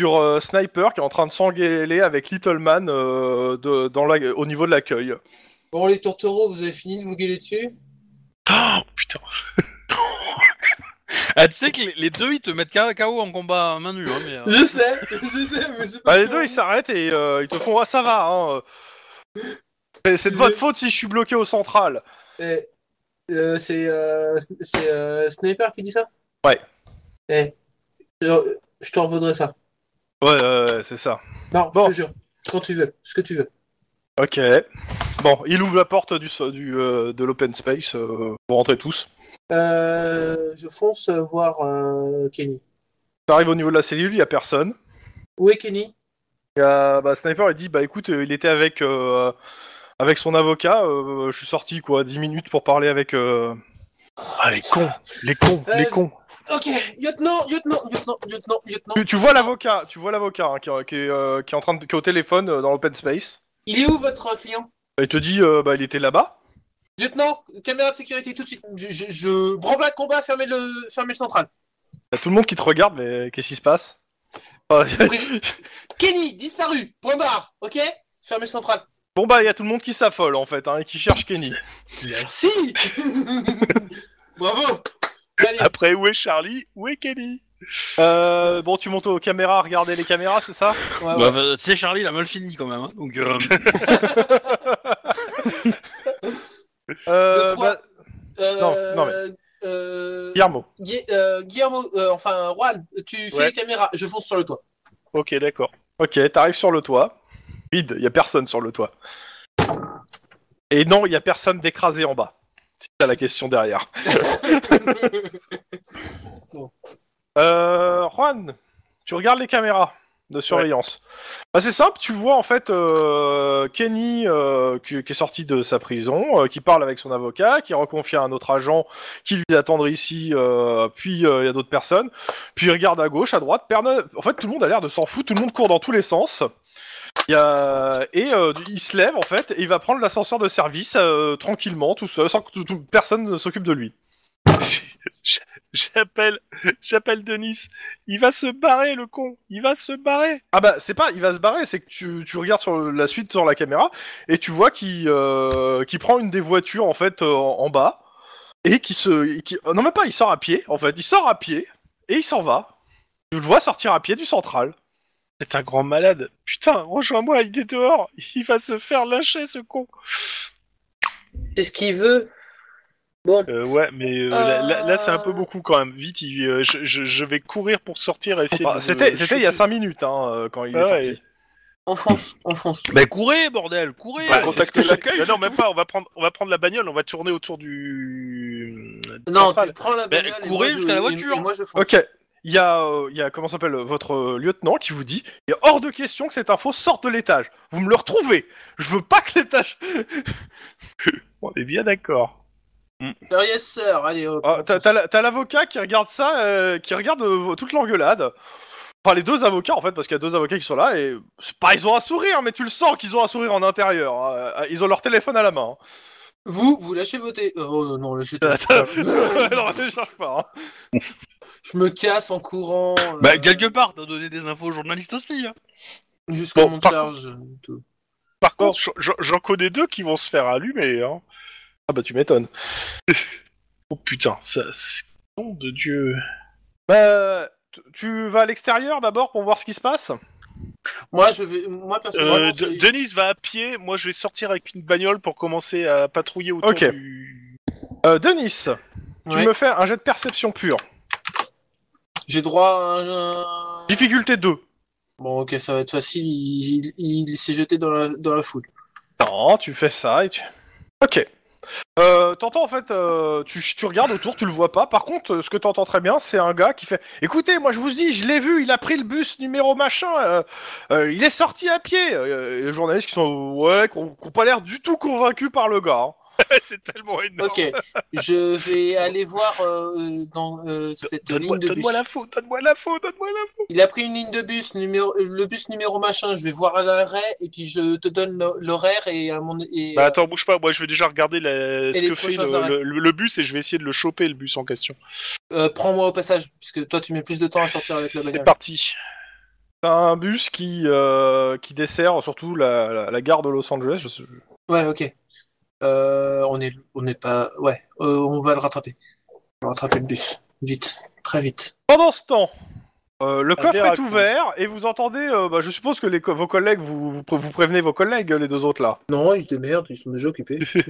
[SPEAKER 2] sur euh, Sniper qui est en train de s'engueuler avec Little Man euh, de- dans la- au niveau de l'accueil.
[SPEAKER 5] Bon, les tourtereaux, vous avez fini de vous gueuler dessus
[SPEAKER 3] Oh putain.
[SPEAKER 1] Ah, tu sais que les, les deux, ils te mettent K- KO en combat à main nue. Hein, mais, euh,
[SPEAKER 5] Je sais, je sais, mais c'est pas
[SPEAKER 2] Bah, les
[SPEAKER 5] pour
[SPEAKER 2] deux
[SPEAKER 5] vous.
[SPEAKER 2] ils s'arrêtent et euh, ils te font Ah, ça va. Hein. euh. C'est- C'est de votre faute si je suis bloqué au central.
[SPEAKER 5] Eh, euh, c'est euh, c'est, euh, Sniper qui dit ça
[SPEAKER 2] Ouais.
[SPEAKER 5] Eh, je, je te revaudrai ça.
[SPEAKER 2] Ouais, ouais, c'est ça.
[SPEAKER 5] Non,
[SPEAKER 2] Bon.
[SPEAKER 5] je te jure. Quand tu veux, ce que tu veux.
[SPEAKER 2] Ok. Bon, il ouvre la porte du, so- du, euh, de l'open space. euh, vous rentrez tous.
[SPEAKER 5] Euh, je fonce voir euh, Kenny.
[SPEAKER 2] T'arrives au niveau de la cellule, il y a personne.
[SPEAKER 5] Où est Kenny
[SPEAKER 2] Et, euh, bah, Sniper il dit bah écoute euh, il était avec euh, avec son avocat euh, je suis sorti quoi 10 minutes pour parler avec euh,
[SPEAKER 3] Ah les cons, les cons,
[SPEAKER 5] Euh,
[SPEAKER 3] les cons.
[SPEAKER 5] Ok, lieutenant, lieutenant, lieutenant, lieutenant, lieutenant.
[SPEAKER 2] tu, tu vois l'avocat tu vois l'avocat hein, qui, qui est, euh, qui est en train de qui est au téléphone euh, dans l'open space
[SPEAKER 5] Il est où votre client
[SPEAKER 2] il te dit euh, bah il était là-bas
[SPEAKER 5] Lieutenant, caméra de sécurité tout de suite. Je, je, je... branle pas le combat, fermez le, fermez le central.
[SPEAKER 2] y a tout le monde qui te regarde mais qu'est-ce qui se passe Euh,
[SPEAKER 5] Président- Kenny, disparu, point barre, ok Fermez le central.
[SPEAKER 2] bon bah il y a tout le monde qui s'affole en fait hein, et qui cherche Kenny
[SPEAKER 5] Merci Bravo Allez,
[SPEAKER 3] Après où est Charlie, où est Kenny
[SPEAKER 2] Euh, bon tu montes aux caméras regarder les caméras c'est ça
[SPEAKER 5] ouais, ouais.
[SPEAKER 1] bah, bah, tu sais, Charlie, il a mal fini quand même. hein, donc, euh,
[SPEAKER 2] euh,
[SPEAKER 5] Le trois.
[SPEAKER 2] bah,
[SPEAKER 5] Euh,
[SPEAKER 2] non, non,
[SPEAKER 5] euh,
[SPEAKER 2] Guillermo
[SPEAKER 5] Gui- euh, Guillermo, euh, enfin Juan, tu fais
[SPEAKER 3] Ouais.
[SPEAKER 5] les caméras, je fonce sur le toit.
[SPEAKER 3] Ok d'accord.
[SPEAKER 2] ok t'arrives sur le toit vide il y a personne sur le toit Et non, il y a personne d'écrasé en bas. C'est ça la question derrière. Euh, Juan, tu regardes les caméras de surveillance. Bah, c'est simple, tu vois en fait euh, Kenny euh, qui, qui est sorti de sa prison, euh, qui parle avec son avocat, qui reconfie à un autre agent qui lui attendrait ici, euh, puis euh, il y a d'autres personnes, puis il regarde à gauche, à droite, personne- en fait tout le monde a l'air de s'en foutre, tout le monde court dans tous les sens. Il y a... Et euh, il se lève en fait, et il va prendre l'ascenseur de service euh, tranquillement, tout seul, sans que tout- tout- personne ne s'occupe de lui.
[SPEAKER 3] J'appelle, j'appelle Denis. Il va se barrer, le con. Il va se barrer.
[SPEAKER 2] Ah bah c'est pas, il va se barrer, c'est que tu, tu regardes sur le- la suite sur la caméra et tu vois qu'il euh, qu'il prend une des voitures en fait euh, en, en bas et qui se, et qui- oh, non même pas, il sort à pied en fait, il sort à pied et il s'en va. Tu le vois sortir à pied du central.
[SPEAKER 3] C'est un grand malade. Putain, rejoins-moi, il est dehors. Il va se faire lâcher, ce con.
[SPEAKER 5] C'est ce qu'il veut. Bon,
[SPEAKER 3] Euh, ouais, mais euh, là, là- là, c'est un peu beaucoup quand même. Vite, il- euh, je, je- je vais courir pour sortir, essayer.
[SPEAKER 2] Enfin,
[SPEAKER 3] de-
[SPEAKER 2] c'était
[SPEAKER 3] de-
[SPEAKER 2] c'était il y a 5 minutes hein, euh, quand il est
[SPEAKER 3] Ah ouais.
[SPEAKER 2] sorti.
[SPEAKER 5] on fonce, on fonce.
[SPEAKER 1] Mais courez, bordel, courez
[SPEAKER 3] Ouais,
[SPEAKER 4] Bah,
[SPEAKER 3] c'est
[SPEAKER 4] contacter
[SPEAKER 3] ce que je-
[SPEAKER 4] l'accueil,
[SPEAKER 3] Non, non,
[SPEAKER 4] surtout.
[SPEAKER 3] même pas. On va prendre, on va prendre la bagnole. On va tourner autour du.
[SPEAKER 5] Non,
[SPEAKER 3] central.
[SPEAKER 5] tu prends la
[SPEAKER 1] Ben,
[SPEAKER 5] bagnole et
[SPEAKER 1] courez
[SPEAKER 5] moi,
[SPEAKER 1] jusqu'à la
[SPEAKER 5] je- et-
[SPEAKER 1] voiture.
[SPEAKER 5] et moi, je fonce.
[SPEAKER 2] Ok, il y a euh, il y a comment s'appelle euh, votre euh, lieutenant qui vous dit, il est hors de question que cette info sorte de l'étage. Vous me le retrouvez. Je veux pas que l'étage.
[SPEAKER 3] On est bien d'accord.
[SPEAKER 5] Alors, Ah, yes, sir, allez, hop,
[SPEAKER 2] Ah,
[SPEAKER 5] on
[SPEAKER 2] t'as-
[SPEAKER 5] fonce.
[SPEAKER 2] T'as la- t'as l'avocat qui regarde ça, euh, qui regarde euh, toute l'engueulade. Enfin, les deux avocats en fait, parce qu'il y a deux avocats qui sont là et c'est pas ils ont un sourire, mais tu le sens qu'ils ont un sourire en intérieur. hein. Ils ont leur téléphone à la main. hein.
[SPEAKER 5] Vous, vous lâchez voter. Oh non, lâchez tout.
[SPEAKER 2] non, je cherche pas. hein.
[SPEAKER 5] Je me casse en courant. euh,
[SPEAKER 1] Bah, quelque part, t'as donné des infos aux journalistes aussi. Hein.
[SPEAKER 5] Jusqu'à
[SPEAKER 3] Bon,
[SPEAKER 5] mon
[SPEAKER 3] par
[SPEAKER 5] charge. euh, tout.
[SPEAKER 3] Par contre, j'en- j'en j'en connais deux qui vont se faire allumer. Hein.
[SPEAKER 2] Ah bah tu m'étonnes.
[SPEAKER 3] Oh putain, ça. c'est- Nom de Dieu.
[SPEAKER 2] Bah, t- tu vas à l'extérieur d'abord pour voir ce qui se passe.
[SPEAKER 5] Moi, je vais. Moi, personnellement.
[SPEAKER 3] Euh,
[SPEAKER 5] c'est-
[SPEAKER 3] De- Denise va à pied. Moi, je vais sortir avec une bagnole pour commencer à patrouiller autour
[SPEAKER 2] Ok.
[SPEAKER 3] du.
[SPEAKER 2] Euh, Denis, tu
[SPEAKER 5] Ouais.
[SPEAKER 2] me fais un jet de perception pure.
[SPEAKER 5] J'ai droit à un.
[SPEAKER 2] Difficulté 2.
[SPEAKER 5] Bon, ok, ça va être facile. Il, il- il s'est jeté dans la, dans la foule.
[SPEAKER 2] Non, tu fais ça et tu... Ok. Euh, t'entends en fait, euh, tu, tu regardes autour, tu le vois pas. Par contre, euh, ce que t'entends très bien, c'est un gars qui fait "Écoutez, moi je vous dis, je l'ai vu, il a pris le bus numéro machin, euh, euh, il est sorti à pied." Euh, et les journalistes qui sont ouais, qui ont qui ont pas l'air du tout convaincus par le gars. hein.
[SPEAKER 3] C'est tellement énorme.
[SPEAKER 5] Ok, je vais aller voir euh, dans euh, cette
[SPEAKER 3] Donne-moi
[SPEAKER 5] ligne de bus.
[SPEAKER 3] donne-moi l'info, donne-moi l'info, donne-moi l'info.
[SPEAKER 5] Il a pris une ligne de bus, numéro, euh, le bus numéro machin. Je vais voir à l'arrêt et puis je te donne l'ho- l'horaire et à mon. Et,
[SPEAKER 3] Bah attends, bouge pas, moi je vais déjà regarder la- ce
[SPEAKER 5] les
[SPEAKER 3] que fait
[SPEAKER 5] prochains
[SPEAKER 4] euh,
[SPEAKER 5] arrêts.
[SPEAKER 3] le, le- le bus et je vais essayer de le choper, le bus en question.
[SPEAKER 5] euh, prends-moi au passage, puisque toi, tu mets plus de temps à sortir avec la
[SPEAKER 3] C'est
[SPEAKER 5] bagnole.
[SPEAKER 3] parti.
[SPEAKER 2] T'as un bus qui euh, qui dessert surtout la, la- la gare de Los Angeles. je sais-
[SPEAKER 5] Ouais, ok. Euh, on est, on n'est pas. Ouais, euh, on va le rattraper. On va rattraper le bus. Vite, très vite.
[SPEAKER 2] Pendant ce temps, euh, le
[SPEAKER 3] Un
[SPEAKER 2] coffre est
[SPEAKER 3] miracle.
[SPEAKER 2] ouvert et vous entendez. euh, bah, je suppose que les co- vos collègues vous- vous, pré- vous prévenez vos collègues, les deux autres là.
[SPEAKER 5] Non, ils se démerdent, ils sont déjà occupés.
[SPEAKER 2] Euh,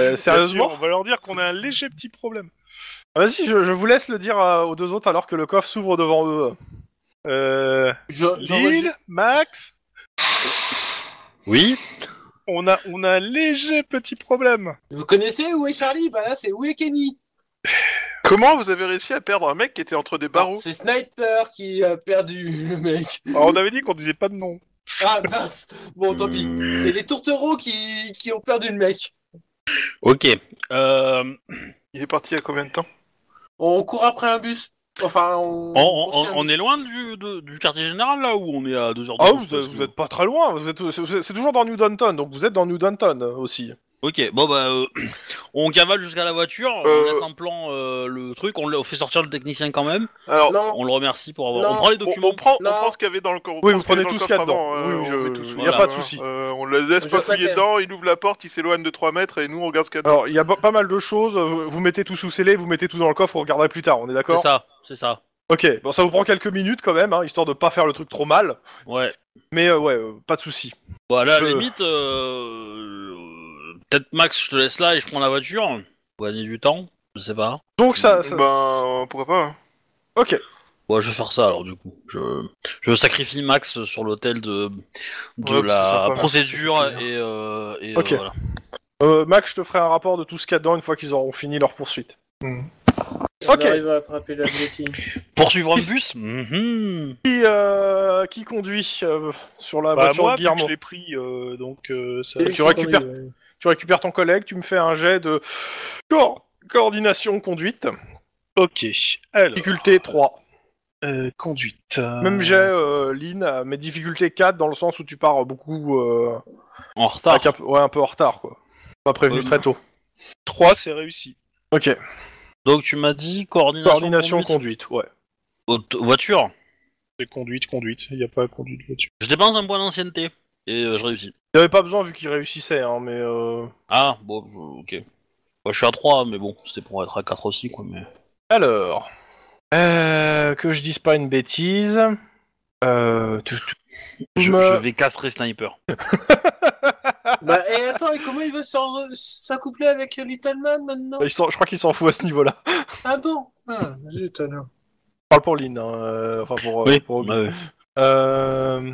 [SPEAKER 3] Bien
[SPEAKER 2] sérieusement Ah,
[SPEAKER 3] sûr, On va leur dire qu'on a un léger petit problème.
[SPEAKER 2] Vas-y, je, je vous laisse le dire euh, aux deux autres alors que le coffre s'ouvre devant eux.
[SPEAKER 3] Euh,
[SPEAKER 5] Je- j'enregistre-
[SPEAKER 3] Lille, Max,
[SPEAKER 1] Oui.
[SPEAKER 3] on a, on a un léger petit problème.
[SPEAKER 5] Vous connaissez où est Charlie Bah là, c'est où est Kenny
[SPEAKER 4] Comment vous avez réussi à perdre un mec qui était entre des barreaux
[SPEAKER 5] Bah, C'est Sniper qui a perdu le mec.
[SPEAKER 3] Alors, Ah, on avait dit qu'on disait pas de nom.
[SPEAKER 5] Ah mince Bon, tant pis.
[SPEAKER 2] Euh.
[SPEAKER 5] C'est les tourtereaux qui, qui ont perdu le mec.
[SPEAKER 1] Ok. Euh,
[SPEAKER 4] Il est parti il y a combien de temps
[SPEAKER 5] On court après un bus. Enfin, on.
[SPEAKER 1] on, on-
[SPEAKER 5] poursuit un
[SPEAKER 1] on
[SPEAKER 5] bus.
[SPEAKER 1] est loin du, de- du quartier général là où on est à 2h du
[SPEAKER 2] Ah,
[SPEAKER 1] matin,
[SPEAKER 2] vous,
[SPEAKER 1] parce
[SPEAKER 2] êtes-
[SPEAKER 1] que-
[SPEAKER 2] vous êtes pas très loin, vous êtes, c'est, c'est toujours dans New Downton, donc vous êtes dans New Downton euh, aussi.
[SPEAKER 1] Ok, bon bah euh, on cavale jusqu'à la voiture,
[SPEAKER 4] Euh.
[SPEAKER 1] on laisse en plan euh, le truc, on, le- on fait sortir le technicien quand même,
[SPEAKER 4] Alors,
[SPEAKER 5] Non,
[SPEAKER 1] on le remercie pour avoir...
[SPEAKER 5] Non.
[SPEAKER 1] on prend les
[SPEAKER 4] on-
[SPEAKER 1] documents.
[SPEAKER 4] on prend, on
[SPEAKER 5] Non.
[SPEAKER 4] prend ce qu'il y avait dans le euh, corps.
[SPEAKER 2] Oui, vous prenez tout ce qu'il y a dedans. Oui, je-
[SPEAKER 4] Il
[SPEAKER 2] il
[SPEAKER 1] y a
[SPEAKER 2] pas de souci.
[SPEAKER 4] Euh, on le laisse
[SPEAKER 5] Je
[SPEAKER 4] pas fouiller
[SPEAKER 5] préfère.
[SPEAKER 4] dedans, il ouvre la porte, il s'éloigne de 3 mètres et nous on regarde ce qu'il y a dedans.
[SPEAKER 2] Alors, il y a pas- pas mal de choses, euh, vous, vous mettez tout sous scellé, vous mettez tout dans le coffre, on regarderait plus tard, on est
[SPEAKER 1] C'est
[SPEAKER 2] d'accord
[SPEAKER 1] ça, c'est ça.
[SPEAKER 2] Ok, bon, ça vous prend quelques minutes quand même, hein, histoire de pas faire le truc trop mal,
[SPEAKER 1] Ouais.
[SPEAKER 2] mais euh, ouais, euh, pas de souci.
[SPEAKER 1] Bah là à la
[SPEAKER 2] Euh.
[SPEAKER 1] limite, euh, peut-être Max je te laisse là et je prends la voiture, pour gagner du temps, je sais pas.
[SPEAKER 4] Bah.
[SPEAKER 2] Donc ça. ça-
[SPEAKER 4] Ben, pourquoi pas hein.
[SPEAKER 2] Ok,
[SPEAKER 1] Ouais, je vais faire ça alors du coup. Je, je sacrifie Max sur l'autel de, de
[SPEAKER 4] Ouais,
[SPEAKER 1] la
[SPEAKER 4] c'est sympa, Max,
[SPEAKER 1] procédure
[SPEAKER 4] c'est
[SPEAKER 1] et, euh, et,
[SPEAKER 2] Ok.
[SPEAKER 1] euh, voilà.
[SPEAKER 2] Euh, Max, je te ferai un rapport de tout ce qu'il y a dedans une fois qu'ils auront fini leur poursuite. Ok.
[SPEAKER 5] On arrive à attraper la guillotine.
[SPEAKER 1] Poursuivre un bus Mhm.
[SPEAKER 2] Qui, euh, qui conduit euh, sur la
[SPEAKER 3] Bah,
[SPEAKER 2] voiture
[SPEAKER 3] moi,
[SPEAKER 2] de
[SPEAKER 3] vu que
[SPEAKER 2] Guillermo
[SPEAKER 3] je l'ai pris, euh, donc euh, ça.
[SPEAKER 5] C'est lui
[SPEAKER 2] tu
[SPEAKER 5] qui
[SPEAKER 2] récupères-
[SPEAKER 5] conduit, ouais.
[SPEAKER 2] Tu récupères ton collègue, tu me fais un jet de cor- coordination conduite,
[SPEAKER 3] Ok. Alors.
[SPEAKER 2] difficulté 3.
[SPEAKER 3] euh, conduite. euh,
[SPEAKER 2] Même jet, euh, Lynn, euh, mais difficulté 4 dans le sens où tu pars beaucoup. euh,
[SPEAKER 1] En retard.
[SPEAKER 2] avec un, peu- ouais, un peu en retard, quoi. Pas prévenu
[SPEAKER 1] Euh,
[SPEAKER 2] très tôt.
[SPEAKER 3] 3, c'est réussi.
[SPEAKER 2] Ok,
[SPEAKER 1] Donc tu m'as dit coordination.
[SPEAKER 2] coordination
[SPEAKER 1] conduite.
[SPEAKER 2] conduite, ouais.
[SPEAKER 1] Auto- voiture.
[SPEAKER 3] C'est conduite, conduite. Il n'y a pas conduite de voiture.
[SPEAKER 1] Je dépense un point d'ancienneté et euh, je réussis.
[SPEAKER 2] Il avait pas besoin vu qu'il réussissait, hein, mais. euh,
[SPEAKER 1] Ah bon, je- ok. Moi, je suis à 3, mais bon, c'était pour être à 4 aussi quoi. Mais...
[SPEAKER 2] Alors, euh, que je dise pas une bêtise. Euh, tu- tu-
[SPEAKER 1] Je,
[SPEAKER 2] Me-
[SPEAKER 1] je vais castrer sniper.
[SPEAKER 5] Bah, et attends, et comment il veut s'en- s'accoupler avec Little Man maintenant
[SPEAKER 2] il s'en- je crois qu'il s'en fout à ce niveau-là. Je
[SPEAKER 5] Ah bon Ah, zut alors.
[SPEAKER 2] parle pour Lynn, hein, euh, enfin pour. euh, pour Obi.
[SPEAKER 1] bah oui.
[SPEAKER 2] Euh,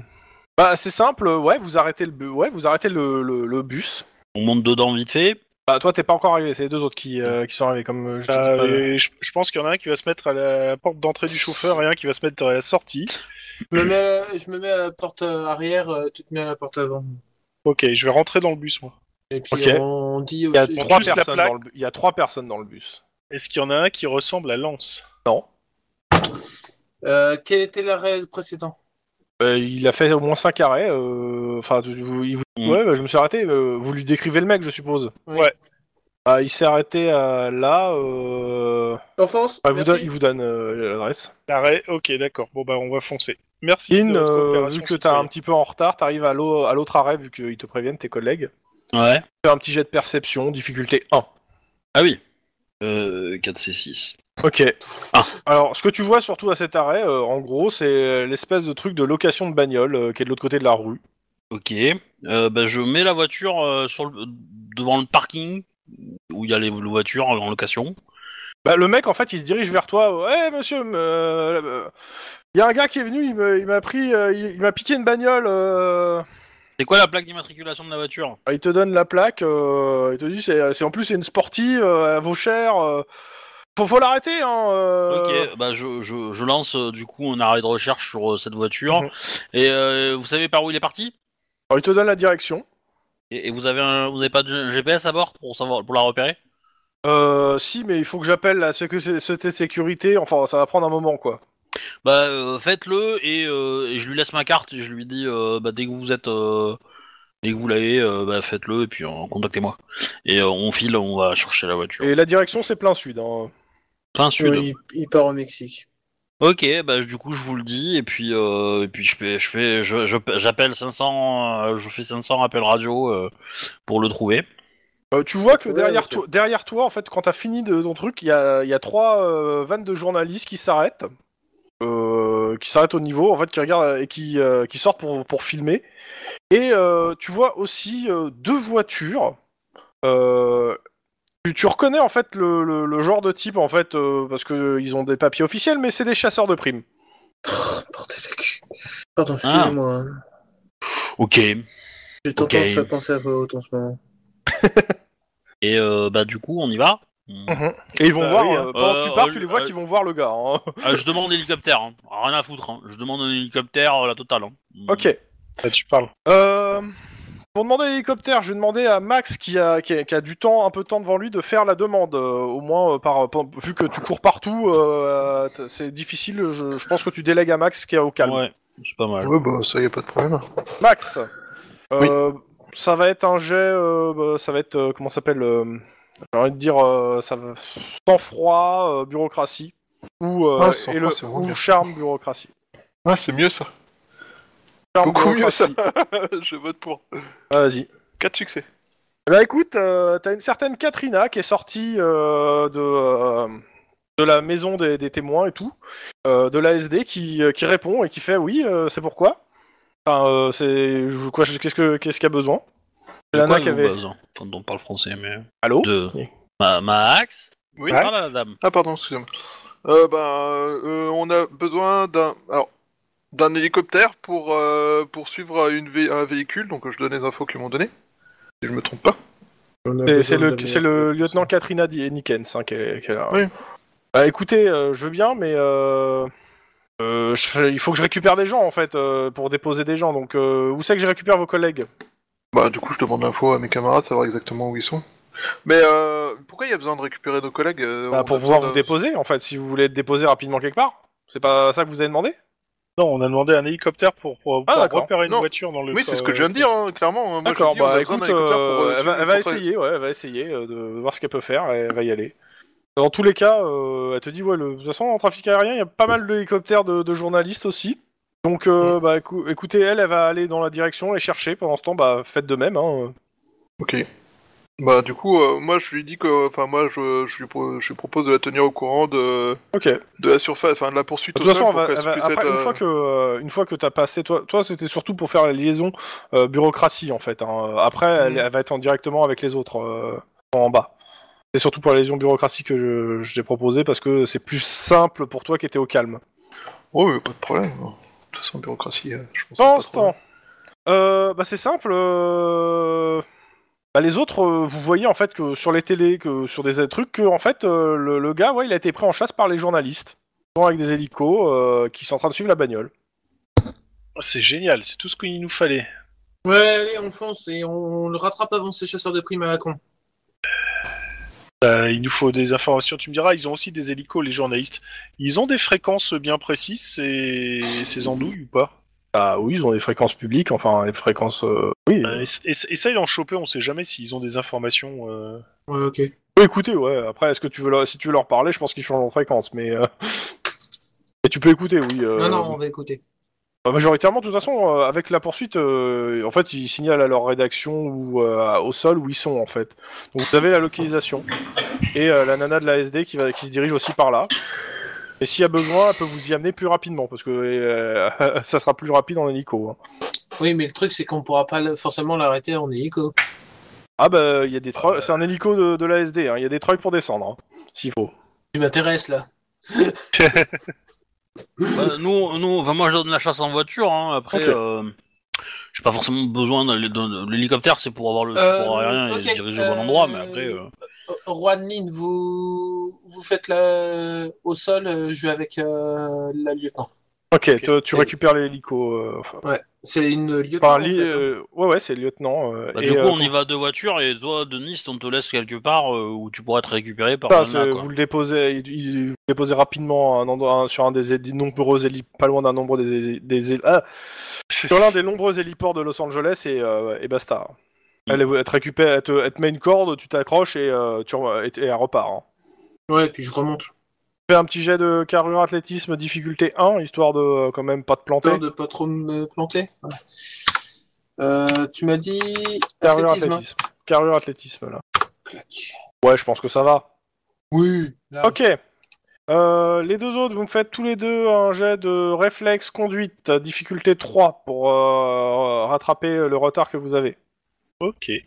[SPEAKER 2] bah, c'est simple, ouais, vous arrêtez le, bu- ouais, vous arrêtez le, le- le bus.
[SPEAKER 1] On monte dedans vite fait.
[SPEAKER 2] Bah, toi, t'es pas encore arrivé, c'est les deux autres qui, euh, qui sont arrivés, comme euh, je te dis
[SPEAKER 3] Ah,
[SPEAKER 2] pas-
[SPEAKER 3] et je, je pense qu'il y en a un qui va se mettre à la porte d'entrée du chauffeur et un qui va se mettre à la sortie.
[SPEAKER 5] Je me mets à la, je me mets à la porte euh, arrière, euh, tu te mets à la porte avant.
[SPEAKER 3] Ok, je vais rentrer dans le bus, moi.
[SPEAKER 5] Et puis
[SPEAKER 2] Ok.
[SPEAKER 5] on dit
[SPEAKER 2] Il y, a
[SPEAKER 5] aussi.
[SPEAKER 2] trois
[SPEAKER 3] plus la
[SPEAKER 2] personnes
[SPEAKER 3] plaque.
[SPEAKER 2] dans le bu- il y a trois personnes dans le bus.
[SPEAKER 3] Est-ce qu'il y en a un qui ressemble à Lance
[SPEAKER 5] Euh, quel était l'arrêt précédent
[SPEAKER 2] Euh, il a fait au moins 5 arrêts. euh, Enfin, tu- vous- il vous-
[SPEAKER 1] Mm.
[SPEAKER 2] ouais, bah, je me suis arrêté. euh, vous lui décrivez le mec, je suppose.
[SPEAKER 5] Oui.
[SPEAKER 3] Ouais.
[SPEAKER 2] Ah, il s'est arrêté euh, là. Euh...
[SPEAKER 5] Enfance
[SPEAKER 2] bah, il vous
[SPEAKER 5] merci.
[SPEAKER 2] donne- il vous donne euh, l'adresse.
[SPEAKER 3] L'arrêt Ok, d'accord. Bon, bah, on va foncer. Merci.
[SPEAKER 2] In,
[SPEAKER 3] de votre
[SPEAKER 2] euh,
[SPEAKER 3] coopération
[SPEAKER 2] vu que t'es un
[SPEAKER 3] citoyenne.
[SPEAKER 2] petit peu en retard, t'arrives à l'au- à l'autre arrêt vu qu'ils te préviennent tes collègues.
[SPEAKER 1] Ouais.
[SPEAKER 2] Fais un petit jet de perception, difficulté 1.
[SPEAKER 1] Ah oui. Euh, 4 C6.
[SPEAKER 2] Ok. Alors, ce que tu vois surtout à cet arrêt, euh, en gros, c'est l'espèce de truc de location de bagnole euh, qui est de l'autre côté de la rue.
[SPEAKER 1] Ok. Euh, bah, je mets la voiture euh, sur le- devant le parking où il y a les voitures en location.
[SPEAKER 2] Bah, le mec, en fait, il se dirige vers toi. Ouais, monsieur, il y a un gars qui est venu, il me- il m'a pris, euh, il, il m'a piqué une bagnole. euh. Bah,
[SPEAKER 1] C'est quoi la plaque d'immatriculation de la voiture
[SPEAKER 2] Il te donne la plaque, euh, il te dit, c'est c'est- en plus, c'est une sportive, euh, elle vaut cher. euh. Faut, faut l'arrêter, hein. euh.
[SPEAKER 1] Ok, bah je, je, je lance euh, du coup un arrêt de recherche sur euh, cette voiture.
[SPEAKER 2] Mhm.
[SPEAKER 1] Et euh, vous savez par où il est parti
[SPEAKER 2] Alors, il te donne la direction.
[SPEAKER 1] et, et vous avez un, vous avez pas de GPS à bord pour savoir pour la repérer
[SPEAKER 2] Euh, si, mais il faut que j'appelle la sécu- sécurité, sécurité. Enfin, ça va prendre un moment, quoi.
[SPEAKER 1] Bah euh, faites-le et, euh, et je lui laisse ma carte et je lui dis euh, bah, dès que vous êtes euh, dès que vous l'avez euh, bah, faites-le et puis euh, contactez-moi. Et euh, on file, on va chercher la voiture.
[SPEAKER 2] Et la direction, c'est plein sud. Hein.
[SPEAKER 1] Plein sud.
[SPEAKER 5] Oui, il, il part au Mexique.
[SPEAKER 1] Ok, bah du coup je vous le dis et puis euh, et puis je fais je fais je je- j'appelle 500 euh, je fais 500 appels radio euh, pour le trouver.
[SPEAKER 2] Euh, tu vois que
[SPEAKER 5] Ouais,
[SPEAKER 2] derrière,
[SPEAKER 5] ok.
[SPEAKER 2] toi, derrière toi, en fait, quand t'as fini de ton truc, il y a, il y a trois euh, vannes de journalistes qui s'arrêtent, euh, qui s'arrêtent au niveau, en fait, qui regardent et qui, euh, qui sortent pour, pour filmer. Et euh, tu vois aussi euh, deux voitures. Euh, tu, tu reconnais en fait le, le- le genre de type, en fait, euh, parce que ils ont des papiers officiels, mais c'est des chasseurs de primes.
[SPEAKER 5] Bordel de cul. Pardon,
[SPEAKER 2] Ah.
[SPEAKER 5] excusez-moi. hein.
[SPEAKER 1] Ok.
[SPEAKER 5] J'ai tendance
[SPEAKER 1] Ok.
[SPEAKER 5] à penser à voix haute en ce moment.
[SPEAKER 1] Et euh, bah du coup on y va. Mm.
[SPEAKER 2] Et ils vont
[SPEAKER 3] Bah
[SPEAKER 2] voir,
[SPEAKER 3] oui, hein.
[SPEAKER 2] euh, pendant que tu pars,
[SPEAKER 1] Euh,
[SPEAKER 2] tu les vois
[SPEAKER 1] euh,
[SPEAKER 2] qu'ils vont voir le gars. hein.
[SPEAKER 1] Ah, je demande hélicoptère, hein. rien à foutre. hein. Je demande un hélicoptère euh, la totale. hein. Mm.
[SPEAKER 2] Ok.
[SPEAKER 3] Ah, tu parles.
[SPEAKER 2] Euh, pour demander l'hélicoptère, je vais demander à Max qui a, qui, a, qui a du temps, un peu de temps devant lui, de faire la demande. euh, au moins, euh, par, par- vu que tu cours partout, euh, t- c'est difficile. Je, je pense que tu délègues à Max qui est au calme.
[SPEAKER 1] Ouais, c'est pas mal.
[SPEAKER 4] Ouais, bah ça y a pas de problème.
[SPEAKER 2] Max, euh, ça va être un jet. euh, bah, ça va être euh, comment ça s'appelle euh, J'ai envie de dire euh, ça va- sang-froid, euh, bureaucratie ou, euh,
[SPEAKER 4] Ah, sang-froid,
[SPEAKER 2] et le-
[SPEAKER 4] c'est vraiment
[SPEAKER 2] ou
[SPEAKER 4] bien.
[SPEAKER 2] charme bureaucratie.
[SPEAKER 4] Ah, c'est mieux ça.
[SPEAKER 2] Charme,
[SPEAKER 4] Beaucoup mieux, ça.
[SPEAKER 2] bureaucratie.
[SPEAKER 4] je vote pour.
[SPEAKER 2] Ah, Vas-y.
[SPEAKER 4] 4 succès.
[SPEAKER 2] Bah écoute, euh, t'as une certaine Katrina qui est sortie euh, de, euh, de la maison des, des témoins et tout, euh, de l'ASD qui, euh, qui répond et qui fait oui, euh, c'est pourquoi. Enfin, euh, c'est je- quoi, je- qu'est-ce que qu'est-ce qu'il y a besoin
[SPEAKER 1] De
[SPEAKER 2] Lana
[SPEAKER 1] quoi
[SPEAKER 2] qui
[SPEAKER 1] ils ont
[SPEAKER 2] avait-
[SPEAKER 1] besoin Enfin, on parle français, mais. euh,
[SPEAKER 2] Allô
[SPEAKER 1] De.
[SPEAKER 2] Oui.
[SPEAKER 1] Ma Max
[SPEAKER 4] Oui.
[SPEAKER 1] Parle à la dame.
[SPEAKER 4] Ah, pardon, excusez-moi. Euh, ben, euh, on a besoin d'un alors d'un hélicoptère pour euh, poursuivre une vé- un véhicule. Donc je donne les infos qu'ils m'ont donné, si je me trompe pas.
[SPEAKER 2] C'est c'est le, c'est le lieutenant Katrina Di- Nickens hein, qui est, qui est là.
[SPEAKER 4] Oui.
[SPEAKER 2] Bah, écoutez, euh, je veux bien, mais euh, euh, je- il faut que je récupère des gens en fait euh, pour déposer des gens. Donc euh, où c'est que je récupère vos collègues
[SPEAKER 4] Bah du coup je demande l'info à mes camarades, savoir exactement où ils sont. Mais euh, pourquoi il y a besoin de récupérer nos collègues euh,
[SPEAKER 2] Bah,
[SPEAKER 4] on
[SPEAKER 2] Pour
[SPEAKER 4] a
[SPEAKER 2] pouvoir
[SPEAKER 4] besoin
[SPEAKER 2] vous
[SPEAKER 4] de-
[SPEAKER 2] déposer en fait, si vous voulez être déposé rapidement quelque part. C'est pas ça que vous avez demandé
[SPEAKER 3] Non, on a demandé un hélicoptère pour, pour,
[SPEAKER 2] Ah,
[SPEAKER 3] pour
[SPEAKER 2] d'accord.
[SPEAKER 3] repérer une
[SPEAKER 4] Non.
[SPEAKER 3] voiture dans le.
[SPEAKER 4] Oui c'est ce
[SPEAKER 3] euh,
[SPEAKER 4] que je viens de dire, hein, clairement. Moi, je
[SPEAKER 2] D'accord,
[SPEAKER 4] dis, on a
[SPEAKER 2] bah
[SPEAKER 4] besoin
[SPEAKER 2] écoute,
[SPEAKER 4] d'un hélicoptère
[SPEAKER 2] euh,
[SPEAKER 4] pour, euh,
[SPEAKER 2] elle, va,
[SPEAKER 4] suivre
[SPEAKER 2] elle va
[SPEAKER 4] une contre-
[SPEAKER 2] essayer, ouais, elle va essayer euh, de voir ce qu'elle peut faire, et elle va y aller. Dans tous les cas, euh, elle te dit, ouais, le- de toute façon, en trafic aérien, il y a pas mal d'hélicoptères de, de journalistes aussi. Donc,
[SPEAKER 3] Mm.
[SPEAKER 2] euh, bah écou- écoutez, elle, elle va aller dans la direction et chercher. Pendant ce temps, bah faites de même. Hein.
[SPEAKER 4] Ok. Bah du coup, euh, moi je lui dis que, enfin moi je, je, lui pro- je lui propose de la tenir au courant de,
[SPEAKER 2] Ok. De
[SPEAKER 4] de la surface, enfin de la poursuite
[SPEAKER 2] toute
[SPEAKER 4] au sol
[SPEAKER 2] façon, on
[SPEAKER 4] pour
[SPEAKER 2] va-
[SPEAKER 4] qu'elle
[SPEAKER 2] elle va-
[SPEAKER 4] puisse
[SPEAKER 2] après,
[SPEAKER 4] être,
[SPEAKER 2] une fois
[SPEAKER 4] euh,
[SPEAKER 2] que, euh, une fois que t'as passé, toi, toi, c'était surtout pour faire la liaison euh, bureaucratie en fait. hein. Après, elle,
[SPEAKER 4] Mhm.
[SPEAKER 2] elle va être en directement avec les autres euh, en bas. C'est surtout pour la liaison bureaucratie que je, je t'ai proposé parce que c'est plus simple pour toi qui étais au calme.
[SPEAKER 4] Oh, oui, pas de problème. De toute façon, bureaucratie, euh, je pense. que c'est
[SPEAKER 2] Pendant
[SPEAKER 4] pas
[SPEAKER 2] ce
[SPEAKER 4] trop mal.
[SPEAKER 2] temps, euh, bah, c'est simple. euh, bah, les autres, euh, vous voyez en fait que sur les télés, que sur des trucs, que en fait euh, le, le gars, ouais, il a été pris en chasse par les journalistes, Ils sont avec des hélicos euh, qui sont en train de suivre la bagnole.
[SPEAKER 3] Ah, C'est génial, c'est tout ce qu'il nous fallait.
[SPEAKER 5] Ouais, allez, on fonce et on le rattrape avant ces chasseurs de primes à la con.
[SPEAKER 3] Euh, il nous faut des informations. Tu me diras, ils ont aussi des hélicos, les journalistes. Ils ont des fréquences bien précises, ces, ces andouilles ou pas
[SPEAKER 2] Ah oui, ils ont des fréquences publiques, enfin des fréquences. euh, oui.
[SPEAKER 3] Euh, ess- ess- Essaye d'en choper, on sait jamais s'ils ont des informations. euh.
[SPEAKER 5] Ouais, ok.
[SPEAKER 2] Oui, Bah, écoutez, ouais. Après, est-ce que tu veux, leur- si tu veux leur parler, je pense qu'ils changent de fréquence, mais. euh, mais tu peux écouter, oui. euh,
[SPEAKER 5] Non, non, on va écouter.
[SPEAKER 2] Bah, Majoritairement, de toute façon, euh, avec la poursuite, euh, en fait, ils signalent à leur rédaction ou euh, au sol où ils sont, en fait. Donc vous avez la localisation et euh, la nana de la SD qui, va, qui se dirige aussi par là. Et s'il y a besoin, elle peut vous y amener plus rapidement parce que euh, ça sera plus rapide en hélico. hein.
[SPEAKER 5] Oui, mais le truc, c'est qu'on pourra pas le- forcément l'arrêter en hélico.
[SPEAKER 2] Ah bah, il y a des treuils- c'est un hélico de, de la SD. hein. Il y a des treuils pour descendre, hein, s'il faut.
[SPEAKER 5] Tu m'intéresses, là.
[SPEAKER 1] Bah, nous, nous, enfin, moi je donne la chasse en voiture. Hein, après,
[SPEAKER 2] Ok.
[SPEAKER 1] euh, j'ai pas forcément besoin d'aller dans dans- l'hélicoptère, c'est pour avoir le
[SPEAKER 5] Euh,
[SPEAKER 1] support aérien
[SPEAKER 5] ok,
[SPEAKER 1] et se diriger au bon
[SPEAKER 5] euh,
[SPEAKER 1] endroit. Mais après, euh,
[SPEAKER 5] Euh, Juaneline, vous... vous faites la... au sol, euh, je vais avec euh, la lieutenant.
[SPEAKER 2] Ok, toi, tu
[SPEAKER 5] Et-
[SPEAKER 2] récupères l'hélico. euh, enfin,
[SPEAKER 5] Ouais, c'est une lieutenant.
[SPEAKER 2] enfin,
[SPEAKER 5] en
[SPEAKER 2] li-
[SPEAKER 5] fait, hein.
[SPEAKER 2] euh, ouais, ouais, c'est le lieutenant. euh,
[SPEAKER 1] bah,
[SPEAKER 2] et,
[SPEAKER 1] du coup,
[SPEAKER 2] euh,
[SPEAKER 1] on y va deux voitures et toi, Denis, on te laisse quelque part euh, où tu pourras être récupéré par
[SPEAKER 2] Ça,
[SPEAKER 1] Nana,
[SPEAKER 2] c'est-
[SPEAKER 1] quoi.
[SPEAKER 2] vous le déposez, il- il- vous le déposez rapidement à un endroit- un- sur un des, des nombreux héli- pas loin d'un nombre des, des- ah, sur l'un des nombreux héliports de Los Angeles et, euh, et basta.
[SPEAKER 1] Mm.
[SPEAKER 2] Elle, est- elle te récupère, elle te, elle te met une corde, tu t'accroches et, euh, tu rem- et, et elle repart. hein.
[SPEAKER 5] Ouais, puis je remonte.
[SPEAKER 2] Fais un petit jet de carrure athlétisme difficulté 1 histoire de euh, quand même pas te planter.
[SPEAKER 5] Peur de pas trop me planter. Ouais. Euh, tu m'as dit
[SPEAKER 2] Carrure
[SPEAKER 5] athlétisme. hein.
[SPEAKER 2] athlétisme. Carrure athlétisme là.
[SPEAKER 5] Clac.
[SPEAKER 2] Ouais, je pense que ça va.
[SPEAKER 5] Oui. là.
[SPEAKER 2] Ok. Euh, les deux autres, vous me faites tous les deux un jet de réflexe conduite, euh, difficulté 3, pour euh, rattraper le retard que vous avez.
[SPEAKER 3] Ok. Euh,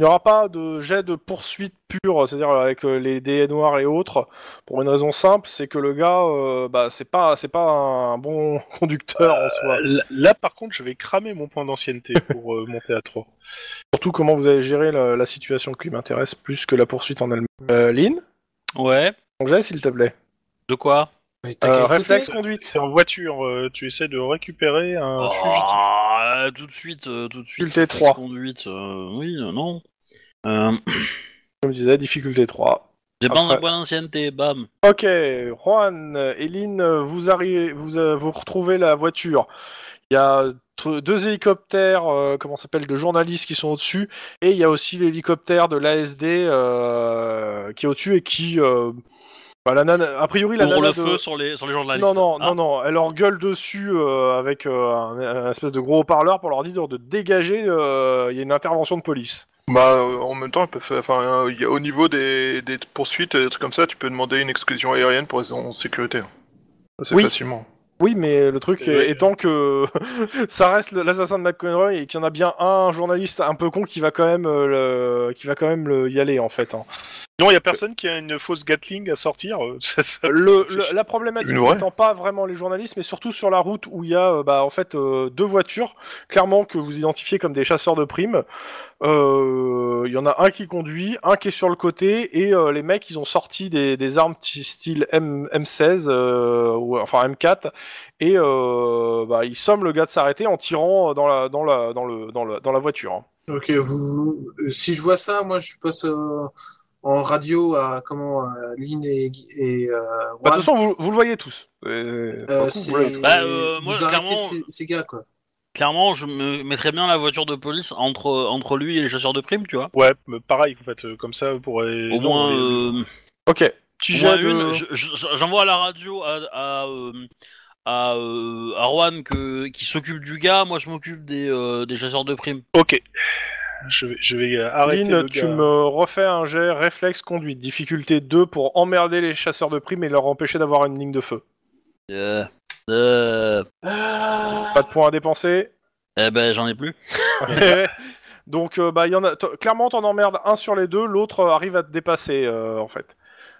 [SPEAKER 2] Il n'y aura pas de jet de poursuite pure, c'est-à-dire avec euh, les dés noirs et autres, pour une raison simple, c'est que le gars, euh, bah, c'est pas, c'est pas un bon conducteur en soi.
[SPEAKER 3] Euh, Là, là, par contre, je vais cramer mon point d'ancienneté pour euh, monter à 3.
[SPEAKER 2] Surtout comment vous allez gérer la, la situation qui m'intéresse plus que la poursuite en elle-même. Euh, Lynn,
[SPEAKER 1] Ouais.
[SPEAKER 2] ton jet s'il te plaît.
[SPEAKER 1] De quoi
[SPEAKER 5] Mais
[SPEAKER 2] Euh,
[SPEAKER 5] t'as qu'à écouter.
[SPEAKER 2] réflexe conduite,
[SPEAKER 3] C'est en voiture, euh, tu essaies de récupérer un fugitif.
[SPEAKER 1] Ah, Tout de suite, Oh, euh, tout de suite.
[SPEAKER 2] Difficulté trois.
[SPEAKER 1] Conduite. euh, oui, euh, non. Euh,
[SPEAKER 2] comme je disais, difficulté 3.
[SPEAKER 1] j'ai pas
[SPEAKER 2] Après.
[SPEAKER 1] un point d'ancienneté, bam.
[SPEAKER 2] Ok, Juan, Eline, vous arrivez, vous, euh, vous retrouvez la voiture. Il y a t- deux hélicoptères, euh, comment ça s'appelle, de journalistes qui sont au-dessus, et il y a aussi l'hélicoptère de l'ASD euh, qui est au-dessus et qui, euh, bah, la nana- a priori la
[SPEAKER 1] Ouvre
[SPEAKER 2] nana
[SPEAKER 1] le
[SPEAKER 2] de-
[SPEAKER 1] feu sur les sur les journalistes.
[SPEAKER 2] Non non
[SPEAKER 1] Ah.
[SPEAKER 2] non non, elle leur gueule dessus euh, avec euh, un, un espèce de gros haut-parleur pour leur dire de dégager. euh, Il y a une intervention de police.
[SPEAKER 4] Bah, euh, en même temps, elle peut faire- enfin, euh, il y a- au niveau des, des poursuites, des trucs comme ça, tu peux demander une exclusion aérienne pour raison de sécurité. hein. C'est
[SPEAKER 2] Oui.
[SPEAKER 4] facilement.
[SPEAKER 2] Oui, mais le truc
[SPEAKER 3] Euh, ouais.
[SPEAKER 2] étant que ça reste le- l'assassin de McConroy et qu'il y en a bien un journaliste un peu con qui va quand même, euh, le- qui va quand même le- y aller en fait. hein.
[SPEAKER 3] Non, il y a personne qui a une fausse Gatling à sortir. euh, Ça, ça-
[SPEAKER 2] Le- le- la problématique
[SPEAKER 4] Une vraie.
[SPEAKER 2] n'étant pas vraiment les journalistes, mais surtout sur la route où il y a euh, bah, en fait euh, deux voitures, clairement que vous identifiez comme des chasseurs de primes. Euh, Il y en a un qui conduit, un qui est sur le côté, et euh, les mecs ils ont sorti des, des armes t- style M, M16 euh, ou enfin M4, et euh, bah, ils somment le gars de s'arrêter en tirant dans la dans la dans le dans la, dans la voiture. hein.
[SPEAKER 5] Ok, vous, euh, si je vois ça, moi je passe euh, en radio à comment à Lynn et, Gui- et euh,
[SPEAKER 2] Bah, de
[SPEAKER 5] Juan.
[SPEAKER 2] toute façon vous, vous le voyez tous. Euh,
[SPEAKER 5] Euh,
[SPEAKER 2] pour le coup, vous
[SPEAKER 5] c'est-
[SPEAKER 2] le voyez
[SPEAKER 1] Bah, euh,
[SPEAKER 5] vous
[SPEAKER 1] moi,
[SPEAKER 5] arrêtez
[SPEAKER 1] clairement-
[SPEAKER 5] ces, ces gars quoi.
[SPEAKER 1] Clairement, je me mettrais bien la voiture de police entre, entre lui et les chasseurs de primes, tu vois.
[SPEAKER 3] Ouais, mais pareil, en fait, euh, comme ça, pour. euh,
[SPEAKER 1] Au
[SPEAKER 3] non,
[SPEAKER 1] moins,
[SPEAKER 3] mais-
[SPEAKER 1] euh,
[SPEAKER 2] Ok. Petit
[SPEAKER 1] au moins
[SPEAKER 2] jet de-
[SPEAKER 1] une. je- je- J'envoie à la radio à, à, euh, à, euh, à Juan que, qui s'occupe du gars. Moi, je m'occupe des, euh, des chasseurs de primes.
[SPEAKER 3] Ok. Je vais, je vais euh, arrêter
[SPEAKER 2] Lynn,
[SPEAKER 3] le
[SPEAKER 2] tu
[SPEAKER 3] gars.
[SPEAKER 2] me refais un jet réflexe conduite, difficulté 2 pour emmerder les chasseurs de primes et leur empêcher d'avoir une ligne de feu.
[SPEAKER 1] Euh, euh,
[SPEAKER 5] Ah,
[SPEAKER 2] Pas de points à dépenser.
[SPEAKER 1] eh ben, j'en ai plus.
[SPEAKER 2] Donc euh, bah il y en a t- clairement t'en emmerdes un sur les deux, l'autre euh, arrive à te dépasser euh, en fait.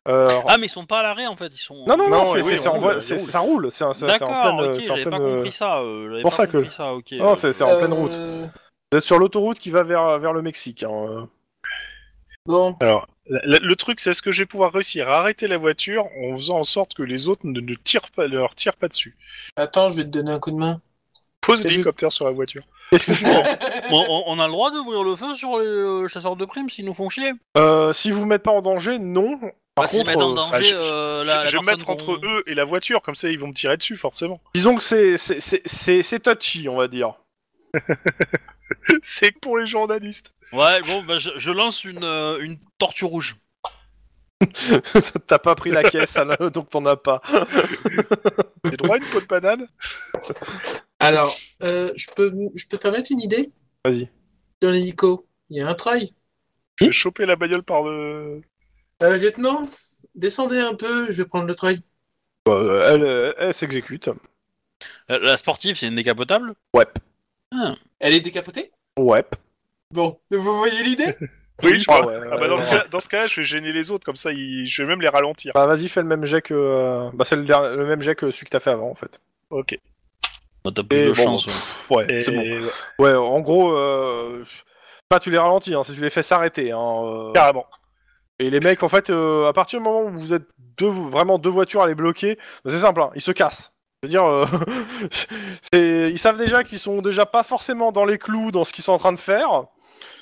[SPEAKER 2] Euh,
[SPEAKER 1] Ah, mais ils sont pas à l'arrêt en fait. Ils sont.
[SPEAKER 2] non non non,
[SPEAKER 3] non,
[SPEAKER 2] c'est-
[SPEAKER 3] oui,
[SPEAKER 2] c'est-
[SPEAKER 3] on
[SPEAKER 2] c'est en
[SPEAKER 3] roule,
[SPEAKER 2] vrai-
[SPEAKER 3] il
[SPEAKER 2] c'est-
[SPEAKER 3] roule.
[SPEAKER 2] ça roule, c'est un- c'est- c'est en
[SPEAKER 1] D'accord,
[SPEAKER 2] pleine, euh,
[SPEAKER 1] ok,
[SPEAKER 2] c'est en
[SPEAKER 1] j'avais pas
[SPEAKER 2] pleine, euh,
[SPEAKER 1] compris ça. euh, j'avais
[SPEAKER 2] pour
[SPEAKER 1] pas
[SPEAKER 2] ça
[SPEAKER 1] compris
[SPEAKER 2] que-
[SPEAKER 1] ça, ok.
[SPEAKER 2] Non, c'est c'est en pleine route.
[SPEAKER 5] euh,
[SPEAKER 2] Vous êtes sur l'autoroute qui va vers vers le Mexique. hein, euh.
[SPEAKER 5] Bon,
[SPEAKER 3] La- la- le truc, c'est est-ce que je vais pouvoir réussir à arrêter la voiture en faisant en sorte que les autres ne, ne tirent pas, leur tirent pas dessus.
[SPEAKER 5] attends, je vais te donner un coup de main.
[SPEAKER 3] Pose
[SPEAKER 2] Et je-
[SPEAKER 3] l'hélicoptère sur la voiture.
[SPEAKER 2] Qu'est-ce que tu fais
[SPEAKER 1] Bon, on, on a le droit d'ouvrir le feu sur les euh, chasseurs de primes s'ils nous font chier.
[SPEAKER 2] Euh, Si vous mettez pas en danger, non. Par
[SPEAKER 1] Bah, s'ils
[SPEAKER 2] contre,
[SPEAKER 1] mettent en
[SPEAKER 2] euh,
[SPEAKER 1] danger
[SPEAKER 3] bah, je-
[SPEAKER 1] euh,
[SPEAKER 3] Je-
[SPEAKER 1] la,
[SPEAKER 3] je vais
[SPEAKER 1] la personne
[SPEAKER 3] me mettre
[SPEAKER 1] qu'on-
[SPEAKER 3] entre eux et la voiture, comme ça ils vont me tirer dessus, forcément.
[SPEAKER 2] disons que c'est c'est- c'est c'est- c'est touchy, on va dire.
[SPEAKER 3] c'est que pour les journalistes.
[SPEAKER 1] Ouais, bon, bah, je, je lance une, euh, une tortue rouge.
[SPEAKER 2] T'as pas pris la caisse, Alain, donc t'en as pas.
[SPEAKER 3] J'ai droit à une peau de banane
[SPEAKER 5] Alors, euh, je peux, je peux te permettre une idée?
[SPEAKER 2] Vas-y.
[SPEAKER 5] Dans l'hélico, il y a un trail.
[SPEAKER 3] Je vais choper la bagnole par le...
[SPEAKER 5] Euh, lieutenant, descendez un peu, je vais prendre le trail.
[SPEAKER 2] Bah, euh, elle, euh, elle s'exécute.
[SPEAKER 1] La, la sportive, c'est une décapotable.
[SPEAKER 2] Ouais.
[SPEAKER 5] Elle est décapotée?
[SPEAKER 2] Ouais.
[SPEAKER 5] Bon, vous voyez l'idée?
[SPEAKER 3] Oui, je
[SPEAKER 2] Ah
[SPEAKER 3] vois.
[SPEAKER 2] ouais,
[SPEAKER 3] Ah bah dans,
[SPEAKER 2] ouais,
[SPEAKER 3] ce
[SPEAKER 2] ouais.
[SPEAKER 3] cas, dans ce cas, je vais gêner les autres, comme ça ils- je vais même les ralentir.
[SPEAKER 2] Bah, vas-y, fais le même jet que. euh, Bah, c'est le, dernier- le même jet que celui que t'as fait avant, en fait.
[SPEAKER 3] Ok.
[SPEAKER 1] Bah, T'as plus
[SPEAKER 2] Et
[SPEAKER 1] de
[SPEAKER 2] bon,
[SPEAKER 1] chance. ouais.
[SPEAKER 2] pff, ouais,
[SPEAKER 3] Et-
[SPEAKER 2] c'est bon. Ouais, en gros, euh... pas tu les ralentis, hein, c'est tu les fais s'arrêter. Hein, euh.
[SPEAKER 3] Carrément.
[SPEAKER 2] Et les mecs, en fait, euh, à partir du moment où vous êtes deux, vraiment deux voitures à les bloquer, bah, c'est simple, hein, ils se cassent. Je veux dire, euh, c'est, ils savent déjà qu'ils sont déjà pas forcément dans les clous dans ce qu'ils sont en train de faire.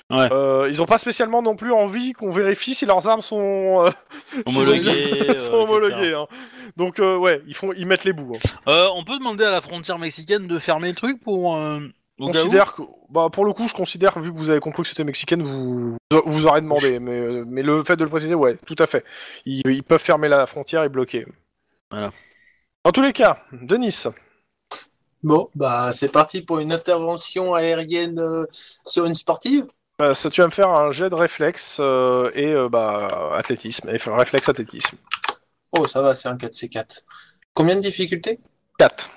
[SPEAKER 1] Ouais.
[SPEAKER 2] Euh, ils ont pas spécialement non plus envie qu'on vérifie si leurs armes sont euh, s'ils ont bien-
[SPEAKER 1] Homologué. euh,
[SPEAKER 2] sont
[SPEAKER 1] etc.
[SPEAKER 2] homologuées. hein. Donc euh, ouais, ils font, ils mettent les bouts. hein.
[SPEAKER 1] Euh, on peut demander à la frontière mexicaine de fermer le truc pour. euh, au cas où
[SPEAKER 2] considère que, bah, pour le coup, je considère, vu que vous avez compris que c'était mexicaine, vous vous aurez demandé. Mais, euh, mais le fait de le préciser, ouais, tout à fait. Ils, ils peuvent fermer la frontière et bloquer.
[SPEAKER 1] Voilà.
[SPEAKER 2] En tous les cas, Denis,
[SPEAKER 5] Bon, bah c'est parti pour une intervention aérienne euh, sur une sportive.
[SPEAKER 2] bah, ça, tu vas me faire un jet de réflexe euh, et euh, bah, athlétisme. Et, enfin, réflexe athlétisme.
[SPEAKER 5] Oh, ça va, c'est un 4C4. Combien de difficultés?
[SPEAKER 2] 4.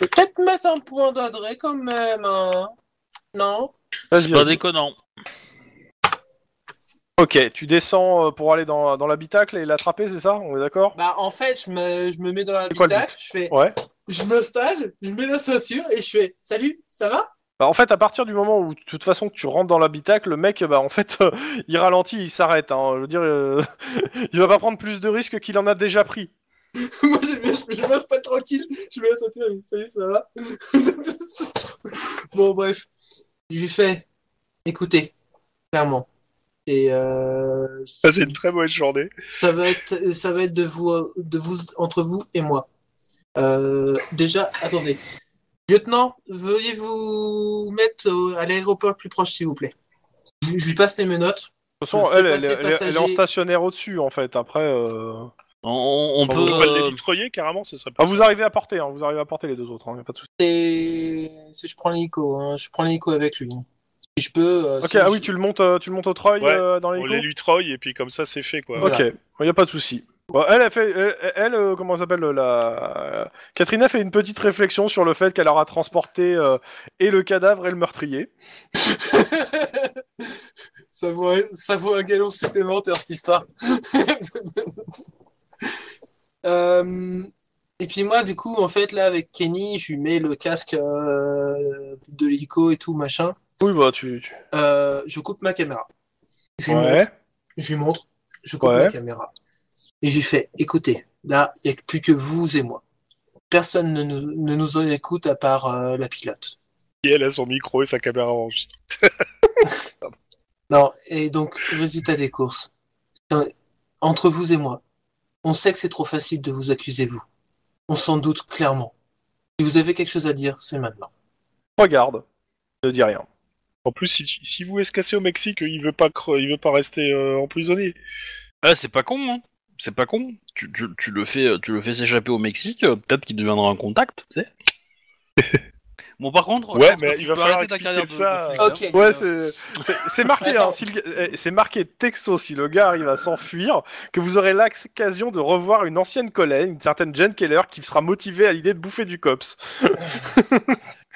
[SPEAKER 5] Peut-être mettre un point d'adresse quand même, hein. Non?
[SPEAKER 1] C'est pas déconnant.
[SPEAKER 2] Ok, tu descends euh, pour aller dans, dans l'habitacle et l'attraper, c'est ça On est d'accord
[SPEAKER 5] Bah en fait, je me, je me mets dans
[SPEAKER 2] quoi le but
[SPEAKER 5] l'habitacle, je fais,
[SPEAKER 2] Ouais.
[SPEAKER 5] je m'installe, je mets la ceinture et je fais, salut, ça va?
[SPEAKER 2] Bah, en fait, à partir du moment où, de toute façon, que tu rentres dans l'habitacle, le mec, bah, en fait, euh, il ralentit, il s'arrête. Hein. Je veux dire, euh, il va pas prendre plus de risques qu'il en a déjà pris.
[SPEAKER 5] Moi, je, je- je m'installe tranquille, je mets la ceinture, et salut, ça va? bon, bref. Je lui fais, écoutez, clairement, c'est, euh,
[SPEAKER 3] Ça, c'est une très mauvaise journée.
[SPEAKER 5] ça va être, ça va être de vous, de vous, entre vous et moi. Euh, déjà, attendez. Lieutenant, veuillez vous mettre au- à l'aéroport le plus proche, s'il vous plaît. Je, je lui passe les menottes.
[SPEAKER 2] De toute façon,
[SPEAKER 5] Je sais
[SPEAKER 2] elle,
[SPEAKER 5] pas
[SPEAKER 2] elle,
[SPEAKER 5] si
[SPEAKER 2] elle-
[SPEAKER 5] passager-
[SPEAKER 2] elle est en stationnaire au-dessus, en fait. Après, euh...
[SPEAKER 1] On, on- on
[SPEAKER 2] On
[SPEAKER 1] peut.
[SPEAKER 3] On va les
[SPEAKER 1] euh,
[SPEAKER 3] mitrailler, carrément, ça serait pas...
[SPEAKER 2] ah, vous arrivez à porter, hein, vous arrivez à porter les deux autres, hein, y a pas de souci.
[SPEAKER 5] C'est, c'est- je prends l'hélico, hein, je prends l'hélico avec lui. Si je peux. euh,
[SPEAKER 2] Ok,
[SPEAKER 5] si
[SPEAKER 2] ah
[SPEAKER 5] je-
[SPEAKER 2] oui, tu le montes, euh, tu le montes au treuil
[SPEAKER 3] Ouais,
[SPEAKER 2] euh, dans les
[SPEAKER 3] On les lui troille, et puis comme ça, c'est fait, quoi.
[SPEAKER 5] Voilà.
[SPEAKER 2] Ok, il n'y a pas de souci. Bon, elle, a fait, elle, elle, euh, comment elle s'appelle euh, la Catherine a fait une petite réflexion sur le fait qu'elle aura transporté euh, et le cadavre et le meurtrier.
[SPEAKER 5] Ça vaut, un- ça vaut un galon supplémentaire, cette histoire. Euh, et puis moi, du coup, en fait, là, avec Kenny, je lui mets le casque euh, de l'hélico et tout, machin.
[SPEAKER 2] Oui, bah, tu. tu-
[SPEAKER 5] Euh, je coupe ma caméra. Je lui montre,
[SPEAKER 2] Ouais.
[SPEAKER 5] je lui montre, je coupe
[SPEAKER 2] Ouais.
[SPEAKER 5] ma caméra. Et je lui fais, écoutez, là, il n'y a plus que vous et moi. Personne ne nous, ne nous en écoute à part euh, la pilote.
[SPEAKER 3] Et elle a son micro et sa caméra enregistre.
[SPEAKER 5] Non, et donc, résultat des courses. Putain, Entre vous et moi, on sait que c'est trop facile de vous accuser, vous. On s'en doute clairement. Si vous avez quelque chose à dire, c'est maintenant.
[SPEAKER 2] Regarde. Ne dis rien.
[SPEAKER 3] En plus, si, si vous escassez au Mexique, il veut pas, cre- il veut pas rester euh, emprisonné.
[SPEAKER 1] Ah, c'est pas con, hein. C'est pas con. Tu, tu- tu le fais, tu le fais s'échapper au Mexique, euh, peut-être qu'il deviendra un contact, tu sais. bon, par contre, je
[SPEAKER 3] Ouais,
[SPEAKER 1] pense que
[SPEAKER 3] mais
[SPEAKER 1] tu
[SPEAKER 3] il va
[SPEAKER 1] peux
[SPEAKER 3] falloir
[SPEAKER 1] arrêter ta
[SPEAKER 3] expliquer
[SPEAKER 1] carrière de-
[SPEAKER 3] ça.
[SPEAKER 1] de flic, hein.
[SPEAKER 5] Ok.
[SPEAKER 2] Ouais, c'est c'est- c'est marqué,
[SPEAKER 5] euh, Attends.
[SPEAKER 2] hein, si le- eh, c'est marqué texto si le gars arrive à s'enfuir, que vous aurez l'occasion de revoir une ancienne collègue, une certaine Jen Keller, qui sera motivée à l'idée de bouffer du cops.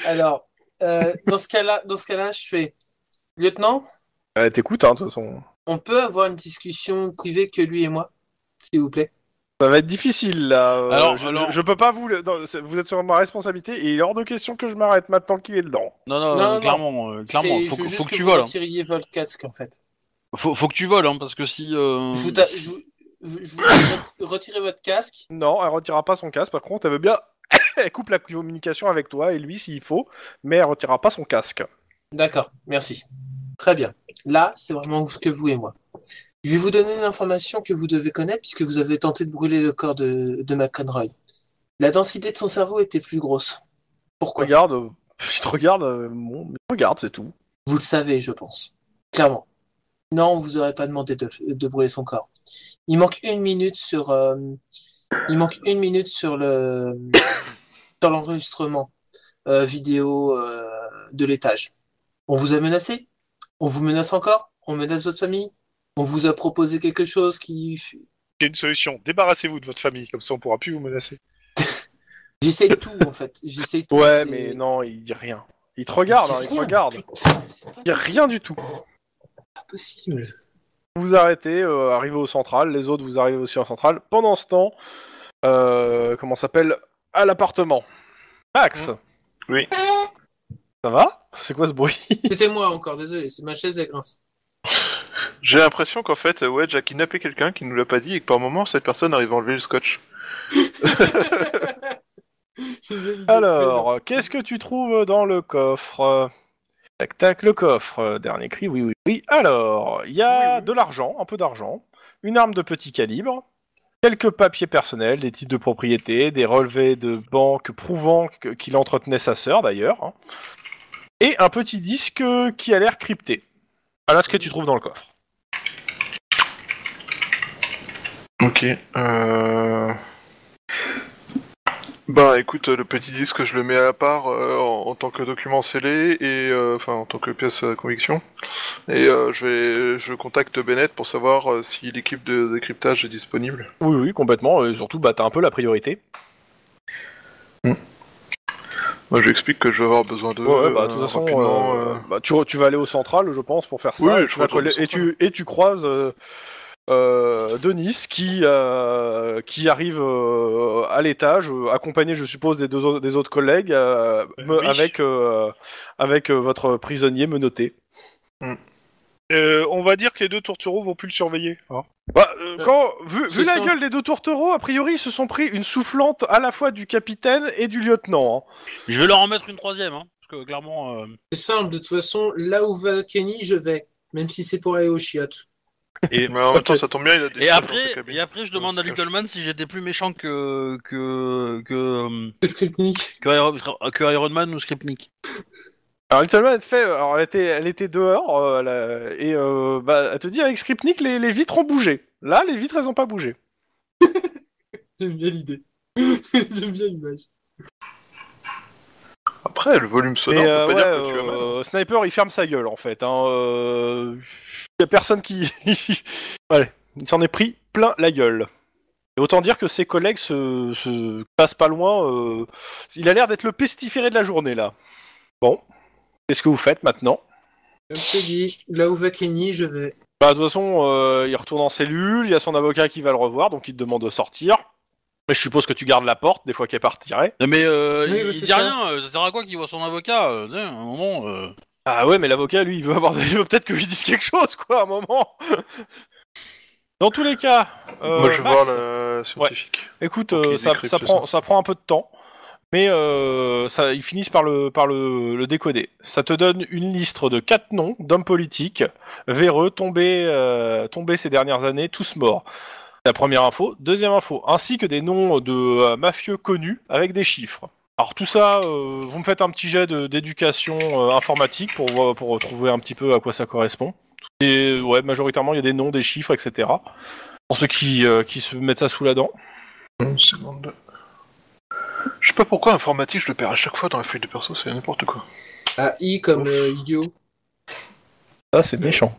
[SPEAKER 5] Alors, euh, dans ce cas-là, dans ce cas-là, je fais, lieutenant,
[SPEAKER 2] Euh, T'écoutes, hein, de toute façon.
[SPEAKER 5] on peut avoir une discussion privée que lui et moi, s'il vous plaît.
[SPEAKER 2] Ça va être difficile là. euh,
[SPEAKER 1] Alors,
[SPEAKER 2] je,
[SPEAKER 1] alors-
[SPEAKER 2] je- je peux pas vous. le- non, c'est- vous êtes sur ma responsabilité et il est hors de question que je m'arrête maintenant qu'il est dedans.
[SPEAKER 1] hein. Non, non,
[SPEAKER 5] Non, non,
[SPEAKER 1] clairement, euh, clairement,
[SPEAKER 5] C'est-
[SPEAKER 1] faut, que-
[SPEAKER 5] je
[SPEAKER 1] faut
[SPEAKER 5] veux juste
[SPEAKER 1] que tu
[SPEAKER 5] vous
[SPEAKER 1] voles. hein.
[SPEAKER 5] retiriez votre casque, en fait.
[SPEAKER 1] Faut, faut que tu voles, hein, parce que si. euh,
[SPEAKER 5] Je vous, ta- je vous- je vous- re- retirez votre casque.
[SPEAKER 2] Non, elle retirera pas son casque. Par contre, elle veut bien. elle coupe la communication avec toi et lui s'il faut, mais elle retirera pas son casque.
[SPEAKER 5] D'accord, merci. Très bien. Là, c'est vraiment ce que vous et moi. Je vais vous donner l'information que vous devez connaître puisque vous avez tenté de brûler le corps de, de McConroy. La densité de son cerveau était plus grosse. Pourquoi?
[SPEAKER 2] Regarde, euh, il te regarde, euh, bon, il te regarde, c'est tout.
[SPEAKER 5] Vous le savez, je pense. Clairement. Non, on vous aurait pas demandé de, de brûler son corps. Il manque une minute sur, euh, il manque une minute sur le, sur l'enregistrement euh, vidéo euh, de l'étage. On vous a menacé? On vous menace encore? On menace votre famille? On vous a proposé quelque chose qui...
[SPEAKER 3] Il y a une solution. Débarrassez-vous de votre famille, comme ça on pourra plus vous menacer.
[SPEAKER 5] J'essaye tout, en fait. J'essaye tout.
[SPEAKER 2] Ouais,
[SPEAKER 5] c'est-
[SPEAKER 2] mais non, il dit rien. Il te regarde,
[SPEAKER 5] c'est
[SPEAKER 2] hein, il te
[SPEAKER 5] rien,
[SPEAKER 2] regarde.
[SPEAKER 5] putain, C'est pas
[SPEAKER 2] Il dit rien du tout.
[SPEAKER 5] possible.
[SPEAKER 2] Vous vous arrêtez, euh, arrivez au central, les autres vous arrivez aussi en central. Pendant ce temps, euh, comment ça s'appelle À l'appartement. Max
[SPEAKER 4] Oui.
[SPEAKER 2] Ça va C'est quoi ce bruit
[SPEAKER 5] C'était moi encore, désolé. C'est ma chaise, elle grince.
[SPEAKER 4] J'ai l'impression qu'en fait, euh, Wedge a kidnappé quelqu'un qui nous l'a pas dit et que par moment, cette personne arrive à enlever le scotch.
[SPEAKER 5] J'ai une idée.
[SPEAKER 2] Alors, qu'est-ce que tu trouves dans le coffre Tac tac, le coffre. euh, Dernier cri, oui, oui, oui. Alors, il y a de l'argent, un peu d'argent, une arme de petit calibre, quelques papiers personnels, des titres de propriété, des relevés de banque prouvant que- qu'il entretenait sa sœur d'ailleurs, hein, et un petit disque euh, qui a l'air crypté. Voilà ce que tu trouves dans le coffre.
[SPEAKER 4] Ok. Euh... Bah écoute, le petit disque, je le mets à part euh, en, en tant que document scellé et euh, enfin en tant que pièce à conviction. Et euh, je vais, je contacte Bennett pour savoir euh, si l'équipe de décryptage est disponible.
[SPEAKER 2] Oui, oui, complètement. euh, surtout, bah, t'as un peu la priorité.
[SPEAKER 4] Moi, je lui explique que je vais avoir besoin d'eux.
[SPEAKER 2] Ouais, ouais, bah, de
[SPEAKER 4] euh,
[SPEAKER 2] toute façon,
[SPEAKER 4] rapidement,
[SPEAKER 2] euh,
[SPEAKER 4] euh,
[SPEAKER 2] bah, tu, re- tu vas aller au central, je pense, pour faire ça.
[SPEAKER 4] Oui,
[SPEAKER 2] et,
[SPEAKER 4] oui,
[SPEAKER 2] tu
[SPEAKER 4] je
[SPEAKER 2] vas
[SPEAKER 4] retourne au
[SPEAKER 2] coller- et, tu, et tu croises euh, euh, Denis qui, euh, qui arrive euh, à l'étage, euh, accompagné, je suppose, des deux au- des autres collègues, euh, me-
[SPEAKER 3] oui.
[SPEAKER 2] avec, euh, avec euh, votre prisonnier menotté.
[SPEAKER 3] Euh, on va dire que les deux tourtereaux vont plus le surveiller. hein.
[SPEAKER 2] Bah, euh, quand, vu,
[SPEAKER 5] Ce
[SPEAKER 2] vu la
[SPEAKER 5] sont-
[SPEAKER 2] gueule des deux tourtereaux, a priori, ils se sont pris une soufflante à la fois du capitaine et du lieutenant. hein.
[SPEAKER 1] Je vais leur en mettre une troisième, hein, parce que clairement. euh,
[SPEAKER 5] C'est simple, de toute façon, là où va Kenny, je vais, même si c'est pour aller au chiottes.
[SPEAKER 4] Mais en même temps,
[SPEAKER 2] ok.
[SPEAKER 4] ça tombe bien, il a des
[SPEAKER 1] Et
[SPEAKER 4] chiottes dans sa
[SPEAKER 1] après,
[SPEAKER 4] cabine.
[SPEAKER 1] et après, je demande
[SPEAKER 4] Ouais,
[SPEAKER 1] à
[SPEAKER 4] c'est
[SPEAKER 1] Littleman si j'étais plus méchant que que que
[SPEAKER 5] Le Scriptnik.
[SPEAKER 1] que Iron, que Iron Man ou Skripnik.
[SPEAKER 2] Alors Little Man, elle, te fait, euh, alors, elle, était, elle était dehors, euh, elle a- et euh, bah, elle te dit avec Skripnik, les, les vitres ont bougé. Là, les vitres, elles ont pas bougé.
[SPEAKER 5] J'aime bien l'idée. J'aime bien l'image.
[SPEAKER 4] Après, le volume sonore,
[SPEAKER 2] Et,
[SPEAKER 4] peut
[SPEAKER 2] euh,
[SPEAKER 4] pas dire
[SPEAKER 2] ouais,
[SPEAKER 4] que tu as mal.
[SPEAKER 2] euh, Sniper, il ferme sa gueule, en fait. Hein, euh, y a personne qui... Allez, il s'en est pris plein la gueule. Et autant dire que ses collègues se, se passent pas loin. euh, Il a l'air d'être le pestiféré de la journée, là. Bon. Qu'est-ce que vous faites maintenant
[SPEAKER 5] Comme c'est dit, là où va Kenny, je vais.
[SPEAKER 2] Bah, de toute façon, euh, il retourne en cellule, il y a son avocat qui va le revoir, donc il te demande de sortir. Mais je suppose que tu gardes la porte des fois qu'elle partirait.
[SPEAKER 1] Non, mais euh,
[SPEAKER 5] Oui,
[SPEAKER 1] il,
[SPEAKER 5] mais
[SPEAKER 1] il
[SPEAKER 5] c'est
[SPEAKER 1] dit
[SPEAKER 5] ça.
[SPEAKER 1] rien, euh, ça sert à quoi qu'il voit son avocat euh, tu sais, à un moment. euh.
[SPEAKER 2] Ah ouais, mais l'avocat, lui, il veut avoir, il veut peut-être que je lui dise quelque chose, quoi, à un moment. Dans tous les cas, euh,
[SPEAKER 4] Moi, je vais
[SPEAKER 2] Max,
[SPEAKER 4] voir le scientifique.
[SPEAKER 2] Écoute,
[SPEAKER 4] Pour
[SPEAKER 2] euh,
[SPEAKER 4] qu'il
[SPEAKER 2] ça,
[SPEAKER 4] décrypte
[SPEAKER 2] ça
[SPEAKER 4] ça.
[SPEAKER 2] prend, ça prend un peu de temps, mais euh, ça, ils finissent par, le, par le, le décoder. Ça te donne une liste de quatre noms d'hommes politiques, véreux, tombés, euh, tombés ces dernières années, tous morts. La première info. Deuxième info, ainsi que des noms de euh, mafieux connus avec des chiffres. Alors tout ça, euh, vous me faites un petit jet de- d'éducation euh, informatique pour, voir- pour trouver un petit peu à quoi ça correspond. Et ouais, majoritairement, il y a des noms, des chiffres, etc. Pour ceux qui, euh, qui se mettent ça sous la dent.
[SPEAKER 4] Une seconde. Je sais pas pourquoi informatique, je le perds à chaque fois dans la feuille de perso, c'est n'importe quoi.
[SPEAKER 5] Ah, I comme euh, idiot.
[SPEAKER 2] Ah, c'est méchant.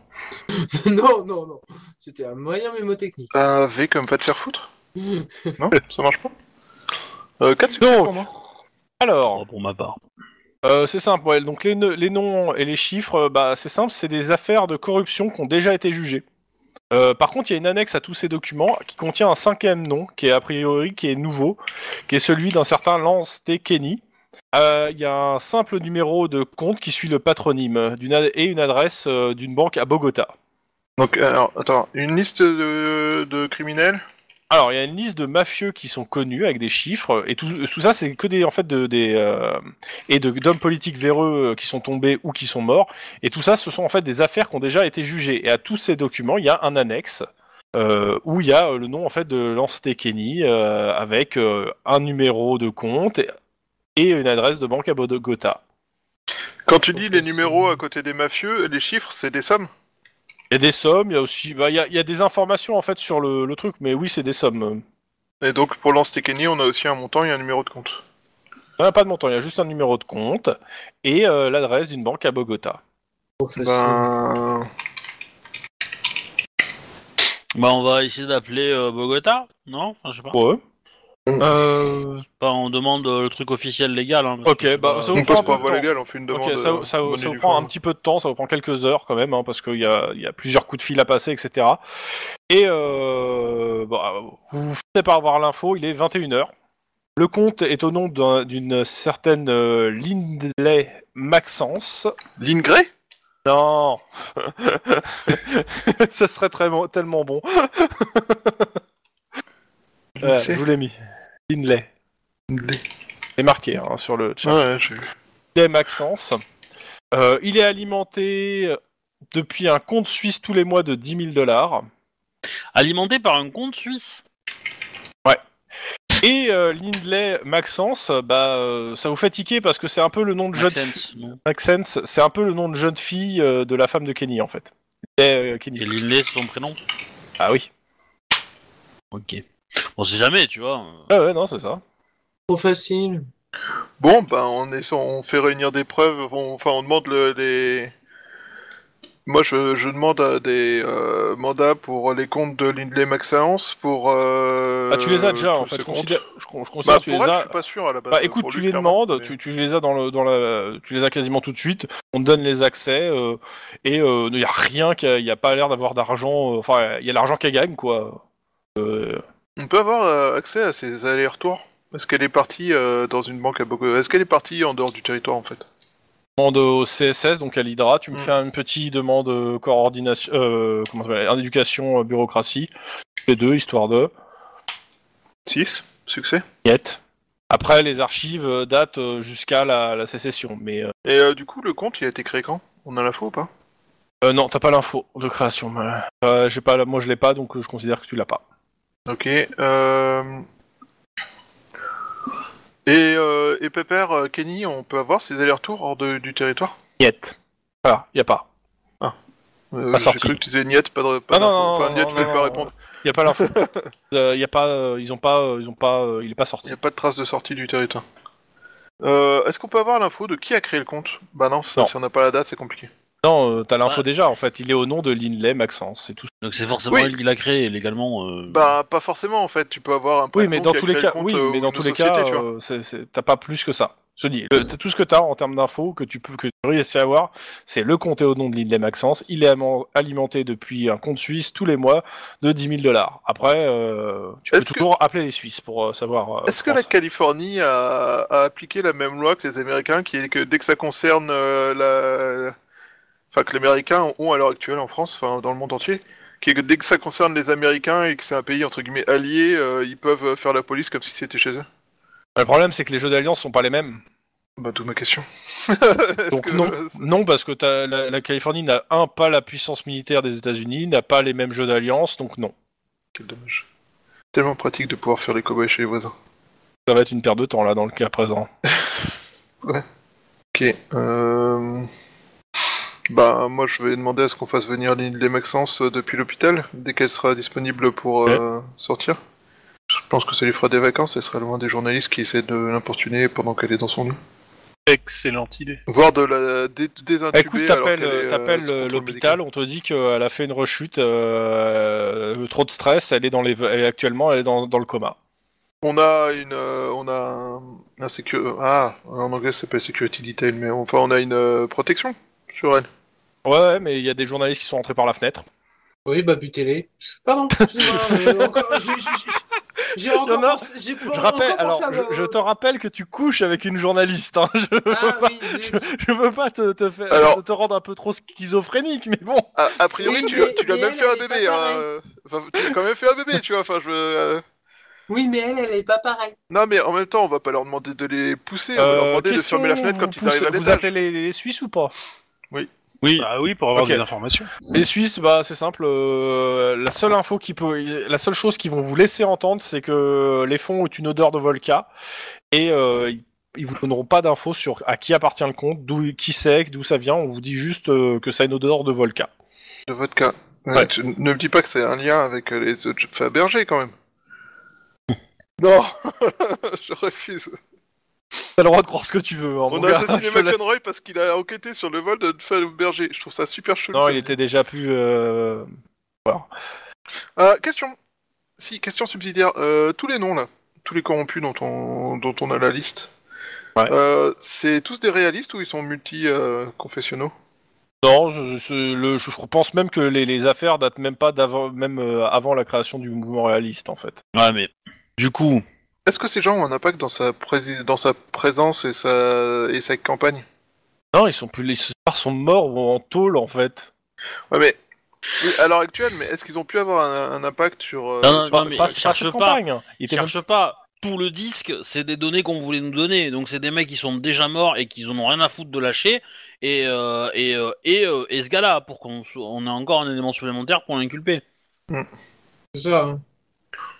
[SPEAKER 5] non, non, non. C'était un moyen mémotechnique.
[SPEAKER 4] Un V comme va te euh, faire foutre Non Ça marche pas euh, 4 secondes pour moi.
[SPEAKER 2] Alors,
[SPEAKER 1] Oh, pour ma part.
[SPEAKER 2] euh, c'est simple, ouais. donc les, no- les noms et les chiffres, euh, bah, c'est simple, c'est des affaires de corruption qui ont déjà été jugées. Euh, par contre, il y a une annexe à tous ces documents qui contient un cinquième nom, qui est a priori qui est nouveau, qui est celui d'un certain Lance T. Kenny. Euh, Il y a un simple numéro de compte qui suit le patronyme d'une ad- et une adresse euh, d'une banque à Bogota.
[SPEAKER 4] Donc, euh, alors, attends, une liste de, de criminels
[SPEAKER 2] Alors, il y a une liste de mafieux qui sont connus avec des chiffres et tout, tout ça, c'est que des en fait de, des euh, et de d'hommes politiques véreux euh, qui sont tombés ou qui sont morts. Et tout ça, ce sont en fait des affaires qui ont déjà été jugées. Et à tous ces documents, il y a un annexe euh, où il y a euh, le nom en fait de Lance Tekeni euh, avec euh, un numéro de compte et, et une adresse de banque à Bogota.
[SPEAKER 4] Quand tu dis les
[SPEAKER 5] Professeur.
[SPEAKER 4] numéros à côté des mafieux, les chiffres, c'est des sommes
[SPEAKER 2] Il y a des sommes, il y a aussi, bah, il y, a, il y a des informations en fait sur le, le truc, mais oui, c'est des sommes. euh,
[SPEAKER 4] Et donc, pour Lance Tekeni, on a aussi un montant et un numéro de compte.
[SPEAKER 2] Il n'y a Ah, pas de montant, il y a juste un numéro de compte et euh, l'adresse d'une banque à Bogota.
[SPEAKER 5] Professeur.
[SPEAKER 4] Ben...
[SPEAKER 1] Bah, on va essayer d'appeler euh, Bogota, non Enfin, Je sais pas.
[SPEAKER 2] Pour eux.
[SPEAKER 4] Euh,
[SPEAKER 1] Enfin, on demande euh, le truc officiel légal. hein, parce
[SPEAKER 2] Ok,
[SPEAKER 1] que c'est
[SPEAKER 2] bah,
[SPEAKER 1] pas-
[SPEAKER 2] ça vous
[SPEAKER 4] On
[SPEAKER 2] prend
[SPEAKER 4] passe
[SPEAKER 2] un peu
[SPEAKER 4] par
[SPEAKER 2] de
[SPEAKER 4] voie
[SPEAKER 2] temps.
[SPEAKER 4] légale, on fait une demande.
[SPEAKER 2] Ok, ça,
[SPEAKER 4] euh,
[SPEAKER 2] ça- ça
[SPEAKER 4] monnaie
[SPEAKER 2] vous
[SPEAKER 4] du
[SPEAKER 2] prend
[SPEAKER 4] fonds.
[SPEAKER 2] un petit peu de temps, ça vous prend quelques heures quand même, hein, parce qu'il y a, il y a plusieurs coups de fil à passer, etc. Et euh, bah, vous vous faites par avoir l'info, il est 21h. Le compte est au nom d'un- d'une certaine euh, Lindley Maxence.
[SPEAKER 4] Lynn Grey
[SPEAKER 2] Non Ça serait très bon- tellement bon. Ouais, je
[SPEAKER 4] Lindsay
[SPEAKER 2] vous l'ai mis. Lindley.
[SPEAKER 4] Lindley.
[SPEAKER 2] C'est marqué hein, sur le chat.
[SPEAKER 4] Ouais, j'ai vu.
[SPEAKER 2] Des Maxence. Euh, il est alimenté euh, depuis un compte suisse tous les mois de 10 000 dollars.
[SPEAKER 1] Alimenté par un compte suisse.
[SPEAKER 2] Et euh, Lindley Maxence, bah, euh, ça vous fait tiquer parce que c'est un peu le nom de jeune
[SPEAKER 1] Maxence, non.
[SPEAKER 2] Maxence, c'est un peu le nom de jeune fille euh, de la femme de Kenny en fait. Lindley, euh,
[SPEAKER 1] Et
[SPEAKER 2] Kenny.
[SPEAKER 1] Lindley, c'est son prénom
[SPEAKER 2] Ah oui.
[SPEAKER 1] Ok. On sait jamais, tu vois.
[SPEAKER 2] Ah ouais, non, c'est ça.
[SPEAKER 5] Trop facile.
[SPEAKER 4] Bon, ben, on, est, on fait réunir des preuves, on- enfin, on demande le- les... Moi, je, je demande euh, des euh, mandats pour les comptes de Lindley Maxence, pour... euh,
[SPEAKER 2] Ah, tu les as déjà
[SPEAKER 4] tous
[SPEAKER 2] en fait.
[SPEAKER 4] ces
[SPEAKER 2] Je
[SPEAKER 4] comptes.
[SPEAKER 2] considère, je con- je considère
[SPEAKER 4] Bah,
[SPEAKER 2] que tu
[SPEAKER 4] pour
[SPEAKER 2] les
[SPEAKER 4] elle, je
[SPEAKER 2] as.
[SPEAKER 4] suis pas sûr, à la base.
[SPEAKER 2] Bah
[SPEAKER 4] euh,
[SPEAKER 2] écoute,
[SPEAKER 4] pour
[SPEAKER 2] tu
[SPEAKER 4] lui,
[SPEAKER 2] les
[SPEAKER 4] clairement,
[SPEAKER 2] demandes,
[SPEAKER 4] mais-
[SPEAKER 2] tu, tu les as dans le dans la, tu les as quasiment tout de suite. On te donne les accès euh, et il y a rien, il y a pas l'air d'avoir d'argent. euh, Enfin, il y a l'argent qu'elle gagne quoi. Euh,
[SPEAKER 4] On peut avoir euh, accès à ses allers-retours Est-ce qu'elle est partie euh, dans une banque à Bogota Est-ce qu'elle est partie en dehors du territoire, en fait
[SPEAKER 2] demande au CSS donc à l'Hydra, tu me
[SPEAKER 4] Mm.
[SPEAKER 2] fais une petite demande euh, coordination, euh, comment ça s'appelle, éducation euh, bureaucratie, les deux histoire de.
[SPEAKER 4] 6 Succès
[SPEAKER 2] Niet. Après les archives euh, datent euh, jusqu'à la, la sécession, mais euh,
[SPEAKER 4] Et euh, du coup, le compte, il a été créé quand On a l'info ou pas
[SPEAKER 2] euh, non t'as pas l'info de création. Euh, j'ai pas, la- moi je l'ai pas donc euh, je considère que tu l'as pas.
[SPEAKER 4] Ok. Euh... Et, euh, et Pépère, euh, Kenny, on peut avoir ses allers-retours hors de- du territoire
[SPEAKER 2] Niet. Voilà, Ah, y a pas.
[SPEAKER 4] Euh,
[SPEAKER 2] Pas
[SPEAKER 4] J'ai
[SPEAKER 2] sorti.
[SPEAKER 4] cru que tu disais Niette, pas de. Pas
[SPEAKER 2] Ah non,
[SPEAKER 4] d'info.
[SPEAKER 2] non,
[SPEAKER 4] enfin,
[SPEAKER 2] non,
[SPEAKER 4] Niette,
[SPEAKER 2] non,
[SPEAKER 4] je vais
[SPEAKER 2] non,
[SPEAKER 4] pas
[SPEAKER 2] non.
[SPEAKER 4] répondre.
[SPEAKER 2] Il y a pas l'info. Euh, y a pas, euh, ils ont pas, euh, ils ont pas, euh, il est pas
[SPEAKER 4] Il
[SPEAKER 2] sorti.
[SPEAKER 4] n'y a pas de trace de sortie du territoire. Euh, Est-ce qu'on peut avoir l'info de qui a créé le compte Bah non, ça,
[SPEAKER 2] Non.
[SPEAKER 4] si on n'a pas la date, c'est compliqué.
[SPEAKER 2] Non, euh, t'as l'info
[SPEAKER 1] Bah.
[SPEAKER 2] déjà, en fait. Il est au nom de Lindley, Maxence, c'est tout.
[SPEAKER 1] Donc c'est forcément
[SPEAKER 4] Oui.
[SPEAKER 1] elle qui l'a créé légalement. euh.
[SPEAKER 4] Bah, pas forcément en fait, tu peux avoir un
[SPEAKER 2] Oui, mais
[SPEAKER 4] prénom
[SPEAKER 2] dans
[SPEAKER 4] qui a
[SPEAKER 2] tous les
[SPEAKER 4] créé le
[SPEAKER 2] cas,
[SPEAKER 4] compte,
[SPEAKER 2] oui,
[SPEAKER 4] euh,
[SPEAKER 2] mais
[SPEAKER 4] ou
[SPEAKER 2] dans
[SPEAKER 4] une
[SPEAKER 2] tous les
[SPEAKER 4] société,
[SPEAKER 2] cas,
[SPEAKER 4] tu vois. Euh,
[SPEAKER 2] euh, c'est- c'est- t'as pas plus que ça. Je dis, le- tout ce que t'as en termes d'infos que tu peux que tu réussis à avoir, c'est le compte est au nom de Lindley Maxence. Il est am- alimenté depuis un compte suisse tous les mois de 10 000 dollars. Après, euh, tu peux
[SPEAKER 4] Est-ce que-
[SPEAKER 2] toujours appeler les Suisses pour euh, savoir. euh,
[SPEAKER 4] Est-ce que
[SPEAKER 2] comment
[SPEAKER 4] la
[SPEAKER 2] ça-
[SPEAKER 4] Californie a, a appliqué la même loi que les Américains, qui est que dès que ça concerne euh, la, enfin que les Américains ont à l'heure actuelle en France, enfin dans le monde entier, qui est que dès que ça concerne les Américains et que c'est un pays entre guillemets allié, euh, ils peuvent faire la police comme si c'était chez eux.
[SPEAKER 2] Le problème, c'est que les jeux d'alliance sont pas les mêmes.
[SPEAKER 4] Bah d'où ma question.
[SPEAKER 2] Donc non, non, parce que t'as- la, la Californie n'a un pas la puissance militaire des États-Unis, n'a pas les mêmes jeux d'alliance, donc non.
[SPEAKER 4] Quel dommage. Tellement pratique de pouvoir faire les cow-boys chez les voisins.
[SPEAKER 2] Ça va être une perte de temps là dans le cas présent.
[SPEAKER 4] Ok. Euh... Bah moi je vais demander à ce qu'on fasse venir les Maxence euh, depuis l'hôpital dès qu'elle sera disponible pour euh, sortir. Je pense que ça lui fera des vacances, elle sera loin des journalistes qui essaient de l'importuner pendant qu'elle est dans son lit.
[SPEAKER 3] Excellente idée.
[SPEAKER 4] Voire de la dé- désintuber
[SPEAKER 2] Écoute,
[SPEAKER 4] alors
[SPEAKER 2] t'appelles
[SPEAKER 4] qu'elle est,
[SPEAKER 2] euh,
[SPEAKER 4] euh,
[SPEAKER 2] t'appelles,
[SPEAKER 4] sous
[SPEAKER 2] euh,
[SPEAKER 4] contrôle
[SPEAKER 2] l'hôpital,
[SPEAKER 4] médical.
[SPEAKER 2] on te dit qu'elle a fait une rechute, euh, trop de stress, elle est dans les, elle est actuellement elle est dans, dans le coma.
[SPEAKER 4] On a une, euh, on a un, un sécu- ah en anglais ça s'appelle security detail mais enfin on a une euh, protection sur elle.
[SPEAKER 2] Ouais, ouais, mais il y a des journalistes qui sont rentrés par la fenêtre.
[SPEAKER 5] Oui, bah butez-les. Pardon, excuse-moi. euh, encore- j'ai- j'ai- j'ai- J'ai
[SPEAKER 2] Il y en
[SPEAKER 5] encore
[SPEAKER 2] a-
[SPEAKER 5] pensé- j'ai pas
[SPEAKER 2] Je
[SPEAKER 5] encore
[SPEAKER 2] rappelle,
[SPEAKER 5] pensé
[SPEAKER 2] alors
[SPEAKER 5] à le-
[SPEAKER 2] je, je te rappelle que tu couches avec une journaliste. hein, Je,
[SPEAKER 5] Ah oui, j'ai-
[SPEAKER 2] je veux pas te, te faire,
[SPEAKER 4] Alors-
[SPEAKER 2] te- te rendre un peu trop schizophrénique, mais bon.
[SPEAKER 4] A, Ah, a priori
[SPEAKER 5] Oui,
[SPEAKER 4] tu,
[SPEAKER 5] mais-
[SPEAKER 4] tu lui as
[SPEAKER 5] mais
[SPEAKER 4] même
[SPEAKER 5] elle,
[SPEAKER 4] fait un
[SPEAKER 5] elle est
[SPEAKER 4] bébé,
[SPEAKER 5] pas
[SPEAKER 4] hein,
[SPEAKER 5] pareille.
[SPEAKER 4] euh, enfin, tu lui as quand même fait un bébé tu vois, enfin je veux, euh,
[SPEAKER 5] oui, mais elle, elle est pas pareille.
[SPEAKER 4] Non, mais en même temps, on va pas leur demander de les pousser, on va leur
[SPEAKER 2] Euh,
[SPEAKER 4] demander de
[SPEAKER 2] question,
[SPEAKER 4] fermer la fenêtre
[SPEAKER 2] vous
[SPEAKER 4] quand ils
[SPEAKER 2] poussez-
[SPEAKER 4] arrivent à
[SPEAKER 2] Vous
[SPEAKER 4] l'étage.
[SPEAKER 2] appelez les, les Suisses ou pas
[SPEAKER 1] oui.
[SPEAKER 3] Bah oui, pour avoir
[SPEAKER 2] Ok.
[SPEAKER 3] des informations.
[SPEAKER 2] Les Suisses, bah c'est simple. euh, la seule info qui peut, la seule chose qu'ils vont vous laisser entendre, c'est que euh, les fonds ont une odeur de volca et euh, ils- ils vous donneront pas d'infos sur à qui appartient le compte, d'où, qui c'est, d'où ça vient. On vous dit juste euh, que ça a une odeur de volca.
[SPEAKER 4] De vodka. Ouais,
[SPEAKER 2] Ouais.
[SPEAKER 4] tu- ne me dis pas que c'est un lien avec euh, les autres Fabergé quand même. non, je refuse.
[SPEAKER 2] T'as le droit de croire ce que tu veux. hein, mon
[SPEAKER 4] On
[SPEAKER 2] gars.
[SPEAKER 4] a assassiné
[SPEAKER 2] Je te laisse-
[SPEAKER 4] McEnroy parce qu'il a enquêté sur le vol de Fabergé. Je trouve ça super chelou.
[SPEAKER 2] Non, il était déjà plus. euh,
[SPEAKER 4] Euh, question. Si, question subsidiaire. Euh, tous les noms là, tous les corrompus dont on, dont on a la liste.
[SPEAKER 2] Ouais.
[SPEAKER 4] Euh, c'est tous des réalistes ou ils sont euh, multi-confessionnaux
[SPEAKER 2] Non, je, je- le- je pense même que les, les affaires datent même pas d'avant, même euh, avant la création du mouvement réaliste en fait.
[SPEAKER 1] Ouais, mais du coup,
[SPEAKER 4] Est-ce que ces gens ont un impact dans sa, prési- dans sa présence et sa, et sa campagne
[SPEAKER 2] Non, ils sont plus, les stars sont morts ou en tôle en fait.
[SPEAKER 4] Ouais, mais oui, à l'heure actuelle, mais est-ce qu'ils ont pu avoir un, un impact sur euh,
[SPEAKER 1] Non, non,
[SPEAKER 4] sur-
[SPEAKER 1] non, mais
[SPEAKER 2] pas,
[SPEAKER 1] cherche pas.
[SPEAKER 2] cette campagne. Il était
[SPEAKER 1] cherche pas. Tout le disque, c'est des données qu'on voulait nous donner. Donc c'est des mecs qui sont déjà morts et qui en ont rien à foutre de lâcher. Et euh, et euh, et, euh, et ce gars-là pour qu'on so- on a encore un élément supplémentaire pour l'inculper.
[SPEAKER 5] C'est ça. hein.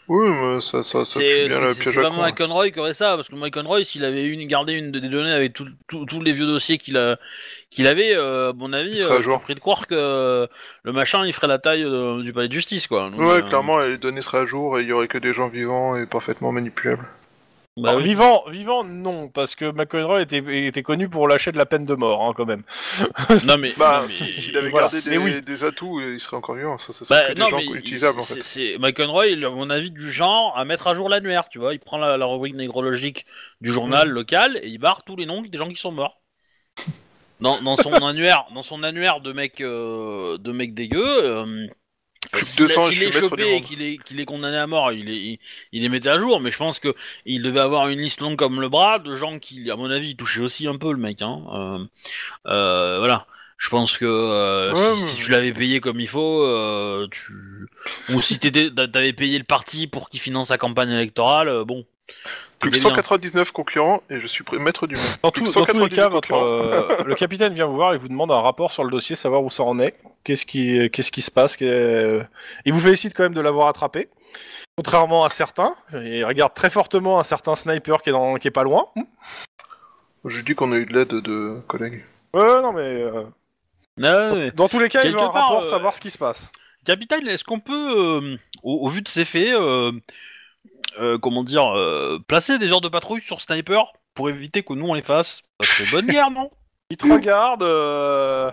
[SPEAKER 4] Oui, mais ça, ça, ça pue
[SPEAKER 1] C'est
[SPEAKER 4] bien
[SPEAKER 1] c'est-
[SPEAKER 4] le
[SPEAKER 1] c'est-
[SPEAKER 4] piège
[SPEAKER 1] c'est pas
[SPEAKER 4] à con. hein.
[SPEAKER 1] McEnroy qui aurait ça parce que McEnroy, s'il avait une gardé une des données avec tout- tout- tous les vieux dossiers qu'il a qu'il avait, euh, à mon
[SPEAKER 4] Il
[SPEAKER 1] avis,
[SPEAKER 4] serait à
[SPEAKER 1] euh,
[SPEAKER 4] jour.
[SPEAKER 1] j'ai pris de croire que euh, le machin il ferait la taille euh, du palais de justice quoi. Donc,
[SPEAKER 4] Ouais,
[SPEAKER 1] euh,
[SPEAKER 4] clairement, les données seraient à jour et il y aurait que des gens vivants et parfaitement manipulables.
[SPEAKER 1] bah
[SPEAKER 2] Alors,
[SPEAKER 1] oui.
[SPEAKER 2] Vivant, vivant, non, parce que McEnroy était, était connu pour lâcher de la peine de mort, hein, quand même.
[SPEAKER 1] Non mais
[SPEAKER 4] Bah,
[SPEAKER 1] non, mais-
[SPEAKER 4] si- s'il avait
[SPEAKER 2] voilà.
[SPEAKER 4] gardé des,
[SPEAKER 2] Mais oui.
[SPEAKER 4] des atouts, il serait encore vivant. Ça, ça
[SPEAKER 1] Bah,
[SPEAKER 4] serait que
[SPEAKER 1] non,
[SPEAKER 4] des gens
[SPEAKER 1] mais il-
[SPEAKER 4] utilisables, en
[SPEAKER 1] c'est-
[SPEAKER 4] fait.
[SPEAKER 1] c'est- McEnroy, il est, à mon avis, du genre à mettre à jour l'annuaire, tu vois. Il prend la, la rubrique nécrologique du journal local et il barre tous les noms des gens qui sont morts. Dans, dans son annuaire, dans son annuaire de mec, euh, de mec dégueu. euh,
[SPEAKER 4] Plus de
[SPEAKER 1] s'il a-
[SPEAKER 4] 200,
[SPEAKER 1] s'il
[SPEAKER 4] je suis
[SPEAKER 1] est
[SPEAKER 4] maître du
[SPEAKER 1] chopé et
[SPEAKER 4] monde.
[SPEAKER 1] qu'il est, qu'il est condamné à mort, il est, il, il est metté à jour. Mais je pense que il devait avoir une liste longue comme le bras de gens qui, à mon avis, touchaient aussi un peu le mec. Hein. Euh, euh, voilà. Je pense que euh,
[SPEAKER 4] Ouais,
[SPEAKER 1] si,
[SPEAKER 4] mais-
[SPEAKER 1] si tu l'avais payé comme il faut, euh, tu ou si t'étais- t'a- t'avais payé le parti pour qu'il finance sa campagne électorale, euh, bon.
[SPEAKER 4] Plus que
[SPEAKER 1] t'étais bien.
[SPEAKER 4] 199 concurrents et je suis pr- maître du monde.
[SPEAKER 2] Dans,
[SPEAKER 4] Plus
[SPEAKER 2] tout-
[SPEAKER 4] que
[SPEAKER 2] dans tous les
[SPEAKER 4] 198
[SPEAKER 2] cas, votre,
[SPEAKER 4] concurrents.
[SPEAKER 2] euh, le capitaine vient vous voir et vous demande un rapport sur le dossier, savoir où ça en est, qu'est-ce qui, qu'est-ce qui se passe. qu'est- Il vous félicite quand même de l'avoir attrapé, contrairement à certains. Il regarde très fortement un certain sniper qui est, dans, qui est pas loin.
[SPEAKER 4] Je dis qu'on a eu de l'aide de collègues.
[SPEAKER 2] Ouais, non, mais euh,
[SPEAKER 1] Non, mais-
[SPEAKER 2] dans tous les cas, il
[SPEAKER 1] Quelque
[SPEAKER 2] veut un
[SPEAKER 1] part,
[SPEAKER 2] rapport,
[SPEAKER 1] euh,
[SPEAKER 2] savoir ce qui se passe.
[SPEAKER 1] Capitaine, est-ce qu'on peut, euh, au, au vu de ces faits, euh, euh, comment dire, euh, placer des genres de patrouille sur Sniper pour éviter que nous on les fasse Ça serait bonne guerre, non
[SPEAKER 2] Il te regarde. euh,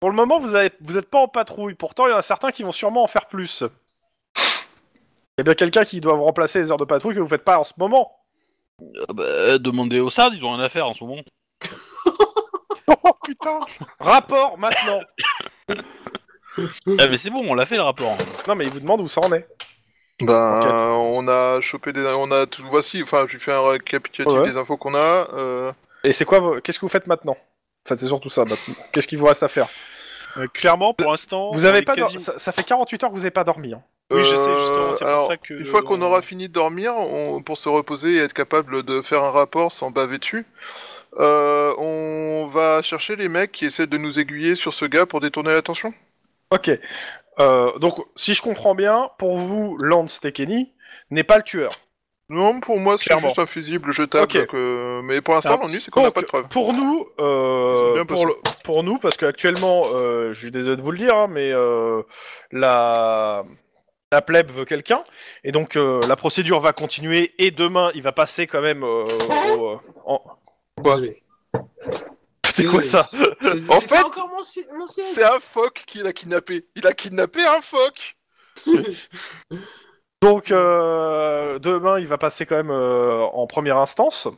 [SPEAKER 2] Pour le moment, vous n'êtes vous êtes pas en patrouille. Pourtant, il y en a certains qui vont sûrement en faire plus. Il y a bien quelqu'un qui doit vous remplacer les heures de patrouille que vous faites pas en ce moment.
[SPEAKER 1] Euh, bah, demandez au SAD, ils ont rien à faire en ce moment.
[SPEAKER 2] Putain Rapport maintenant
[SPEAKER 1] Ah, mais c'est bon, on l'a fait le rapport.
[SPEAKER 2] Non, mais il vous demande où ça en est.
[SPEAKER 4] Ben,
[SPEAKER 2] Enquête.
[SPEAKER 4] euh, on a chopé des, on a tout, voici, enfin, je fais un récapitulatif
[SPEAKER 2] Ouais.
[SPEAKER 4] des infos qu'on a. euh,
[SPEAKER 2] Et c'est quoi vos- Qu'est-ce que vous faites maintenant Enfin, c'est surtout ça. maintenant. Qu'est-ce qu'il vous reste à faire
[SPEAKER 3] Euh, clairement, pour l'instant,
[SPEAKER 2] Vous
[SPEAKER 3] on
[SPEAKER 2] avez
[SPEAKER 3] est
[SPEAKER 2] pas dor-
[SPEAKER 3] quasi-
[SPEAKER 2] ça, ça fait 48 heures que vous n'avez pas dormi. hein.
[SPEAKER 3] Oui, je sais, justement,
[SPEAKER 4] euh,
[SPEAKER 3] c'est
[SPEAKER 4] alors,
[SPEAKER 3] pour ça que.
[SPEAKER 4] Une fois qu'on
[SPEAKER 3] dans-
[SPEAKER 2] Euh,
[SPEAKER 4] aura fini de dormir, on- pour se reposer et être capable de faire un rapport sans baver dessus, euh, on va chercher les mecs qui essaient de nous aiguiller sur ce gars pour détourner l'attention.
[SPEAKER 2] Ok. Euh, donc, si je comprends bien, pour vous, Lance Tekeni n'est pas le tueur.
[SPEAKER 4] Non, pour moi, c'est
[SPEAKER 2] Clairement.
[SPEAKER 4] juste un fusible jetable.
[SPEAKER 2] Ok.
[SPEAKER 4] que- Mais pour l'instant, l'ennui, c'est qu'on n'a
[SPEAKER 2] Donc,
[SPEAKER 4] pas de preuves.
[SPEAKER 2] Pour nous, euh,
[SPEAKER 4] Ils ont bien
[SPEAKER 2] pour,
[SPEAKER 4] bossé.
[SPEAKER 2] le- pour nous, parce qu'actuellement, euh, je suis désolé de vous le dire, hein, mais euh, la la plèbe veut quelqu'un, et donc euh, la procédure va continuer. Et demain, il va passer quand même. euh, au- en-
[SPEAKER 5] Désolé.
[SPEAKER 2] C'était quoi ça
[SPEAKER 5] C'est-
[SPEAKER 4] En
[SPEAKER 5] C'était
[SPEAKER 4] fait,
[SPEAKER 5] encore mon, si- mon siège.
[SPEAKER 4] C'est un phoque qui l'a kidnappé. Il a kidnappé un phoque
[SPEAKER 2] Donc euh, demain, il va passer quand même euh, en première instance.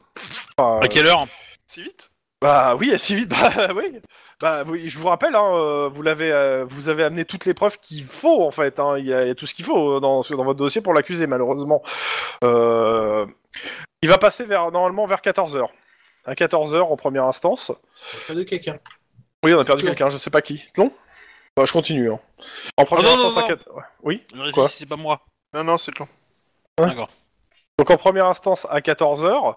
[SPEAKER 2] Enfin,
[SPEAKER 1] À quelle heure
[SPEAKER 4] Si vite
[SPEAKER 2] Bah oui, si vite, bah oui. Bah oui, je vous rappelle, hein, euh, vous l'avez, euh, vous avez amené toutes les preuves qu'il faut en fait. hein. Il y, a il y a tout ce qu'il faut dans, dans votre dossier pour l'accuser, malheureusement. Euh, il va passer vers normalement vers 14 h À 14 h en première instance.
[SPEAKER 5] Pas de quelqu'un.
[SPEAKER 2] Oui, on a perdu
[SPEAKER 5] Tlon.
[SPEAKER 2] quelqu'un, je sais pas qui. Tlon Bah, Je continue. hein. En première
[SPEAKER 1] Ah, non,
[SPEAKER 2] instance,
[SPEAKER 1] non,
[SPEAKER 2] à
[SPEAKER 1] non.
[SPEAKER 2] quat- ouais. oui.
[SPEAKER 1] Je vérifie
[SPEAKER 2] Quoi
[SPEAKER 1] si c'est pas moi.
[SPEAKER 4] Non, non, c'est long.
[SPEAKER 1] D'accord.
[SPEAKER 2] Donc en première instance à 14h,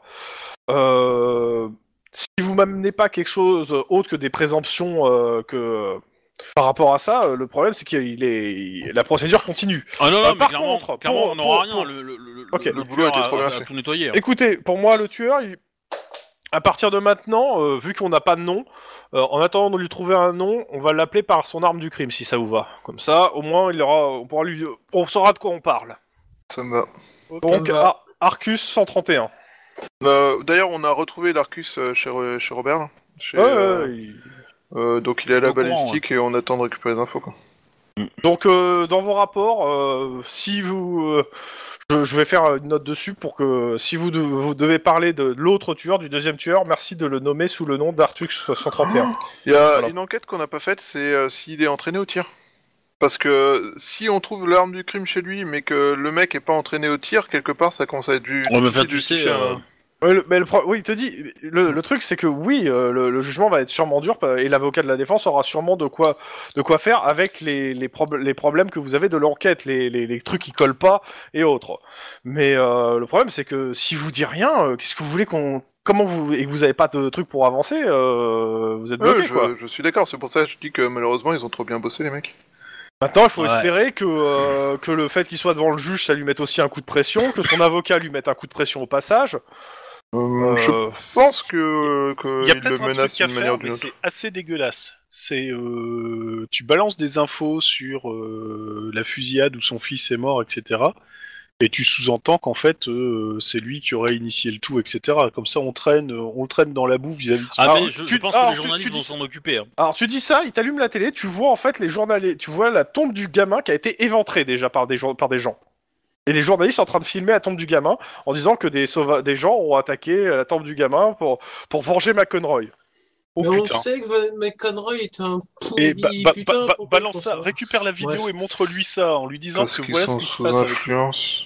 [SPEAKER 2] euh, si vous m'amenez pas quelque chose autre que des présomptions euh, que par rapport à ça, euh, le problème c'est qu'il est il- la procédure continue.
[SPEAKER 1] Ah non,
[SPEAKER 2] Euh,
[SPEAKER 1] non, mais
[SPEAKER 2] par
[SPEAKER 1] clairement,
[SPEAKER 2] contre,
[SPEAKER 1] clairement,
[SPEAKER 2] pour-
[SPEAKER 1] on n'aura
[SPEAKER 2] pour-
[SPEAKER 1] rien.
[SPEAKER 2] pour-
[SPEAKER 1] Le, le, le,
[SPEAKER 2] Ok.
[SPEAKER 1] le,
[SPEAKER 4] Le boulot a
[SPEAKER 1] tueur
[SPEAKER 4] été
[SPEAKER 1] a,
[SPEAKER 4] trop bien
[SPEAKER 1] a- a
[SPEAKER 4] fait.
[SPEAKER 1] tout nettoyé. hein.
[SPEAKER 2] Écoutez, pour moi le tueur, il- à partir de maintenant, euh, vu qu'on n'a pas de nom, euh, en attendant de lui trouver un nom, on va l'appeler par son arme du crime si ça vous va. Comme ça, au moins il aura, on pourra lui, on saura de quoi on parle.
[SPEAKER 4] Ça me va.
[SPEAKER 2] Donc
[SPEAKER 5] me va.
[SPEAKER 2] Ar- Arcus 131.
[SPEAKER 4] Euh, D'ailleurs, on a retrouvé l'Arcus euh, chez, Re- chez Robert. là. Chez,
[SPEAKER 2] Ouais,
[SPEAKER 4] euh,
[SPEAKER 2] ouais, il-
[SPEAKER 4] euh, donc il est à la
[SPEAKER 1] Au courant,
[SPEAKER 4] balistique et on attend de récupérer les infos. Quoi.
[SPEAKER 2] Donc euh, dans vos rapports, euh, si vous, euh, je, je vais faire une note dessus pour que si vous, de- vous devez parler de l'autre tueur, du deuxième tueur, merci de le nommer sous le nom d'Artux 131.
[SPEAKER 4] Il y a
[SPEAKER 2] Voilà.
[SPEAKER 4] une enquête qu'on n'a pas faite, c'est euh, s'il est entraîné au tir. Parce que si on trouve l'arme du crime chez lui, mais que le mec est pas entraîné au tir, quelque part, ça commence à être du.
[SPEAKER 1] On va me faire
[SPEAKER 4] du-
[SPEAKER 1] tousser,
[SPEAKER 4] du-
[SPEAKER 1] euh,
[SPEAKER 2] Ouais, le- mais le pro- oui, il te dit. Le, le truc c'est que oui, euh, le, le jugement va être sûrement dur euh, et l'avocat de la défense aura sûrement de quoi de quoi faire avec les les, prob- les problèmes que vous avez de l'enquête, les, les, les trucs qui collent pas et autres. Mais euh, le problème c'est que si vous dites rien, euh, qu'est-ce que vous voulez qu'on Comment vous et que vous avez pas de trucs pour avancer, euh, vous êtes
[SPEAKER 4] Ouais,
[SPEAKER 2] bloqué
[SPEAKER 4] je,
[SPEAKER 2] quoi.
[SPEAKER 4] je suis d'accord, c'est pour ça que je dis que malheureusement ils ont trop bien bossé les mecs.
[SPEAKER 2] Maintenant, il faut
[SPEAKER 1] Ouais.
[SPEAKER 2] espérer que, euh, que le fait qu'il soit devant le juge, ça lui mette aussi un coup de pression, que son avocat lui mette un coup de pression au passage.
[SPEAKER 4] Euh, Je
[SPEAKER 2] Euh,
[SPEAKER 4] pense que, que
[SPEAKER 3] Il y a
[SPEAKER 4] ils le
[SPEAKER 3] peut-être un
[SPEAKER 4] menacent
[SPEAKER 3] truc à
[SPEAKER 4] d'une manière ou
[SPEAKER 3] faire, mais
[SPEAKER 4] d'une autre.
[SPEAKER 3] c'est assez dégueulasse. C'est euh, tu balances des infos sur euh, la fusillade où son fils est mort, etc. Et tu sous-entends qu'en fait euh, c'est lui qui aurait initié le tout, etc. Comme ça on traîne, euh, on le traîne dans la boue vis-à-vis de son
[SPEAKER 1] Ah,
[SPEAKER 2] Alors,
[SPEAKER 1] mais je,
[SPEAKER 2] tu-
[SPEAKER 1] je pense
[SPEAKER 2] alors,
[SPEAKER 1] que les
[SPEAKER 2] tu-
[SPEAKER 1] journalistes
[SPEAKER 2] tu dis-
[SPEAKER 1] vont s'en occuper. hein.
[SPEAKER 2] Alors, tu dis ça, il t'allume la télé, tu vois en fait les journalistes, tu vois la tombe du gamin qui a été éventrée déjà par des, jour- par des gens. Et les journalistes sont en train de filmer la tombe du gamin en disant que des, sauva- des gens ont attaqué la tombe du gamin pour, pour venger McEnroy.
[SPEAKER 3] Oh,
[SPEAKER 5] mais on
[SPEAKER 3] putain. Eh,
[SPEAKER 5] sait que Van McConroy est un pourri.
[SPEAKER 3] Et ba- ba-
[SPEAKER 5] putain,
[SPEAKER 3] ba- ba-
[SPEAKER 5] pourquoi ils font
[SPEAKER 3] bah, balance ça, récupère la vidéo
[SPEAKER 5] Bref.
[SPEAKER 3] et montre-lui ça en lui disant
[SPEAKER 4] Parce
[SPEAKER 3] que
[SPEAKER 4] qu'ils
[SPEAKER 3] voilà ce
[SPEAKER 4] sont
[SPEAKER 3] qui se
[SPEAKER 4] sous
[SPEAKER 3] passe. avec-
[SPEAKER 4] influence.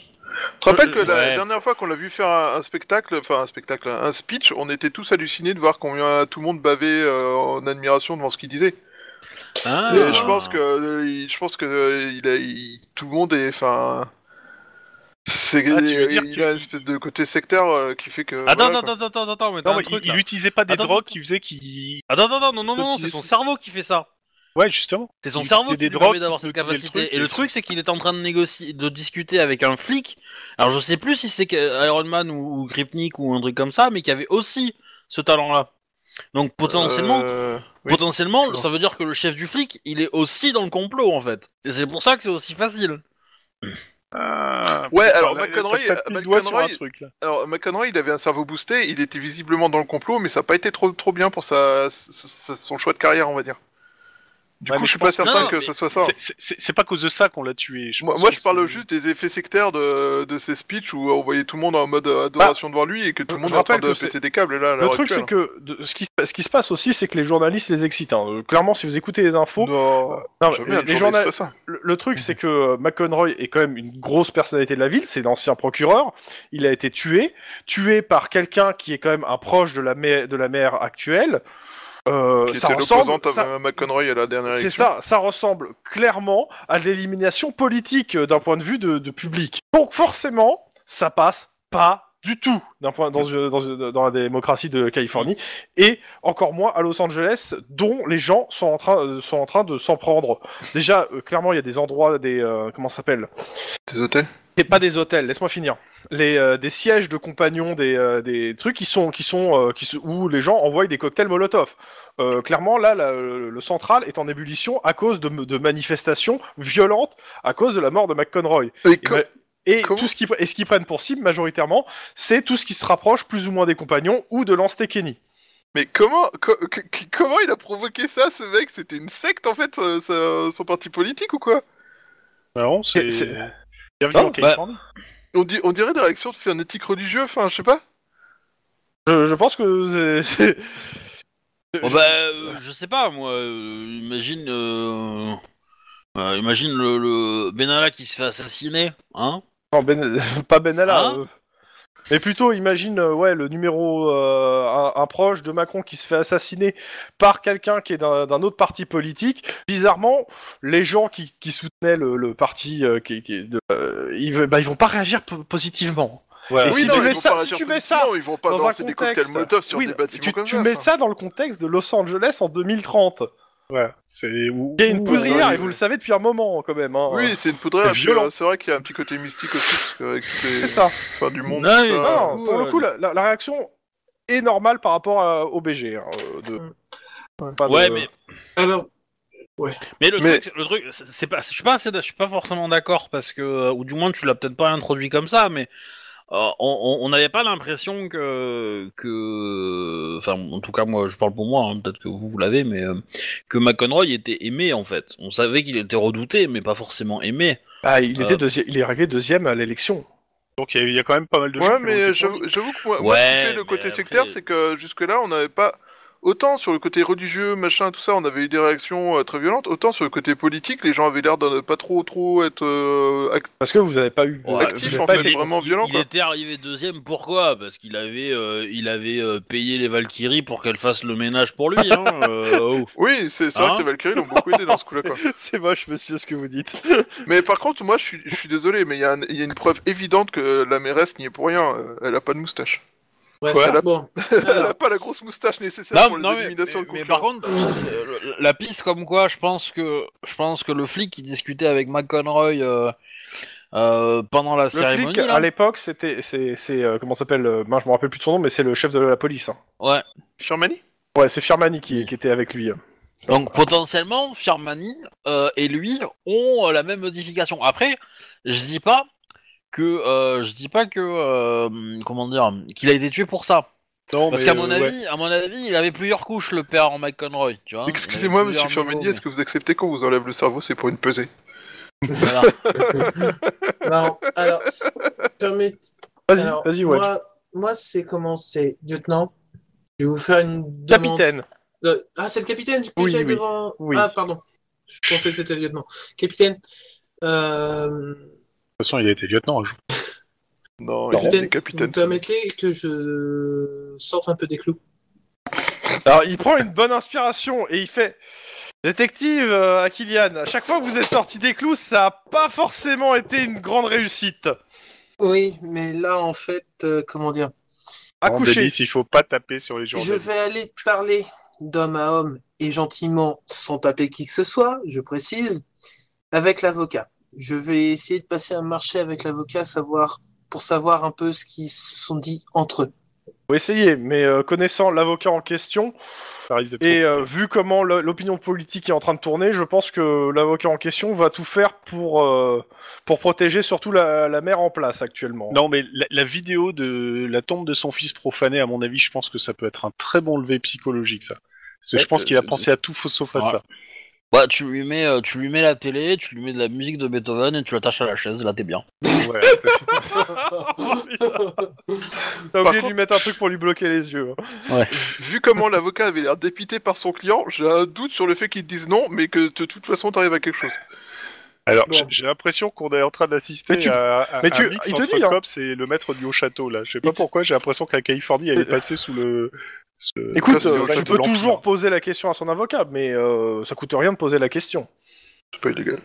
[SPEAKER 4] Je te rappelle que la
[SPEAKER 1] Ouais.
[SPEAKER 4] dernière fois qu'on l'a vu faire un, un spectacle, enfin un spectacle, un speech, on était tous hallucinés de voir combien tout le monde bavait euh, en admiration devant ce qu'il disait.
[SPEAKER 1] Ah.
[SPEAKER 4] Et je pense que, euh, il- je pense que euh, il a, il- tout le monde est, enfin, c'est,
[SPEAKER 3] Ah, tu veux dire Ah,
[SPEAKER 4] il
[SPEAKER 3] que-
[SPEAKER 4] a une espèce de côté sectaire euh, qui fait que.
[SPEAKER 1] Attends,
[SPEAKER 4] voilà,
[SPEAKER 1] attends, attends, attends, attends, mais t'as
[SPEAKER 3] Non,
[SPEAKER 1] un
[SPEAKER 3] mais
[SPEAKER 1] truc,
[SPEAKER 3] il, il
[SPEAKER 1] là.
[SPEAKER 3] utilisait pas des
[SPEAKER 1] Attends,
[SPEAKER 3] drogues
[SPEAKER 1] attends.
[SPEAKER 3] qui faisaient qu'il.
[SPEAKER 1] Attends, attends, non, non,
[SPEAKER 3] Le
[SPEAKER 1] non, non,
[SPEAKER 3] petit
[SPEAKER 1] c'est son
[SPEAKER 3] esprit.
[SPEAKER 1] cerveau qui fait ça.
[SPEAKER 3] Ouais, justement.
[SPEAKER 1] C'est son
[SPEAKER 3] Il
[SPEAKER 1] cerveau
[SPEAKER 3] mettait
[SPEAKER 1] qui
[SPEAKER 3] des
[SPEAKER 1] lui
[SPEAKER 3] drogues,
[SPEAKER 1] permet d'avoir
[SPEAKER 3] il
[SPEAKER 1] cette
[SPEAKER 3] hypnotisait le
[SPEAKER 1] capacité.
[SPEAKER 3] truc,
[SPEAKER 1] et
[SPEAKER 3] et
[SPEAKER 1] le
[SPEAKER 3] ça-
[SPEAKER 1] truc, c'est qu'il est en train de négocier, de discuter avec un flic. Alors je sais plus si c'est que- euh, Iron Man ou, ou Gripnik ou un truc comme ça, mais qui avait aussi ce talent-là. Donc
[SPEAKER 4] quoi.
[SPEAKER 1] potentiellement,
[SPEAKER 4] Euh, oui.
[SPEAKER 1] potentiellement,
[SPEAKER 4] Sure.
[SPEAKER 1] ça veut dire que le chef du flic, il est aussi dans le complot en fait. Et c'est pour ça que c'est aussi facile.
[SPEAKER 4] Ouais, alors euh,
[SPEAKER 3] T'as- t'as
[SPEAKER 4] McConroy,
[SPEAKER 3] tapé le doigt sur un
[SPEAKER 4] McConroy,
[SPEAKER 3] truc là.
[SPEAKER 4] alors McConroy, il avait un cerveau boosté, il était visiblement dans le complot, mais ça n'a pas été trop trop bien pour sa, sa- sa- son choix de carrière, on va dire. Du
[SPEAKER 3] Ouais,
[SPEAKER 4] coup,
[SPEAKER 3] mais
[SPEAKER 4] je
[SPEAKER 3] je
[SPEAKER 4] suis pas certain
[SPEAKER 1] non,
[SPEAKER 4] que
[SPEAKER 1] mais
[SPEAKER 4] ce soit ça.
[SPEAKER 3] C'est- c'est- C'est c'est pas à cause de ça qu'on l'a tué.
[SPEAKER 4] Moi,
[SPEAKER 3] pense
[SPEAKER 4] moi,
[SPEAKER 3] que
[SPEAKER 4] je parle
[SPEAKER 3] c'est-
[SPEAKER 4] juste des effets sectaires de, de ces speeches où on voyait tout le monde en mode adoration devant lui et que tout le
[SPEAKER 2] je
[SPEAKER 4] monde est en train
[SPEAKER 2] rappelle
[SPEAKER 4] de
[SPEAKER 2] que c'est-
[SPEAKER 4] péter des câbles là. à
[SPEAKER 2] Le
[SPEAKER 4] l'heure
[SPEAKER 2] truc, c'est
[SPEAKER 4] actuelle.
[SPEAKER 2] que de- ce, qui, se- ce qui se passe aussi, c'est que les journalistes les excitent. hein. Euh, Clairement, si vous écoutez les infos,
[SPEAKER 4] hein. Non,
[SPEAKER 2] non,
[SPEAKER 4] jamais
[SPEAKER 2] les-
[SPEAKER 4] un
[SPEAKER 2] les
[SPEAKER 4] journaliste
[SPEAKER 2] journal-
[SPEAKER 4] fait ça.
[SPEAKER 2] le, le truc, c'est que euh, McConroy est quand même une grosse personnalité de la ville. C'est l'ancien procureur. Il a été tué, tué par quelqu'un qui est quand même un proche de la maire, de la maire actuelle. Euh,
[SPEAKER 4] Qui
[SPEAKER 2] ça
[SPEAKER 4] était
[SPEAKER 2] ressemble,
[SPEAKER 4] l'opposante à
[SPEAKER 2] ça-
[SPEAKER 4] M- McConroy à la dernière
[SPEAKER 2] c'est
[SPEAKER 4] élection.
[SPEAKER 2] ça, ça ressemble clairement à de l'élimination politique euh, d'un point de vue de, de public. Donc forcément, ça passe pas du tout d'un point dans, une- dans, une- dans la démocratie de Californie et encore moins à Los Angeles dont les gens sont en train euh, sont en train de s'en prendre. Déjà euh, clairement il y a des endroits des euh, comment ça s'appelle
[SPEAKER 4] Des hôtels
[SPEAKER 2] et pas des hôtels, laisse-moi finir. Les euh, des sièges de compagnons, des, euh, des trucs qui sont qui sont euh, qui se- où les gens envoient des cocktails Molotov. Euh, clairement là, la- le central est en ébullition à cause de, de manifestations violentes à cause de la mort de McConroy.
[SPEAKER 4] Et
[SPEAKER 2] Et, ben-
[SPEAKER 4] co-
[SPEAKER 2] ma- et
[SPEAKER 4] comment-
[SPEAKER 2] tout ce qui et ce qu'ils prennent pour cible majoritairement, c'est tout ce qui se rapproche plus ou moins des compagnons ou de Lance Tekeni.
[SPEAKER 4] Mais comment, co- que- que- comment il a provoqué ça, ce mec C'était une secte, en fait, ce- ce- son parti politique ou quoi
[SPEAKER 3] Non, c'est.
[SPEAKER 2] C'est-
[SPEAKER 3] Bienvenue
[SPEAKER 2] Non,
[SPEAKER 3] en Californie.
[SPEAKER 4] on, di- on dirait des réactions de fanatique religieux, enfin, je sais pas.
[SPEAKER 2] Je, je pense que c'est-
[SPEAKER 1] Bon, bah, euh, je sais pas, moi. euh, imagine. euh, euh, imagine le, le Benalla qui se fait assassiner, hein
[SPEAKER 2] Non, Ben- pas Benalla.
[SPEAKER 1] Hein
[SPEAKER 2] euh. Mais plutôt, imagine, euh, ouais, le numéro euh, un, un proche de Macron qui se fait assassiner par quelqu'un qui est d'un d'un autre parti politique. Bizarrement, les gens qui, qui soutenaient le, le parti, euh, qui, qui est de- euh, ils, ve- bah, ils vont pas réagir po- positivement.
[SPEAKER 3] Voilà.
[SPEAKER 2] Et si tu
[SPEAKER 4] ils
[SPEAKER 2] mets
[SPEAKER 4] vont
[SPEAKER 2] ça-
[SPEAKER 4] pas
[SPEAKER 2] si
[SPEAKER 4] réagir
[SPEAKER 2] tu mets
[SPEAKER 4] politiquement,
[SPEAKER 2] ça
[SPEAKER 4] ils vont pas
[SPEAKER 2] dans un
[SPEAKER 4] lancer des
[SPEAKER 2] contexte-
[SPEAKER 4] cocktails Molotov sur
[SPEAKER 2] Oui,
[SPEAKER 4] des
[SPEAKER 2] mais
[SPEAKER 4] bâtiments
[SPEAKER 2] tu,
[SPEAKER 4] comme
[SPEAKER 2] tu
[SPEAKER 4] ça.
[SPEAKER 2] mets
[SPEAKER 4] enfin.
[SPEAKER 2] ça dans le contexte de Los Angeles en 2030.
[SPEAKER 3] Voilà. C'est. euh, Il
[SPEAKER 2] Il y a une poudrière,
[SPEAKER 4] ouais,
[SPEAKER 2] et vous le savez depuis un moment, quand même. hein.
[SPEAKER 4] Oui, c'est une poudrière.
[SPEAKER 2] C'est
[SPEAKER 4] et puis,
[SPEAKER 2] violent.
[SPEAKER 4] euh, C'est vrai qu'il y a un petit côté mystique aussi, parce qu'avec toutes les
[SPEAKER 2] c'est ça.
[SPEAKER 4] fins du monde,
[SPEAKER 1] Non,
[SPEAKER 4] tout
[SPEAKER 1] mais-
[SPEAKER 4] ça,
[SPEAKER 2] Non, pour le coup, la, la- la réaction est normale par rapport à- au BG. hein, euh, de... pas de-
[SPEAKER 1] Ouais, mais.
[SPEAKER 5] Alors,
[SPEAKER 1] Mais le
[SPEAKER 4] Mais-
[SPEAKER 1] truc, le truc, c'est c'est pas, je suis pas, assez- je suis pas forcément d'accord parce que, euh, ou du moins tu l'as peut-être pas introduit comme ça, mais euh, on on n'avait pas l'impression que, que, enfin, en tout cas moi, je parle pour moi, hein, peut-être que vous vous l'avez, mais euh, que McConroy était aimé en fait. On savait qu'il était redouté, mais pas forcément aimé.
[SPEAKER 2] Ah, il,
[SPEAKER 1] Euh.
[SPEAKER 2] était deuxi- il est arrivé deuxième à l'élection.
[SPEAKER 3] Donc il y a- il y, a quand même pas mal de
[SPEAKER 4] Ouais,
[SPEAKER 3] choses qui ont été
[SPEAKER 4] mais
[SPEAKER 3] faites.
[SPEAKER 4] j'avoue j'avoue que Euh, moi, moi, ce qui
[SPEAKER 1] Ouais,
[SPEAKER 4] fait le
[SPEAKER 1] mais
[SPEAKER 4] côté
[SPEAKER 1] après-
[SPEAKER 4] sectaire, c'est que jusque-là, on n'avait pas. Autant sur le côté religieux, machin, tout ça, on avait eu des réactions euh, très violentes, autant sur le côté politique, les gens avaient l'air de ne pas trop, trop être euh, act-
[SPEAKER 2] Parce que vous n'avez pas eu.
[SPEAKER 1] Ouais,
[SPEAKER 2] vous
[SPEAKER 4] actifs,
[SPEAKER 2] avez
[SPEAKER 4] en
[SPEAKER 2] pas
[SPEAKER 4] fait,
[SPEAKER 2] été-
[SPEAKER 4] vraiment violent,
[SPEAKER 1] Il
[SPEAKER 4] quoi.
[SPEAKER 1] était arrivé deuxième, pourquoi Parce qu'il avait, euh, il avait euh, payé les Valkyries pour qu'elles fassent le ménage pour lui. Hein, euh, oh.
[SPEAKER 4] Oui, c'est c'est vrai
[SPEAKER 1] Hein
[SPEAKER 4] que les Valkyries l'ont beaucoup aidé dans ce coup-là, quoi.
[SPEAKER 2] C'est moche, monsieur, ce que vous dites.
[SPEAKER 4] Mais par contre, moi, je suis, je suis désolé, mais il y, a un- il y a une preuve évidente que la mairesse n'y est pour rien. euh, Elle a pas de moustache.
[SPEAKER 5] ouais,
[SPEAKER 4] Quoi,
[SPEAKER 5] ça-
[SPEAKER 4] la-
[SPEAKER 5] bon.
[SPEAKER 4] Elle
[SPEAKER 5] Alors,
[SPEAKER 4] a pas la grosse moustache nécessaire
[SPEAKER 1] Non,
[SPEAKER 4] pour les
[SPEAKER 1] non, mais-
[SPEAKER 4] éliminations
[SPEAKER 1] mais,
[SPEAKER 4] de
[SPEAKER 1] mais
[SPEAKER 4] concurrents.
[SPEAKER 1] par contre, c'est, euh, le- la piste comme quoi, je pense que je pense que le flic qui discutait avec McConroy euh, euh, pendant la
[SPEAKER 2] Le
[SPEAKER 1] cérémonie,
[SPEAKER 2] flic,
[SPEAKER 1] là.
[SPEAKER 2] à l'époque, c'était. C'est. c'est, euh, comment ça s'appelle euh, mince, Je me rappelle plus de son nom, mais c'est le chef de la police. hein.
[SPEAKER 1] ouais.
[SPEAKER 4] Firmani
[SPEAKER 2] Ouais, c'est Firmani qui, qui était avec lui.
[SPEAKER 1] Donc potentiellement, Firmani euh, et lui ont euh, la même modification. Après, je dis pas que euh, je dis pas que euh, comment dire qu'il a été tué pour ça.
[SPEAKER 3] Non,
[SPEAKER 1] Parce
[SPEAKER 3] mais,
[SPEAKER 1] qu'à mon
[SPEAKER 3] euh, ouais.
[SPEAKER 1] avis, à mon avis, il avait plusieurs couches le père en McConroy, tu vois. hein.
[SPEAKER 4] Excusez-moi,
[SPEAKER 1] Il avait
[SPEAKER 4] monsieur
[SPEAKER 1] plusieurs
[SPEAKER 4] Firmani,
[SPEAKER 1] niveaux,
[SPEAKER 4] est-ce que vous acceptez qu'on vous enlève le cerveau C'est pour une pesée.
[SPEAKER 1] mais- voilà.
[SPEAKER 5] non, alors, s- permette-
[SPEAKER 2] Vas-y,
[SPEAKER 5] alors,
[SPEAKER 2] vas-y, ouais.
[SPEAKER 5] Moi, moi c'est comment c'est, lieutenant Je vais vous faire une demande.
[SPEAKER 2] Capitaine.
[SPEAKER 5] Euh, ah, c'est le capitaine que
[SPEAKER 2] Oui,
[SPEAKER 5] j'ai
[SPEAKER 2] oui,
[SPEAKER 5] devant.
[SPEAKER 2] oui.
[SPEAKER 5] Ah, pardon. Je pensais que c'était le lieutenant. Capitaine. Euh...
[SPEAKER 3] De toute façon, il a été lieutenant un jour.
[SPEAKER 4] Non, il
[SPEAKER 5] Capitaine,
[SPEAKER 4] était capitaine.
[SPEAKER 5] vous
[SPEAKER 4] ce mec.
[SPEAKER 5] permettez que je sorte un peu des clous
[SPEAKER 2] Alors, il prend une bonne inspiration et il fait Détective euh, Akilian, à chaque fois que vous êtes sorti des clous, ça a pas forcément été une grande réussite.
[SPEAKER 5] Oui, mais là, en fait, euh, comment dire
[SPEAKER 2] Accouché.
[SPEAKER 3] il faut pas taper sur les
[SPEAKER 5] Je
[SPEAKER 3] journalistes.
[SPEAKER 5] vais aller parler d'homme à homme et gentiment, sans taper qui que ce soit, je précise, avec l'avocat. Je vais essayer de passer un marché avec l'avocat savoir, pour savoir un peu ce qu'ils se sont dit entre eux.
[SPEAKER 2] Vous essayez, mais euh, connaissant l'avocat en question,
[SPEAKER 3] Ça risque d'être
[SPEAKER 2] Et euh, vu comment le- l'opinion politique est en train de tourner, je pense que l'avocat en question va tout faire pour, euh, pour protéger surtout la, la mère en place actuellement.
[SPEAKER 3] Non, mais la, la vidéo de la tombe de son fils profanée, à mon avis, je euh, pense que ça peut être un très bon levé psychologique, ça. Parce que je pense qu'il a pensé à tout faux- sauf à
[SPEAKER 1] Ouais.
[SPEAKER 3] ça.
[SPEAKER 1] Bah, tu lui mets, euh, tu lui mets la télé, tu lui mets de la musique de Beethoven et tu l'attaches à la chaise. Là, t'es bien.
[SPEAKER 2] Ouais, c'est-
[SPEAKER 3] Oh,
[SPEAKER 2] T'as oublié de lui mettre un truc pour lui bloquer les yeux. hein.
[SPEAKER 4] Vu comment l'avocat avait l'air dépité par son client, j'ai un doute sur le fait qu'il te dise non, mais que de toute façon t'arrives à quelque chose.
[SPEAKER 3] Alors,
[SPEAKER 2] Bon.
[SPEAKER 3] j'ai- j'ai l'impression qu'on est en train d'assister
[SPEAKER 2] Mais tu-
[SPEAKER 3] à, à
[SPEAKER 2] mais tu-
[SPEAKER 3] un mix
[SPEAKER 2] il te
[SPEAKER 3] entre
[SPEAKER 2] dit, hein.
[SPEAKER 3] Cops et le maître du Haut-Château, là. Je sais pas
[SPEAKER 2] Il te-
[SPEAKER 3] pourquoi, j'ai l'impression que la Californie, elle est passée sous le... sous-
[SPEAKER 2] Écoute,
[SPEAKER 4] Comme si
[SPEAKER 2] euh,
[SPEAKER 4] au
[SPEAKER 2] tu
[SPEAKER 4] château
[SPEAKER 2] peux
[SPEAKER 4] de l'Empire.
[SPEAKER 2] toujours poser la question à son avocat, mais euh, ça coûte rien de poser la question.
[SPEAKER 4] C'est pas illégal.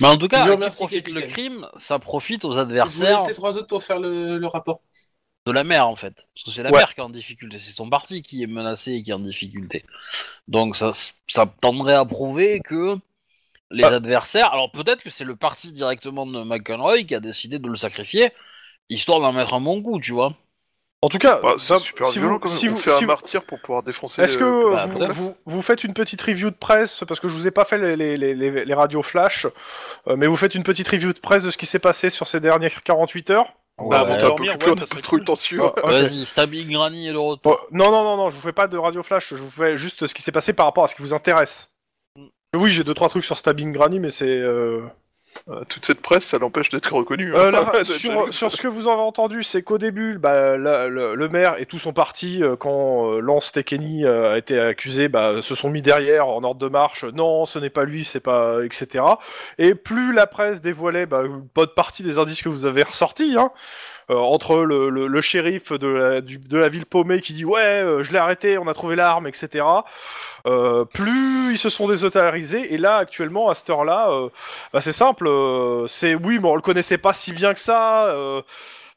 [SPEAKER 1] Mais en tout cas,
[SPEAKER 5] Je vous
[SPEAKER 1] à qui
[SPEAKER 5] remercie,
[SPEAKER 1] profite le
[SPEAKER 5] capitaine.
[SPEAKER 1] crime, ça profite aux
[SPEAKER 5] Je vous laisse
[SPEAKER 1] adversaires
[SPEAKER 5] les trois autres pour faire le, le rapport.
[SPEAKER 1] de la mer en fait. Parce que c'est la
[SPEAKER 2] Ouais.
[SPEAKER 1] mer qui est en difficulté, c'est son parti qui est menacé et qui est en difficulté. Donc ça, ça tendrait à prouver que les
[SPEAKER 5] Ah.
[SPEAKER 1] adversaires. Alors peut-être que c'est le parti directement de McEnroy qui a décidé de le sacrifier, histoire d'en mettre un bon coup, tu vois.
[SPEAKER 2] En tout cas,
[SPEAKER 4] Bah, c'est
[SPEAKER 2] ça-
[SPEAKER 4] super
[SPEAKER 2] si
[SPEAKER 4] violent
[SPEAKER 2] vous-
[SPEAKER 4] quand même.
[SPEAKER 2] si
[SPEAKER 4] on
[SPEAKER 2] vous-
[SPEAKER 4] fait
[SPEAKER 2] si
[SPEAKER 4] un
[SPEAKER 2] vous-
[SPEAKER 4] martyr pour pouvoir défoncer.
[SPEAKER 2] Est-ce
[SPEAKER 4] euh,
[SPEAKER 2] que
[SPEAKER 1] bah,
[SPEAKER 2] vous,
[SPEAKER 1] voilà.
[SPEAKER 2] vous- vous faites une petite review de presse Parce que je vous ai pas fait les, les, les- les- les radios flash, euh, mais vous faites une petite review de presse de ce qui s'est passé sur ces dernières 48 heures
[SPEAKER 4] Bah,
[SPEAKER 1] Ouais.
[SPEAKER 4] avant de
[SPEAKER 3] dormir,
[SPEAKER 4] dormir,
[SPEAKER 3] ouais,
[SPEAKER 4] on
[SPEAKER 3] ça
[SPEAKER 4] n'a
[SPEAKER 3] serait
[SPEAKER 4] pas trop
[SPEAKER 3] cool.
[SPEAKER 4] le temps dessus.
[SPEAKER 2] Ah, ok.
[SPEAKER 1] Vas-y, stabbing Granny et le retour.
[SPEAKER 2] Bon, Non, non, non, non, je vous fais pas de radio flash, je vous fais juste ce qui s'est passé par rapport à ce qui vous intéresse. Oui, j'ai deux trois trucs sur Stabbing Granny, mais c'est... euh,
[SPEAKER 4] Euh, Toute cette presse, ça l'empêche d'être reconnu.
[SPEAKER 2] Euh,
[SPEAKER 4] hein.
[SPEAKER 2] la-
[SPEAKER 4] D'être-
[SPEAKER 2] sur, sur ce que vous avez entendu, c'est qu'au début, bah, la- le, le maire et tout son parti, euh, quand euh, Lance Tekeni euh, a été accusé, bah, se sont mis derrière en ordre de marche. Non, ce n'est pas lui, c'est pas, etc. Et plus la presse dévoilait bah, une bonne partie des indices que vous avez ressortis, hein, euh, entre le, le- le shérif de la, du- de la ville paumée qui dit ouais, euh, je l'ai arrêté, on a trouvé l'arme, etc. euh, plus ils se sont désautorisés. Et là, actuellement, à cette heure-là. euh, bah, c'est simple, euh, c'est oui, mais on le connaissait pas si bien que ça. euh,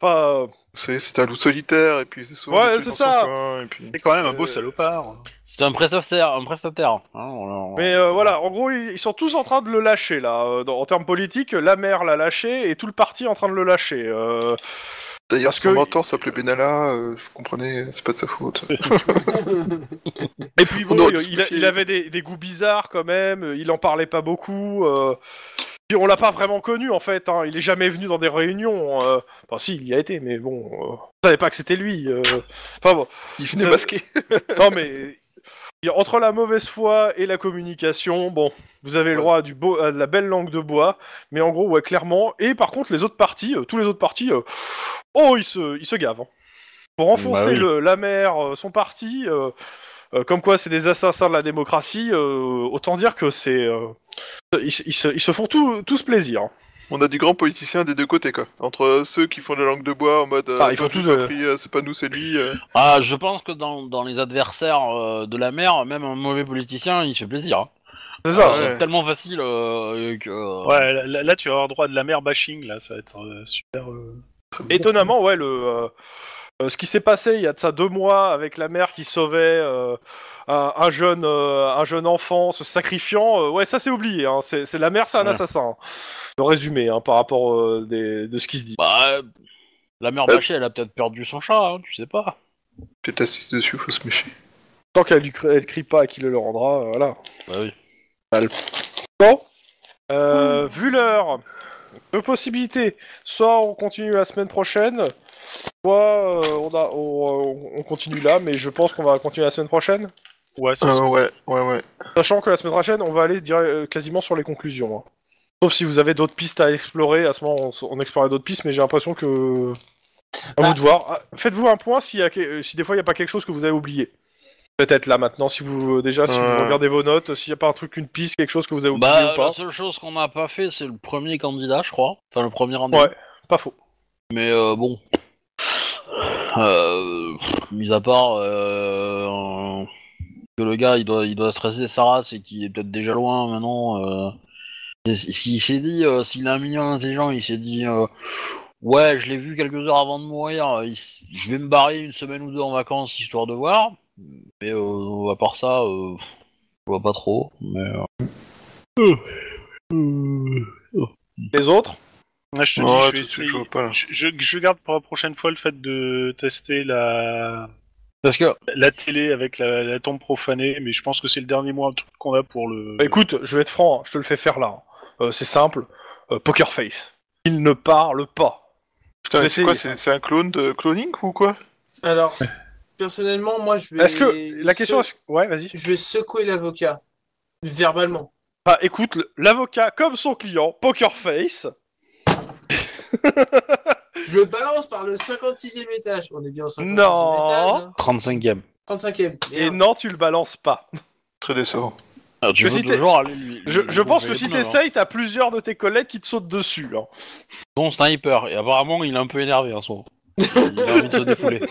[SPEAKER 2] enfin, euh,
[SPEAKER 4] C'est c'est un loup solitaire, et puis c'est souvent.
[SPEAKER 2] Ouais,
[SPEAKER 4] des trucs
[SPEAKER 2] c'est
[SPEAKER 4] dans
[SPEAKER 2] ça.
[SPEAKER 4] son coin, et puis-
[SPEAKER 3] C'est quand même un
[SPEAKER 2] beau
[SPEAKER 3] beau salopard.
[SPEAKER 1] Euh, C'est un prestataire, un prestataire. hein, on- on-
[SPEAKER 2] mais euh, voilà, en gros, ils, ils sont tous en train de le lâcher là. euh, dans- en termes politiques, la mère l'a lâché et tout le parti est en train de le lâcher. euh.
[SPEAKER 4] D'ailleurs,
[SPEAKER 2] Parce
[SPEAKER 4] son
[SPEAKER 2] que-
[SPEAKER 4] mentor s'appelait Benalla, euh, vous comprenez, c'est pas de sa faute.
[SPEAKER 2] Et puis bon,
[SPEAKER 4] Non,
[SPEAKER 2] il,
[SPEAKER 4] tu
[SPEAKER 2] il a-
[SPEAKER 4] fais-
[SPEAKER 2] il avait des, des goûts bizarres quand même. euh, Il en parlait pas beaucoup. euh. Puis on l'a pas vraiment connu en fait. hein, Il est jamais venu dans des réunions. euh. Enfin, si, il y a été, mais bon, euh, on savait pas que c'était lui. euh. Enfin bon.
[SPEAKER 4] Il venait
[SPEAKER 2] Ça-
[SPEAKER 4] masqué.
[SPEAKER 2] Non mais euh, entre la mauvaise foi et la communication, bon, vous avez le droit à, du beau, à de la belle langue de bois, mais en gros, ouais, clairement. Et par contre, les autres parties, euh, tous les autres partis, euh, oh, ils se, ils se gavent. hein. Pour enfoncer
[SPEAKER 1] Bah oui.
[SPEAKER 2] le- la mer, euh, son parti, euh, euh, comme quoi c'est des assassins de la démocratie, euh, autant dire que c'est, euh, ils, se- ils se, ils se font tout, tous plaisir. hein.
[SPEAKER 4] On a du grand politicien des deux côtés, quoi. Entre euh, ceux qui font de la langue de bois en mode. euh,
[SPEAKER 2] Ah, ils font
[SPEAKER 4] t'as
[SPEAKER 2] tous,
[SPEAKER 4] tout
[SPEAKER 2] euh,
[SPEAKER 4] compris, euh, C'est pas nous, c'est lui. euh.
[SPEAKER 1] Ah, je pense que dans, dans les adversaires euh, de la mer, même un mauvais politicien, il se fait plaisir. hein.
[SPEAKER 2] C'est ça.
[SPEAKER 1] Ah, c'est
[SPEAKER 4] ouais.
[SPEAKER 1] tellement facile euh, que.
[SPEAKER 3] Ouais, là- là, là, tu vas avoir droit à de la mer bashing, là, ça va être euh, super... euh,
[SPEAKER 2] Étonnamment, ouais, le, euh, euh, ce qui s'est passé il y a de ça deux mois avec la mère qui sauvait euh, un, un jeune, euh, un jeune enfant se sacrifiant, euh, ouais, ça c'est oublié. Hein, c'est c'est- la mère, c'est un
[SPEAKER 1] Ouais.
[SPEAKER 2] assassin. hein. Le résumé hein, par rapport euh, des- de ce qui se dit.
[SPEAKER 1] Bah, euh, la mère
[SPEAKER 4] Euh.
[SPEAKER 1] Bachet, elle a peut-être perdu son chat, hein, tu sais pas.
[SPEAKER 4] Peut-être assise dessus, faut se méfier.
[SPEAKER 2] Tant qu'elle lui crie- elle crie pas à qui le le rendra, euh, voilà.
[SPEAKER 1] Bah oui.
[SPEAKER 2] Bon, euh, vu l'heure, deux possibilités. Soit on continue la semaine prochaine, soit euh, on, a- on- on continue là, mais je pense qu'on va continuer la semaine prochaine.
[SPEAKER 3] Ouais, ça
[SPEAKER 4] Euh,
[SPEAKER 3] se-
[SPEAKER 4] ouais, ouais, ouais.
[SPEAKER 2] Sachant que la semaine prochaine, on va aller dire, euh, quasiment sur les conclusions. hein. Sauf si vous avez d'autres pistes à explorer. À ce moment, on, s- on explorait d'autres pistes, mais j'ai l'impression que. À
[SPEAKER 5] Bah.
[SPEAKER 2] vous de voir. Ah, Faites-vous un point si, si des fois il n'y a pas quelque chose que vous avez oublié. Peut-être là maintenant, si vous déjà si
[SPEAKER 4] Euh.
[SPEAKER 2] vous regardez vos notes, s'il n'y a pas un truc, une piste, quelque chose que vous avez oublié
[SPEAKER 1] Bah,
[SPEAKER 2] ou pas.
[SPEAKER 1] la seule chose qu'on n'a pas fait, c'est le premier candidat, je crois. Enfin, le premier rendez
[SPEAKER 2] Ouais, pas faux.
[SPEAKER 1] Mais euh, bon. Euh, pff, mis à part euh, que le gars, il doit, il doit stresser Sarah, c'est qu'il est peut-être déjà loin maintenant. euh. C'est- S'il s'est dit, euh, s'il a un million d'intelligents, il s'est dit, euh, ouais, je l'ai vu quelques heures avant de mourir, euh, il s- je vais me barrer une semaine ou deux en vacances histoire de voir. Mais euh, à part ça, euh, pff, je vois pas trop. Mais, euh.
[SPEAKER 2] Les autres
[SPEAKER 3] Ouais, je te dis,
[SPEAKER 4] Ouais,
[SPEAKER 3] je,
[SPEAKER 4] tout
[SPEAKER 3] vais
[SPEAKER 4] de suite,
[SPEAKER 3] essayer-
[SPEAKER 4] je vois pas, là.
[SPEAKER 3] je- je- je garde pour la prochaine fois le fait de tester la,
[SPEAKER 1] Parce que
[SPEAKER 3] la télé avec la, la tombe profanée, mais je pense que c'est le dernier mois truc qu'on a pour le...
[SPEAKER 2] Bah, écoute, je vais être franc, hein, je te le fais faire là. hein. Euh, C'est simple. Euh, poker face. Il ne parle pas.
[SPEAKER 4] Putain,
[SPEAKER 2] Vous
[SPEAKER 4] mais c'est quoi
[SPEAKER 2] essayez.
[SPEAKER 4] C'est c'est un clone de cloning ou quoi
[SPEAKER 5] Alors, personnellement, moi, je vais.
[SPEAKER 2] Est-ce que la question
[SPEAKER 5] se-
[SPEAKER 2] est-ce- Ouais, vas-y.
[SPEAKER 5] Je vais secouer l'avocat. Verbalement.
[SPEAKER 2] Bah écoute, le- l'avocat, comme son client, poker face,
[SPEAKER 5] Je le balance par le 56e étage. On est bien au 56e
[SPEAKER 2] Non.
[SPEAKER 5] étage. hein.
[SPEAKER 6] 35e.
[SPEAKER 5] 35e.
[SPEAKER 2] et
[SPEAKER 5] Merde.
[SPEAKER 2] non, tu le balances pas.
[SPEAKER 4] Très décevant.
[SPEAKER 6] Alors, tu
[SPEAKER 2] Que
[SPEAKER 6] veux
[SPEAKER 2] si t'es-
[SPEAKER 6] toujours aller lui.
[SPEAKER 2] Je,
[SPEAKER 6] lui
[SPEAKER 2] je pense que
[SPEAKER 6] bouffer
[SPEAKER 2] si
[SPEAKER 6] les pneus, hein.
[SPEAKER 2] t'essayes, t'as plusieurs de tes collègues qui te sautent dessus. hein.
[SPEAKER 6] Bon, sniper, et apparemment il est un peu énervé en ce moment. Il a envie de se défouler.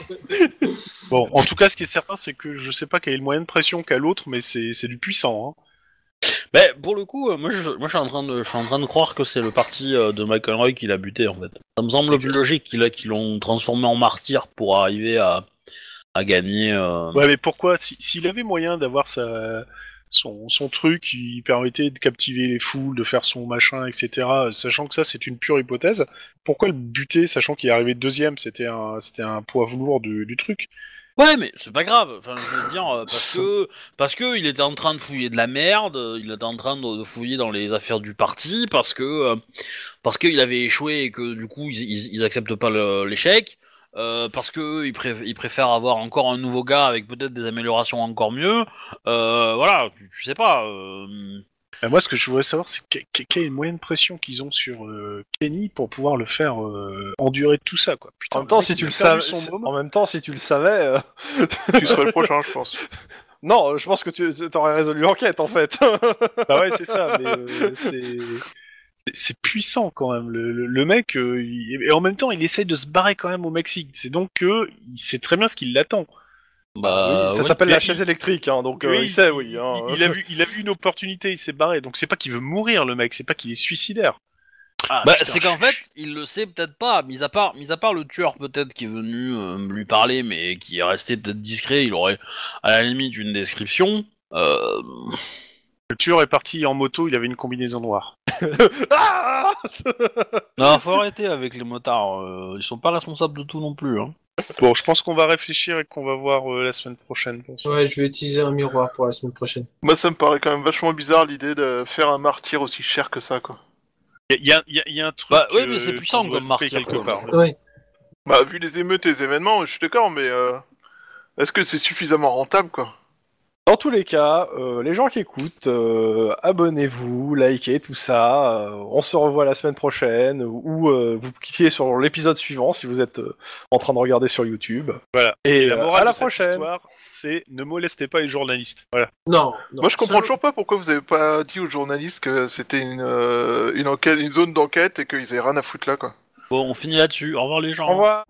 [SPEAKER 3] Bon, en tout cas, ce qui est certain, c'est que je sais pas quel est le moyen de pression qu'a l'autre, mais c'est c'est du puissant. Hein.
[SPEAKER 1] Ben, pour le coup, euh, moi, je, moi je, suis en train de, je suis en train de croire que c'est le parti euh, de McElroy qui l'a buté en fait. Ça me semble plus logique qu'il a- qu'ils l'ont transformé en martyr pour arriver à, à gagner. euh,
[SPEAKER 3] Ouais, mais pourquoi Si- S'il avait moyen d'avoir sa son, son truc qui permettait de captiver les foules, de faire son machin, etc., sachant que ça, c'est une pure hypothèse, pourquoi le buter, sachant qu'il est arrivé deuxième C'était un, c'était un poids lourd du, du truc.
[SPEAKER 1] Ouais, mais c'est pas grave. Enfin, je veux dire, euh, parce que parce que il était en train de fouiller de la merde, euh, il était en train de, de fouiller dans les affaires du parti, parce que euh, parce qu'il avait échoué et que du coup ils, ils, ils acceptent pas le- l'échec, euh, parce que ils, pré- ils préfèrent avoir encore un nouveau gars avec peut-être des améliorations encore mieux. Euh, voilà, tu, tu sais pas. euh,
[SPEAKER 3] Euh, moi, ce que je voudrais savoir, c'est que- que- quel est le moyen de pression qu'ils ont sur euh, Kenny pour pouvoir le faire euh, endurer tout ça, quoi. Putain,
[SPEAKER 2] En même temps,
[SPEAKER 3] mec,
[SPEAKER 2] si
[SPEAKER 3] il
[SPEAKER 2] tu
[SPEAKER 3] a
[SPEAKER 2] le
[SPEAKER 3] perdu
[SPEAKER 2] savais,
[SPEAKER 3] son
[SPEAKER 2] si-
[SPEAKER 3] moment.
[SPEAKER 2] en même temps, si tu le savais, euh,
[SPEAKER 4] tu serais le prochain, je pense.
[SPEAKER 2] non, je pense que tu t'aurais résolu l'enquête en fait.
[SPEAKER 3] Bah ouais, c'est ça, mais euh, c'est. c'est- C'est puissant quand même. Le, le- le mec, euh, il- et en même temps, il essaye de se barrer quand même au Mexique. C'est donc que il sait très bien ce qui l'attend.
[SPEAKER 1] bah,
[SPEAKER 2] Oui, ça
[SPEAKER 1] ouais.
[SPEAKER 2] s'appelle la
[SPEAKER 3] mais-
[SPEAKER 2] chaise électrique, hein, donc euh,
[SPEAKER 3] Oui,
[SPEAKER 2] il sait, oui. hein.
[SPEAKER 3] Il, il a vu, il a vu une opportunité, il s'est barré. Donc c'est pas qu'il veut mourir, le mec. C'est pas qu'il est suicidaire.
[SPEAKER 1] Bah, c'est qu'en fait, il le sait peut-être pas, mis à part, mis à part le tueur peut-être qui est venu euh, lui parler, mais qui est resté peut-être discret, il aurait à la limite une description. Euh,
[SPEAKER 3] Le tueur est parti en moto. Il avait une combinaison noire.
[SPEAKER 2] Ah
[SPEAKER 1] Non, faut arrêter avec les motards, euh, ils sont pas responsables de tout non plus. Hein.
[SPEAKER 3] Bon, je pense qu'on va réfléchir et qu'on va voir euh, la semaine prochaine pour ça.
[SPEAKER 5] Ouais, je vais utiliser un miroir pour la semaine prochaine.
[SPEAKER 4] Moi, ça me paraît quand même vachement bizarre l'idée de faire un martyr aussi cher que ça, quoi.
[SPEAKER 3] Il y a, y a- y a un truc.
[SPEAKER 1] Bah oui, mais
[SPEAKER 3] euh,
[SPEAKER 1] c'est puissant
[SPEAKER 3] qu'on doit
[SPEAKER 1] comme
[SPEAKER 3] couper
[SPEAKER 1] martyr,
[SPEAKER 3] quelque
[SPEAKER 1] quoi.
[SPEAKER 3] part.
[SPEAKER 5] Ouais.
[SPEAKER 4] Bah, vu les émeutes et les événements, je suis d'accord, mais euh, est-ce que c'est suffisamment rentable, quoi
[SPEAKER 2] Dans tous les cas, euh, les gens qui écoutent, euh, abonnez-vous, likez tout ça. euh, on se revoit la semaine prochaine ou euh, vous cliquez sur l'épisode suivant si vous êtes euh, en train de regarder sur YouTube.
[SPEAKER 3] Voilà.
[SPEAKER 2] Et,
[SPEAKER 3] Et la
[SPEAKER 2] euh,
[SPEAKER 3] morale
[SPEAKER 2] à la
[SPEAKER 3] de cette
[SPEAKER 2] prochaine.
[SPEAKER 3] histoire, c'est ne molestez pas les journalistes. Voilà.
[SPEAKER 5] Non, non.
[SPEAKER 4] Moi, je comprends
[SPEAKER 5] Selon-
[SPEAKER 4] toujours pas pourquoi vous avez pas dit aux journalistes que c'était une, euh, une enquête, une zone d'enquête et qu'ils avaient rien à foutre là, quoi.
[SPEAKER 1] Bon, on finit là-dessus, au revoir les gens.
[SPEAKER 2] Au revoir.